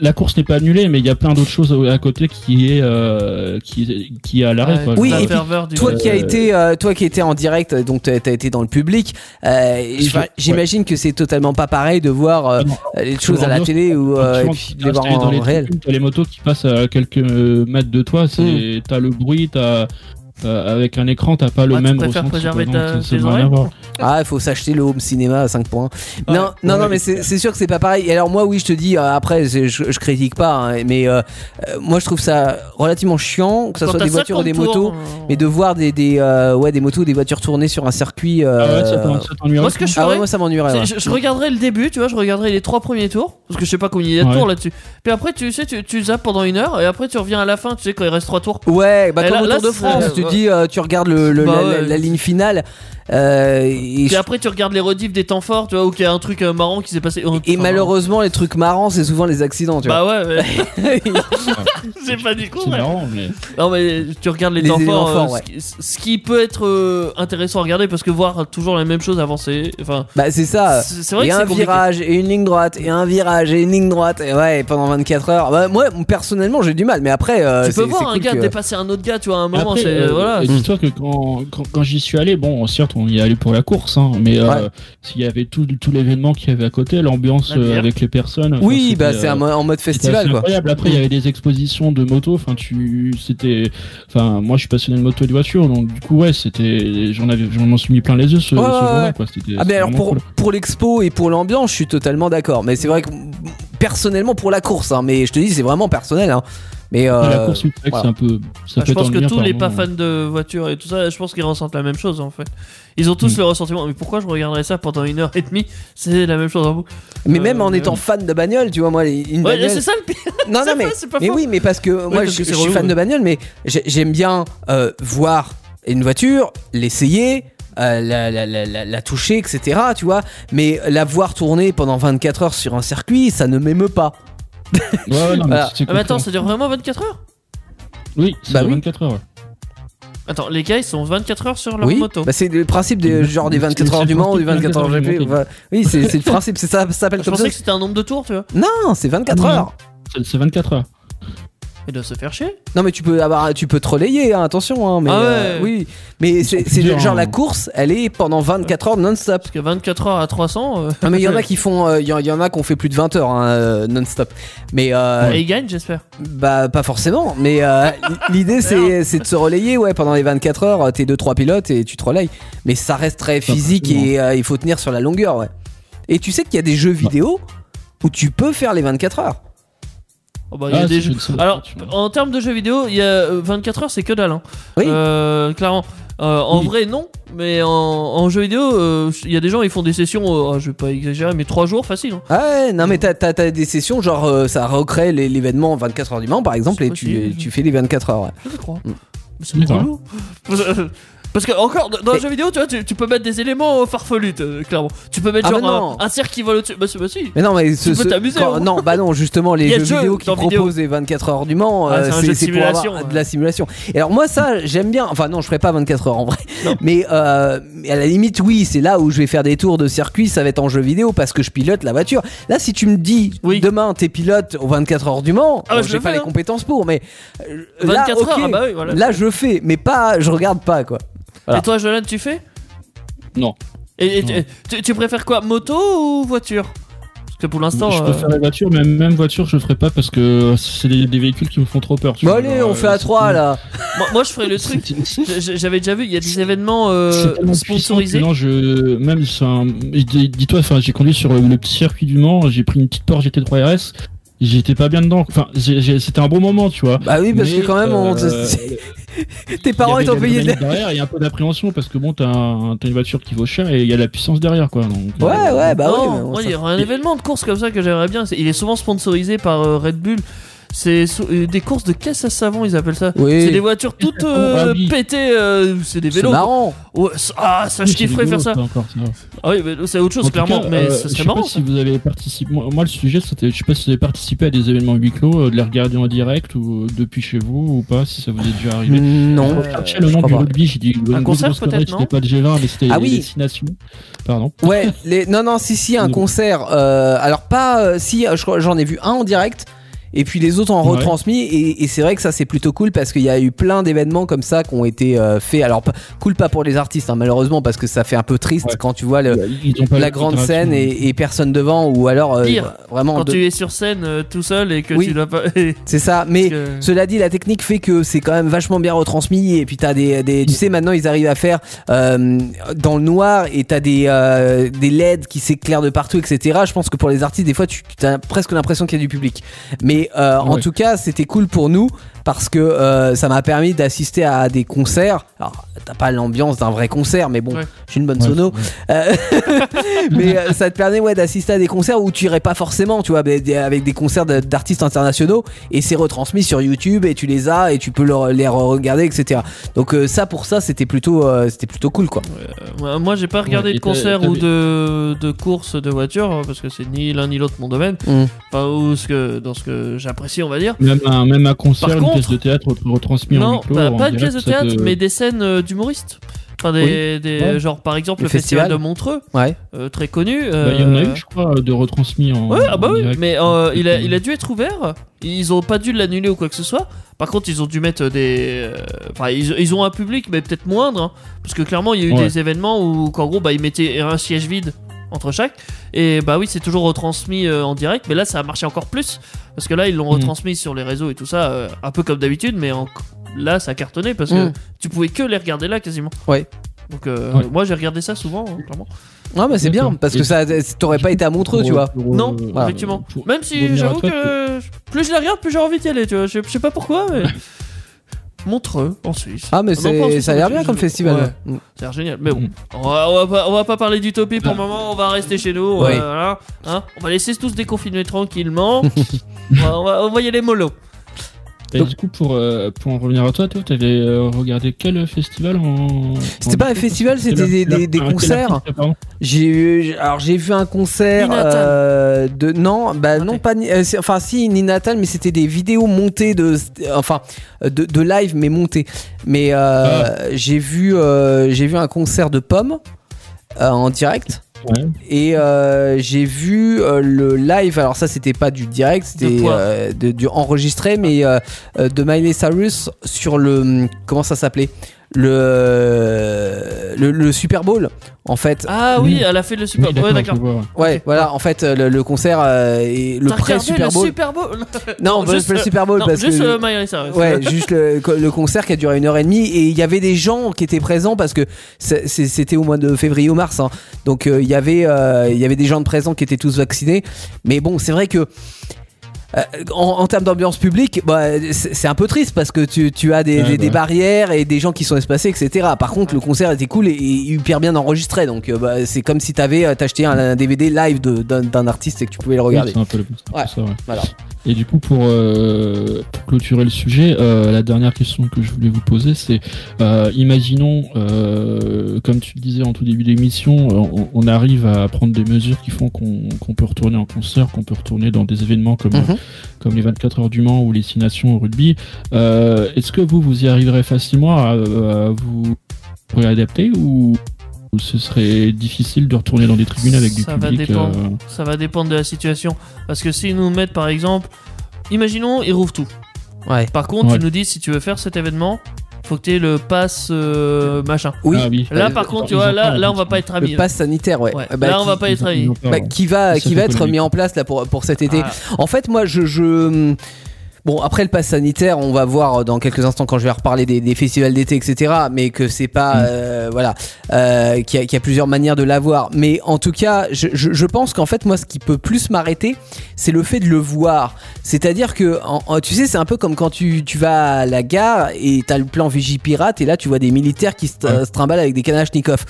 D: la course n'est pas annulée, mais il y a plein d'autres choses à à côté qui est euh, qui est- qui est à l'arrêt.
C: Ouais,
D: quoi.
B: Oui,
C: la
B: et puis,
C: ferveur du-
B: Toi qui as
D: Euh,
B: été, euh, toi qui étais en direct, donc t'as t'as été dans le public. euh, et
D: Je-
B: enfin,
D: ouais. Ah,
B: j'imagine que c'est totalement pas pareil de voir euh,
D: Non.
B: les choses à la
D: l'ambiance,
B: télé ou euh, et
D: Franchement,
B: puis
D: si
B: de
D: t'es
B: les voir
D: installé dans
B: en
D: les
B: réel.
D: tribunes, T'as les motos qui passent à quelques euh, mètres de toi, c'est t'as le bruit, t'as euh, avec un écran, t'as pas
C: Hmm.
D: le
C: Ouais, tu
D: même
C: préfères
D: ressenti.
C: préserver
D: quoi,
C: ta-
D: donc, c'est
C: tes
D: vraiment
C: oreilles
D: à voir.
B: Ah, il faut s'acheter le home cinéma à 5 points.
C: Ouais.
B: non, non, non,
D: Ouais.
B: mais c'est c'est sûr que c'est pas pareil. Et alors, moi, oui, je te dis, euh, après, c'est- je, je critique pas, hein, mais euh, euh, moi, je trouve ça relativement chiant, que ça
C: Quand
B: soit
C: t'as
B: des voitures ou des
C: 50
B: motos.
C: tours, euh,
B: Mais de voir des, des, euh, ouais, des motos ou des voitures tourner sur un circuit. euh,
D: Ah ouais, ça t'en- ça t'ennuierait.
C: Moi, ce que je
B: ah ouais,
C: ferais,
B: moi ça m'ennuierait.
C: c'est-
B: ouais.
C: je, je regarderais le début, tu vois, je regarderais les trois premiers tours, parce que je sais pas combien il y a de
D: Ouais.
C: tours là-dessus. Puis après, tu sais, tu, tu zappes pendant une heure, et après, tu reviens à la fin, tu sais, quand il reste trois tours.
B: Ouais, bah
C: Et
B: comme
C: là-
B: au
C: là,
B: Tour de
C: c'est-
B: France, tu tu
C: Ouais.
B: dis, euh, tu regardes le, le-
C: Bah
B: la, la-
C: ouais.
B: la ligne finale. euh, et
C: Puis
B: je-
C: après, tu regardes les rediffs des temps forts, tu vois, ou qu'il y a un truc euh, marrant qui s'est passé. Oh,
B: et
C: enfin,
B: malheureusement, les trucs marrants, c'est souvent les accidents, tu vois.
C: Bah ouais, mais- c'est pas du
D: C'est
C: coup.
D: marrant, mais.
C: Non, mais tu regardes les,
B: Les
C: temps
B: éléments
C: forts, euh,
B: forts, ouais.
C: ce qui- ce, qui peut être euh, intéressant à regarder parce que voir toujours la même chose avancer. Enfin,
B: Bah, c'est ça.
C: c'est c'est vrai
B: et
C: que
B: un
C: c'est compliqué.
B: virage et une ligne droite et un virage et une ligne droite et ouais et pendant 24 heures Bah, moi personnellement j'ai du mal mais après euh,
C: Tu peux
B: c'est-
C: voir
B: c'est
C: un
B: cool
C: gars
B: que-
C: dépasser un autre gars, tu vois, à un moment,
D: Après,
C: c'est.
D: euh,
C: voilà.
D: et Dis-toi que quand, quand, quand j'y suis allé, bon, certes, on y est allé pour la course, hein, mais euh, s'il y avait tout, tout l'événement qu'il y avait à côté, l'ambiance
C: La bière.
D: euh, avec les personnes.
B: oui
D: enfin,
B: bah
D: c'était,
B: c'est
D: euh,
B: un mo- en mode
D: c'était
B: festival
D: assez
B: quoi
D: Incroyable. Après, il y avait des expositions de motos. Enfin, tu, c'était, enfin, moi, je suis passionné de moto et de voiture, donc du coup, ouais, c'était, j'en avais, j'en m'en suis mis plein les yeux ce,
B: Ouais,
D: ce
B: ouais,
D: jour-là,
B: ouais.
D: quoi. C'était-
B: ah
D: c'était
B: mais alors
D: vraiment
B: pour
D: cool.
B: pour l'expo et pour l'ambiance je suis totalement d'accord mais c'est vrai que mm, personnellement pour la course hein, mais je te dis c'est vraiment personnel hein. mais euh,
D: la course, c'est vrai que
B: voilà.
D: c'est un peu, ça
C: Ah,
D: peut
C: je
D: être
C: pense que
D: ennuyant
C: tous
D: par
C: les
D: moment.
C: pas fans de voitures et tout ça, je pense qu'ils ressentent la même chose en fait. Ils ont tous
D: Mm.
C: le ressentiment. Mais pourquoi je regarderais ça pendant une heure et demie C'est la même chose en boucle.
B: mais
C: euh,
B: même en
C: mais
B: étant
C: oui.
B: fan de bagnole tu vois moi les- une
C: Ouais,
B: bagnole-
C: c'est ça le pire.
B: Ah non
C: c'est
B: non mais
C: pas- c'est pas
B: Mais
C: faux.
B: oui, mais parce que moi,
C: parce
B: je,
C: que c'est
B: je suis
C: relou,
B: fan
C: ouais.
B: de bagnole, mais j'ai- j'aime bien euh, voir une voiture, l'essayer, euh, la, la- la- la- la toucher, etc. Tu vois, mais la voir tourner pendant 24 heures sur un circuit, ça ne m'émeut pas.
D: Ouais, ouais, non, mais
B: Voilà.
D: c'est
C: Ah, mais attends,
D: compréhensible.
C: ça dure vraiment 24 heures
D: Oui, c'est
B: Bah oui.
D: 24 heures. ouais.
C: Attends, les gars ils sont 24 heures sur leur
B: oui,
C: moto.
B: bah, c'est le principe des, genre des
D: C'est-
B: 24 heures
D: c'est
B: du Mans ou des
D: le principe
B: 24 heures
D: du
B: GP.
D: Mans.
B: voilà. Oui, c'est c'est le principe, c'est ça, ça s'appelle
C: je
B: comme ça.
C: pensais que Ah, c'était un nombre de tours, tu vois.
B: Non, c'est 24
D: Non.
B: heures.
D: C'est- C'est 24 heures.
C: Ils doivent se faire chier.
B: Non, mais tu peux avoir, tu peux te relayer, hein, attention. Hein, mais
C: Ah ouais.
B: euh, oui, mais c'est
D: sont
B: c'est
D: plusieurs,
B: genre
D: hein.
B: la course, elle est pendant 24 heures non-stop.
C: Parce que 24 heures à 300. euh,
B: Non Ah, mais il y en a qui font, euh, il y, en a qui ont fait plus de 20 heures hein, euh, non-stop. Mais euh,
C: Et ils gagnent, j'espère.
B: bah pas forcément. Mais euh, l'idée c'est, c'est de se relayer, ouais, pendant les 24 heures, euh, t'es deux trois pilotes et tu te relayes. Mais ça reste très physique et euh, il faut tenir sur la longueur, ouais. Et tu sais qu'il y a des jeux vidéo où tu peux faire les 24 heures.
C: Oh, bah, il y a
D: Ah,
C: des
D: c'est
C: jeux-
D: une seule
C: Alors,
D: voiture.
C: en termes de jeux vidéo, il y a euh, 24 heures, c'est que dalle. hein.
B: Oui.
C: Euh, clairement. Euh, en
D: Oui.
C: vrai, non. Mais en, en jeu vidéo, euh, il y a des gens, ils font des sessions, euh, oh, je vais pas exagérer, mais 3 jours facile. hein.
B: Ah ouais, non mais t'as, t'as- t'as des sessions genre euh, ça recrée les- l'événement 24 heures du Mans par exemple
C: C'est
B: et tu,
C: possible.
B: tu fais les 24 heures. ouais.
C: Je crois.
B: Mm.
C: Mais c'est
D: D'accord.
C: relou. Parce que- Parce que, encore, dans dans
B: Et-
C: le jeu vidéo, tu vois, tu, tu peux mettre des éléments farfelus, euh, clairement. Tu peux mettre
B: Ah, mais
C: genre
B: non.
C: un, un cirque qui vole au-dessus. Bah, c'est bah, si.
B: Mais non, mais ce,
C: peux
B: ce-
C: t'amuser,
B: quand-
C: au moins.
B: non, bah non, justement les
C: Il y a
B: jeux
C: jeux
B: vidéo qui
C: dans vidéo.
B: proposent les 24 heures du Mans,
C: Ah,
B: euh,
C: c'est un jeu
B: c'est
C: de
B: c'est pour avoir
C: simulation, ouais.
B: de la simulation. Et alors moi ça, j'aime bien. Enfin non, je ferai pas 24 heures en vrai. Mais euh, mais à la limite, oui, c'est là où je vais faire des tours de circuit. Ça va être en jeu vidéo parce que je pilote la voiture. Là, si tu me dis
C: Oui.
B: demain t'es pilote aux 24 heures du Mans,
C: Ah, bah,
B: euh,
C: je
B: j'ai
C: le
B: pas
C: fais,
B: les
C: hein.
B: compétences pour. Mais euh,
C: 24
B: là, ok,
C: heures, ah bah oui, voilà.
B: là je fais, mais pas, je regarde pas quoi. voilà.
C: Et toi, Jolan, tu fais
D: Non.
C: Et, et tu-
D: Non.
C: tu, tu préfères quoi Moto ou voiture Parce que pour l'instant.
D: je
C: euh,
D: préfère la voiture, mais même voiture, je le ferai pas parce que c'est des, des véhicules qui me font trop peur. tu
B: Bon
D: vois,
B: Bah allez,
D: genre,
B: on
D: euh,
B: fait à
D: c'est
B: 3
D: tellement-
B: là.
C: moi, moi, je ferais le truc.
D: C'est
C: Je- je- J'avais déjà vu, il y a des événements euh,
D: c'est tellement puissant que
C: sponsorisés.
D: non, je même c'est un- et dis- dis-toi, enfin, j'ai conduit sur euh, le petit circuit du Mans, j'ai pris une petite Porsche GT3 RS, j'étais pas bien dedans. Enfin, j'ai- j'ai- c'était un bon moment, tu vois.
B: Bah oui, parce
D: Mais,
B: que quand même, on-
D: euh,
B: tes parents
D: il y
B: ils
D: avait
B: t'ont
D: la
B: payé. de-
D: dynamique derrière, il y a un peu d'appréhension parce que bon, t'as un- t'as une voiture qui vaut cher et il y a la puissance derrière, quoi. donc,
B: Ouais,
D: euh,
B: ouais, bah oui.
C: Non,
B: mais bon,
C: moi,
B: ça-
C: il y aurait un événement de course comme ça que j'aimerais bien. C'est- Il est souvent sponsorisé par euh, Red Bull. C'est sou- euh, des courses de caisse à savon, ils appellent ça.
B: Oui.
C: C'est des voitures toutes euh,
D: Ah oui.
C: pétées, euh, c'est des
B: C'est
C: vélos.
B: marrant.
C: Ouais, ça- ah, ça, je
D: c'est
C: kifferais
D: rigolo,
C: faire ça.
D: ça, encore, ça.
C: Ah oui, mais c'est autre chose,
D: En tout
C: clairement,
D: cas,
C: mais
D: euh,
C: ce
D: je sais
C: serait
D: pas
C: marrant.
D: si vous avez participé. Moi, moi, le sujet, c'était, je sais pas si vous avez participé à des événements huis clos, euh, de les regarder en direct ou euh, depuis chez vous ou pas, si ça vous est déjà arrivé.
B: Non.
D: Je cherchais le nom
B: Euh, crois
D: du
B: pas.
D: rugby, j'ai dit une grosse
C: concert,
D: grosse connerie,
C: peut-être, non
D: c'était pas le G20, mais c'était
B: Ah
D: les
B: oui.
D: destinations. Pardon.
B: Ouais, les... non, non, si, si, un
D: Non.
B: concert. euh, alors, pas. euh, si, euh, je crois- j'en ai vu un en direct. Et puis les autres en
D: Ouais.
B: retransmis. Et, et c'est vrai que ça, c'est plutôt cool parce qu'il y a eu plein d'événements comme ça qui ont été euh, faits. Alors, pas- cool pas pour les artistes, hein, malheureusement, parce que ça fait un peu triste
D: Ouais.
B: quand tu vois
C: Euh,
B: le-
D: Ils ont pas
B: la
D: eu
B: grande
D: d'interaction.
B: scène et, et personne devant. Ou alors, euh,
C: Pire,
B: vraiment.
C: Quand
B: de-
C: tu es sur scène euh, tout seul et que
B: Oui.
C: tu dois pas. et
B: C'est ça. Mais.
C: que-
B: Cela dit, la technique fait que c'est quand même vachement bien retransmis. Et puis t'as des, des, tu sais, maintenant ils arrivent à faire euh, dans le noir et t'as des euh, des LED qui s'éclairent de partout, etc. Je pense que pour les artistes, des fois, tu as presque l'impression qu'il y a du public. Mais Mais euh, en
D: Ouais.
B: tout cas, c'était cool pour nous parce que euh, ça m'a permis d'assister à des concerts. Alors, t'as pas l'ambiance d'un vrai concert, mais bon,
C: Ouais.
B: j'ai une bonne
D: Ouais,
B: sono.
D: ouais.
B: Euh, mais euh, ça te permet ouais, d'assister à des concerts où tu irais pas forcément, tu vois, mais des- avec des concerts de- d'artistes internationaux et c'est retransmis sur YouTube et tu les as et tu peux leur- les regarder, etc. Donc euh, ça pour ça c'était plutôt euh, c'était plutôt cool quoi.
C: Ouais, Euh, Moi, j'ai pas regardé
D: Ouais, et
C: de concert
D: t'as-
C: ou
D: t'avais-
C: de, de course de voiture hein, parce que c'est ni l'un ni l'autre mon domaine.
B: Mm.
C: Enfin, ou ce que, dans ce que j'apprécie, on va dire.
D: Même un, même un concert,
C: Par
D: une
C: contre-
D: pièce de théâtre re- retransmise en
C: non,
D: huis clos,
C: bah,
D: en
C: pas de
D: direct,
C: pièces de
D: ça te-
C: théâtre, mais des scènes euh, d'humoristes. Enfin, des, des-
D: Ouais.
C: genre par exemple
B: Le
C: le festival,
B: festival.
C: de Montreux,
B: Ouais.
C: euh, très connu.
D: Bah, Il y en a
C: euh,
D: eu, je crois, de retransmis en.
C: Ouais, ah bah
D: en
C: oui,
D: Hein, direct.
C: mais euh, il, a, il a dû être ouvert. Ils ont pas dû l'annuler ou quoi que ce soit. Par contre, ils ont dû mettre des. euh, Enfin, ils, ils ont un public, mais peut-être moindre. hein. parce que clairement, il y a eu
D: Ouais.
C: des événements où, qu'en gros, bah, ils mettaient un siège vide entre chaque. Et bah oui, c'est toujours retransmis euh, en direct. Mais là, ça a marché encore plus. Parce que là, ils l'ont
D: Mm.
C: retransmis sur les réseaux et tout ça, euh, un peu comme d'habitude. Mais en- là, ça a cartonné parce que
B: Mm.
C: tu pouvais que les regarder là quasiment.
B: Ouais.
C: Donc, euh,
D: Ouais.
C: moi, j'ai regardé ça souvent, hein, clairement.
B: Non mais c'est
D: D'accord.
B: bien parce que
D: Et-
B: ça t'aurais pas été à Montreux,
D: Pour-
B: tu vois.
D: pour,
C: Non,
D: euh,
B: voilà.
C: effectivement. Bah,
D: pour-
C: Même
D: pour
C: si
D: revenir à
C: j'avoue
D: toi,
C: que plus je la regarde, plus j'ai envie d'y aller, tu vois. Je, je sais pas pourquoi, mais. Montreux, en Suisse.
B: Ah mais
C: non, pas en
B: c'est
C: Suisse,
B: ça a l'air
C: en
B: bien
C: Suisse,
B: comme
C: je-
B: festival.
C: ouais,
B: Mm.
C: ça a l'air génial. Mais bon,
D: Mm.
C: on va, on va pas, on va pas parler d'utopie pour le moment, on va rester chez nous.
B: Oui.
C: euh, voilà, hein. On va laisser tous déconfiner tranquillement. on, va, on, va, on va y aller mollo.
D: Et
B: Donc-
D: du coup, pour, euh, pour en revenir à toi, toi, t'avais euh, regardé quel festival en.
B: C'était
D: en-
B: pas un festival, c'était des, des- des
D: Ah, quel
B: concerts.
D: artiste, pardon.
B: J'ai eu, alors j'ai vu un concert
C: Ninatan.
B: euh, de non, bah
C: Raté.
B: non pas, ni- euh, c'est- enfin si ni Natal, mais c'était des vidéos montées de, euh, enfin euh, de, de live mais montées. Mais euh, j'ai vu, euh, j'ai vu un concert de Pomme euh, en direct.
D: Ouais.
B: Et euh, j'ai vu euh, le live, alors ça c'était pas du direct, c'était
C: De Poire.
B: euh, de- du enregistré, mais euh, euh, de Miley Cyrus sur le. Comment ça s'appelait le, le, le Super Bowl, en fait.
C: Ah oui,
B: Mm.
C: elle a fait le Super
D: Oui,
C: Bowl. Ouais,
D: je
C: d'accord.
D: vois, ouais.
B: Ouais,
C: Ok.
B: voilà, en fait, le, le concert euh, et le
C: T'as regardé
B: pré-Super
C: le
B: Bowl.
C: Super Bowl
B: Non,
C: juste
B: pas le
C: le-
B: Super Bowl
C: Non,
B: parce
C: juste
B: que.
C: euh, Miley Cyrus.
B: Ouais, juste le, le concert qui a duré une heure et demie et il y avait des gens qui étaient présents parce que c'est- c'est- c'était au mois de février ou mars. hein. Donc euh, il y avait euh, il y avait des gens de présents qui étaient tous vaccinés. Mais bon, c'est vrai que euh, en, en termes d'ambiance publique, bah, c'est c'est un peu triste parce que tu, tu as des,
D: Ouais,
B: des- des
D: bah.
B: barrières et des gens qui sont espacés, etc. Par contre, le concert était cool et, et hyper bien enregistré. Donc euh, bah, c'est comme si t'avais euh, t'achetais un, un DVD live de- d'un d'un artiste et que tu pouvais le
D: Oui,
B: regarder.
D: c'est un peu le- c'est un peu
B: Ouais,
D: ça, ouais.
B: voilà.
D: Et du coup, pour, euh, pour clôturer le sujet, euh, la dernière question que je voulais vous poser, c'est euh, imaginons, euh, comme tu le disais en tout début d'émission, euh, on, on arrive à prendre des mesures qui font qu'on qu'on peut retourner en concert, qu'on peut retourner dans des événements comme,
B: Mhm.
D: comme les 24 heures du Mans ou les 6 nations au rugby. Euh, Est-ce que vous, vous y arriverez facilement à, à vous réadapter ou, ou ce serait difficile de retourner dans des tribunes avec du
C: Ça va
D: public
C: dépendre.
D: euh,
C: Ça va dépendre de la situation. Parce que s'ils nous mettent par exemple. Imaginons, ils rouvrent tout.
B: Ouais.
C: Par contre,
D: Ouais.
C: ils nous disent si tu veux faire cet événement, faut que tu aies le pass euh, machin.
B: Oui.
D: Ah oui.
C: Là,
B: Euh,
C: par
D: ils
C: contre, tu
D: ont
C: vois,
D: pas
C: là,
D: la
C: là, on va
D: possibilité.
C: pas être amis.
B: Le pass sanitaire, ouais.
C: Ah, Ouais.
B: Ah bah,
C: là, on
B: qui-
C: va pas être amis.
D: Ils ont peur,
B: Bah,
D: ouais.
B: qui va,
D: Ça
B: qui
D: fait
B: va être
D: polémique.
B: mis en place là pour, pour cet été.
C: Ah,
B: En fait, moi, je, je- Bon, après le pass sanitaire, on va voir dans quelques instants quand je vais reparler des, des festivals d'été, etc. Mais que c'est pas.
D: Mm.
B: euh, voilà. euh, qu'il y, a- qu'il y a plusieurs manières de l'avoir. Mais en tout cas, je, je- je pense qu'en fait, moi, ce qui peut plus m'arrêter, c'est le fait de le voir. C'est-à-dire que, en- en- tu sais, c'est un peu comme quand tu, tu vas à la gare et t'as le plan Vigipirate et là, tu vois des militaires qui se,
D: Ouais.
B: se trimballent avec des Kalachnikov.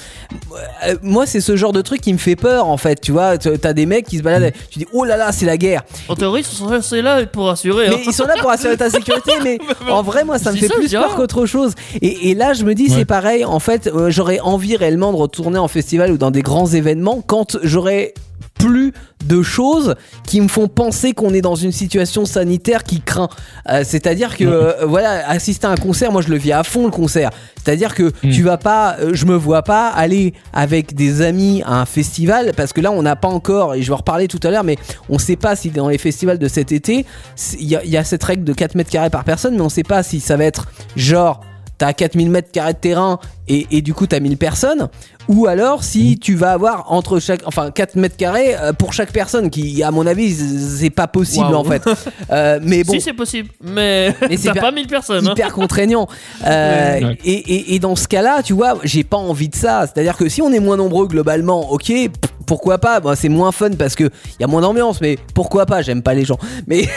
B: Euh, moi c'est ce genre de truc qui me fait peur en fait tu vois t- t'as des mecs qui se baladent
D: Mm.
B: tu dis oh là là c'est la guerre
C: en théorie, ils sont censés là pour assurer.
B: mais
C: hein.
B: ils sont là pour assurer ta sécurité mais en vrai moi ça me
C: Je
B: fait
C: dis ça,
B: plus
C: je dis,
B: peur
C: ah.
B: qu'autre chose et, et là je me dis
D: Ouais.
B: c'est pareil en fait euh, j'aurais envie réellement de retourner en festival ou dans des grands événements quand j'aurais plus de choses qui me font penser qu'on est dans une situation sanitaire qui craint. Euh, c'est-à-dire que
D: Mhm.
B: euh, voilà, assister à un concert, moi je le vis à fond le concert. C'est-à-dire que
D: Mhm.
B: tu vas pas, euh, je me vois pas aller avec des amis à un festival parce que là on n'a pas encore et je vais en reparler tout à l'heure, mais on sait pas si dans les festivals de cet été, c'est- il y, a- il y a cette règle de 4 mètres carrés par personne, mais on sait pas si ça va être genre t'as 4000 mètres carrés de terrain et, et du coup t'as 1000 personnes ou alors
C: Mhm.
B: si tu vas avoir entre chaque enfin 4 mètres carrés euh, pour chaque personne qui à mon avis c'est pas possible
C: Waouh.
B: en fait Euh, mais bon
C: Si c'est possible, mais,
B: Mais c'est
C: t'as
B: pas-
C: pas 1000 personnes. hein.
B: hyper contraignant Euh,
D: Ouais.
B: et, et- et dans ce cas là tu vois j'ai pas envie de ça c'est à dire que si on est moins nombreux globalement ok pff, pourquoi pas Bon, C'est moins fun parce que il y a moins d'ambiance, mais pourquoi pas J'aime pas les gens. Mais,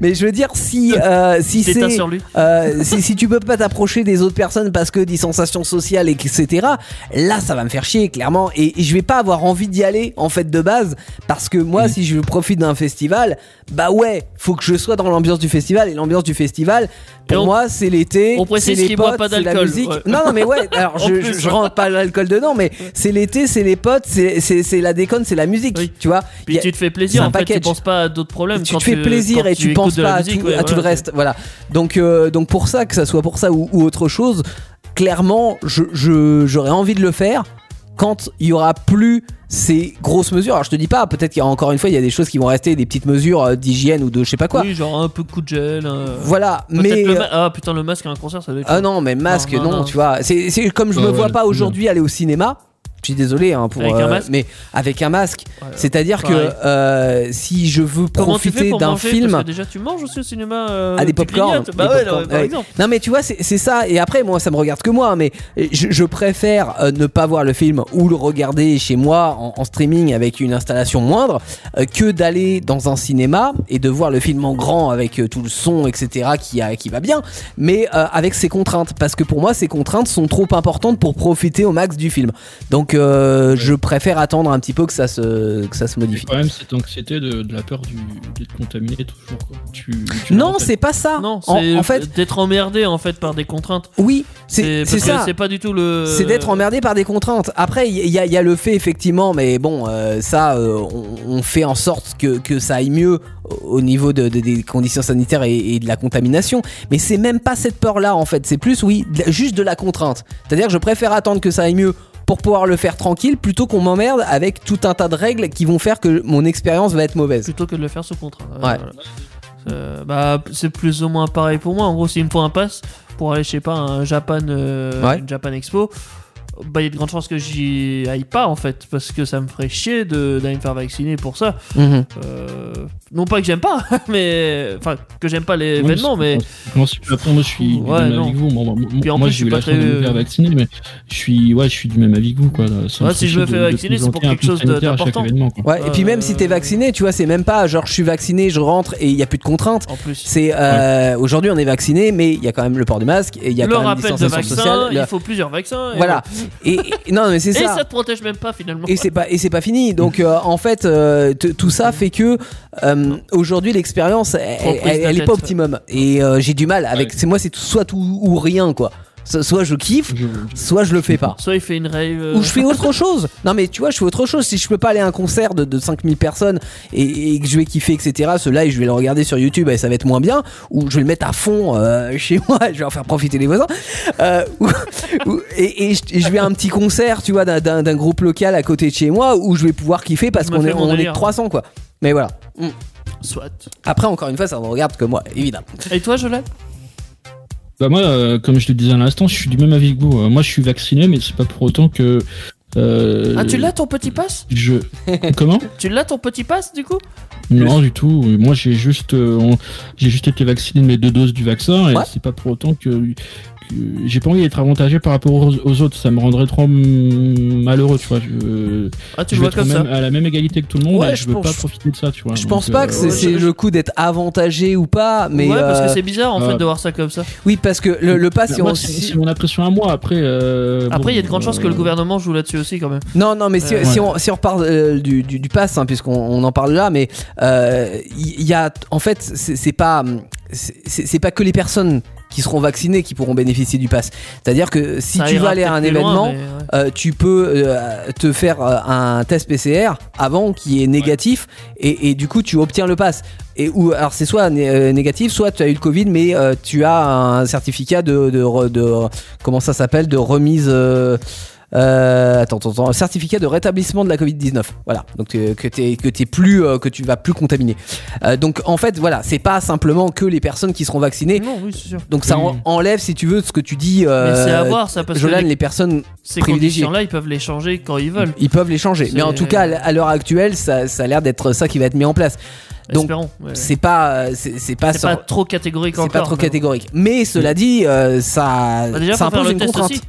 B: mais je veux dire, si, euh, si
C: T'éteins
B: c'est.
C: sur lui.
B: Euh, si, si tu peux pas t'approcher des autres personnes parce que des sensations sociales, etc., là ça va me faire chier clairement et, et je vais pas avoir envie d'y aller en fait de base parce que
C: Mm.
B: moi si je profite d'un festival, bah ouais, faut que je sois dans l'ambiance du festival et l'ambiance du festival pour
C: Et on-
B: moi c'est l'été,
C: on précise
B: c'est les
C: qu'il boit
B: potes,
C: pas
B: c'est la
C: d'alcool,
B: musique.
C: ouais.
B: Non non mais ouais, alors
C: En
B: je,
C: plus.
B: je, je rentre pas l'alcool dedans mais c'est l'été, c'est les potes, c'est c'est- c'est la déconne, c'est la musique,
C: Oui.
B: tu vois.
C: Puis
B: Y a-
C: tu te fais
B: c'est
C: plaisir,
B: un
C: en fait, tu
B: package.
C: penses pas à d'autres problèmes.
B: tu
C: quand
B: te fais plaisir
C: quand
B: et tu
C: écoutes
B: penses
C: de la
B: pas à,
C: musique,
B: tout,
C: ouais,
B: à tout le
C: voilà.
B: reste. Voilà. Donc, euh, donc pour ça, que ça soit pour ça ou, ou autre chose, clairement, je- je- j'aurais envie de le faire quand il y aura plus ces grosses mesures. Alors je te dis pas, peut-être qu'il y a encore une fois, il y a des choses qui vont rester, des petites mesures euh, d'hygiène ou de je sais pas quoi.
C: Oui, genre un peu coup de gel. euh,
B: Voilà,
C: peut-être
B: mais
C: le ma- Ah putain, le masque à un concert, ça doit être.
B: ah non, mais masque, non,
C: Non, Bah non, non.
B: tu vois. C'est c'est comme je
D: Ah
B: me
D: ouais,
B: vois pas
D: non.
B: aujourd'hui aller au cinéma. Je suis désolé hein, pour.
C: Avec un masque
B: mais avec un masque.
C: Ouais.
B: C'est-à-dire que
C: pareil.
B: euh, si je veux
C: Comment tu fais
B: profiter
C: pour
B: d'un
C: manger
B: film.
C: Parce que déjà, tu manges aussi au cinéma. euh,
B: Ah, des
C: tu
B: popcorn,
C: clignotes. Bah
B: des
C: ouais,
B: popcorn,
C: non, par
B: ouais.
C: exemple.
B: Non mais tu vois c'est c'est ça et après moi ça me regarde que moi mais je, je préfère euh, ne pas voir le film ou le regarder chez moi en, en streaming avec une installation moindre euh, que d'aller dans un cinéma et de voir le film en grand avec euh, tout le son etc qui, a, qui va bien mais euh, avec ses contraintes parce que pour moi ces contraintes sont trop importantes pour profiter au max du film donc euh, je préfère attendre un petit peu que ça se, que ça se
D: Il y a
B: modifie.
D: quand même cette anxiété de, de la peur du- d'être contaminé toujours. Quoi. Tu, tu
B: Non
D: l'as
B: c'est pas ça
C: Non,
B: En-
C: c'est
B: en fait
C: d'être emmerdé en fait par des contraintes.
B: oui c'est
C: parce
B: c'est
C: que
B: ça
C: C'est pas du tout le.
B: C'est d'être emmerdé par des contraintes. Après, il y, y a- y a le fait, effectivement, mais bon, euh, ça, euh, on, on fait en sorte que, que ça aille mieux au au niveau de- de- des conditions sanitaires et, et de la contamination. Mais c'est même pas cette peur-là, en fait. C'est plus, oui, de la- juste de la contrainte. C'est-à-dire que je préfère attendre que ça aille mieux pour pouvoir le faire tranquille plutôt qu'on m'emmerde avec tout un tas de règles qui vont faire que mon expérience va être mauvaise.
C: plutôt que de le faire sous contrat. Euh,
B: Ouais.
C: voilà. Euh, bah, c'est plus ou moins pareil pour moi. En gros, s'il me faut un pass pour aller, je sais pas, à un Japan, euh,
B: Ouais.
C: une Japan Expo, bah, il y a de grandes chances que j'y aille pas en fait, parce que ça me ferait chier de- d'aller me faire vacciner pour ça.
B: Mhm.
C: Euh, non pas que j'aime pas, mais enfin que j'aime pas
D: Ouais,
C: l'événement, mais
D: Je m'en suis pas pris, moi je suis
C: Ouais,
D: du même
C: non.
D: avis que vous. Moi, moi-
C: Puis en
D: moi,
C: plus, je
D: j'ai
C: suis
D: eu
C: pas
D: la chance de me
C: très-
D: faire vacciner, mais je suis, ouais, je suis du même avis que vous. Quoi. Ça
C: Ouais,
D: me
C: si
D: fait
C: je me
D: chier
C: fais
D: de- de
C: vacciner, c'est pour
D: présenter un
C: quelque chose
D: truc sanitaire à chaque
C: d'important.
D: événement, quoi.
B: Ouais, et puis même si t'es
C: Euh,
B: vacciné, tu vois, c'est même pas genre je suis vacciné, je rentre et il y a plus de contraintes.
C: en plus.
B: C'est euh, aujourd'hui on est vacciné, mais il y a quand même le port du masque et il y a
C: le
B: quand même
C: rappel de
B: distanciation
C: vaccin,
B: sociale. le-
C: il faut plusieurs vaccins. et
B: Voilà. Et, et- non mais c'est
C: voilà. Et ça.
B: ça.
C: te protège même pas finalement.
B: Et c'est pas et c'est pas fini. Donc euh, en fait euh, t- tout ça fait que euh, aujourd'hui l'expérience elle,
C: Trop prise
B: elle-
C: de
B: elle est
C: tête.
B: pas optimum. Et euh, j'ai du mal avec.
D: Ouais.
B: C'est moi c'est tout- soit tout ou rien quoi. So- Soit je kiffe,
D: Je-
B: soit je le fais pas.
C: Soit il fait une rave. euh,
B: Ou je fais autre chose. Non, mais tu vois, je fais autre chose. Si je peux pas aller à un concert de, de 5000 personnes et, et que je vais kiffer, etc., ce live, je vais le regarder sur YouTube et ça va être moins bien. Ou je vais le mettre à fond euh, chez moi et je vais en faire profiter les voisins. Euh, ou- ou- et, et je, et je vais à un petit concert, tu vois, d'un- d'un d'un groupe local à côté de chez moi où je vais pouvoir kiffer parce
C: Je me
B: qu'on
C: fais
B: est,
C: mon
B: on est
C: délire.
B: 300, quoi. Mais voilà. Mm.
C: Mmh. Soit.
B: Après, encore une fois, ça ne regarde que moi, évidemment.
C: euh, Et toi, je l'ai
D: Bah moi, euh, comme je le disais à l'instant, je suis du même avis que vous. Euh, moi, je suis vacciné, mais c'est pas pour autant que. euh,
C: Ah, tu l'as ton petit passe
D: Je. Comment
C: Tu l'as ton petit passe du coup
D: Non, du tout. Moi, j'ai juste, euh, on- j'ai juste été vacciné de mes deux doses du vaccin et
B: Ouais.
D: c'est pas pour autant que, que- j'ai pas envie d'être avantagé par rapport aux, aux autres. Ça me rendrait trop mm, malheureux, tu vois. Je,
C: Ah, tu
D: je
C: le
D: veux
C: vois
D: être au
C: comme ça.
D: même- à la même égalité que tout le monde
B: Ouais,
D: et
B: je
D: je veux
B: pense-
D: pas profiter de ça, tu vois.
B: Je
D: Donc,
B: pense pas
D: euh,
B: que c'est c'est
C: ouais.
B: le coup d'être avantagé ou pas, mais
C: ouais, parce
B: euh,
C: que c'est bizarre en
D: euh,
C: fait de voir ça comme ça.
B: oui, parce que le, le pass,
D: bah,
B: si
D: moi,
B: on-
D: c'est
B: si-
D: c'est mon impression à moi. Après, euh,
C: Après, il y a de grandes
D: bon,
C: chances que
D: euh,
C: le gouvernement joue là-dessus aussi quand même.
B: Non, non, mais si,
C: Euh,
B: si
D: ouais.
B: on, si on repart euh, du, du, du pass, hein, puisqu'on on en parle là, mais euh, il y, a, en fait, c'est c'est pas, hum, c'est c'est- c'est pas que les personnes qui seront vaccinées qui pourront bénéficier du pass. C'est-à-dire que si
C: Ça
B: tu
C: ira
B: vas aller à un
C: peut-être plus loin,
B: événement,
C: mais, ouais.
B: euh, tu peux euh, te faire euh, un test PCR avant qui est négatif et, et du coup tu obtiens le pass. Et ou alors c'est soit né- euh, négatif, soit tu as eu le Covid, mais euh, tu as un certificat de, de, re- de- comment ça s'appelle de remise. euh, euh, attends, attends, attends, certificat de rétablissement de la Covid-19. Voilà, donc euh, que t'es que t'es plus euh, que tu vas plus contaminer. Euh, donc en fait voilà, c'est pas simplement que les personnes qui seront vaccinées.
C: Non, oui, c'est sûr.
B: Donc ça
D: Oui.
B: en- enlève si tu veux ce que tu dis.
C: Mais
B: Euh,
C: c'est à voir ça parce
B: Jolan,
C: que les-
B: les personnes
C: ces
B: privilégiés.
C: conditions-là, ils peuvent les changer quand ils veulent.
B: ils peuvent les changer. Mais en
C: C'est-
B: tout cas, à l- à l'heure actuelle, ça, ça a l'air d'être ça qui va être mis en place. Donc,
C: Espérons. ouais.
B: C'est pas, euh, c'est c'est pas,
C: C'est
B: sur-
C: pas trop catégorique
B: c'est
C: encore.
B: pas trop
C: mais bon. Mm.
B: catégorique. Mais cela dit, euh, ça,
C: Bah déjà,
B: ça
C: faut faire
B: impose
C: le
B: une
C: test
B: contrainte.
C: aussi.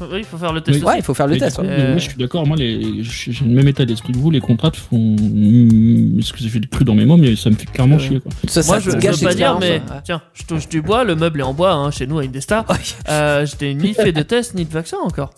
C: Oui, il faut faire le hein. test.
D: Oui.
C: aussi.
B: Ouais, il faut faire le
D: euh, Mais
B: test.
D: du coup,
B: ouais.
C: ouais.
D: Moi, je suis d'accord. Moi, les- j'ai j'ai le même état d'esprit que vous. Les contrats te font. Mm, Excusez, j'ai le cru dans mes mots, mais ça me fait clairement
C: Euh,
D: chier. Quoi.
B: Ça, ça
C: Moi,
B: te
C: je, je
B: gâche
C: veux pas dire,
B: l'expérience, hein. Oh.
C: mais
B: ouais.
C: tiens, je touche du bois, le meuble est en bois, hein, chez nous à Indestar. Euh, je n'ai ni fait de test ni de vaccin encore.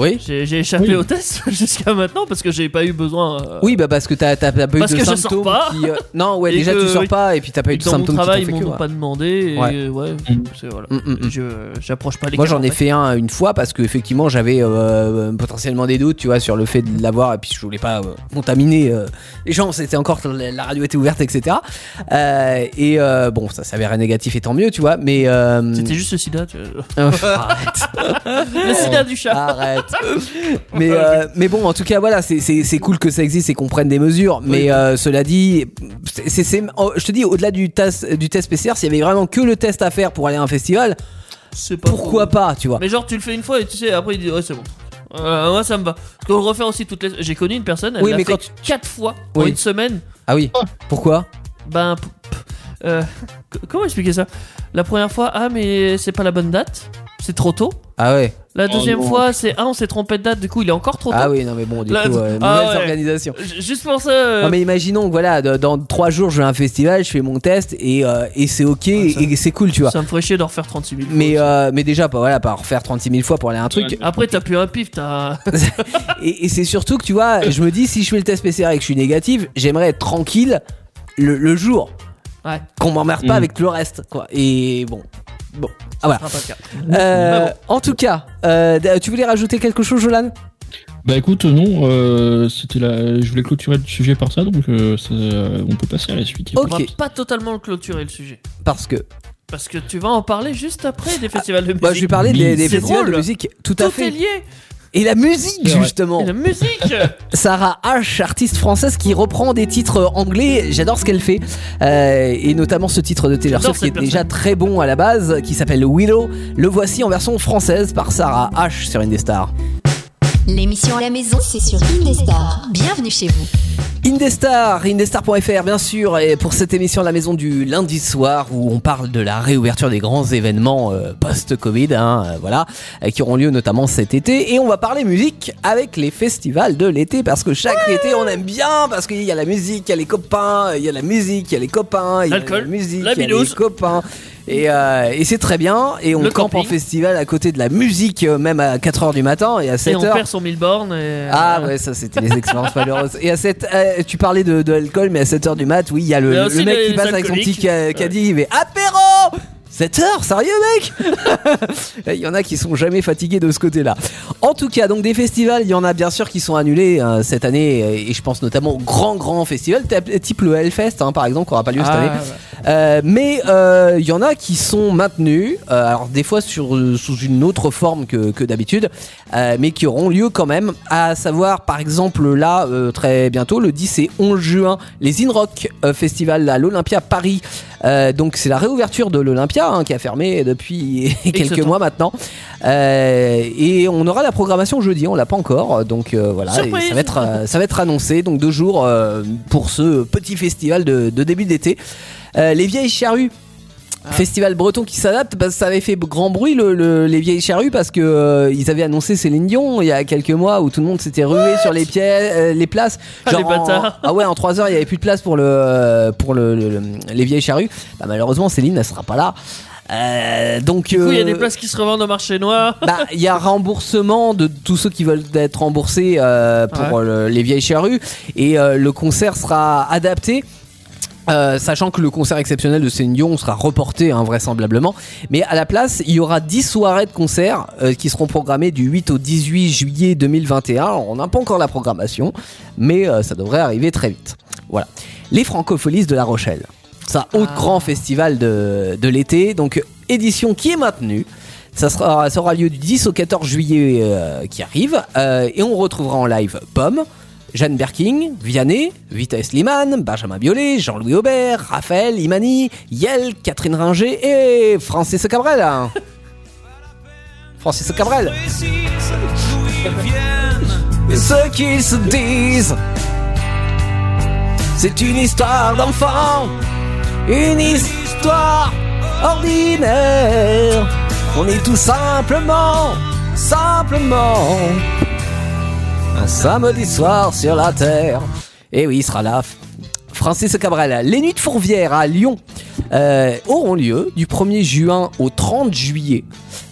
B: Oui.
C: J'ai j'ai échappé
D: Oui.
C: au test jusqu'à maintenant parce que j'ai pas eu besoin. euh,
B: Oui, bah parce que t'as t'as- t'as pas eu
C: Parce
B: de
C: que je sors
B: symptômes.
C: pas.
B: qui, euh, Non, ouais,
C: Et
B: déjà
C: que-
B: tu sors pas et puis t'as pas eu de
C: dans mon
B: symptômes qui
C: travail, ils
B: t'ont fait
C: m'ont
B: que,
C: pas demandé. Et
B: Ouais.
C: euh, ouais,
D: Mm.
C: c'est- voilà.
B: ouais. Mm, mm, mm.
C: Je- J'approche pas les
B: Moi
C: cas,
B: j'en ai
C: en
B: fait un une fois parce que effectivement j'avais euh, potentiellement des doutes tu vois sur le fait de l'avoir et puis je voulais pas euh, contaminer euh, les gens c'était encore la la radio était ouverte etc Euh, et euh, bon ça s'avérait négatif et tant mieux tu vois mais euh,
C: C'était juste le sida. tu vois.
B: arrête
C: Le sida du
B: Ah.
C: chat.
B: arrête mais euh, mais bon en tout cas voilà c'est- c'est c'est cool que ça existe et qu'on prenne des mesures mais euh, cela dit c'est c'est- c'est- oh, je te dis au-delà du test du test PCR s'il y avait vraiment que le test à faire pour aller à un festival
C: C'est pas
B: pourquoi
C: faux.
B: pas tu vois
C: Mais genre, tu le fais une fois et tu sais, après, il dit, ouais, c'est bon. Euh, moi, ça me va. Parce qu'on le refait aussi toutes les. J'ai connu une personne, elle
B: Oui,
C: l'a
B: mais
C: fait
B: quand tu-
C: quatre fois en
B: Oui.
C: une semaine.
B: ah oui pourquoi
C: Ben. p- p- euh, c- comment expliquer ça La première fois, ah, mais c'est pas la bonne date. C'est trop tôt.
B: ah ouais
C: La
D: Oh
C: deuxième
D: non.
C: fois, c'est ah, on s'est trompé de date, du coup, il est encore trop tôt.
B: Ah oui, non, mais bon, du
C: Là,
B: coup, euh,
C: ah
B: nouvelles
C: ouais.
B: organisations.
C: J- Juste pour ça. euh,
B: Non, mais imaginons que voilà, de- dans trois jours, je vais à un festival, je fais mon test et, euh, et c'est ok
C: ça-
B: et c'est cool, tu vois.
C: Ça me ferait chier d'en refaire 36 000. fois
B: Mais,
C: aussi.
B: euh, mais déjà, pas, voilà, pas refaire 36 000 fois pour aller à un truc.
C: Après, t'as plus un pif, t'as.
B: Et, et c'est surtout que, tu vois, je me dis, si je fais le test PCR et que je suis négative, j'aimerais être tranquille le, le jour.
C: Ouais. Mmh.
B: Qu'on m'emmerde pas
D: Mm.
B: avec le reste, quoi. Et bon. Bon. Ah voilà.
C: Ah, pas le cas.
B: Euh,
C: Mais
B: En tout cas, euh, d- tu voulais rajouter quelque chose, Jolan
D: Bah écoute, non, euh, c'était la... je voulais clôturer le sujet par ça, donc euh, ça- on peut passer à la suite.
B: Ok.
C: On va pas totalement le clôturer le sujet.
B: Parce que.
C: Parce que tu vas en parler juste après des festivals de musique.
B: Bah, je vais parler des, des
C: C'est
B: festivals de
C: drôle.
B: musique, tout, à
C: Tout est
B: fait.
C: lié.
B: Et la musique,
D: C'est vrai.
B: justement.
C: Et la musique.
B: Sarah H, artiste française qui reprend des titres anglais. J'adore ce qu'elle fait. Euh, et notamment ce titre de Taylor
C: J'adore
B: Swift qui est
C: cette
B: déjà
C: personne.
B: très bon à la base, qui s'appelle Willow. Le voici en version française par Sarah H sur Indestar.
A: L'émission à la maison, c'est sur Indestar. Bienvenue chez vous.
B: Indestar, indestar.fr bien sûr, et pour cette émission à la maison du lundi soir où on parle de la réouverture des grands événements euh, post-Covid, hein, euh, voilà, euh, qui auront lieu notamment cet été. Et on va parler musique avec les festivals de l'été parce que chaque été on aime bien parce qu'il y a la musique, il y a les copains, il y a la musique, il y a les copains, il y a la
C: L'alcool,
B: musique,
C: la
B: il y a les
C: binouze.
B: copains. Et, euh, et c'est très bien. Et on
C: Le
B: campe en
C: camping.
B: festival à côté de la musique, euh, même à 4h du matin et à
C: Et on
B: 7h.
C: perd son mille bornes. Et...
B: Ah
C: euh,
B: ouais, ça c'était les expériences malheureuses. Et à 7 euh, tu parlais de, de l'alcool, mais à 7h du mat, oui, il y a le,
C: Mais
B: le
C: aussi
B: mec
C: les
B: qui passe avec son petit
C: alcooliques.
B: ca-
C: Ouais.
B: caddie, il fait apéro 7h, sérieux mec Il y en a qui sont jamais fatigués de ce côté-là. En tout cas, donc des festivals, il y en a bien sûr qui sont annulés euh, cette année, euh, et je pense notamment aux grands grands festivals, type- type le Hellfest hein, par exemple, qui aura pas lieu cette année.
C: Ah, ouais.
B: Euh, mais euh, il y en a qui sont maintenus, euh, alors des fois sur, sous une autre forme que, que d'habitude, euh, mais qui auront lieu quand même, à savoir par exemple là, euh, très bientôt, le 10 et 11 juin, les In Rock euh, Festival à l'Olympia Paris. Euh, donc c'est la réouverture de l'Olympia hein, qui a fermé depuis quelques
C: Exactement.
B: mois maintenant. Euh, et on aura la programmation jeudi, on l'a pas encore, donc euh, voilà, et
C: Surprise
B: ça va être euh, ça va être annoncé donc deux jours euh, pour ce petit festival de, de début d'été. Euh, les vieilles charrues.
C: Ah.
B: Festival breton qui s'adapte, parce que ça avait fait grand bruit le, le- les vieilles charrues parce que euh, ils avaient annoncé Céline Dion il y a quelques mois où tout le monde s'était rué sur les pieds, euh, les places.
C: Ah, les
B: en-
C: bâtards.
B: ah ouais, en 3 heures il y avait plus de place pour le euh, pour le, le- le- les vieilles charrues. Bah, malheureusement Céline ne sera pas là. Euh, donc
C: Du coup, il y a
B: euh,
C: des places qui se revendent au marché noir.
B: bah, il y a remboursement de tous ceux qui veulent être remboursés euh, pour euh, le- les vieilles charrues et euh, le concert sera adapté. euh, sachant que le concert exceptionnel de Céline Dion sera reporté hein, vraisemblablement, mais à la place il y aura 10 soirées de concerts euh, qui seront programmées du 8 au 18 juillet 2021. Alors, on n'a pas encore la programmation, mais euh, ça devrait arriver très vite. Voilà. Les Francopholies de La Rochelle. C'est un autre
C: Ah.
B: grand festival de, de l'été, donc édition qui est maintenue. Ça, sera, ça aura lieu du 10 au 14 juillet euh, qui arrive. Euh, et on retrouvera en live Pomme, Jeanne Berking, Vianney, Vita Slimane, Benjamin Biolay, Jean-Louis Aubert, Raphaël, Imani, Yel, Catherine Ringer et Francis Cabrel. hein. Francis Cabrel. Et ce qu'ils se disent, c'est une histoire d'enfant, une histoire ordinaire. On est tout simplement simplement un samedi soir sur la terre. Et oui, il sera là. Francis Cabrel, les nuits de Fourvière à Lyon euh, auront lieu du 1er juin au 30 juillet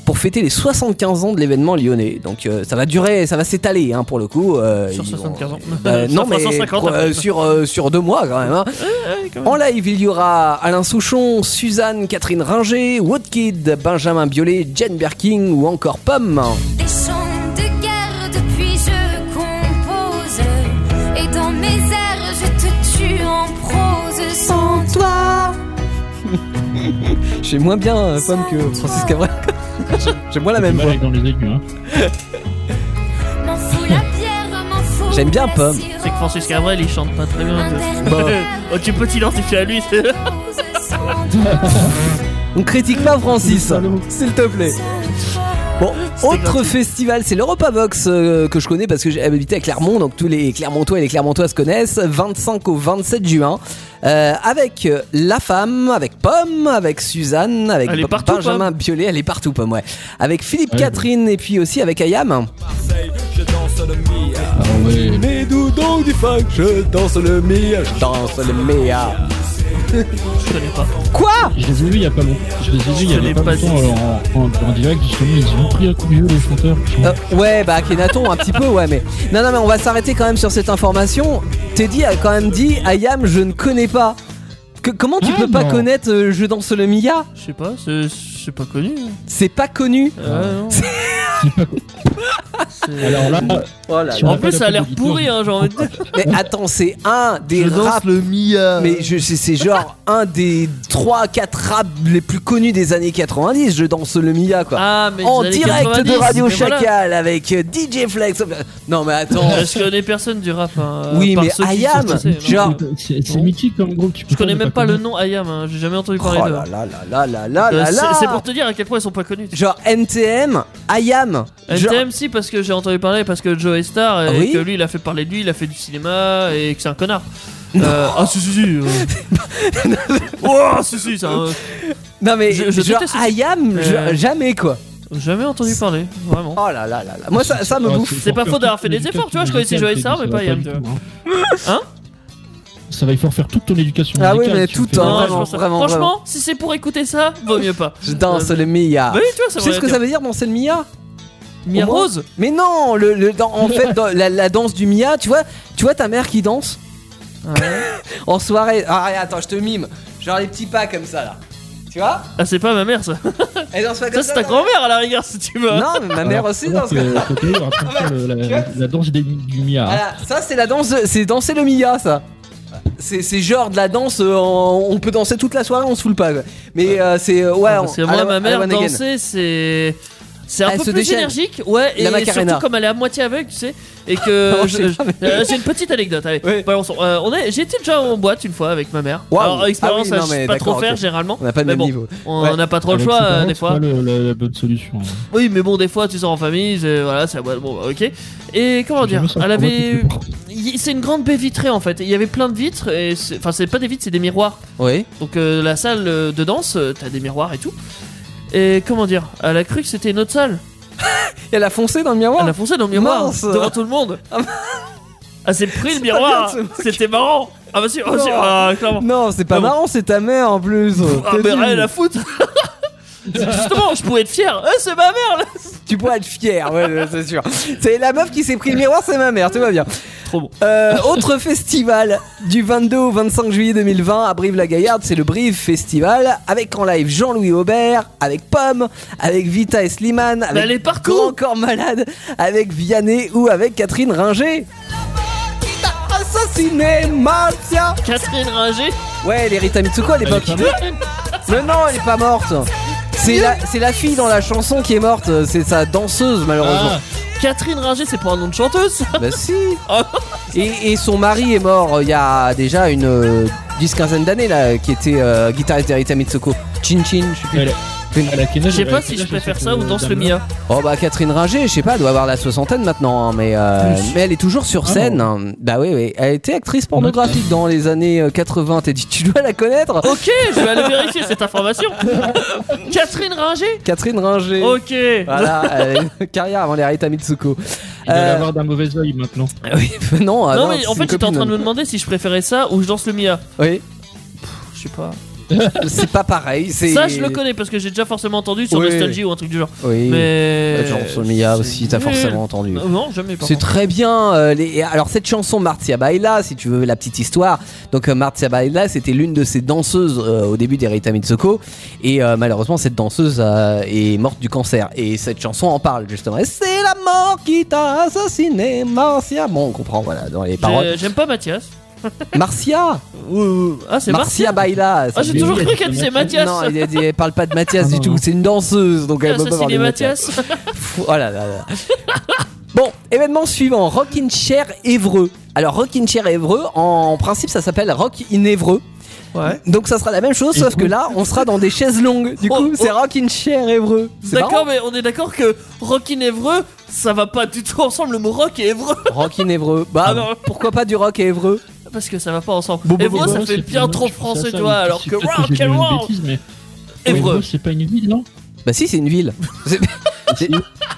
B: pour fêter les 75 ans de l'événement lyonnais. Donc euh, ça va durer, ça va s'étaler hein, pour le coup. euh,
C: Sur
B: ils
C: 75 ans.
B: Euh, non
C: Sur
B: mais
C: 350
B: quoi,
C: à peu
B: euh,
C: près.
B: sur, euh, sur deux mois quand même. hein.
C: Ouais, quand même.
B: En live, il y aura Alain Souchon, Suzanne, Catherine Ringer, Woodkid, Benjamin Biolay, Jane Birkin ou encore Pomme.
F: Des chants de guerre depuis je compose Et dans mes airs je te tue hein. en prose Sans toi
B: J'aime moins bien euh, Pomme que Francis Cabrel. J'aime moins la même
D: Du mal
B: voix.
D: avec dans les aigus, hein.
F: M'en fous la bière, m'en fous
B: J'aime bien
F: la
B: Pomme.
F: sirop.
C: C'est que Francis Cabrel il chante pas très bien.
F: Un
C: tu
F: dernier
C: vois. Oh, tu peux t'identifier à lui. c'est-
F: rose sans toi,
B: On critique pas Francis,
D: Salaud.
B: s'il te plaît.
F: sans toi.
B: Bon,
C: C'était
B: autre
C: gratuit.
B: festival, c'est l'Europavox euh, que je connais parce que j'ai habité à Clermont, donc tous les Clermontois et les Clermontoises connaissent. 25 au 27 juin, euh, avec euh, la femme, avec Pomme, avec Suzanne, avec
C: Elle est
B: P-
C: partout,
B: Benjamin Biolay, elle est partout, Pomme, ouais. Avec Philippe
D: Ouais.
B: Catherine et puis aussi avec Ayam.
D: Ah ouais.
B: Mais d'où donc du funk, je danse le mia, je danse le mia.
C: Je connais pas.
B: Quoi
D: Je les ai vus il y a pas longtemps. Je les ai vus il y
C: Je l'ai
D: avait pas
C: pas
D: longtemps
C: dit.
D: euh, en, en, en direct. Justement, ils ont pris à coup de vieux les chanteurs.
B: Euh, ouais, bah Kenaton un petit peu, ouais, mais non, non, mais on va s'arrêter quand même sur cette information. Teddy a quand même dit, Ayam, je ne connais pas. Que- comment tu
D: Ah,
B: peux pas
D: non.
B: connaître euh, Je danse le Mia
C: Je sais pas, c'est- c'est pas connu. hein.
B: C'est pas connu.
C: Euh, non.
D: C'est pas-
C: C'est-
D: Alors là,
B: Oh là
D: Si
B: là.
D: on
C: En plus, ça a l'air
D: Rappelle à nos
C: pourri, hein, j'ai envie de dire.
B: Mais attends, c'est un des raps.
C: le Mia.
B: Mais je, c'est, c'est genre un des 3-4 raps les plus connus des années 90. Je danse le Mia, quoi.
C: Ah, mais
B: en
C: des années
B: direct
C: 90,
B: de Radio
C: mais voilà.
B: Chacal avec euh, DJ Flex. Non, mais attends.
C: Je connais personne du rap. hein,
B: Oui,
C: à part
B: mais
C: ceux qui
B: Ayam,
C: sont censés, hein.
B: tu vois.
D: c'est c'est
C: Non.
D: mythique comme groupe. Tu peux
C: Je connais même pas le
D: connaître.
C: nom Ayam, hein, j'ai jamais entendu
B: Oh
C: parler
B: là
C: de.
B: là là là là là
C: Euh,
B: là
C: c'est-
B: Oh là.
C: c'est pour te dire à quel point ils sont pas connus.
B: Genre NTM, IAM. Genre- Ah
C: NTM si parce que j'ai entendu parler parce que Joe est star et
B: Oui.
C: que lui il a fait parler de lui, il a fait du cinéma et que c'est un connard. Euh, ah si si si. euh. oh si si ça. euh,
B: Non mais
C: Je- je
B: genre
C: déteste ce-
B: IAM,
C: Euh.
B: jamais quoi.
C: jamais entendu parler vraiment.
B: Oh là là là là. Moi ça, ça me
D: Ah,
B: bouffe.
C: C'est pas faux d'avoir fait des efforts, tu vois, je connaissais Joël Sarr, mais pas Yann, tu vois. Hein
D: Ça va, il faut refaire toute ton éducation.
B: Ah oui,
D: musicale,
B: mais
D: tu me
B: tout
D: fais-
B: en-
C: Non,
B: vraiment,
C: je pense-
B: vraiment,
C: Franchement,
B: vraiment.
C: si c'est pour écouter ça, vaut mieux pas.
B: Je danse
C: Euh,
B: le Mia.
C: bah oui, tu vois, ça
B: Tu sais ce que ça
C: veut
B: veut dire danser le Mia
C: dire. Mia
B: Au moins.
C: Rose
B: Mais non, le, le- dans- en fait dans la, la danse du Mia, tu vois, tu vois ta mère qui danse
C: Ah
B: en soirée. Ah attends, je te mime. Genre les petits pas comme ça là. Tu vois
C: Ah, c'est pas ma mère ça.
B: Elle danse pas comme
C: Ça,
B: ça.
C: c'est ta hein.
B: là.
C: grand-mère à la rigueur si tu veux.
B: Non, mais ma mère
D: Alors,
B: aussi
D: alors
B: danse
D: que-
B: comme ça.
D: que Taylor est en train de faire le- la- la- La danse des- du Mia. hein.
B: Voilà, ça c'est la danse, c'est danser le Mia ça. C'est c'est genre de la danse, euh, en- on peut danser toute la soirée, on se fout le pas. quoi. Mais euh, c'est euh, ouais,
C: Parce que
B: on- à
C: moi,
B: la-
C: ma
B: à la
C: mère
B: One Again.
C: danser, c'est. C'est un
B: Elle
C: peu
B: se
C: plus
B: déchaîne.
C: énergique, ouais,
B: La
C: et euh,
B: Macarena.
C: surtout comme elle est à moitié aveugle, tu sais, et que
B: Oh, je
C: je-
B: sais
C: je-
B: pas, mais-
C: euh, j'ai une petite anecdote. Allez,
B: Ouais.
C: balançons. Euh, on est, j'étais déjà en boîte une fois avec ma mère.
B: Waouh.
C: Alors
B: Ah
C: expérience,
B: oui, non,
C: je sais
B: mais
C: pas trop
B: d'accord,
C: faire
B: ok.
C: généralement.
B: On n'a pas le
C: mais
B: même
C: bon,
B: niveau.
C: on
B: Ouais.
C: n'a pas trop le
D: Avec
C: choix
D: ses
C: euh,
D: parents,
C: des
D: c'est
C: fois.
D: pas le- la la bonne solution. hein.
C: Oui, mais bon, des fois, tu sors en famille, c'est- voilà, ça boîte, bon, bah, ok. Et comment
D: J'ai
C: dire,
D: jamais ça,
C: elle
D: comment
C: avait.
D: tu fais
C: y- C'est une grande baie vitrée en fait. Il y avait plein de vitres, et c'est- enfin, c'est pas des vitres, c'est des miroirs.
B: Oui.
C: Donc euh, la salle euh, de danse, euh, t'as des miroirs et tout. Et comment dire Elle a cru que c'était une autre salle.
B: Et elle a foncé dans le miroir.
C: Elle a foncé dans le miroir
B: mince. Ah bah.
C: devant tout le monde. Elle s'est pris le
B: pas
C: miroir.
B: bien de se moquer.
C: C'était marrant. Ah bah si, oh,
B: Non.
C: si, ah, clairement.
B: Non, c'est pas
C: Ah bon.
B: marrant, c'est ta mère en plus.
C: Ah
B: T'es
C: mais
B: nul.
C: rien à foutre. Justement, je pouvais être fier. Eh, c'est ma mère là.
B: Tu pourras être fier, ouais, ouais, c'est sûr. C'est la meuf qui s'est pris le miroir, c'est ma mère, tout va bien.
C: Trop bon.
B: Euh, autre festival du 22 au 25 juillet 2020 à Brive-la-Gaillarde, c'est le Brive Festival avec en live Jean-Louis Aubert, avec Pomme, avec Vita et Slimane, avec
C: elle est partout.
B: Grand Corps Malade, avec Vianney ou avec Catherine Ringer. Assassiné Marcia
C: Catherine Ringer.
B: Ouais, elle est Rita Mitsuko à
D: Elle est
B: l'époque.
D: pas morte.
B: Non, non, elle est pas morte. C'est la, c'est la fille dans la chanson qui est morte, c'est sa danseuse malheureusement.
D: Ah,
C: Catherine Ringer, c'est pour un nom de chanteuse. ça.
B: Bah si et, et son mari est mort euh, il y a déjà une euh, dix quinzaine d'années là, qui était euh, guitariste d'Erita Mitsuko. Chin Chin, je sais plus.
D: Elle,
B: Catherine.
D: À la
C: Je
D: Kena,
C: sais
D: j'avais-
C: pas si je
D: j'ai
C: préfère
D: cette,
C: ça ou
D: euh,
C: Danse le
D: dame-là.
C: Mia.
B: Oh bah Catherine Ringer, je sais pas, doit avoir la soixantaine maintenant, hein, mais, euh,
D: Plus.
B: mais elle est toujours sur
D: Ah
B: scène. hein. Bah oui, oui. Elle était actrice pornographique dans les années euh, 80. T'as dit, tu dois la connaître
C: Ok, je vais aller vérifier cette information. Catherine Ringer
B: Catherine Ringer.
C: Ok.
B: Voilà, elle a une carrière avant les Rita Mitsuko.
D: Il va
B: Euh,
D: l'avoir d'un mauvais oeil maintenant.
B: Oui, non, ah
C: non,
B: non,
C: mais en
B: c'est
C: fait,
B: une
C: j'étais en train de
B: copine.
C: me demander si je préférais ça ou je danse le Mia.
B: Oui,
C: Je sais pas.
B: c'est pas pareil. c'est-
C: Ça, je le connais parce que j'ai déjà forcément entendu sur
B: Oui.
C: Nostalgie ou un truc du genre.
B: Oui,
C: Mais.
B: Bah, Jean Solmia
C: C'est
B: aussi, t'as
C: nul.
B: forcément entendu.
C: Non, Non, jamais. par
B: C'est
C: contre.
B: très bien. euh, les- Alors cette chanson Martia Baila, si tu veux la petite histoire. Donc euh, Martia Baila, c'était l'une de ces danseuses euh, au début des Rita Mitsuko, et euh, malheureusement cette danseuse euh, est morte du cancer. Et cette chanson en parle justement. Et C'est la mort qui t'a assassiné, Marcia. Bon, on comprend voilà dans les paroles.
C: J'ai- J'aime pas Mathias.
B: Marcia,
C: Ouh, Ah, c'est
B: Marcia
C: Marcia.
B: Baila.
C: Ah,
B: ça
C: j'ai
B: fait-
C: toujours
D: Oui,
C: cru
D: c'est
C: qu'elle disait
D: Mathias.
C: Mathias.
B: Non, elle, elle- elle parle pas de Mathias
D: Ah,
B: du
D: non,
B: tout.
D: non.
B: C'est une danseuse, donc
C: T'as
B: elle peut pas parler
C: assassiné
B: de Mathias.
C: Mathias.
B: Pff, Oh là là là. Bon, événement suivant, Rock in Chair Évreux. Alors Rock in Chair Évreux, en principe ça s'appelle Rock in Évreux.
C: Ouais.
B: Donc ça sera la même chose, sauf que là on sera dans des chaises longues. Du coup
C: Oh,
B: c'est
C: oh.
B: Rock in Chair Évreux. C'est marrant.
C: D'accord, mais on est d'accord que Rockin' Évreux, ça va pas du tout ensemble le mot rock et Évreux.
B: Rock in Évreux. Bah
C: Ah non.
B: pourquoi pas du rock et Évreux
C: Parce que ça va pas ensemble.
B: Bon, bon,
C: Évreux,
B: bon,
C: ça
D: Bon,
C: fait
D: c'est
C: bien
D: pas-
C: trop
D: je pense à
C: français,
D: ça,
C: toi,
D: mais
C: alors
D: c'est
C: que
D: peut-être
C: rock
D: j'ai dit
C: and
D: une
C: roll.
D: bêtise, mais-
C: Évreux.
D: Évreux, c'est pas une ville, non
B: Bah si c'est une ville. C'est- c'est-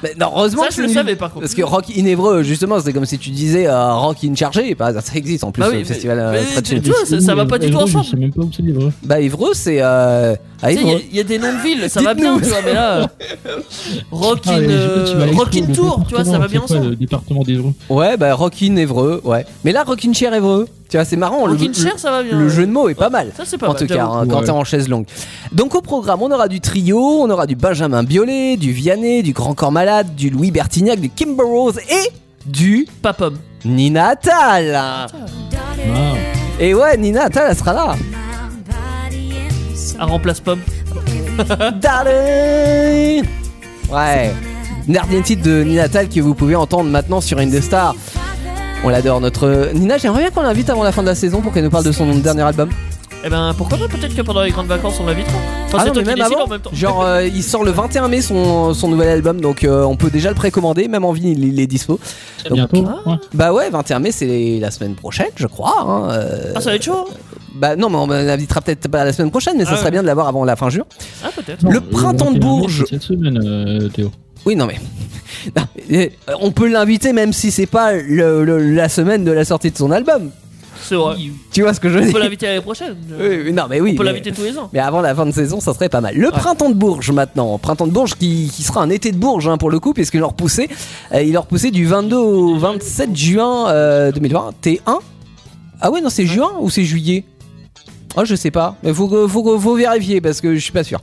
B: Mais non, heureusement
C: Ça,
B: que
C: je
B: c'est
C: le
B: une
C: savais
B: ville.
C: par contre.
B: Parce que Rock in Évreux, justement, c'est comme si tu disais euh, Rock in Chargé. Bah, ça existe en plus,
C: Bah
B: le
C: oui,
B: festival.
C: mais-
B: euh,
C: mais
B: près de chez nous.
C: Tu vois, ça- ça va pas du tout
D: Évreux,
C: ensemble.
D: Je sais même pas où c'est Évreux.
B: Bah Évreux, c'est euh, à
C: Tu sais, Il y a-
B: Évreux.
C: il y, a des noms de villes, ça va bien,
B: Dites-nous.
C: tu vois, mais là. euh, Rockin'
D: Ah, mais je sais pas, tu vas
C: euh,
D: aller
C: Rockin'
D: sur le
C: Tour, tu vois, ça
D: département,
C: va
D: c'est
C: bien
D: quoi,
C: ensemble.
D: Le département d'Évreux.
B: Ouais, bah Rockin Évreux, ouais. Mais là, Rockin Chair Évreux, tu vois, c'est marrant. le-
C: Rockin'
B: le,
C: Chair, ça va bien.
B: le jeu de mots est pas mal.
C: Ça, c'est pas
B: En
C: mal.
B: tout cas,
C: bah, j'avoue.
B: hein, quand
D: Ouais.
B: t'es en chaise longue. Donc au programme, on aura du trio, on aura du Benjamin Biolay, du Vianney, du Grand Corps Malade, du Louis Bertignac, du Kimber Rose et du
C: Pas pomme.
B: Nina Attal.
D: Wow.
B: Et ouais, Nina Attal, elle sera là.
C: À Ah, remplace pomme. Hein
B: Darling. Ouais. Dernier titre de Nina Attal que vous pouvez entendre maintenant sur Indestar. On l'adore, notre Nina. J'aimerais bien qu'on l'invite avant la fin de la saison pour qu'elle nous parle de son dernier album.
C: Eh ben, pourquoi pas Peut-être que pendant les grandes vacances, on l'invitera. Enfin,
B: Ah
C: c'est
B: non, mais
C: toi qui
B: même
C: décides
B: avant,
C: en même temps.
B: Genre, euh, il sort le 21 mai son, son nouvel album, donc euh, on peut déjà le précommander, même en vinyle, il est dispo.
D: Très
B: Donc-
D: bientôt. ouais.
B: Bah ouais, 21 mai, c'est la semaine prochaine, je crois. hein, euh,
C: Ah, ça va être chaud.
B: bah non, mais on l'invitera peut-être pas la semaine prochaine, mais ça
C: Ah
B: serait
C: ouais.
B: bien de l'avoir avant la fin juin.
C: Ah, peut-être.
D: Non,
B: Le printemps de
D: 21 mai,
B: Bourges.
D: c'est Cette semaine, euh, Théo.
B: Oui, non, mais. non, mais, euh, on peut l'inviter même si c'est pas le- le- la semaine de la sortie de son album.
C: C'est vrai.
B: Tu vois ce que je veux
C: On peut
B: dire
C: l'inviter l'année prochaine.
B: Oui, oui, Non, mais oui.
C: On peut
B: mais-
C: l'inviter tous les ans.
B: Mais avant la fin de saison, ça serait pas mal. Le printemps de Bourges maintenant. Printemps de Bourges qui, qui sera un été de Bourges hein, pour le coup, puisqu'il leur poussait, euh, il leur poussait du 22 au 27 juin euh, 2021. Ah ouais, non, c'est juin ou c'est juillet Oh, je sais pas. Mais faut, que- faut, que- faut vérifier parce que je suis pas sûr.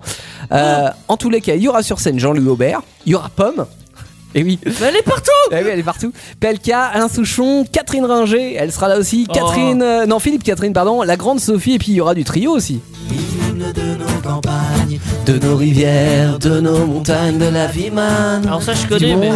B: Euh,
C: Ah.
B: En tous les cas, il y aura sur scène Jean-Louis Aubert, il y aura Pomme. Et oui,
C: Mais elle est partout
B: eh oui, elle est partout. Pelka, Alain Souchon, Catherine Ringer, elle sera là aussi.
C: Oh.
B: Catherine, euh, non Philippe Catherine, pardon, la grande Sophie, et puis il y aura du trio aussi. de nos campagnes, de nos rivières, de nos montagnes, de la vie
C: Alors, ça, je connais, mais.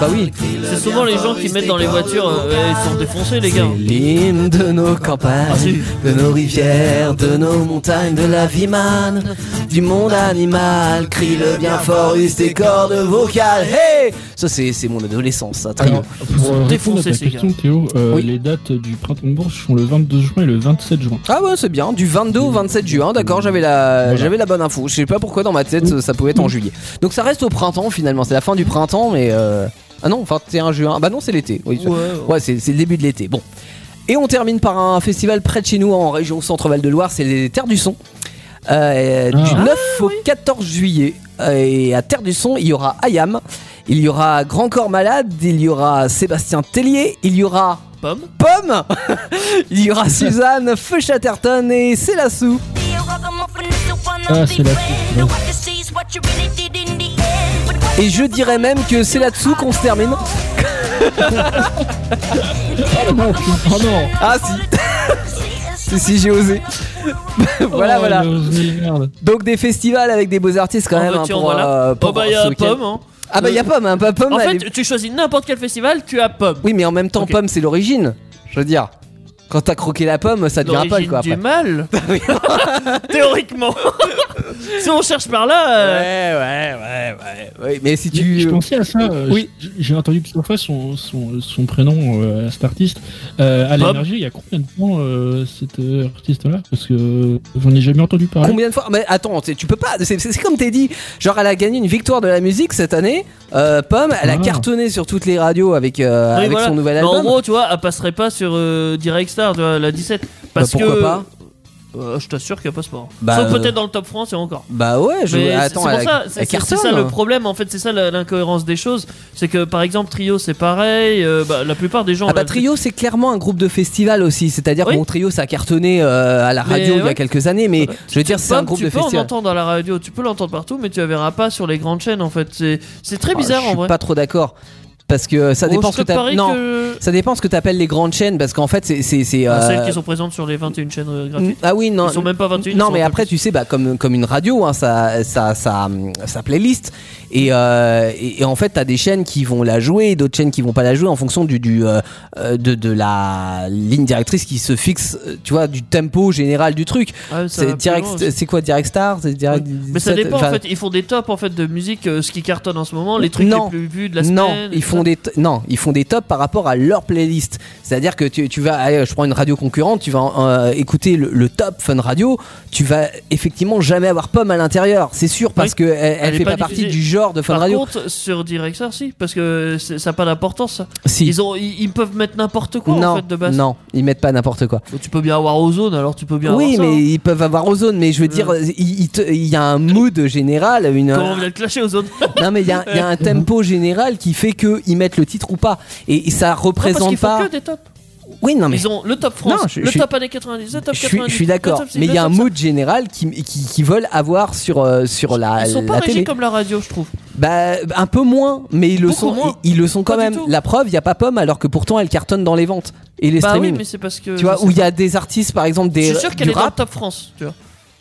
B: Bah oui.
C: C'est souvent les gens qui mettent dans les voitures, euh, ouais, ils sont défoncés les gars.
B: L'hymne de nos
C: Ah, si.
B: campagnes, de nos rivières, de nos montagnes, de la vie manne, du monde animal, crie le bien fort, use tes cordes vocales. Hey ça c'est c'est mon adolescence, ça. Trio.
D: Alors, pour euh, répondre à
C: défoncés,
D: ta
C: ces
D: question, Théo, euh,
B: Oui.
D: les dates du printemps de Bourges sont le 22 juin et le 27 juin.
B: Ah ouais, c'est bien, du 22 au 27 juin, d'accord, j'avais la
D: Voilà.
B: j'avais la bonne info. Je sais pas pourquoi dans ma tête euh, ça pouvait être en juillet. Donc ça reste au printemps finalement, c'est la fin du printemps mais euh... ah non, 21 juin. Bah non, c'est l'été. Oui, c'est- ouais, c'est c'est le début de l'été. Bon. Et on termine par un festival près de chez nous en région Centre-Val de Loire, c'est les Terres du Son. Euh,
D: Ah.
B: Du 9 au 14 juillet. Euh, Et à Terre du Son, il y aura Ayam, il y aura Grand Corps Malade, il y aura Sébastien Tellier, il y aura
C: Pomme.
B: Pomme Il y aura Suzanne, Feu Chatterton et Célassou.
D: Ah, c'est la
B: Et je dirais même que c'est là-dessous qu'on se termine.
D: Oh non, oh non
B: Ah si Si, si, j'ai osé. voilà,
D: Oh,
B: voilà.
D: le Rosny, merde.
B: Donc des festivals avec des beaux artistes quand
C: Ah,
B: même.
C: bah,
B: hein,
C: tiens,
B: pour,
C: voilà.
B: euh, pour
C: oh bah
B: ce
C: y'a
B: week-end.
C: Pomme hein.
B: Ah bah il y a Pomme, hein, pas Pomme.
C: En
B: elle
C: fait,
B: est-
C: tu choisis n'importe quel festival, tu as Pomme.
B: Oui, mais en même temps,
C: Ok.
B: Pomme, c'est l'origine. Je veux dire. Quand t'as croqué la pomme, ça devient
C: L'origine
B: Apple quoi.
C: du
B: Après.
C: mal. Théoriquement. si on cherche par là.
B: Ouais,
C: euh,
B: ouais, ouais, ouais. Oui, mais si
D: Je-
B: tu.
D: Je pensais à ça. euh,
B: Oui.
D: j- J'ai entendu plusieurs fois son, son, son prénom euh, à cet artiste. Euh, à
C: Bob.
D: l'énergie, il y a combien de temps euh, cet euh, artiste-là Parce que euh, j'en ai jamais entendu parler.
B: Combien de fois Mais attends, tu tu peux pas. C'est c'est- c'est comme t'es dit. Genre, elle a gagné une victoire de la musique cette année. Euh, Pomme, elle a
D: Ah.
B: cartonné sur toutes les radios avec, euh,
C: Oui,
B: avec
C: voilà.
B: son nouvel
C: Mais
B: album.
C: bah,
B: Bah,
C: en gros, tu vois, elle passerait pas sur euh, Direct Star, tu vois, la 17. Parce
B: Bah, pourquoi
C: que.
B: pas
C: Euh, je t'assure qu'elle passe pas.
B: Bah,
C: Sauf
B: euh,
C: peut-être dans le top France et encore.
B: Bah ouais, je.
C: Mais c'est-
B: Attends,
C: c'est
B: elle,
C: pour ça,
B: elle
C: c'est- c'est- c'est
B: cartonne. hein.
C: ça le problème en fait, c'est ça la- l'incohérence des choses. C'est que par exemple, Trio c'est pareil, euh, bah, la plupart des gens.
B: Ah bah
C: la-
B: Trio c'est clairement un groupe de festival aussi, c'est-à-dire
C: Oui.
B: que mon Trio ça a cartonné euh, à la
C: Mais
B: radio il y a
C: ouais.
B: quelques années, mais
C: Voilà.
B: je veux dire c'est un
C: Bob,
B: groupe
C: tu
B: de
C: peux en
B: festival.
C: entendre à la radio, tu peux l'entendre partout, mais tu la verras pas sur les grandes chaînes en fait. C'est c'est très
B: Ah,
C: bizarre
B: je
C: en
B: suis
C: vrai.
B: pas trop d'accord parce que ça dépend
C: Oh,
B: ce que
C: je te
B: t'as-
C: parie
B: non, Euh,
C: que-
B: ça dépend ce que t'appelles les grandes chaînes parce qu'en fait c'est c'est c'est,
C: Ah,
B: euh,
C: Celles qui sont présentes sur les 21 chaînes euh, gratuites.
B: Ah oui, non.
C: Ils sont même pas 21, ils
B: Non,
C: sont
B: mais
C: un peu
B: après,
C: plus.
B: tu sais, bah, comme, comme une radio, hein, ça, ça, ça, hum, sa playlist. Et, euh, et, et en fait, t'as des chaînes qui vont la jouer et d'autres chaînes qui vont pas la jouer en fonction du, du, euh, euh, de, de la ligne directrice qui se fixe, euh, tu vois, du tempo général du truc.
C: Ah, ça va
B: C'est
C: plus
B: direct,
C: loin aussi.
B: c'est quoi Direct Star C'est direct.
C: Mais ça
B: 17,
C: dépend
B: enfin,
C: en fait, ils font des tops en fait de musique, euh, ce qui cartonne en ce moment, les trucs
B: Non.
C: les plus vus de la semaine.
B: non, ils font
C: ça.
B: des t- non, ils font des tops par rapport à leur playlist. C'est-à-dire que tu, tu vas, allez, je prends une radio concurrente, tu vas euh, écouter le, le top Fun Radio, tu vas effectivement jamais avoir Pomme à l'intérieur, c'est sûr, parce
C: Oui.
B: que elle, elle
C: est
B: fait
C: pas
B: pas, partie
C: diffusée.
B: du genre de Fun
C: Par
B: Radio.
C: contre, sur Direct Star, si, parce que c'est- ça n'a pas d'importance. ça.
B: si.
C: Ils, ont, ils, ils peuvent mettre n'importe quoi
B: non,
C: en fait de base.
B: non, ils mettent pas n'importe quoi.
C: Bon, Tu peux bien avoir Ozone, alors tu peux bien
B: oui,
C: avoir ça.
B: mais
C: hein. Euh.
B: ils peuvent avoir Ozone, mais je veux dire, il, il te- il y a un mood général, une,
C: Comment on vient de clasher Ozone Ah,
B: non mais il y, a- il y a un tempo général qui fait que ils mettent le titre ou pas, et, et ça
C: Parce
B: représente
C: qu'ils font
B: pas.
C: que des tops.
B: Oui, non mais
C: Ils ont le top France,
B: Non, je-
C: le
B: je-
C: top années 90, le top
B: Je suis,
C: 90.
B: je suis d'accord,
C: le top ci,
B: mais il y a
C: le
B: un
C: top ça.
B: mood général qui, qui, qui veulent avoir sur, euh, sur la,
C: Ils sont pas
B: la
C: régis
B: télé.
C: comme la radio, je trouve.
B: Bah, un peu moins, mais ils le
C: Beaucoup
B: sont,
C: moins.
B: Ils, ils le sont quand
C: Pas
B: même.
C: du tout.
B: La preuve, il n'y a pas Pomme, alors que pourtant elle cartonne dans les ventes et les
C: Bah oui,
B: streamings.
C: mais c'est parce que.
B: tu vois, où il y a des artistes, par exemple,
C: Je
B: des,
C: suis sûr qu'elle
B: du
C: est dans le
B: rap,
C: top France, tu vois.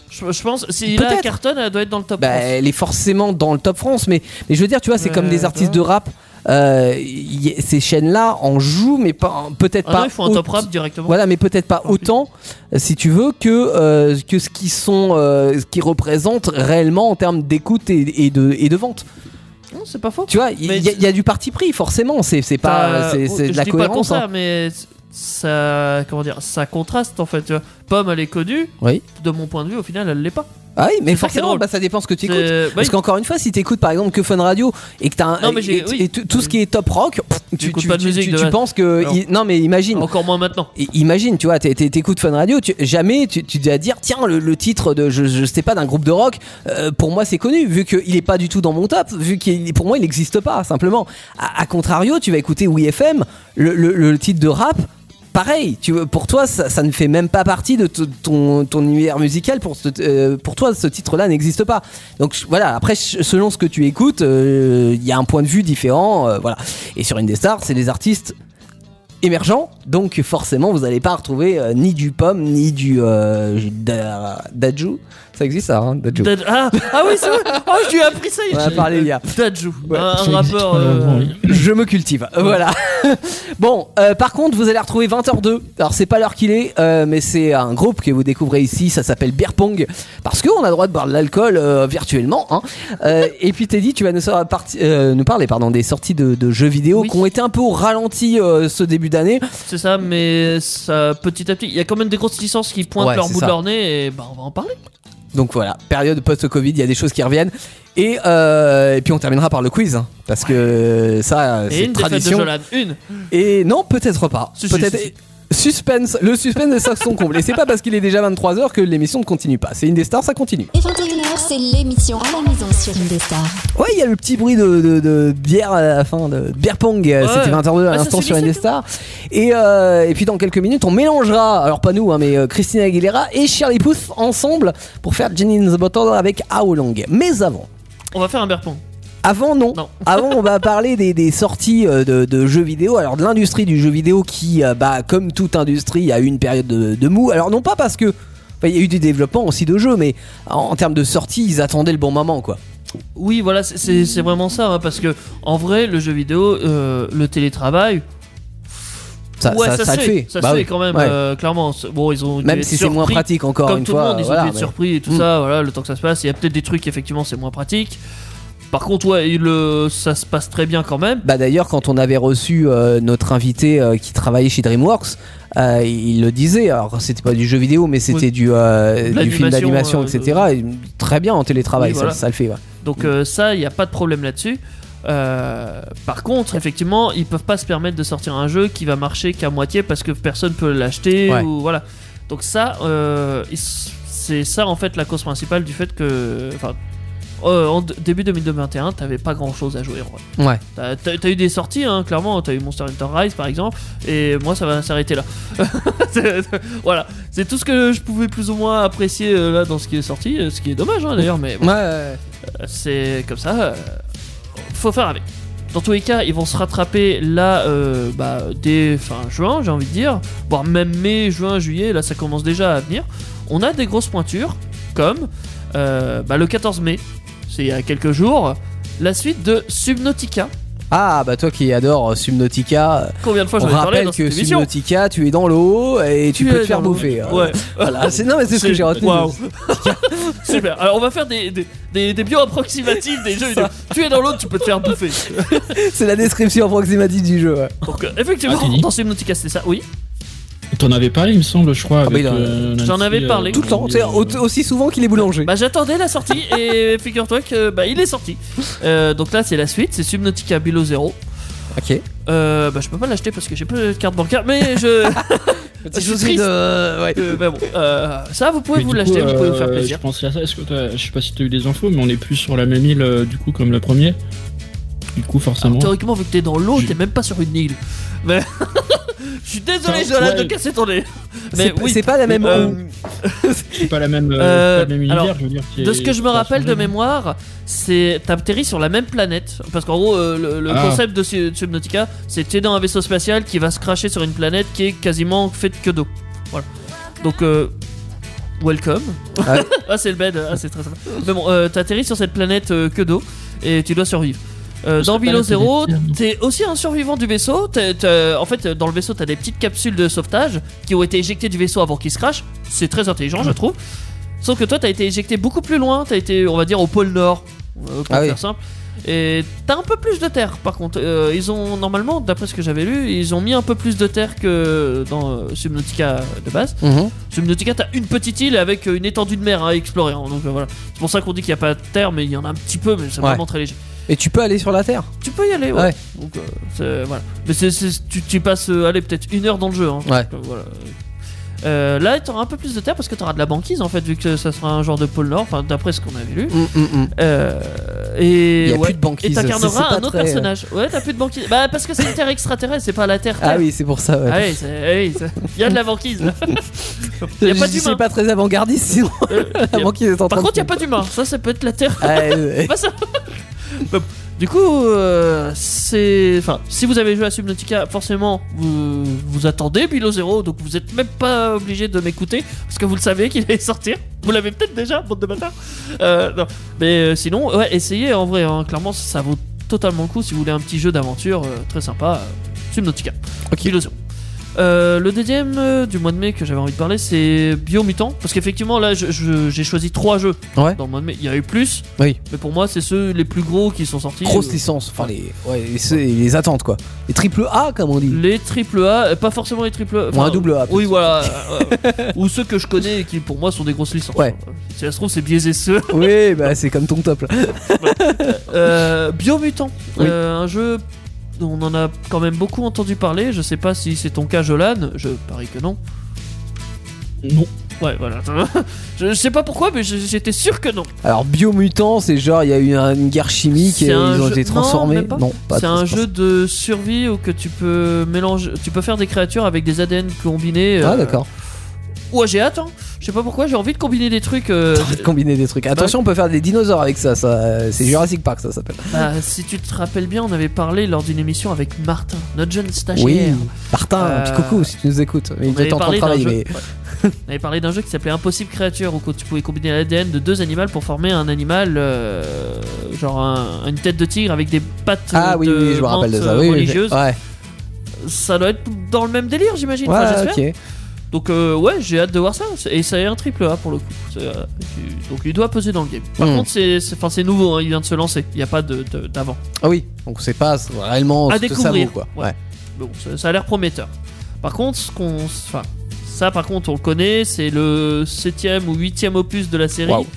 C: Je, je pense, si la
B: Peut-être.
C: cartonne, elle doit être dans le top
B: bah,
C: France.
B: elle est forcément dans le top France, mais, mais je veux dire, tu vois, c'est
C: Ouais,
B: comme des
C: bah.
B: artistes de rap. euh, y- ces chaînes-là en jouent, mais pas- peut-être
C: Ah
B: pas.
C: non, ils font un top
B: au-
C: rap directement.
B: Voilà, mais peut-être pas
C: Tant pis.
B: autant, euh, si tu veux, que, euh, que ce qu'ils sont, euh, ce qu'ils représentent réellement en termes d'écoute et, et de, et de vente.
C: Non, c'est pas faux.
B: Tu vois, il
C: Mais
B: y, a-
C: c'est-
B: il y a du parti pris, forcément. C'est c'est pas,
C: T'as-
B: c'est c'est
C: oh, je
B: de la
C: dis pas le
B: cohérence.
C: contraire,
B: hein.
C: mais ça, comment dire, ça contraste en fait. tu vois. Pomme, elle est connue.
B: Oui.
C: De mon point de vue, au final, elle l'est pas.
B: Ah oui, mais
C: C'est ça qui est
B: forcément,
C: drôle.
B: bah, ça dépend ce que tu
C: C'est-
B: écoutes.
C: bah,
B: Parce qu'encore une fois, si t'écoutes par exemple que Fun Radio et que t'as un-
C: Non, mais j'ai-
B: et,
C: oui.
B: et tout tout ce qui est top rock, pff, tu,
C: J'écoute
B: tu-
C: pas de
B: tu-
C: musique
B: tu-
C: de
B: tu
C: base.
B: penses que
C: Non.
B: il- non mais imagine,
C: Encore moins maintenant.
B: I- Imagine, tu vois, t'é- t'é- t'écoutes Fun Radio, tu- jamais tu, tu dois dire, tiens, le, le titre de, je, je sais pas, d'un groupe de rock, euh, pour moi c'est connu, vu qu'il est pas du tout dans mon top, vu qu'il pour moi il n'existe pas, simplement. A, à contrario, tu vas écouter WeFM, le, le, le titre de rap, pareil, tu, vois, pour toi ça, ça ne fait même pas partie de t- ton, ton univers musical, pour, ce- euh, pour toi ce titre-là n'existe pas. Donc je- voilà, après, ch- selon ce que tu écoutes, euh, il y a un point de vue différent, euh, voilà. Et sur Indestar, c'est des artistes émergents, donc forcément vous n'allez pas retrouver euh, ni du pomme, ni du euh, da- Daju. Ça existe ça, hein, Daju
C: Dad- Ah, ah oui, c'est vrai. Oh, je lui ai appris ça.
B: On a parlé il y a-
C: Dadju,
B: Ouais,
C: un,
D: ça existe
C: rappeur.
D: pas
C: euh,
D: vraiment, oui.
B: Je me cultive, Euh, voilà. bon, euh, par contre, vous allez retrouver 20h02. Alors, c'est pas l'heure qu'il est, euh, mais c'est un groupe que vous découvrez ici. Ça s'appelle Beer Pong. Parce qu'on a le droit de boire de l'alcool euh, virtuellement. hein. Euh, et puis, Teddy, tu vas nous, sor- parti- euh, nous parler pardon, des sorties de, de jeux vidéo
C: Oui.
B: qui ont été un peu au ralenti euh, ce début d'année.
C: C'est ça, mais ça, petit à petit, il y a quand même des grosses licences qui pointent
B: Ouais,
C: leur
B: c'est
C: bout
B: ça.
C: de leur nez et bah, on va en parler.
B: Donc voilà, période post-Covid, il y a des choses qui reviennent. Et, euh, et puis, on terminera par le quiz. hein, parce que ça,
C: Et
B: c'est
C: une
B: une
C: défaite de
B: tradition.
C: Jolan, une.
B: Et non, peut-être pas.
C: Si, si,
B: peut-être.
C: si, si.
B: Suspense, le suspense est ça son comble. Et c'est pas parce qu'il est déjà 23h que l'émission ne continue pas. C'est une des stars, ça continue.
A: Et 21h, c'est l'émission à la maison sur Indestar.
B: Ouais, il y a le petit bruit de, de- de bière à la fin, de bière pong. euh,
C: Ouais.
B: C'était 22h à
C: Ah, ça
B: l'instant
C: se
B: sur
C: dit, ça,
B: Indestar.
C: hein.
B: Et, euh, et puis dans quelques minutes, on mélangera, alors pas nous, hein, mais euh, Christina Aguilera et Shirley Pouth ensemble pour faire Jenny in the Bottle avec How Long. Mais avant.
C: On va faire un berpon.
B: Avant, non.
C: Non.
B: Avant, on va parler des, des sorties euh, de, de jeux vidéo. Alors, de l'industrie du jeu vidéo qui, euh, bah, comme toute industrie, a eu une période de, de mou. Alors, non pas parce que. enfin, Il y a eu des développements aussi de jeux, mais en, en termes de sortie, ils attendaient le bon moment, quoi.
C: Oui, voilà, c'est- c'est c'est vraiment ça, hein, parce que en vrai, le jeu vidéo, euh, le télétravail,
B: ça,
C: ouais,
B: ça, ça le
C: se
B: fait.
C: Ça
B: Bah
C: se
B: oui.
C: fait quand même,
B: Ouais.
C: euh, clairement. C'est- Bon, ils ont dû
B: Même
C: être
B: si c'est moins
C: surpris,
B: pratique encore
C: Comme
B: une
C: tout
B: fois.
C: le monde, ils
B: voilà,
C: ont dû être
B: mais-
C: surpris et tout
B: Mm.
C: ça, voilà, le temps que ça se passe. Il y a peut-être des trucs, effectivement, c'est moins pratique. Par contre, ouais, il, euh, ça se passe très bien quand même.
B: Bah d'ailleurs, quand on avait reçu euh, notre invité euh, qui travaillait chez DreamWorks, euh, il le disait. Alors c'était pas du jeu vidéo, mais c'était
C: Oui.
B: du, euh,
C: De
B: du film
C: l'animation,
B: d'animation,
C: euh,
B: etc. Et très bien en télétravail,
C: Oui,
B: ça-
C: voilà.
B: ça, le fait. ouais.
C: Donc euh, ça, il n'y a pas de problème là-dessus. Euh, par contre, effectivement, ils peuvent pas se permettre de sortir un jeu qui va marcher qu'à moitié parce que personne peut l'acheter
B: Ouais.
C: ou voilà. Donc ça, euh, ils- c'est ça en fait la cause principale du fait que, enfin, euh, en d- début 2021, t'avais pas grand-chose à jouer. en vrai.
B: Ouais.
C: T'as t'as- t'as eu des sorties, hein, clairement. T'as eu Monster Hunter Rise par exemple, et moi ça va s'arrêter là. C'est- voilà, c'est tout ce que je pouvais plus ou moins apprécier euh, là dans ce qui est sorti, euh, ce qui est dommage hein, d'ailleurs, mais bon. C'est comme ça. euh, faut faire avec. Dans tous les cas, ils vont se rattraper là euh, bah, dès fin juin, j'ai envie de dire. Voire même mai, juin, juillet, là ça commence déjà à venir. On a des grosses pointures, comme euh, bah, le 14 mai, c'est il y a quelques jours, la suite de Subnautica.
B: Ah bah toi qui adore Subnautica, euh,
C: Combien de fois
B: on
C: j'en ai parlé
B: rappelle
C: dans
B: que
C: cette émission
B: Subnautica, tu es dans l'eau et tu, peux
C: es
B: te faire
C: dans le-
B: bouffer. hein.
C: Ouais.
B: Voilà, c'est non mais c'est ce que j'ai retenu.
C: Waouh. Super. Alors on va faire des, des, des, des bio-approximatives des jeux vidéo. Tu es dans l'autre, tu peux te faire bouffer.
B: C'est la description approximative du jeu. ouais.
C: Donc, euh, effectivement,
D: Ah, t'as dit.
C: dans Subnautica, c'était ça. Oui.
D: T'en avais parlé, il me semble, je crois.
B: Ah,
D: avec,
B: bah, il a-
D: euh,
C: J'en
D: Nancy,
C: avais parlé.
D: euh,
B: Tout le temps,
D: euh,
B: tu sais, au- aussi souvent qu'il est boulanger.
C: Bah j'attendais la sortie et figure-toi que bah il est sorti. Euh, donc là c'est la suite, c'est Subnautica Below Zero.
B: ok.
C: Euh, bah je peux pas l'acheter parce que j'ai pas de carte bancaire, mais je.
B: Petit
C: suis
B: souci
C: triste.
B: de- ouais.
C: Euh, bah bon, euh, ça vous pouvez
D: mais
C: vous
D: du
C: l'acheter,
D: coup,
C: vous pouvez vous
D: euh,
C: faire plaisir.
D: Je pensais à ça. Est-ce que t'as- je sais pas si t'as eu des infos, mais on est plus sur la même île euh, du coup comme le premier. Du coup,
C: Alors,
D: forcément.
C: théoriquement vu que t'es dans l'eau,
D: Je-
C: t'es même pas sur une île. Mais je suis désolé,
D: Putain,
C: Jolan, de
D: ouais.
C: casser ton nez.
B: C'est
C: Mais
B: p-
C: oui.
B: c'est pas la même.
C: Euh,
D: c'est pas la même. euh,
C: Euh,
D: c'est pas le même
C: alors,
D: univers, je veux dire. qui
C: De
D: est-
C: ce que je me
D: qui a
C: rappelle de
D: changé.
C: mémoire, c'est t'atterris sur la même planète. Parce qu'en gros, euh, le, le
D: Ah.
C: concept de Su- Subnautica, c'est t'es dans un vaisseau spatial qui va se cracher sur une planète qui est quasiment faite que d'eau. Voilà. Donc, euh, welcome.
B: Ah.
C: ah, c'est le bed. Ah, c'est très sympa. Mais bon, euh, t'atterris sur cette planète euh, que d'eau et tu dois survivre. Euh,
D: Parce
C: dans
D: que la
C: Below
D: planète, elle est
C: Zero,
D: ferme.
C: t'es aussi un survivant du vaisseau. t'es- t'es- en fait, dans le vaisseau, t'as des petites capsules de sauvetage qui ont été éjectées du vaisseau avant qu'il se crache. C'est très intelligent, je trouve. Sauf que toi, t'as été éjecté beaucoup plus loin. T'as été, on va dire, au pôle Nord, euh, pour
B: Ah oui.
C: faire simple. Et t'as un peu plus de terre, par contre. Euh, ils ont normalement, d'après ce que j'avais lu, ils ont mis un peu plus de terre que dans euh, Subnautica de base.
B: Mhm.
C: Subnautica, t'as une petite île avec euh, une étendue de mer à explorer. hein, donc euh, voilà. C'est pour ça qu'on dit qu'il n'y a pas de terre, mais il y en a un petit peu, mais c'est
B: Ouais.
C: vraiment très léger.
B: Et tu peux aller sur la Terre.
C: Tu peux y aller, ouais.
B: Ouais.
C: Donc, euh, c'est- voilà. Mais c'est- c'est- tu, tu passes, euh, allez, peut-être une heure dans le jeu. hein.
B: Ouais.
C: Donc, euh, voilà. Euh, là, tu auras un peu plus de terre parce que tu auras de la banquise en fait, vu que ça sera un genre de pôle Nord, enfin, d'après ce qu'on avait lu.
B: Mm, mm, mm.
C: Euh, et
B: Il y a
C: ouais.
B: plus de banquise.
C: Et
B: c'est- c'est
C: t'incarneras
B: pas
C: un autre
B: très, euh,
C: personnage. Ouais, t'as plus de banquise. Bah, parce que c'est une terre extraterrestre, c'est pas la terre.
B: Ah
C: Terre.
B: oui, c'est pour ça. Ouais.
C: Ah oui, c'est- ah oui, c'est- il y a de la banquise. là. Il y a
B: Je-
C: pas
B: je
C: d'humain.
B: suis pas très avant-gardiste, sinon
C: Euh,
B: la
C: il y a-
B: banquise est en train
C: Par contre, il y a
B: de-
C: pas d'humain. Ça, ça peut être la terre.
B: Ah, ouais, ouais.
C: Pas ça. du coup, euh, c'est. Enfin, si vous avez joué à Subnautica, forcément, vous, vous attendez Bilo Zero, donc vous êtes même pas obligé de m'écouter, parce que vous le savez qu'il allait sortir. Vous l'avez peut-être déjà, bande de bâtards. Euh, non. Mais euh, sinon, ouais, essayez en vrai, hein. clairement, ça vaut totalement le coup si vous voulez un petit jeu d'aventure euh, très sympa. euh, Subnautica.
B: Ok.
C: Bilo Zero. Euh, le deuxième euh, du mois de mai que j'avais envie de parler, c'est Biomutant. Parce qu'effectivement, là, je- je- j'ai choisi trois jeux
B: Ouais.
C: dans le mois de mai. Il y a eu plus,
B: Oui.
C: mais pour moi, c'est ceux les plus gros qui sont sortis.
B: Grosse
C: Euh,
B: licence. Enfin, les, ouais, les- c'est- les attentes, quoi. Les triple A, comme on dit.
C: Les triple A, euh, pas forcément les triple A.
B: Ou un double A,
C: Mm. Oui, voilà. euh, euh, ou ceux que je connais et qui, pour moi, sont des grosses licences.
B: Ouais.
C: Si ça se trouve, c'est biaisé ceux.
B: oui, bah c'est comme ton top. Là.
C: Euh, Biomutant,
B: Oui.
C: Euh, un jeu dont on en a quand même beaucoup entendu parler. Je sais pas si c'est ton cas, Jolan. Je parie que non.
D: Non.
C: Ouais, voilà. je, je sais pas pourquoi, mais je- j'étais sûr que non.
B: Alors, biomutant, c'est genre, il y a eu un- une guerre chimique et
C: C'est
B: ils
C: un
B: ont
C: jeu-
B: été
C: non,
B: transformés.
C: même pas. C'est un jeu de survie où que tu peux mélanger, tu peux faire des créatures avec des ADN combinés.
B: Ah,
C: euh,
B: d'accord.
C: Ouais, j'ai hâte. hein. Je sais pas pourquoi, j'ai envie de combiner des trucs. euh,
B: T'as envie de combiner des trucs. Attention, on peut faire des dinosaures avec ça. ça euh, c'est Jurassic Park, ça s'appelle.
C: bah, si tu te rappelles bien, on avait parlé lors d'une émission avec Martin, notre jeune stagiaire.
B: Oui. Martin,
C: Euh,
B: un petit coucou si tu nous écoutes. Mais
C: On
B: il doit
C: avait,
B: être en train de
C: parlé d'un
B: travailler.
C: jeu,
B: Mais...
C: ouais. On avait parlé d'un jeu qui s'appelait Impossible Créature, où tu pouvais combiner l'ADN de deux animaux pour former un animal, euh, genre un- une tête de tigre avec des pattes
B: Ah oui,
C: de
B: oui, je me rappelle de
C: menthe,
B: ça.
C: euh,
B: Oui, oui,
C: religieuse.
B: oui. Ouais.
C: ça doit être dans le même délire, j'imagine. Enfin,
B: Ouais,
C: j'espère.
B: ok.
C: Donc euh, ouais, j'ai hâte de voir ça. C'est- Et ça est un triple A pour le coup. C'est, euh, tu- donc il doit peser dans le game. Par
B: Hmm.
C: contre, c'est c'est- enfin, c'est nouveau, hein, il vient de se lancer. Il n'y a pas de- de- d'avant.
B: Ah oui, donc c'est pas réellement
C: À
B: ce que ça vaut
C: découvrir.
B: quoi.
C: Ouais. bon, ça, ça a l'air prometteur. Par contre, ce qu'on, enfin, ça par contre, on le connaît, c'est le septième ou huitième opus de la série
B: Waouh.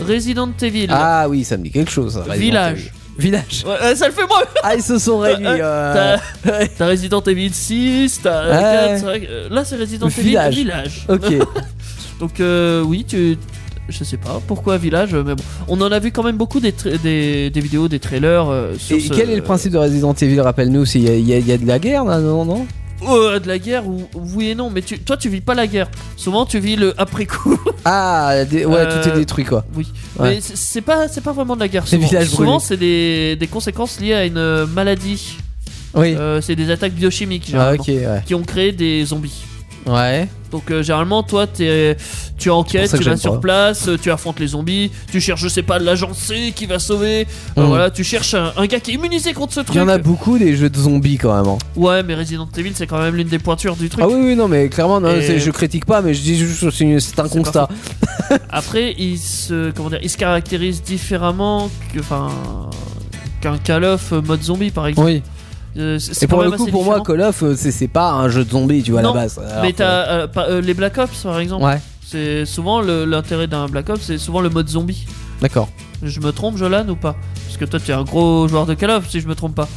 C: Resident Evil.
B: Ah oui, ça me dit quelque chose. ça, Resident
C: Village.
B: Evil. Village.
C: Ouais, euh, ça le fait moi.
B: Ah, ils se sont réunis. euh,
C: T'as t'as Resident Evil 6, t'as
B: Ouais.
C: quatre, cinq, euh, là c'est Resident
B: Village.
C: Evil Village.
B: Ok.
C: Donc euh, oui, tu, je sais pas pourquoi Village, mais bon, on en a vu quand même beaucoup des, tra- des, des vidéos, des trailers. euh, sur
B: Et
C: ce-
B: quel est le principe de Resident Evil Rappelle-nous, s'il y, a- il y a- il y a de la guerre là, non, non
C: Euh, de la guerre ou oui et non, mais tu, toi tu vis pas la guerre. Souvent tu vis le après coup.
B: Ah, des- ouais,
C: Euh,
B: tout est détruit quoi.
C: Oui,
B: Ouais.
C: mais c'est- c'est pas, c'est pas vraiment de la guerre.
B: C'est
C: Souvent,
B: village brûlé.
C: Souvent, c'est des, des conséquences liées à une euh, maladie.
B: Oui.
C: Euh, c'est des attaques biochimiques
B: ah,
C: généralement,
B: ok, ouais.
C: qui ont créé des zombies.
B: Ouais.
C: Donc euh, généralement, toi, t'es- tu
B: C'est pour
C: enquêtes,
B: ça que
C: tu vas
B: j'aime
C: sur
B: pas.
C: place, euh, tu affrontes les zombies, tu cherches, je sais pas, l'agent C qui va sauver. Euh,
B: Mm.
C: voilà, tu cherches un, un gars qui est immunisé contre ce
B: Il
C: truc.
B: y en a beaucoup des jeux de zombies quand même. hein.
C: Ouais, mais Resident Evil, c'est quand même l'une des pointures du truc.
B: Ah oui, oui, non, mais clairement, non,
C: Et-
B: c'est- je critique pas, mais je dis juste que c'est une- c'est un
C: C'est
B: constat.
C: Après, il se, comment dire, il se caractérise différemment que, enfin, qu'un Call of euh, mode zombie, par exemple.
B: Oui.
C: Euh, c'est- c'est
B: Et pour
C: quand
B: le
C: même
B: coup,
C: assez
B: pour moi,
C: différent.
B: Call of, euh, c'est c'est pas un jeu de zombies, tu vois, à
C: Non,
B: la base. alors
C: Mais
B: que-
C: t'as euh, pas- euh, les Black Ops par exemple.
B: Ouais,
C: C'est souvent le- l'intérêt d'un Black Ops, c'est souvent le mode zombie.
B: d'accord.
C: Je me trompe, Jolan ou pas Parce que toi, tu es un gros joueur de Call of, si je me trompe pas.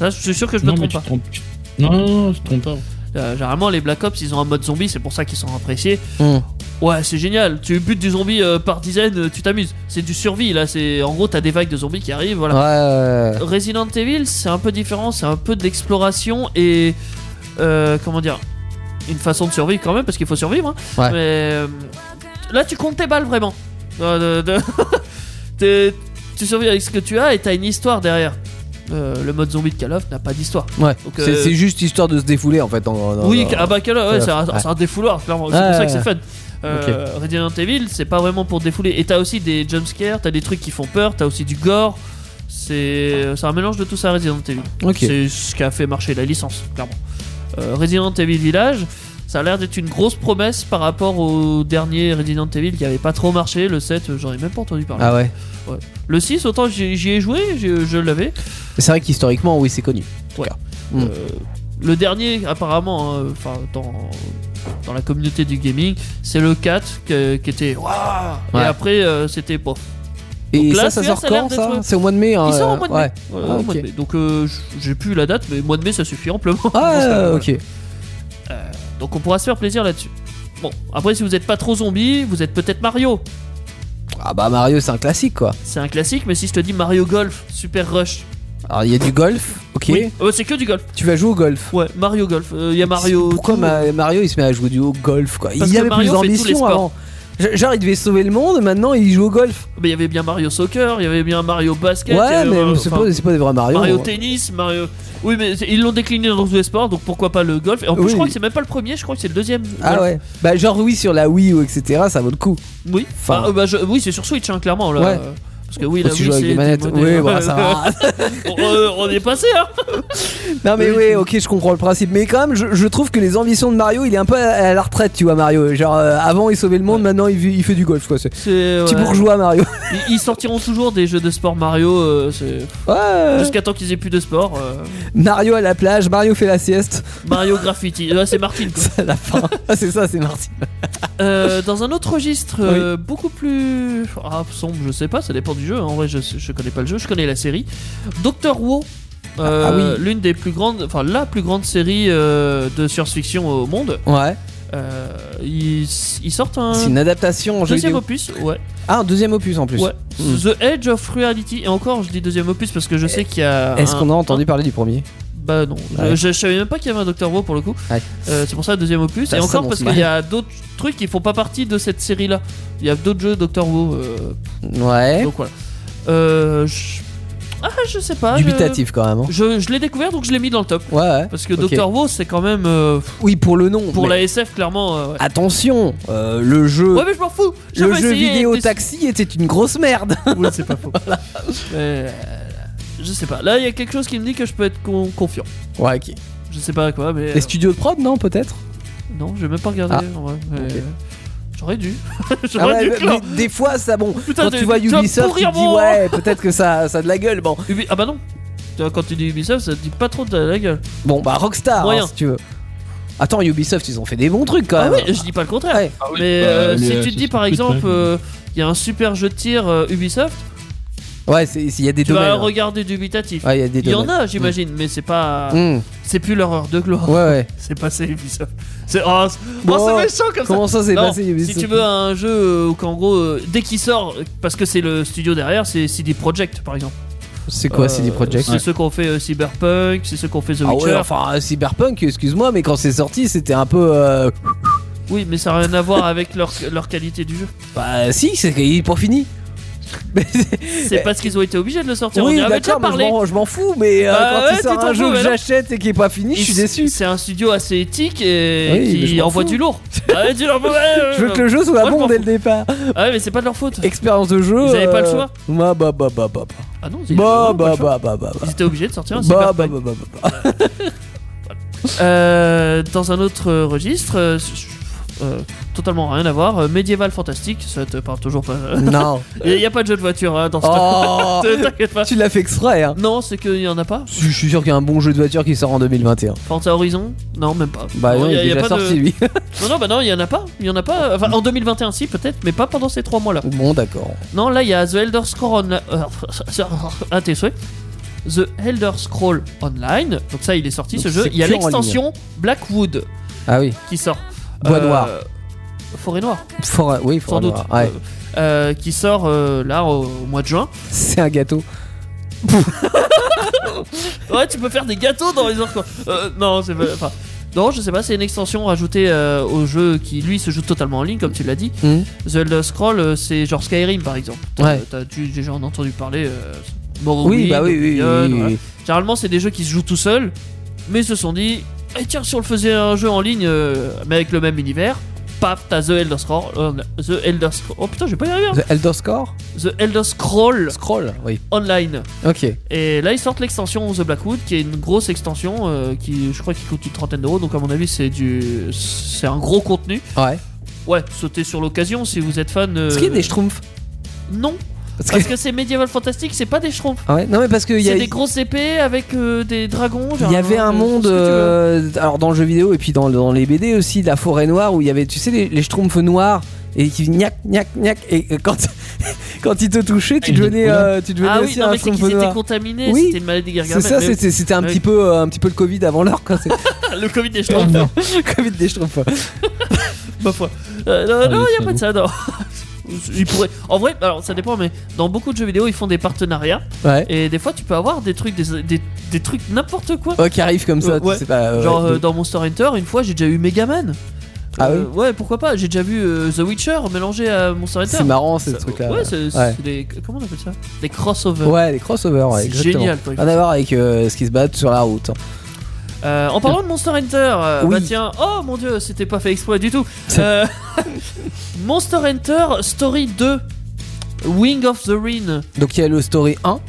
C: Là, je suis sûr que je me
D: non, mais
C: trompe
D: tu
C: pas.
D: te trompes. tu- Non, non, non, je te trompe pas.
C: Euh, généralement, les Black Ops, ils ont un mode zombie, c'est pour ça qu'ils sont appréciés.
B: Hum.
C: Ouais, c'est génial. Tu butes du zombie euh, par dizaines, euh, tu t'amuses. C'est du survie là. C'est en gros, t'as des vagues de zombies qui arrivent. Voilà.
B: Ouais, ouais, ouais.
C: Resident Evil, c'est un peu différent, c'est un peu d'exploration et euh, comment dire, une façon de survivre quand même parce qu'il faut survivre. hein.
B: Ouais.
C: Mais euh, là, tu comptes tes balles vraiment. Euh, de- de- T'es- tu survis avec ce que tu as et t'as une histoire derrière. Euh, le mode zombie de Call of n'a pas d'histoire.
B: Ouais.
C: Donc,
B: C'est
C: euh,
B: c'est juste histoire de se défouler en fait. en- en-
C: oui,
B: en-
C: ah bah Call of, ouais,
B: Call
C: c'est un,
B: of, ouais.
C: c'est un défouloir clairement. C'est
B: Ouais,
C: pour ça
B: ouais,
C: que c'est fun. Euh, Resident Evil, c'est pas vraiment pour défouler. Et t'as aussi des jumpscares, t'as des trucs qui font peur, t'as aussi du gore. C'est c'est un mélange de tout ça, Resident Evil.
B: Ok.
C: C'est ce qui a fait marcher la licence, clairement. Euh, Resident Evil Village, ça a l'air d'être une grosse promesse par rapport au dernier Resident Evil qui avait pas trop marché. Le 7, euh, j'en ai même pas entendu parler.
B: Ah ouais.
C: Le 6, autant j'y j'y ai joué, je, je l'avais.
B: C'est vrai qu'historiquement, oui, c'est connu. Mm.
C: Euh, le dernier, apparemment, hein, enfin dans, dans la communauté du gaming, c'est le 4 que- qui était. Waouh
B: Ouais.
C: Et après, euh, c'était. Bon,
B: Et
C: Donc là,
B: ça, ça
C: celui-là,
B: sort
C: ça a
B: quand
C: l'air
B: ça
C: d'être-
B: C'est au mois de mai. hein,
C: il sort au
B: euh,
C: mois de mai.
B: ouais.
C: Ouais,
B: Ah,
C: au mois de
B: ok.
C: mai. Donc euh, j- j'ai plus la date, mais mois de mai ça suffit amplement.
B: Ah, ok.
C: Donc on pourra se faire plaisir là-dessus. Bon, après si vous n'êtes pas trop zombie, vous êtes peut-être Mario.
B: Ah bah Mario, c'est un classique quoi.
C: C'est un classique, mais si je te dis Mario Golf, Super Rush.
B: Alors il y a du golf, ok.
C: Oui. Euh, c'est que du golf.
B: Tu vas jouer au golf.
C: Ouais, Mario Golf. Euh, Il y a Mario.
B: Pourquoi
C: tout.
B: ma- Mario il se met à jouer du au golf quoi
C: Parce
B: Il
C: que
B: avait plus
C: Mario fait tous les
B: d'ambition
C: sports.
B: avant. Je- Genre il devait sauver le monde, maintenant il joue au golf.
C: Mais il y avait bien Mario Soccer, il y avait bien Mario Basket. il y
B: ouais,
C: avait,
B: mais
C: euh,
B: c'est
C: enfin,
B: pas, c'est pas des vrais Mario.
C: Mario
B: hein.
C: Tennis, Mario. Oui, mais c'est- ils l'ont décliné dans tous les sports, donc pourquoi pas le golf Et en plus,
B: Oui.
C: je crois que c'est même pas le premier, je crois que c'est le deuxième.
B: Ah
C: Golf.
B: ouais. Bah genre oui sur la Wii ou etc. Ça vaut le coup.
C: Oui.
B: Enfin-
C: Ah, euh, bah, je- oui, c'est sur Switch, hein, clairement. Là.
B: Ouais.
C: Parce que oui,
B: Quand
C: là,
B: tu joues avec des manettes. Oui, voilà, ça va.
C: on, euh, on est passé, hein.
B: Non mais
C: Oui.
B: oui, ok, je comprends le principe. Mais quand même, je, je trouve que les ambitions de Mario, il est un peu à, à la retraite, tu vois Mario. Genre euh, avant il sauvait le monde, maintenant il, vit- il fait du golf quoi. C'est
C: C'est,
B: petit
C: ouais.
B: bourgeois Mario.
C: Ils- Ils sortiront toujours des jeux de sport Mario euh, c'est-
B: Ouais.
C: jusqu'à temps qu'ils aient plus de sport. euh,
B: Mario à la plage, Mario fait la sieste.
C: Mario Graffiti, Euh, c'est Martin. Quoi.
B: C'est à la fin. Ah, c'est ça, c'est Martin.
C: Euh, dans un autre registre, euh, beaucoup plus ah, sombre, je sais pas, ça dépend du jeu. hein. En vrai, je, je connais pas le jeu, je connais la série. Doctor Who, euh,
B: Ah
C: l'une des plus grandes, enfin la plus grande série euh, de science-fiction au monde.
B: Ouais.
C: Euh, ils, ils sortent un
B: C'est une adaptation en jeu
C: deuxième
B: vidéo.
C: opus, ouais.
B: Ah, un deuxième opus en plus.
C: ouais.
B: Mm.
C: The Edge of Reality. Et encore, je dis deuxième opus parce que je sais qu'il y a.
B: Eh, Est-ce
C: un-
B: qu'on a entendu parler du premier
C: Bah non, Je-
B: Ouais.
C: je, je savais même pas qu'il y avait un Doctor Who pour le coup.
B: Ouais.
C: Euh, c'est pour ça le deuxième opus.
B: Ça
C: et encore
B: s'annonce
C: parce
B: mal.
C: qu'il y a d'autres trucs qui font pas partie de cette série là. Il y a d'autres jeux Doctor Who. euh,
B: Ouais.
C: donc voilà. Euh, je... Ah je sais pas. je-
B: Dubitatif quand même. hein.
C: Je, je l'ai découvert donc je l'ai mis dans le top.
B: Ouais, ouais.
C: Parce que
B: Ok.
C: Doctor Who c'est quand même euh,
B: Oui, pour le nom.
C: pour
B: mais
C: la SF clairement. euh, ouais.
B: Attention, euh, le jeu.
C: Ouais, mais je m'en fous. J'ai
B: Le
C: pas
B: jeu
C: essayé,
B: vidéo
C: t'es-
B: taxi était une grosse merde.
C: Oui, c'est pas faux. Mais, euh, Je sais pas. Là, il y a quelque chose qui me dit que je peux être con- confiant.
B: Ouais, ok.
C: Je sais pas à quoi, mais. euh,
B: Les studios de prod, non, peut-être
C: Non, j'ai même pas regardé. en vrai, mais-
B: Ah. ok.
C: J'aurais dû.
B: Ah
C: J'aurais
B: ouais,
C: dû.
B: mais-
C: clairement.
B: mais des fois, ça, bon,
C: Putain,
B: quand
C: t'es-
B: tu vois
C: tu vas
B: Ubisoft, tu
C: pourrir
B: te dis,
C: mon-
B: ouais, peut-être que ça, ça a de la gueule. Bon,
C: Ubi- Ah bah non. Tu vois, Quand tu dis Ubisoft, ça te dit pas trop de la gueule.
B: bon bah Rockstar,
C: Moyen.
B: hein, si tu veux. Attends, Ubisoft, ils ont fait des bons trucs quand
C: Ah
B: même.
C: oui, je dis pas le contraire.
B: Bah Ouais.
C: Mais
D: Bah,
C: euh,
D: les-
C: si tu
D: c'est
C: te dis
D: ce
C: par
D: truc,
C: exemple,
D: ouais.
C: euh, il y a un super jeu de tir euh, Ubisoft,
B: Ouais, c'est- il y a des
C: tu
B: domaines.
C: vas
B: hein.
C: regarder dubitatif.
B: Ouais, il y a des
C: Il y en
B: domaines.
C: a, j'imagine, mais c'est pas.
B: Hmm,
C: C'est plus leur heure de gloire.
B: Ouais, ouais.
C: C'est passé Ubisoft. C'est oh, c'est- oh,
B: Bon,
C: c'est méchant comme ça.
B: Comment ça s'est
C: Non,
B: passé Ubisoft
C: Si tu veux un jeu euh, où qu'en gros, euh, dès qu'il sort, euh, parce que c'est le studio derrière, c'est CD Projekt par exemple.
B: C'est quoi,
C: Euh,
B: c'est des projects
C: C'est ceux qui ont fait euh, Cyberpunk, c'est ceux qui ont fait The
B: Ah
C: Witcher.
B: ouais, enfin euh, Cyberpunk, excuse-moi, mais quand c'est sorti, c'était un peu. euh,
C: Oui, mais ça n'a rien à voir avec leur, leur qualité du jeu.
B: Bah si, c'est qu'il est pas fini. Mais c'est-
C: C'est parce qu'ils ont été obligés de le sortir. On
B: oui,
C: y avait déjà
B: d'accord, mais je
C: parlé.
B: m'en- je m'en fous, mais euh,
C: Bah
B: quand
C: ouais,
B: il
C: tu
B: sort
C: t'en
B: un
C: fous,
B: jeu que
C: voilà.
B: j'achète et qui est pas fini, je suis
C: Et
B: déçu.
C: C'est un studio assez éthique et
B: Oui, mais je
C: qui
B: m'en
C: envoie
B: fous.
C: du lourd. Ah, du lourd. ouais, ouais,
B: Je veux
C: ouais.
B: que le jeu soit
C: Moi, je
B: bon
C: m'en
B: dès
C: fous.
B: le départ.
C: Ah ouais, mais c'est pas de leur faute.
B: Expérience de jeu.
C: Ils avaient pas le
B: euh,
C: choix
B: Bah bah bah bah bah. bah.
C: Ah non, ils étaient
B: Bah
C: vraiment pas
B: bah
C: chauds.
B: bah bah bah.
C: Ils étaient obligés de sortir un
B: Bah bah bah
C: Cyberpunk.
B: bah bah.
C: Euh, dans un autre euh, registre, euh, euh, totalement rien à voir, euh, médiéval fantastique, ça te parle toujours pas.
B: Non.
C: Il n'y a pas de jeu de voiture hein, dans ce
B: Oh
C: T'inquiète pas.
B: Tu l'as fait exprès hein.
C: Non, c'est qu'il n'y en a pas.
B: Je suis sûr qu'il y a un bon jeu de voiture qui sort en 2021.
C: Forza Horizon Non, même pas.
B: Bah non,
C: Oh, y
B: il
C: a-
B: est
C: y a
B: déjà
C: pas de-
B: sorti lui.
C: Non, non, bah non, il y en a pas. Il y en a pas. Enfin, en 2021, si, peut-être, mais pas pendant ces trois mois-là.
B: Bon d'accord.
C: Non, là, il y a The Elder Scrolls Online. à tes souhaits. The Elder Scroll Online. Donc, ça, il est sorti
B: Donc,
C: ce jeu.
B: c'est
C: Il y a
B: que en ligne.
C: l'extension Blackwood
B: Ah oui.
C: qui sort.
B: Bois
C: Euh,
B: noir.
C: Forêt noire,
B: Fort, oui,
C: sans
B: fort
C: doute.
B: noir. Ouais.
C: Euh, euh, qui sort euh, là au, au mois de juin.
B: C'est un gâteau.
C: Ouais, tu peux faire des gâteaux dans les quoi. Euh, non, c'est pas. enfin, non, je sais pas, c'est une extension rajoutée euh, au jeu qui, lui, se joue totalement en ligne, comme tu l'as dit.
B: Mhm.
C: The Elder Scroll, euh, c'est genre Skyrim, par exemple. T'as-
B: Ouais.
C: T'as dû déjà en entendu parler. euh,
B: Oui,
C: Morrowind,
B: bah oui, oui,
C: Oblivion,
B: oui, oui,
C: voilà.
B: oui.
C: Généralement, c'est des jeux qui se jouent tout seuls, mais ils se sont dit, eh, tiens, si on le faisait un jeu en ligne, euh, mais avec le même univers, paf, t'as The Elder Scroll. euh, The Elder Scroll. Oh putain, j'ai pas y arriver. hein.
B: The Elder Score
C: The Elder Scroll
B: Scroll, oui.
C: Online.
B: Ok.
C: Et là, ils sortent l'extension The Blackwood, qui est une grosse extension euh, qui, je crois, qui coûte une trentaine d'euros. Donc, à mon avis, c'est du, c'est un gros contenu.
B: Ouais.
C: Ouais, sautez sur l'occasion si vous êtes fan. euh,
B: Est-ce qu'il y a des schtroumpfs
C: Non,
B: Parce que-
C: parce que c'est médiéval fantastique, c'est pas des schtroumpfs.
B: Ah ouais, Non mais parce qu'il y,
C: C'est
B: a-
C: des grosses épées avec euh, des dragons.
B: il y
C: genre,
B: avait
C: euh,
B: un monde,
C: ce que tu veux.
B: euh, alors dans le jeu vidéo et puis dans, dans les BD aussi, la forêt noire où il y avait, tu sais, les, les schtroumpfs noirs et qui gnac gnac gnac et euh, quand quand ils te touchaient, tu
D: Ah, ils
B: devenais,
D: étaient
B: euh, tu devenais
C: Ah oui,
B: aussi
C: non,
B: un
C: mais c'est
B: schtroumpf
C: qu'ils étaient
B: noir.
C: contaminés.
B: Oui.
C: C'était une maladie
B: C'est
C: gargamel.
B: ça,
C: mais-
B: c'était c'était un
C: Oui.
B: petit peu euh, un petit peu le Covid avant l'heure quoi, c'est
C: Ah, le Covid des
D: Oh,
C: schtroumpfs.
D: non.
B: le Covid des schtroumpfs.
C: Ma foi. Euh, non,
D: Ah,
C: non,
D: les
C: il n'y a pas de ça, non. Ils pourraient- En vrai, alors ça dépend, mais dans beaucoup de jeux vidéo, ils font des partenariats.
B: Ouais.
C: Et des fois, tu peux avoir des trucs, des, des- des trucs n'importe quoi.
B: Ouais, qui arrive comme ça,
C: Euh, ouais.
B: tu sais pas. euh,
C: Genre
B: ouais.
C: euh, dans Monster Hunter, une fois, j'ai déjà eu Megaman.
B: Ah
C: Euh, Ouais, pourquoi pas J'ai déjà vu euh, The Witcher mélangé à Monster Hunter.
B: c'est marrant ces
C: Ça-
B: trucs-là.
C: Ouais, c'est c'est
B: Ouais.
C: des. Comment on appelle ça Des crossovers.
B: Ouais, les crossovers, ouais,
C: c'est
B: exactement.
C: génial. quoi.
B: Rien à voir avec euh, ce qui se bat sur la route. hein.
C: Euh, en parlant de Monster Hunter, euh,
B: Oui.
C: bah tiens, oh mon dieu, c'était pas fait exprès du tout. Euh, Monster Hunter Story 2, Wing of the Ring.
B: Donc il y a le story 1,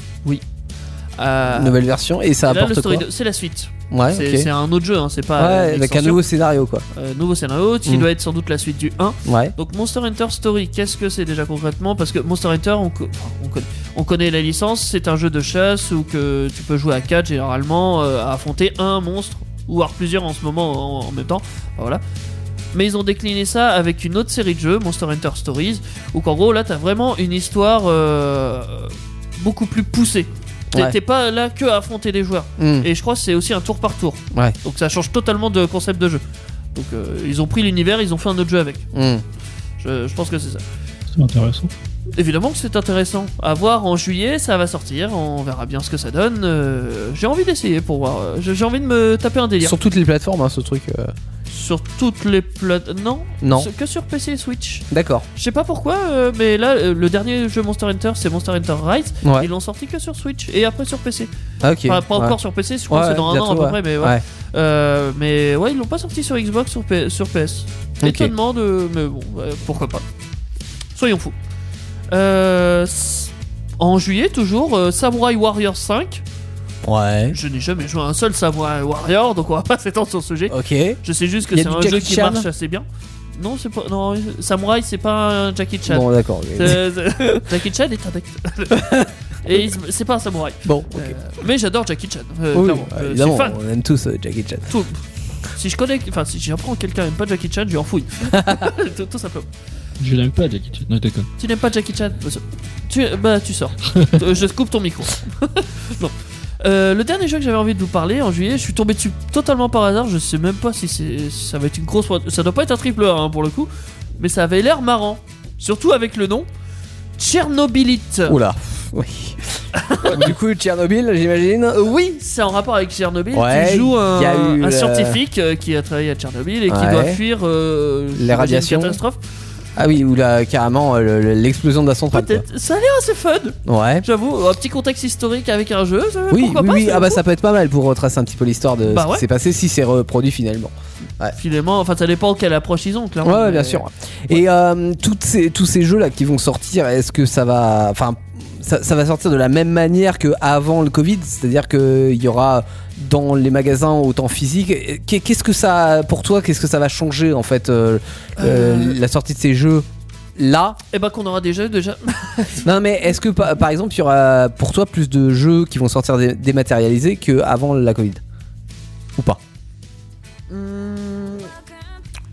C: Euh,
B: nouvelle version, et ça
C: et là, le
B: apporte
C: story
B: quoi
C: 2, c'est la suite.
B: Ouais,
C: c'est
B: ok.
C: c'est un autre jeu, hein, c'est pas. euh,
B: Ouais,
C: une
B: avec un
C: extension.
B: nouveau scénario quoi.
C: Euh, nouveau scénario qui
B: Mm.
C: doit être sans doute la suite du 1.
B: Ouais.
C: Donc Monster Hunter Story, qu'est-ce que c'est déjà concrètement Parce que Monster Hunter, on, co- enfin, on connaît, on connaît la licence, c'est un jeu de chasse où que tu peux jouer à 4 généralement, euh, à affronter un monstre, ou à plusieurs en ce moment en, en même temps. Enfin, Voilà. Mais ils ont décliné ça avec une autre série de jeux, Monster Hunter Stories, où qu'en gros là t'as vraiment une histoire euh, beaucoup plus poussée. T'es
B: Ouais.
C: t'es pas là que à affronter des joueurs.
B: Hmm.
C: Et je crois que c'est aussi un tour par tour.
B: Ouais.
C: Donc ça change totalement de concept de jeu. Donc euh, ils ont pris l'univers, ils ont fait un autre jeu avec.
B: Hmm.
C: Je, je pense que c'est ça.
D: C'est intéressant.
C: Évidemment que c'est intéressant. À voir en juillet, ça va sortir. On verra bien ce que ça donne. Euh, j'ai envie d'essayer pour voir. Euh, J'ai j'ai envie de me taper un délire. Sur,
B: Sur toutes les plateformes, hein, ce truc. euh,
C: toutes les plates. Non
B: Non.
C: Ce- Que sur PC et Switch.
B: D'accord.
C: Je sais pas pourquoi, euh, mais là, euh, le dernier jeu Monster Hunter, c'est Monster Hunter Rise.
B: Ouais.
C: Ils l'ont sorti que sur Switch et après sur PC.
B: Ah, ok.
C: Enfin, pas
B: Ouais.
C: encore sur PC, je crois que
B: Ouais,
C: c'est dans un an à
B: bientôt,
C: peu
B: ouais.
C: près, mais ouais.
B: Ouais.
C: Euh, mais ouais, ils l'ont pas sorti sur Xbox, sur, P- sur PS.
B: Ok.
C: Étonnement bah, de. Mais bon, ouais, pourquoi pas. Soyons fous. Euh, s- En juillet, toujours, euh, Samurai Warrior 5.
B: Ouais.
C: Je n'ai jamais joué à un seul Samurai Warrior, donc on va pas s'étendre sur ce sujet.
B: Ok. Ouais,
C: Je sais juste que
B: Y a
C: c'est
B: du
C: un
B: Jackie
C: jeu qui
B: Chan
C: marche assez bien. Non, c'est pas. Non, Samurai, c'est pas un Jackie Chan.
B: Bon, d'accord. ok.
C: Euh, c'est- Jackie Chan est un acteur. Et il se- c'est pas un samouraï.
B: Bon, ok.
C: Euh, mais j'adore Jackie Chan. euh,
B: Oui,
C: clairement.
B: bah,
C: Euh, je suis
B: évidemment,
C: fan.
B: on aime tous euh, Jackie Chan.
C: Tout- Si je connais, enfin si j'apprends que quelqu'un n'aime pas Jackie Chan, je lui enfouis. tout, tout simplement.
D: Je l'aime pas, Jackie Chan. Non, d'accord.
C: Tu n'aimes pas Jackie Chan tu, Bah tu sors. Euh, je coupe ton micro. Non. Euh, le dernier jeu que j'avais envie de vous parler en juillet, je suis tombé dessus totalement par hasard. Je sais même pas si, c'est- si ça va être une grosse. Ça doit pas être un triple A hein, pour le coup, mais ça avait l'air marrant. Surtout avec le nom Tchernobylite.
B: Oula. Oui. du coup, Tchernobyl, j'imagine. Euh, Oui.
C: C'est en rapport avec Tchernobyl.
B: Ouais,
C: tu joues un,
B: y a eu,
C: un
B: euh,
C: scientifique euh, qui a travaillé à Tchernobyl et qui
B: Ouais.
C: doit fuir euh, j'imagine,
B: radiations.
C: Une catastrophe.
B: Ah oui, ou là, carrément euh, le- le- l'explosion de la centrale. quoi.
C: Peut-être. Ça a l'air assez fun,
B: Ouais.
C: j'avoue. Un petit contexte historique avec un jeu. ça-
B: Oui,
C: pourquoi
B: oui,
C: pas,
B: oui.
C: c'est
B: Ah bah
C: cool.
B: ça peut être pas mal pour retracer un petit peu l'histoire de
C: Bah
B: ce qui
C: ouais.
B: s'est passé si c'est reproduit finalement.
C: Finalement, enfin, ça dépend quelle approche ils ont, clairement.
B: Ouais, ouais,
C: Ah mais-
B: bien sûr. Et euh, toutes ces, tous ces jeux là qui vont sortir, est-ce que ça va, enfin, ça, ça va sortir de la même manière que avant le Covid, c'est-à-dire que il y aura dans les magasins autant physique. Et qu'est- Qu'est-ce que ça, pour toi, qu'est-ce que ça va changer en fait euh, euh, la sortie de ces jeux? Là,
C: Eh ben, qu'on aura des jeux déjà.
B: non mais est-ce que pa- par exemple il y aura pour toi plus de jeux qui vont sortir dé- dématérialisés qu'avant la Covid ou pas
C: Hum,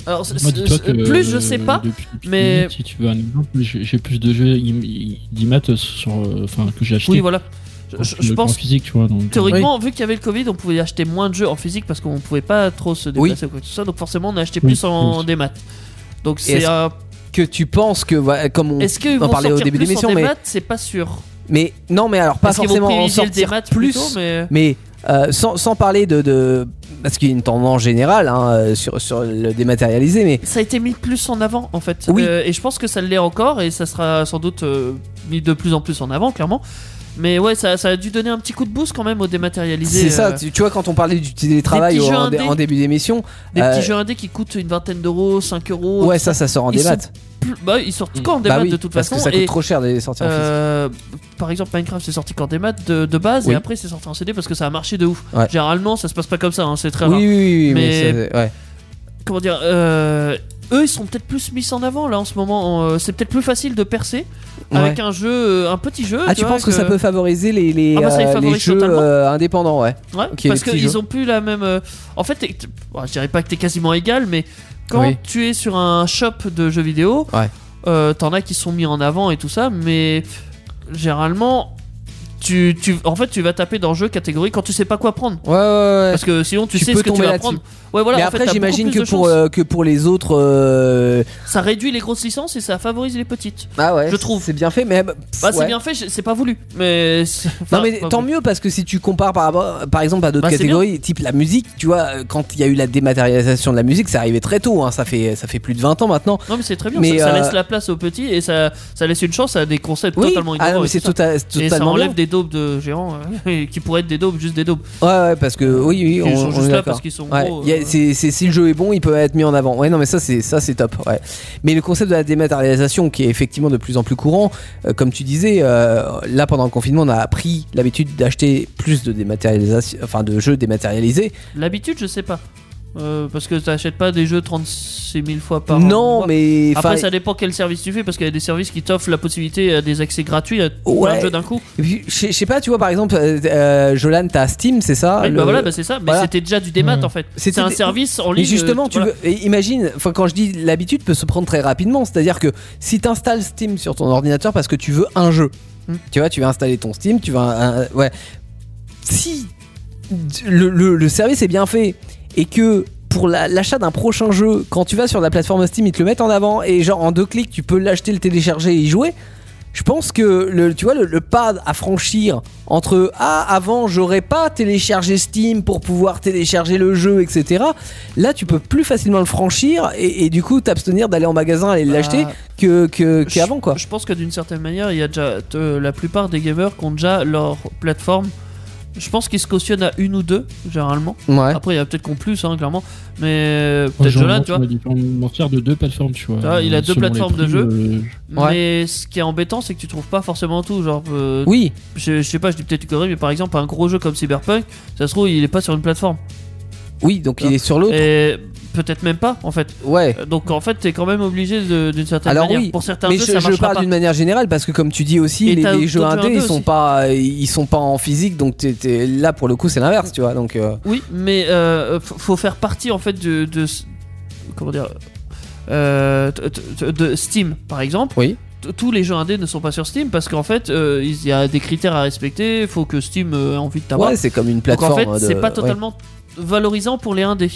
C: Alors, c'est-
D: Moi, dis-toi
C: c'est-
D: que, euh,
C: plus, je sais pas.
D: depuis- depuis
C: mais-
D: Kinect, si tu veux un exemple, j'ai j'ai plus de jeux im- d'imat sur, euh, enfin, que j'ai acheté.
C: Oui, voilà. Je, je- je
D: En
C: pense.
D: physique, tu vois. Donc,
C: Théoriquement, vu qu'il y avait le Covid, on pouvait acheter moins de jeux en physique parce qu'on pouvait pas trop se
B: Oui.
C: déplacer ou quoi que ce soit. Donc forcément, on a acheté
D: Oui,
C: plus en
D: oui.
C: démat. Donc c'est
B: est-ce-
C: un
B: Que tu penses que voilà, comme on
C: Est-ce qu'ils
B: en
C: vont
B: parlait
C: sortir
B: au début de
C: plus
B: l'émission,
C: en
B: mais-
C: démat C'est pas sûr.
B: mais non mais alors pas
C: Parce qu'ils vont
B: forcément en
C: privilégier le
B: sortir
C: démat
B: plus
C: plutôt, mais...
B: mais euh, sans, sans parler de, de- parce qu'il y a une tendance générale hein, euh, sur sur le dématérialisé mais
C: Ça a été mis plus en avant en fait.
B: Oui.
C: Euh, et je pense que ça l'est encore et ça sera sans doute euh, mis de plus en plus en avant clairement. Mais ouais, ça, ça a dû donner un petit coup de boost quand même au dématérialisé.
B: c'est ça
C: euh,
B: tu, tu vois quand on parlait du télétravail
C: Des petits
B: au-
C: jeux
B: en, dé-
C: indés.
B: en début d'émission
C: Des
B: euh,
C: petits jeux indés qui coûtent une vingtaine d'euros, 5 euros.
B: ouais ça ça sort en
C: Ils
B: débat
C: Plus- Bah, ils sortent quand en démat
B: bah oui
C: de toute
B: parce
C: façon.
B: que ça coûte
C: et,
B: trop cher de les sortir en physique.
C: euh, par exemple, Minecraft c'est sorti qu'en démat de, de base
B: Oui.
C: et après c'est sorti en CD parce que ça a marché de ouf.
B: Ouais.
C: Généralement, ça se passe pas comme ça, hein, c'est très
B: oui
C: rare.
B: oui oui, oui, mais,
C: mais-
B: ça- ouais.
C: comment dire, euh, eux ils sont peut-être plus mis en avant là en ce moment. Euh, c'est peut-être plus facile de percer avec un jeu, euh, un petit jeu.
B: ah tu
C: vois,
B: penses que ça peut favoriser les les,
C: Ah bah, ça les
B: euh, les
C: favorise
B: jeux
C: totalement.
B: euh, indépendants ouais
C: Ouais,
B: Ok, les
C: parce
B: petits jeux.
C: qu'ils ont plus la même. euh, En fait, t'es- t'es- bon, je dirais pas que t'es quasiment égal, mais quand
B: Oui.
C: tu es sur un shop de jeux vidéo,
B: Ouais.
C: euh, t'en as qui sont mis en avant et tout ça, mais généralement. Tu, tu, en fait, tu vas taper dans jeu catégorie quand tu sais pas quoi prendre.
B: ouais ouais ouais
C: Parce que sinon, tu,
B: Tu
C: sais
B: peux
C: ce que tu
B: tomber
C: vas
B: là-dessus.
C: prendre. Ouais, voilà,
B: mais
C: en fait,
B: après
C: t'as
B: j'imagine
C: beaucoup
B: que
C: plus de
B: pour
C: chances.
B: euh, que pour les autres euh,
C: Ça réduit les grosses licences et ça favorise les petites.
B: ah ouais
C: Je trouve.
B: c'est bien fait mais bah,
C: Bah, c'est
B: ouais.
C: bien fait, je- c'est pas voulu. Mais. c'est-
B: Non
C: enfin,
B: mais
C: pas
B: tant
C: voulu.
B: mieux parce que si tu compares par, rapport- par exemple à d'autres
C: Bah, c'est
B: catégories, type la musique, tu vois, euh, quand il y a eu la dématérialisation de la musique, c'est arrivé très tôt, hein, ça, fait, ça fait plus de 20 ans maintenant.
C: Non, mais c'est très bien,
B: Mais,
C: ça, ça
B: euh,
C: laisse la place aux petits et ça, ça laisse une chance à des concepts
B: Oui,
C: totalement
B: ah, non,
C: innovants.
B: mais
C: et
B: c'est
C: tout ça.
B: tota-
C: Et ça
B: totalement
C: enlève
B: bien.
C: des daubes de géants euh, qui pourraient être des daubes, juste des daubes.
B: Ouais, ouais, parce que oui, oui, on,
C: ils sont
B: on est
C: juste là
B: d'accord.
C: parce qu'ils sont
B: Ouais,
C: gros.
B: il y a-
C: euh.
B: c'est- c'est- si le jeu est bon, il peut être mis en avant. Ouais, non, mais ça, c'est ça, c'est top. Ouais. Mais le concept de la dématérialisation, qui est effectivement de plus en plus courant, euh, comme tu disais, euh, là pendant le confinement, on a pris l'habitude d'acheter plus de dématérialisation, enfin de jeux dématérialisés.
C: L'habitude, je sais pas. Euh, parce que t'achètes pas des jeux 36 000 fois par an.
B: non,
C: Moi,
B: mais enfin,
C: Après, ça dépend quel service tu fais, parce qu'il y a des services qui t'offrent la possibilité à des accès gratuits à plein
B: Ouais.
C: de jeux d'un coup.
B: Et puis, Je je sais pas, tu vois, par exemple, euh, euh, Jolan, t'as Steam, c'est ça
C: Ouais,
B: Ah, le-
C: bah voilà, bah c'est ça. Mais
B: Voilà. Mmh.
C: c'était déjà du démat
D: Ouais.
C: en fait.
B: C'était
C: C'est un
B: des-
C: service en
B: Mais
C: ligne.
B: justement,
C: euh,
B: tu
C: voilà.
B: veux, et imagine, enfin, quand je dis l'habitude peut se prendre très rapidement, c'est-à-dire que si t'installes Steam sur ton ordinateur parce que tu veux un jeu,
C: Hmm.
B: tu vois, tu vas installer ton Steam, tu vas. un- ouais. Si le, le- le service est bien fait et que pour la- l'achat d'un prochain jeu, quand tu vas sur la plateforme Steam, ils te le mettent en avant et genre en deux clics, tu peux l'acheter, le télécharger et y jouer. Je pense que le, tu vois, le, le pas à franchir entre Ah, avant, j'aurais pas téléchargé Steam pour pouvoir télécharger le jeu, etc. Là, tu peux plus facilement le franchir et, et du coup t'abstenir d'aller en magasin aller l'acheter que que-
C: Bah, Je-
B: qu'avant, quoi.
C: Je pense que d'une certaine manière, il y a déjà te- la plupart des gamers qui ont déjà leur plateforme Je pense qu'ils se cautionnent à une ou deux, généralement.
B: Ouais.
C: Après, il y a peut-être qu'on plus, hein, clairement. Mais euh,
D: Moi,
C: peut-être Jolan, tu vois.
D: euh, On m'en fier de deux plateformes, tu vois.
C: Tu vois, il a
D: Euh,
C: deux
D: selon les
C: plateformes de
D: prix,
C: jeu.
D: euh,
B: Ouais.
C: Mais ce qui est embêtant, c'est que tu trouves pas forcément tout. Genre, euh,
B: Oui,
C: je, je sais pas, je dis peut-être une connerie, mais par exemple, un gros jeu comme Cyberpunk, ça se trouve, il est pas sur une plateforme.
B: oui, donc il est sur l'autre.
C: Et peut-être même pas, en fait.
B: Ouais.
C: Euh, Donc en fait, t'es quand même obligé de- d'une certaine
B: Alors
C: manière.
B: oui,
C: Pour certains
B: mais
C: jeux,
B: je,
C: ça
B: je
C: marchera
B: parle
C: pas.
B: d'une manière générale parce que comme tu dis aussi,
C: Et
B: les,
C: t'as
B: les jeux
C: d'autres jeux
B: indés ils
C: indés
B: sont
C: aussi.
B: pas, ils sont pas en physique, donc t'es- t'es- là pour le coup c'est l'inverse, tu vois. Donc euh,
C: Oui, mais euh, f- faut faire partie en fait de, de s- comment dire euh, t- t- de Steam par exemple.
B: Oui.
C: T- Tous les jeux indés ne sont pas sur Steam parce qu'en fait euh, il y a des critères à respecter. Il faut que Steam euh, ait envie de t'avoir.
B: ouais, c'est comme une
C: Donc en
B: plateforme.
C: fait,
B: de-
C: c'est pas
B: ouais.
C: totalement valorisant pour les indés.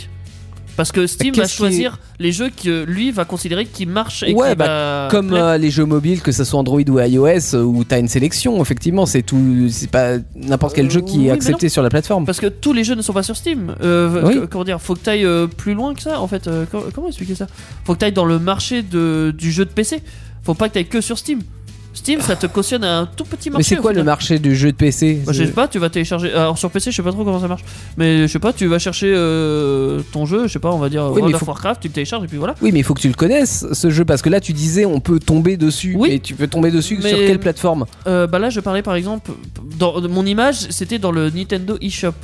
C: Parce que Steam va
B: qu'est-ce qui-
C: choisir les jeux que lui va considérer qui marchent et
B: Ouais,
C: qui
B: bah,
C: va
B: Comme
C: plaire.
B: euh, les jeux mobiles, que ce soit Android ou iOS, euh, où t'as une sélection, effectivement, c'est tout, c'est pas n'importe quel
C: Euh,
B: jeu qui
C: oui, mais
B: est accepté sur la plateforme.
C: Parce que tous les jeux ne sont pas sur Steam. Euh,
B: Oui.
C: c- Comment dire Faut que t'ailles euh, plus loin que ça, en fait. Euh, co- comment expliquer ça Faut que t'ailles dans le marché de, du jeu de PC. Faut pas que t'ailles que sur Steam. Steam, ça te cautionne un tout petit marché.
B: Mais c'est
C: au
B: quoi le
C: final.
B: marché du jeu de PC
C: Bah, je sais pas, tu vas télécharger. Alors sur PC, je sais pas trop comment ça marche. Mais je sais pas, tu vas chercher euh, ton jeu, je sais pas, on va dire
B: Oui,
C: World
B: mais
C: of
B: faut-
C: Warcraft, tu le télécharges et puis voilà.
B: Oui, mais il faut que tu le connaisses ce jeu parce que là tu disais on peut tomber dessus.
C: Oui.
B: Mais tu peux tomber dessus
C: Mais-
B: sur quelle plateforme
C: Euh, bah là, je parlais par exemple. Dans, mon image, c'était dans le Nintendo eShop.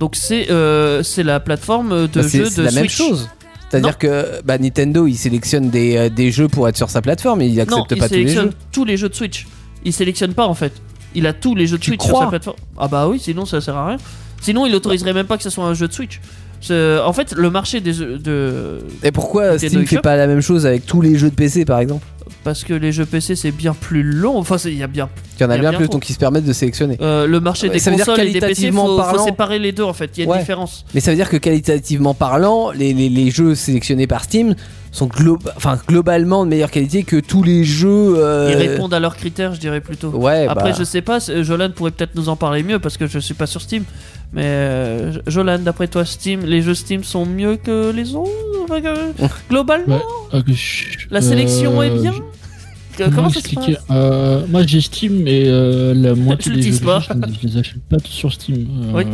C: Donc c'est euh, c'est la plateforme de
B: Bah,
C: jeu
B: C'est
C: de
B: c'est la même
C: Switch.
B: chose. C'est-à-dire que bah, Nintendo il sélectionne des, euh, des jeux pour être sur sa plateforme et il
C: Non,
B: accepte
C: il
B: pas tous les
C: sélectionne
B: jeux.
C: de Switch. Il sélectionne pas en fait. Il a tous les jeux de
B: Tu
C: Switch sur
B: crois
C: sa plateforme. Ah bah oui, sinon ça sert à rien. Sinon, il autoriserait même pas que ce soit un jeu de Switch. C'est- En fait, le marché des jeux- de
B: Et pourquoi
C: Nintendo
B: Steam fait
C: eShop
B: pas la même chose avec tous les jeux de PC par exemple
C: parce que les jeux PC c'est bien plus long. Enfin, c'est- il y a bien
B: Il y en
C: Il y
B: a
C: a
B: bien
C: bien
B: plus
C: trop.
B: donc ils se permettent de sélectionner.
C: euh, le marché
B: Ouais,
C: des
B: Ah bah, ça veut dire
C: consoles et des PC.
B: qualitativement
C: Faut, faut
B: parlant-
C: séparer les deux en fait. Il y a
B: Ouais.
C: une différence.
B: Mais ça veut dire que qualitativement parlant, les, les- les jeux sélectionnés par Steam sont glo- enfin, globalement de meilleure qualité que tous les jeux. euh,
C: Ils répondent à leurs critères, je dirais plutôt.
B: Ouais,
C: Après,
B: bah,
C: je sais pas. c'est- Jolan pourrait peut-être nous en parler mieux parce que je suis pas sur Steam. Mais euh, Jolan, d'après toi, Steam, les jeux Steam sont mieux que les autres Enfin, que- Globalement.
D: Ah, que je-
C: La sélection
D: euh,
C: est bien
D: je-
C: Que- Comment ça se
D: expliquer
C: passe
D: Euh, Moi j'estime, mais euh, la moitié des jeux,
C: l'utilise
D: que
C: pas.
D: je ne les achète pas tous sur Steam. Euh,
C: Oui.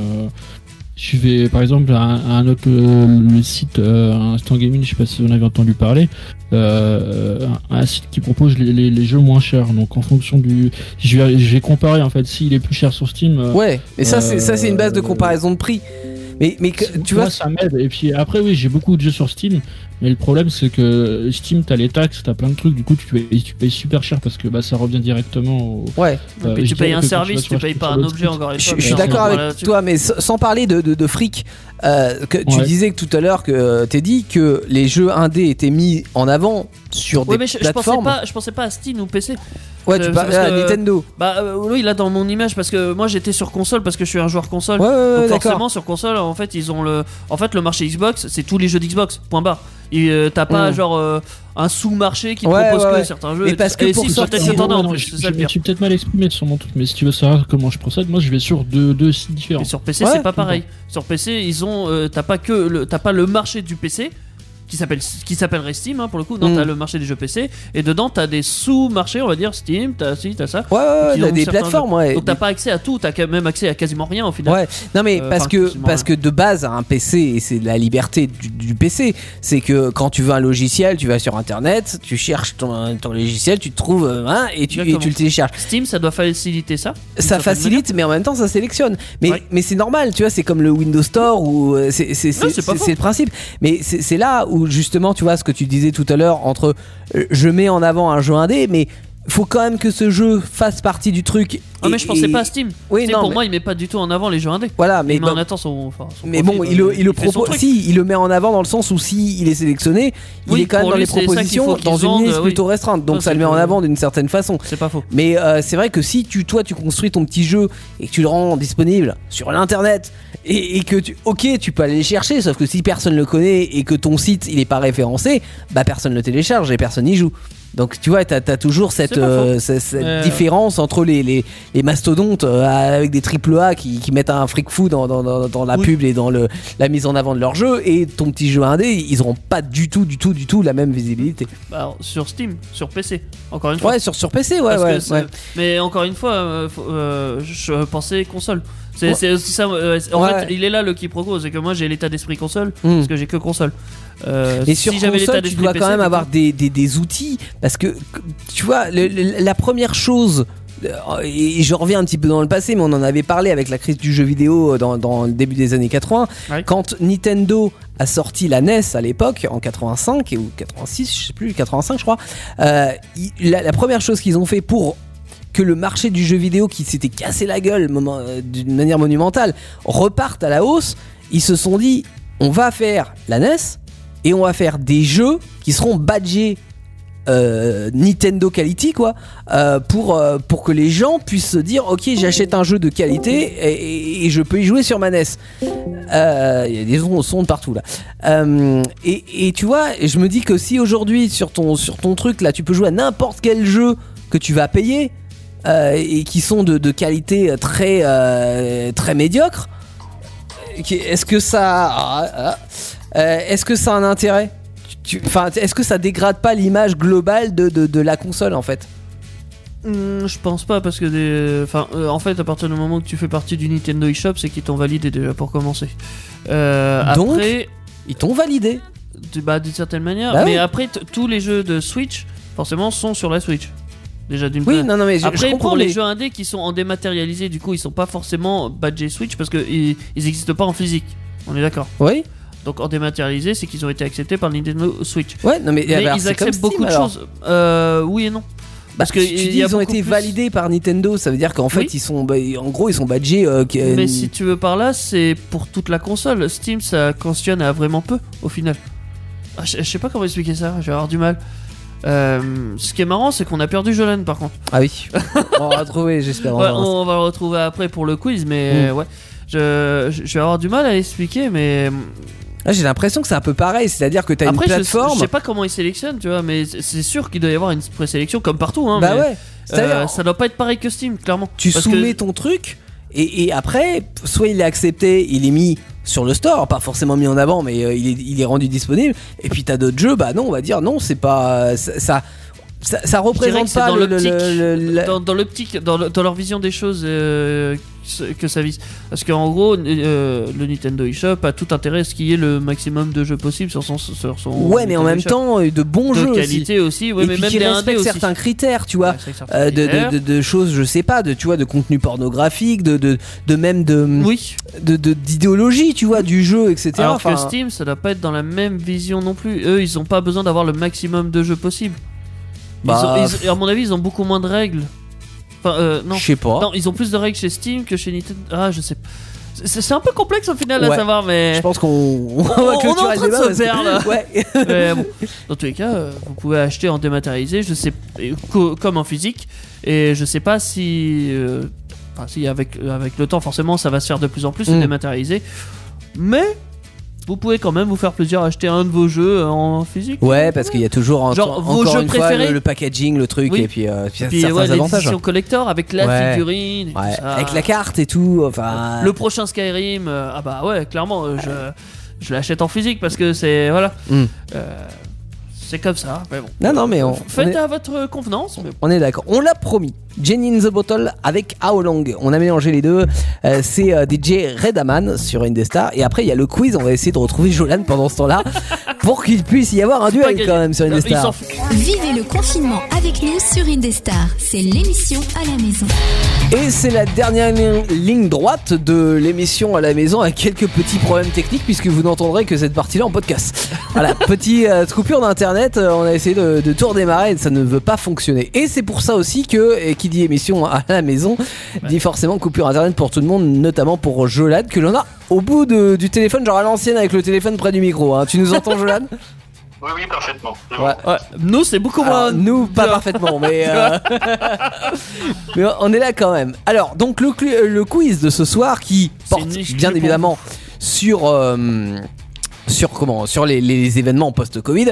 D: Je vais par exemple à un, à un autre euh, le site, euh, Instant Gaming, je sais pas si vous en avez entendu parler, euh, un, un site qui propose les, les- les jeux moins chers. Donc en fonction du. Je vais, je vais comparer en fait, s'il est plus cher sur Steam. euh,
B: Ouais, mais ça, c'est ça, c'est une base de
D: Euh,
B: comparaison de prix. Mais, mais que- tu
D: moi,
B: vois,
D: ça m'aide. Et puis après, oui, j'ai beaucoup de jeux sur Steam. Mais le problème, c'est que Steam, t'as les taxes, t'as plein de trucs. Du coup, tu payes, tu payes super cher parce que bah, ça revient directement au.
B: ouais,
D: euh,
C: Puis
D: je
C: tu
D: dirais
C: payes
D: que
C: un
D: quand
C: service,
D: tu vas
C: tu
D: sur-
C: payes
D: sur
C: pas un
D: l'autre
C: objet
D: site,
C: encore une
B: je,
C: fois.
B: je suis
D: mais
B: d'accord
D: on
B: avec
C: Voilà, tu-
B: toi, mais sans sans parler de, de- de fric, euh, que tu
D: Ouais.
B: disais que tout à l'heure que t'es dit que les jeux indés étaient mis en avant sur des
C: Ouais, mais je, je pensais
B: plateformes.
C: pas, je pensais pas à Steam ou PC.
B: ouais, tu
C: euh,
B: parles
C: parce
B: à
C: que-
B: Nintendo.
C: Bah euh, oui, là dans mon image, parce que moi j'étais sur console parce que je suis un joueur console.
B: Ouais, ouais, ouais,
C: Donc
B: d'accord.
C: forcément sur console, en fait ils ont le, en fait le marché Xbox, c'est tous les jeux d'Xbox. Point barre. Et euh, t'as pas
B: Mm.
C: genre euh, un sous-marché qui te
B: Ouais,
C: propose
B: ouais,
C: que
B: ouais.
C: certains jeux.
B: Mais
C: et
B: parce
C: tout.
B: que
C: Et
B: pour
C: si,
B: sortir-
C: peut-être que t'en as
D: Ouais,
C: en
D: non,
C: plus,
D: je,
C: c'est ça le
D: je-
C: pire.
D: je suis peut-être mal exprimé sur mon truc, mais si tu veux savoir comment je procède, moi je vais sur deux, deux sites différents.
C: Et sur PC,
B: Ouais,
C: c'est pas
D: tout le
C: pareil. Sur PC, ils ont, euh, t'as pas que, le, t'as pas le marché du PC qui s'appelle, qui s'appellerait Steam hein, pour le coup. Non,
B: Mm.
C: t'as le marché des jeux PC et dedans t'as des sous-marchés, on va dire Steam, t'as ci, t'as ça.
B: Ouais, ouais, ouais,
C: Ils ont
B: t'as des
C: certains
B: plateformes, ouais.
C: Donc t'as pas accès à tout, t'as quand même accès à quasiment rien au final.
B: Ouais, non mais
C: Euh,
B: parce
C: enfin,
B: que
C: excuse-moi,
B: parce que de base un PC et c'est la liberté du, du PC, c'est que quand tu veux un logiciel, tu vas sur internet, tu cherches ton, ton logiciel, tu te trouves euh, hein, et tu et
C: Exactement.
B: tu le télécharges.
C: Steam, ça doit faciliter ça. d'une
B: Ça
C: certaine
B: facilite mais en même temps ça sélectionne. Mais
C: Ouais.
B: mais c'est normal, tu vois, c'est comme le Windows Store ou euh, c'est c'est
C: Non,
B: c'est
C: c'est pas
B: c'est-
C: faux.
B: c'est le principe. Mais c'est c'est là où justement tu vois ce que tu disais tout à l'heure entre euh, je mets en avant un jeu indé mais faut quand même que ce jeu fasse partie du truc.
C: manière. Ah mais
B: Et-
C: je pensais
B: et-
C: pas à Steam.
B: Oui,
C: Tu sais,
B: non,
C: pour
B: mais-
C: moi, il met pas du tout en avant les jeux indés.
B: Voilà, mais
C: il met en
B: bon-
C: attend son, enfin, son
B: Mais
C: profil,
B: bon,
C: euh,
B: il le, il le
C: fait son
B: propose.
C: truc.
B: Si, il le met en avant dans le sens où si il est sélectionné,
C: Oui,
B: il est quand même
C: pour
B: dans
C: lui,
B: les
C: c'est ça qu'il faut
B: propositions
C: qu'ils
B: dans une
C: vendent,
B: liste
C: oui.
B: plutôt restreinte. Donc
C: Ça,
B: ça
C: c'est
B: le met en
C: que-
B: avant d'une certaine façon.
C: C'est pas faux.
B: Mais euh, c'est vrai que si tu, toi, tu construis ton petit jeu et que tu le rends disponible sur l'internet et, et que tu, ok, tu peux aller le chercher, sauf que si personne le connaît et que ton site il est pas référencé, bah personne le télécharge et personne n'y joue. Donc tu vois, t'as as toujours cette,
C: C'est pas faux.
B: euh, cette- cette
C: Euh.
B: différence entre les, les, les mastodontes euh, avec des triple A qui, qui mettent un fric fou dans, dans, dans, dans la
C: Oui.
B: pub et dans le, la mise en avant de leur jeu et ton petit jeu indé, ils auront pas du tout, du tout, du tout la même visibilité.
C: Bah, alors, sur Steam, sur PC, encore une fois.
B: Ouais, sur, sur PC, ouais,
C: Parce que
B: ouais,
C: c'est-
B: ouais.
C: Mais encore une fois, euh, faut- euh, je pensais console. C'est
B: Ouais.
C: c'est aussi ça. euh, c'est- en
B: Ouais.
C: fait, il est là le quiproquo, c'est que moi j'ai l'état d'esprit console,
B: Hmm.
C: parce que j'ai que console. Euh,
B: Et sur
C: j'avais l'état
B: console, tu
C: d'esprit
B: dois
C: PC,
B: quand même
C: du coup,
B: avoir des, des- des outils parce que que- tu vois le- le- la première chose euh, et je reviens un petit peu dans le passé mais on en avait parlé avec la crise du jeu vidéo euh, dans, dans le début des années 80
C: Ouais.
B: quand Nintendo a sorti la NES à l'époque en 85 et ou 86 je sais plus 85 je crois euh, il- la, la première chose qu'ils ont fait pour que le marché du jeu vidéo qui s'était cassé la gueule moment- euh, d'une manière monumentale reparte à la hausse ils se sont dit on va faire la E NES et on va faire des jeux qui seront badgés euh, Nintendo quality quoi euh, pour euh, pour que les gens puissent se dire ok j'achète un jeu de qualité et, et- et je peux y jouer sur ma NES Euh, il y a des sons, sons de partout là Euh, et, et tu vois je me dis que si aujourd'hui sur ton sur ton truc là tu peux jouer à n'importe quel jeu que tu vas payer euh, et qui sont de, de qualité euh, très euh, très médiocre qui- Est-ce que ça, ah, ah. Euh, est-ce que ça a un intérêt Tu- tu- Enfin, est-ce que ça dégrade pas l'image globale de, de, de la console en fait
C: Hmm, je pense pas parce que des. Enfin, euh, en fait, à partir du moment que tu fais partie du Nintendo eShop, c'est qu'ils t'ont validé déjà pour commencer. Euh,
B: Donc
C: après,
B: Ils t'ont validé
C: tu- bah, d'une certaine manière.
B: Bah
C: mais
B: oui.
C: après, t- tous les jeux de Switch, forcément, sont sur la Switch. Déjà d'une
B: Oui,
C: part.
B: non, non, mais je, je
C: Après,
B: comprends
C: pour les
B: mais-
C: jeux indés qui sont en dématérialisé, du coup, ils sont pas forcément badgés Switch parce que ils ils existent pas en physique. On est d'accord.
B: Oui,
C: Donc en dématérialisé, c'est qu'ils ont été acceptés par le Nintendo Switch.
B: ouais, non, mais,
C: Mais
B: alors,
C: ils
B: c'est comme
C: acceptent
B: Steam,
C: beaucoup de
B: alors.
C: choses. Euh, oui et non.
B: Parce que
C: que il
B: tu
C: y
B: dis ils
C: a
B: ont
C: beaucoup
B: été
C: plus-
B: validés par Nintendo, ça veut dire qu'en fait
C: Oui.
B: ils sont, bah, en gros, ils sont badgés. euh, que-
C: Mais si tu veux par là, c'est pour toute la console. Steam, ça cautionne à vraiment peu, au final. Ah, je, je sais pas comment expliquer ça, je vais avoir du mal. Euh, ce qui est marrant, c'est qu'on a perdu Jolan par contre.
B: Ah oui, on va Mm. retrouver, j'espère.
C: Ouais,
B: enfin,
C: on va le retrouver après pour le quiz, mais ouais. Je, je- je vais avoir du mal à expliquer, mais.
B: Ah, J'ai l'impression que c'est un peu pareil, c'est-à-dire que t'as une
C: Après, je, je
B: plateforme.
C: sais pas comment ils sélectionnent, tu vois, mais c'est- c'est sûr qu'il doit y avoir une présélection comme partout. Hein,
B: bah
C: mais,
B: ouais. C'est-à-dire,
C: euh, ça doit pas être pareil que Steam, clairement.
B: tu
C: Parce que-
B: soumets ton truc et, et après soit il est accepté il est mis sur le store pas forcément mis en avant mais euh, il, est, il est rendu disponible et puis t'as d'autres jeux bah non on va dire non c'est pas euh, ça ça, ça- ça
C: Je dirais que
B: représente
C: c'est
B: pas
C: dans
B: le, le-
C: l'optique,
B: le- le- la-
C: dans, dans l'optique, dans, le- dans leur vision des choses euh, que- que ça vise. Parce qu'en gros, euh, le Nintendo eShop a tout intérêt à ce qu'il y ait le maximum de jeux possibles sur son, sur son
B: ouais mais en
C: Nintendo
B: même
C: eShop.
B: temps euh, de bons
C: de
B: jeux aussi
C: qualité aussi, ouais,
B: et
C: mais
B: puis
C: même
B: qui
C: des indés
B: respectent
C: aussi.
B: certains critères tu vois
C: Ouais, c'est que certains
B: euh, de, de,
C: critères.
B: de- de choses je sais pas de tu vois de contenu pornographique de de, de même de,
C: Oui,
B: de- de- d'idéologie tu vois du jeu etc
C: alors
B: Enfin,
C: que Steam, ça doit pas être dans la même vision non plus. Eux, ils ont pas besoin d'avoir le maximum de jeux possible. Ils
B: Bah,
C: ont- ils- à mon avis, ils ont beaucoup moins de règles. Enfin, euh, non.
B: je sais pas
C: Non, ils ont plus de règles chez Steam que chez Nintendo. Ah, je sais. pas. C'est c'est un peu complexe au final
B: Ouais.
C: à savoir, mais.
B: je pense qu'on on va
C: on est en
B: clôturer
C: train
B: le
C: de
B: débat
C: se
B: parce que-
C: perdre.
B: Ouais.
C: Mais bon, dans tous les cas, euh, vous pouvez acheter en dématérialisé, je sais, et co- comme en physique, et je sais pas si, euh, enfin, si avec euh, avec le temps, forcément, ça va se faire de plus en plus le
B: Mm.
C: dématérialisé, mais vous pouvez quand même vous faire plaisir à acheter un de vos jeux en physique.
B: Ouais, parce qu'il y a toujours en-
C: Genre, vos
B: encore
C: jeux
B: une fois,
C: préférés
B: le, le packaging, le truc,
C: Oui.
B: et puis, euh, puis
C: Puis
B: certains
C: ouais,
B: avantages.
C: l'édition collector avec la
B: Ouais.
C: figurine, et tout
B: Ouais,
C: ça.
B: Avec la carte et tout, enfin.
C: le prochain Skyrim, euh, ah bah ouais, clairement, euh, je je l'achète en physique parce que c'est voilà,
B: Mm.
C: Euh, c'est comme ça. Mais bon.
B: Non, non, mais on, on
C: Faites
B: est,
C: à votre convenance. mais-
B: on est d'accord. On l'a promis. Gin in the Bottle avec How Long. On a mélangé les deux. Euh, c'est euh, DJ Redaman sur Indestar. Et après, il y a le quiz. On va essayer de retrouver Jolan pendant ce temps-là pour qu'il puisse y avoir un
C: pas
B: duel
C: gagné.
B: quand même sur
C: Non, il
B: Indestar.
C: s'en fout.
A: Vivez le confinement avec nous sur Indestar. C'est l'émission à la maison.
B: Et c'est la dernière li- ligne droite de l'émission à la maison à quelques petits problèmes techniques puisque vous n'entendrez que cette partie-là en podcast. Voilà, petite coupure d'internet, euh, on a essayé de, de tout redémarrer et ça ne veut pas fonctionner. Et c'est pour ça aussi que, et qui dit émission à la maison, dit forcément coupure internet pour tout le monde, notamment pour Jolade que l'on a au bout de- du téléphone, genre à l'ancienne avec le téléphone près du micro. hein. Tu nous entends Jolade
G: Oui, oui, parfaitement. C'est
B: Ouais.
G: bon.
C: Ouais, nous, c'est beaucoup moins.
B: Alors, nous, pas
C: bien.
B: parfaitement, mais, euh, mais on est là quand même. Alors, donc le, clu- euh, le quiz de ce soir qui
C: C'est
B: porte
C: une exclue
B: bien
C: pour
B: évidemment sur euh, sur comment sur les, les événements post-Covid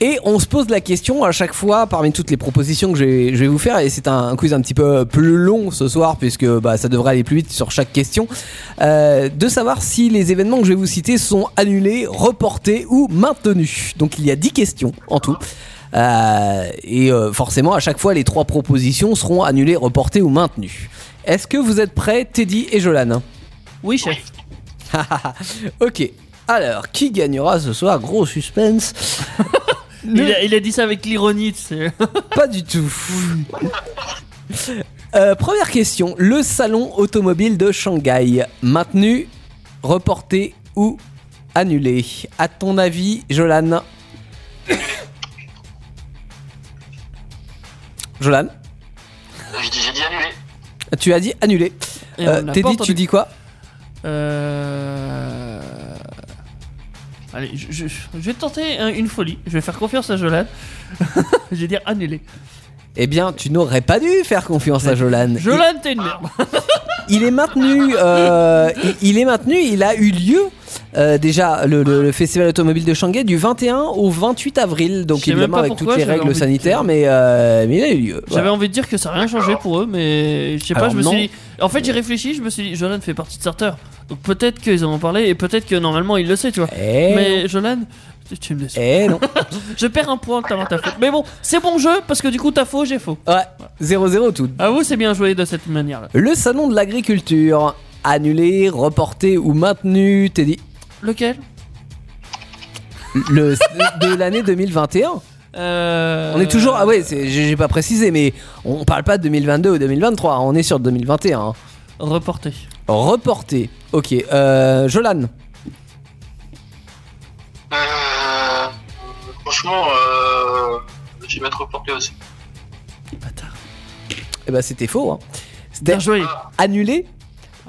B: et on se pose la question à chaque fois parmi toutes les propositions que je vais, je vais vous faire et c'est un, un quiz un petit peu plus long ce soir puisque bah, ça devrait aller plus vite sur chaque question euh, de savoir si les événements que je vais vous citer sont annulés, reportés ou maintenus. Donc il y a 10 questions en tout. Euh, et euh, forcément, à chaque fois, les trois propositions seront annulées, reportées ou maintenues. Est-ce que vous êtes prêts, Teddy et Jolan
C: Oui, chef.
B: ok. Alors, qui gagnera ce soir Gros suspense.
C: Il a, il a dit ça avec l'ironie, tu
B: Euh,
C: sais.
B: Pas du tout. Euh, première question. Le salon automobile de Shanghai, maintenu, reporté ou annulé À ton avis, Jolan Jolan,
G: J'ai dit- j'ai dit annulé.
B: tu as dit annulé.
C: Et
B: Euh,
C: on l'a pas
B: Teddy,
C: entendu.
B: tu dis quoi
C: Euh... Allez, je, je- je vais tenter un- une folie. Je vais faire confiance à Jolan. je vais dire annuler.
B: Eh bien, tu n'aurais pas dû faire confiance à Jolan. Il-
C: Jolan, t'es une merde.
B: il est maintenu, euh, il, il est maintenu, il a eu lieu euh, déjà le, le- le festival automobile de Shanghai du 21 au 28 avril,
C: Je
B: donc
C: sais même
B: évidemment
C: pas
B: avec
C: pourquoi
B: toutes les
C: j'avais
B: règles
C: envie de-
B: sanitaires, mais, euh, mais il a eu lieu.
C: J'avais
B: Voilà.
C: envie de dire que ça n'a rien changé pour eux, mais je sais pas,
B: Alors,
C: je me
B: non.
C: suis dit... En fait, j'ai réfléchi, je me suis dit, Jolan fait partie de Starter. Donc peut-être qu'ils en ont parlé et peut-être que normalement il le sait, tu vois.
B: Eh non.
C: Mais Jolan, tu- tu me déçois.
B: Eh non.
C: Je perds un point de t'avoir ta faute. Mais bon, c'est bon jeu parce que du coup t'as faux, j'ai faux.
B: Ouais, 0-0 tout.
C: À vous, c'est bien joué de cette manière-là.
B: Le salon de l'agriculture, annulé, reporté ou maintenu, t'es dit,
C: Lequel
B: le, de l'année 2021
C: Euh,
B: On est toujours. Ah ouais, c'est- j'ai j'ai pas précisé, mais on parle pas de 2022 ou 2023, on est sur 2021. hein.
C: Reporté.
B: Reporté. Ok, euh, Jolan.
G: Euh, franchement, euh, je vais mettre reporté aussi.
C: Bâtard.
B: Eh ben c'était faux. Hein. C'était
C: Bien joué.
B: annulé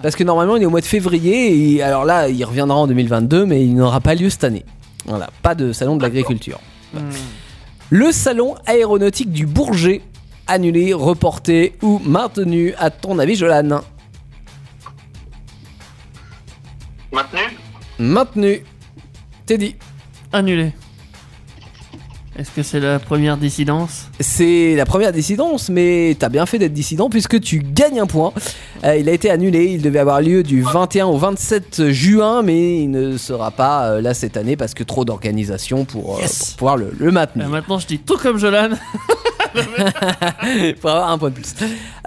B: parce que normalement il est au mois de février et alors là il reviendra en 2022 mais il n'aura pas lieu cette année. Voilà, pas de salon de l'agriculture.
C: Hmm.
B: Le salon aéronautique du Bourget annulé, reporté ou maintenu à ton avis Jolan
G: Maintenu
B: Maintenu. Teddy,
C: Annulé. Est-ce que c'est la première dissidence
B: c'est la première dissidence, mais t'as bien fait d'être dissident puisque tu gagnes un point. Euh, il a été annulé, il devait avoir lieu du 21 au 27 juin, mais il ne sera pas euh, là cette année parce que trop d'organisation pour, euh,
C: Yes.
B: pour pouvoir le, le
C: Euh,
B: maintenir,
C: Maintenant, je dis tout comme Jolan.
B: pour avoir un point de plus.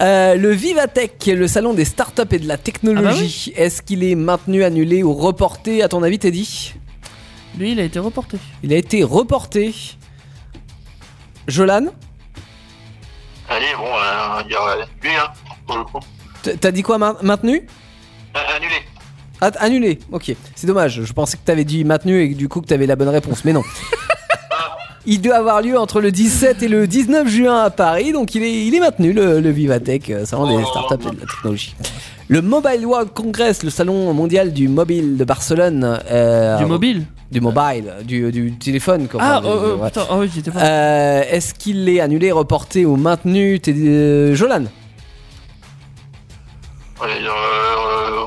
B: Euh, le Vivatech, le salon des startups et de la technologie, est-ce qu'il est maintenu, annulé ou reporté à ton avis Teddy
C: Lui, il a été reporté.
B: Il a été reporté. Jolan,
G: Allez, bon, euh, il y a annulé, hein, pour le coup.
B: t- t'as dit quoi ma- maintenu
G: Euh, annulé.
B: Ah, annulé, ok. C'est dommage, je pensais que t'avais dit maintenu et que du coup que t'avais la bonne réponse, mais non. Il doit avoir lieu entre le 17 et le 19 juin à Paris, donc il est, il est maintenu le, le Vivatech, euh, salon des startups et de la technologie. Le Mobile World Congress, le salon mondial du mobile de Barcelone. euh,
C: du mobile
B: Du mobile, du, du téléphone. quoi.
C: Ah,
B: Enfin,
C: oh,
B: le-
C: oh,
B: ouais.
C: putain, ah oui, j'étais pas.
B: Euh, Est-ce qu'il est annulé, reporté ou maintenu T'es- euh, Jolan
G: Allez, euh, euh,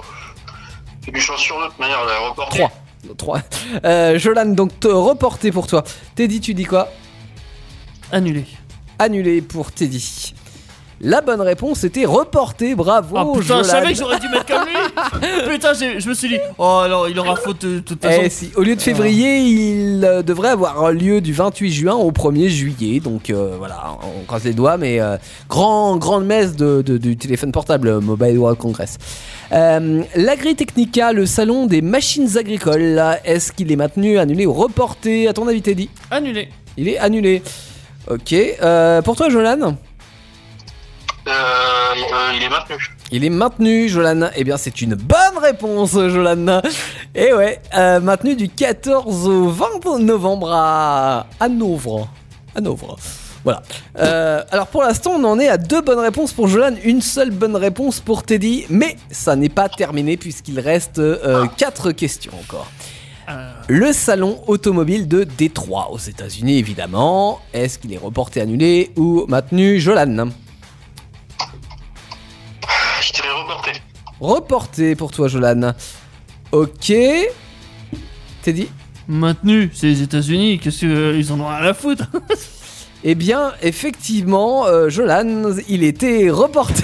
G: c'est du chance sur l'autre manière, là, reporté.
B: 3. 3. Euh, Jolan, donc te- reporté pour toi. Teddy, tu dis quoi
C: Annulé.
B: annulé pour Teddy. La bonne réponse était reportée, bravo
C: Ah putain, je
B: Jolan.
C: savais que j'aurais dû mettre comme lui. putain, j'ai- je me suis dit, oh alors il aura faute de toute façon. Ah.
B: Eh si, au lieu de février, il euh, devrait avoir lieu du 28 juin au 1er juillet. Donc euh, voilà, on croise les doigts, mais euh, grand, grande messe de, de- du téléphone portable euh, Mobile World Congress. Euh, L'Agritechnica, le salon des machines agricoles, là, est-ce qu'il est maintenu, annulé ou reporté À ton avis, Teddy
C: Annulé.
B: Il est annulé. Ok, euh, pour toi, Jolan
G: Euh, euh, il est maintenu.
B: Il est maintenu, Jolan. Eh bien, c'est une bonne réponse, Jolan. Et ouais, euh, maintenu du 14 au 20 novembre à Hanovre. Hanovre. Voilà. Euh, alors pour l'instant, on en est à deux bonnes réponses pour Jolan, une seule bonne réponse pour Teddy. Mais ça n'est pas terminé puisqu'il reste euh, quatre questions encore. Le salon automobile de Détroit aux États-Unis, évidemment. Est-ce qu'il est reporté, annulé ou maintenu, Jolan
G: Je dirais reporté.
B: reporté pour toi, Jolan. Ok. Teddy
C: Maintenu, c'est les États-Unis, qu'est-ce qu'ils en ont à la foutre
B: Eh bien, effectivement, euh, Jolan, il était reporté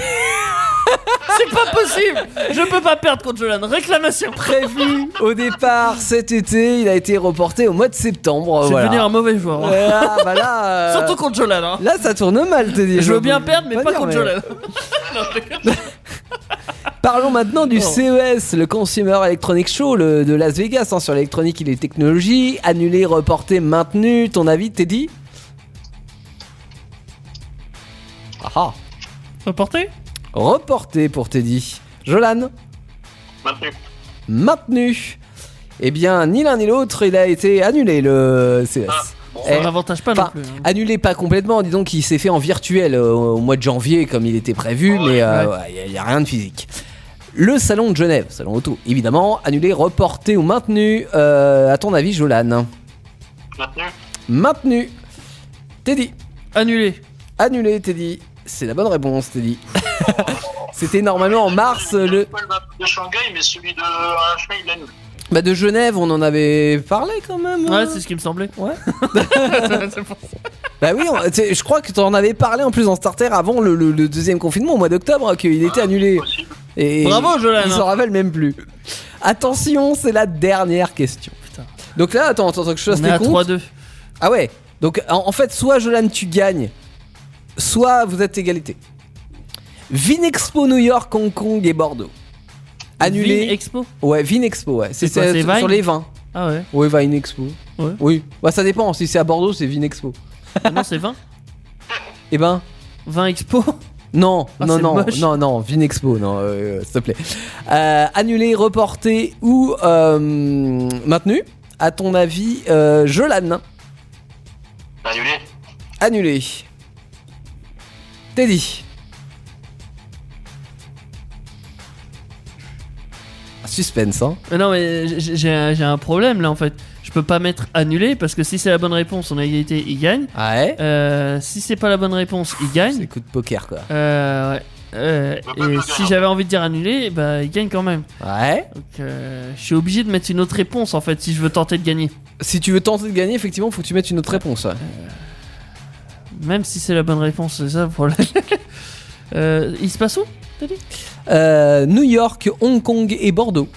C: C'est pas possible Je peux pas perdre contre Jolan. Réclamation.
B: Oh, prévu au départ cet été. Il a été reporté au mois de septembre.
C: Je vais
B: voilà.
C: devenir un mauvais joueur. hein.
B: Ouais, ah, bah là, euh,
C: Surtout contre Jolan. Hein.
B: Là, ça tourne mal, Teddy.
C: Je veux bien perdre, mais pas
B: dire,
C: contre Jolan. Non, je déconne.
B: Parlons maintenant du CES, le Consumer Electronic Show le- de Las Vegas hein, sur l'électronique et les technologies. Annulé, reporté, maintenu. Ton avis, Teddy Ah ah.
C: Reporté
B: Reporté pour Teddy. Jolan
G: Maintenu.
B: Maintenu. Eh bien, ni l'un ni l'autre, il a été annulé le CES.
G: Ah, bon.
B: Eh,
C: On n'avantage pas
B: enfin,
C: non plus. hein.
B: Annulé pas complètement, dis donc il s'est fait en virtuel euh, au mois de janvier comme il était prévu,
G: Ouais,
B: mais euh,
C: ouais.
B: il n'y a, rien de physique. Le salon de Genève, salon auto, évidemment, annulé, reporté ou maintenu, euh, à ton avis Jolan
G: Maintenu.
B: Maintenu. Teddy,
C: Annulé.
B: annulé Teddy, c'est la bonne réponse Teddy. C'était normalement en mars, euh,
G: J'ai
B: le...
G: pas le map de Shanghai, mais celui de euh, Shanghai, il annule.
B: Bah de Genève on en avait parlé quand même. hein.
C: Ouais, c'est ce qui me semblait.
B: Ouais.
C: C'est pour-
B: Bah oui, on- tu sais, je crois que t'en avais parlé en plus en starter avant le, le- le deuxième confinement au mois d'octobre qu'il était annulé.
G: Possible.
B: Et
C: Bravo, Jolan.
B: Ils s'en rappellent même plus. Attention, c'est la dernière question.
C: Putain.
B: Donc là, attends, attends, attends que je fasse
C: On est
B: les
C: à
B: comptes.
C: 3-2.
B: Ah ouais. Donc en, en fait, soit Jolan tu gagnes, soit vous êtes égalité. Vinexpo New York, Hong Kong et Bordeaux. Annulé.
C: Vin Expo.
B: ouais, Vinexpo, ouais. C'est
C: C'est
B: c'est-
C: quoi, c'est
B: sur
C: Vine
B: les vins.
C: Ah ouais.
B: Oui, Vinexpo.
C: Ouais.
B: Oui. Bah ça dépend. Si c'est à Bordeaux, c'est Vinexpo.
C: Ah non, c'est 20.
B: Eh ben.
C: 20 Expo.
B: Non,
C: Ah,
B: non,
C: c'est
B: non,
C: moche.
B: non, non, Vinexpo, non, euh, s'il te plaît. Euh, annulé, reporté ou euh, maintenu À ton avis, euh, Jolan,
G: Annulé.
B: annulé. Teddy. Suspense, hein
C: Mais non, mais j'ai- j'ai un, j'ai un problème là en fait. Je peux pas mettre annulé parce que si c'est la bonne réponse, on a égalité, il gagne.
B: Ouais.
C: Euh, si c'est pas la bonne réponse, il
B: C'est
C: gagne.
B: coup de poker, quoi.
C: Euh, ouais. Euh, et si j'avais envie de dire annulé, bah il gagne quand même.
B: Ouais.
C: Donc euh, je suis obligé de mettre une autre réponse en fait si je veux tenter de gagner.
B: Si tu veux tenter de gagner, effectivement, faut que tu mettes une autre réponse. ouais.
C: Même si c'est la bonne réponse, c'est ça le problème. Euh, il se passe où
B: Euh, New York, Hong Kong et Bordeaux.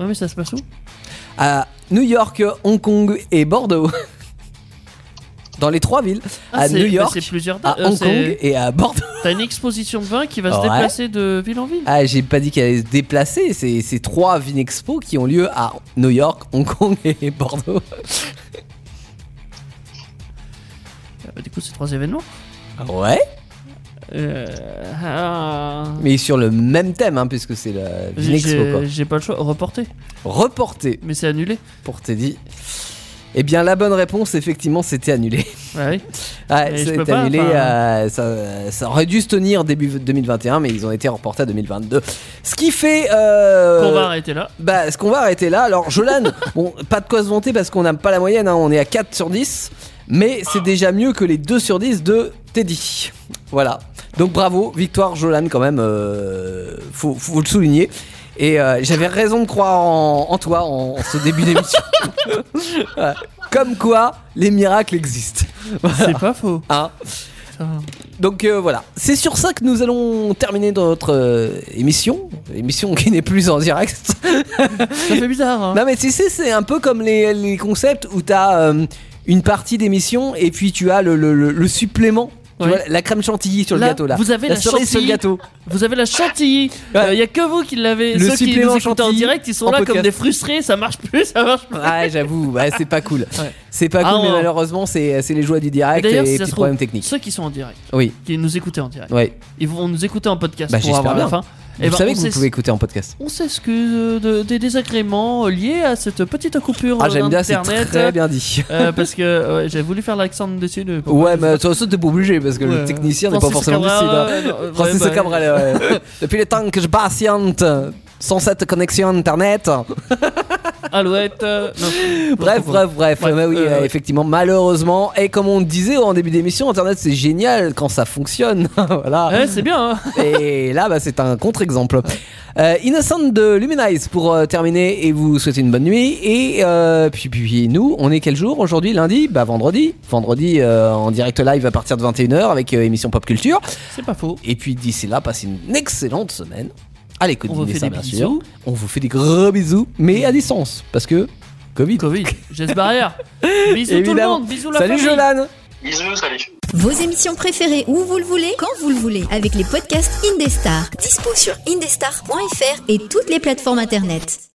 C: Ouais, mais ça se passe où
B: à New York, Hong Kong et Bordeaux. Dans les trois villes, à
C: c'est-
B: New
C: bah,
B: York,
C: C'est plusieurs dates.
B: à
C: Euh,
B: Hong Kong
C: c'est-
B: et à Bordeaux.
C: T'as une exposition de vin qui va se
B: Ouais.
C: déplacer de ville en ville.
B: Ah, j'ai pas dit qu'elle allait se déplacer, c'est ces trois Vinexpo qui ont lieu à New York, Hong Kong et Bordeaux.
C: Ah, bah, du coup, c'est trois événements. Ah.
B: Ouais,
C: Euh, ah.
B: mais sur le même thème, hein, puisque c'est la
C: J'ai-
B: Vinexpo. Quoi.
C: J'ai j'ai pas le choix. Reporté.
B: Reporté
C: Mais c'est annulé.
B: pour Teddy. Eh bien, la bonne réponse, effectivement, c'était annulé.
C: Ouais.
B: Ouais,
C: Mais je peux
B: c'était
C: pas,
B: annulé.
C: enfin. hein.
B: euh, ça, ça aurait dû se tenir début 2021, mais ils ont été reportés à 2022. Ce qui fait. euh,
C: On va arrêter là.
B: Bah, est-ce qu'on va arrêter là Alors, Jolan, bon, pas de quoi se vanter parce qu'on n'a pas la moyenne, hein, on est à 4 sur 10, mais c'est déjà mieux que les 2 sur 10 de Teddy. Voilà. Donc, bravo, victoire Jolan quand même, euh, faut, faut le souligner. Et euh, j'avais raison de croire en, en toi en, en ce début d'émission. Ouais. Comme quoi, les miracles existent.
C: C'est pas faux.
B: Hein
C: Ça va.
B: donc euh, voilà, c'est sur ça que nous allons terminer notre euh, émission, émission qui n'est plus en direct.
C: Ça fait bizarre. hein.
B: Non mais tu sais, c'est un peu comme les, les concepts où t'as euh, une partie d'émission et puis tu as le, le- le- le supplément. Tu
C: Oui.
B: vois, la crème chantilly sur
C: Là,
B: le gâteau là.
C: vous avez la
B: cerise sur le
C: chantilly.
B: gâteau.
C: Vous avez la chantilly. Il
B: Ouais.
C: y a que vous qui l'avez.
B: Le
C: Ceux qui
B: supplément
C: nous écoutent en
B: chantilly
C: direct, ils sont
B: en
C: là
B: podcast.
C: comme des frustrés. Ça marche plus, ça marche plus.
B: Ouais, j'avoue, ouais, c'est pas cool.
C: Ouais.
B: C'est pas
C: Ah,
B: cool, mais
C: on-
B: malheureusement, c'est c'est les joies du
C: Et
B: direct et
C: D'ailleurs,
B: les
C: si ça
B: petits
C: se
B: problèmes
C: trouve,
B: techniques.
C: ceux qui sont en direct,
B: Oui,
C: qui nous écoutaient en direct,
B: ouais.
C: ils vont nous écouter en podcast
B: Bah,
C: pour
B: j'espère
C: avoir la
B: bien.
C: fin. Et
B: vous
C: ben,
B: savez
C: on
B: que vous
C: s'ex-
B: pouvez écouter en podcast.
C: On s'excuse euh, de- des désagréments liés à cette petite coupure
B: Ah,
C: euh,
B: j'aime bien, c'est
C: d'internet,
B: très bien dit.
C: euh, parce que ouais, j'ai voulu faire l'accent dessus. de-
B: Ouais, mais toi, ça, t'es pas obligé parce que le
C: Ouais.
B: technicien n'est pas
C: Francis
B: forcément
C: Cabrel,
B: lucide. hein.
C: ouais, non, ouais,
B: Francis
C: bah,
B: Cabrel, ouais. Depuis le temps que je patiente sans cette connexion internet.
C: Alouette. euh, non.
B: Bref, bref, bref.
C: Bref,
B: Mais oui,
C: euh,
B: euh,
C: ouais.
B: effectivement, malheureusement. Et comme on disait en début d'émission, Internet c'est génial quand ça fonctionne. voilà.
C: Ouais, c'est bien. hein.
B: Et là, bah, c'est un contre-exemple. Euh, Innocent de Luminize pour euh, terminer et vous souhaiter une bonne nuit. Et euh, puis, puis nous, on est quel jour aujourd'hui Lundi Bah vendredi. Vendredi euh, en direct live à partir de 21h avec euh, émission Pop Culture.
C: C'est pas faux.
B: Et puis d'ici là, passez une excellente semaine. À l'écoute
C: On vous fait
B: d'Inessa,
C: des
B: bien
C: bisous.
B: sûr. On vous fait des gros bisous, mais à distance. Parce que Covid.
C: Covid, geste barrière. Bisous tout le
B: Évidemment.
C: monde, bisous la
B: Salut
C: famille.
B: Jolan
G: Bisous, salut.
A: Vos émissions préférées où vous le voulez, quand vous le voulez, avec les podcasts Indestar. Dispo sur indestar.fr et toutes les plateformes internet.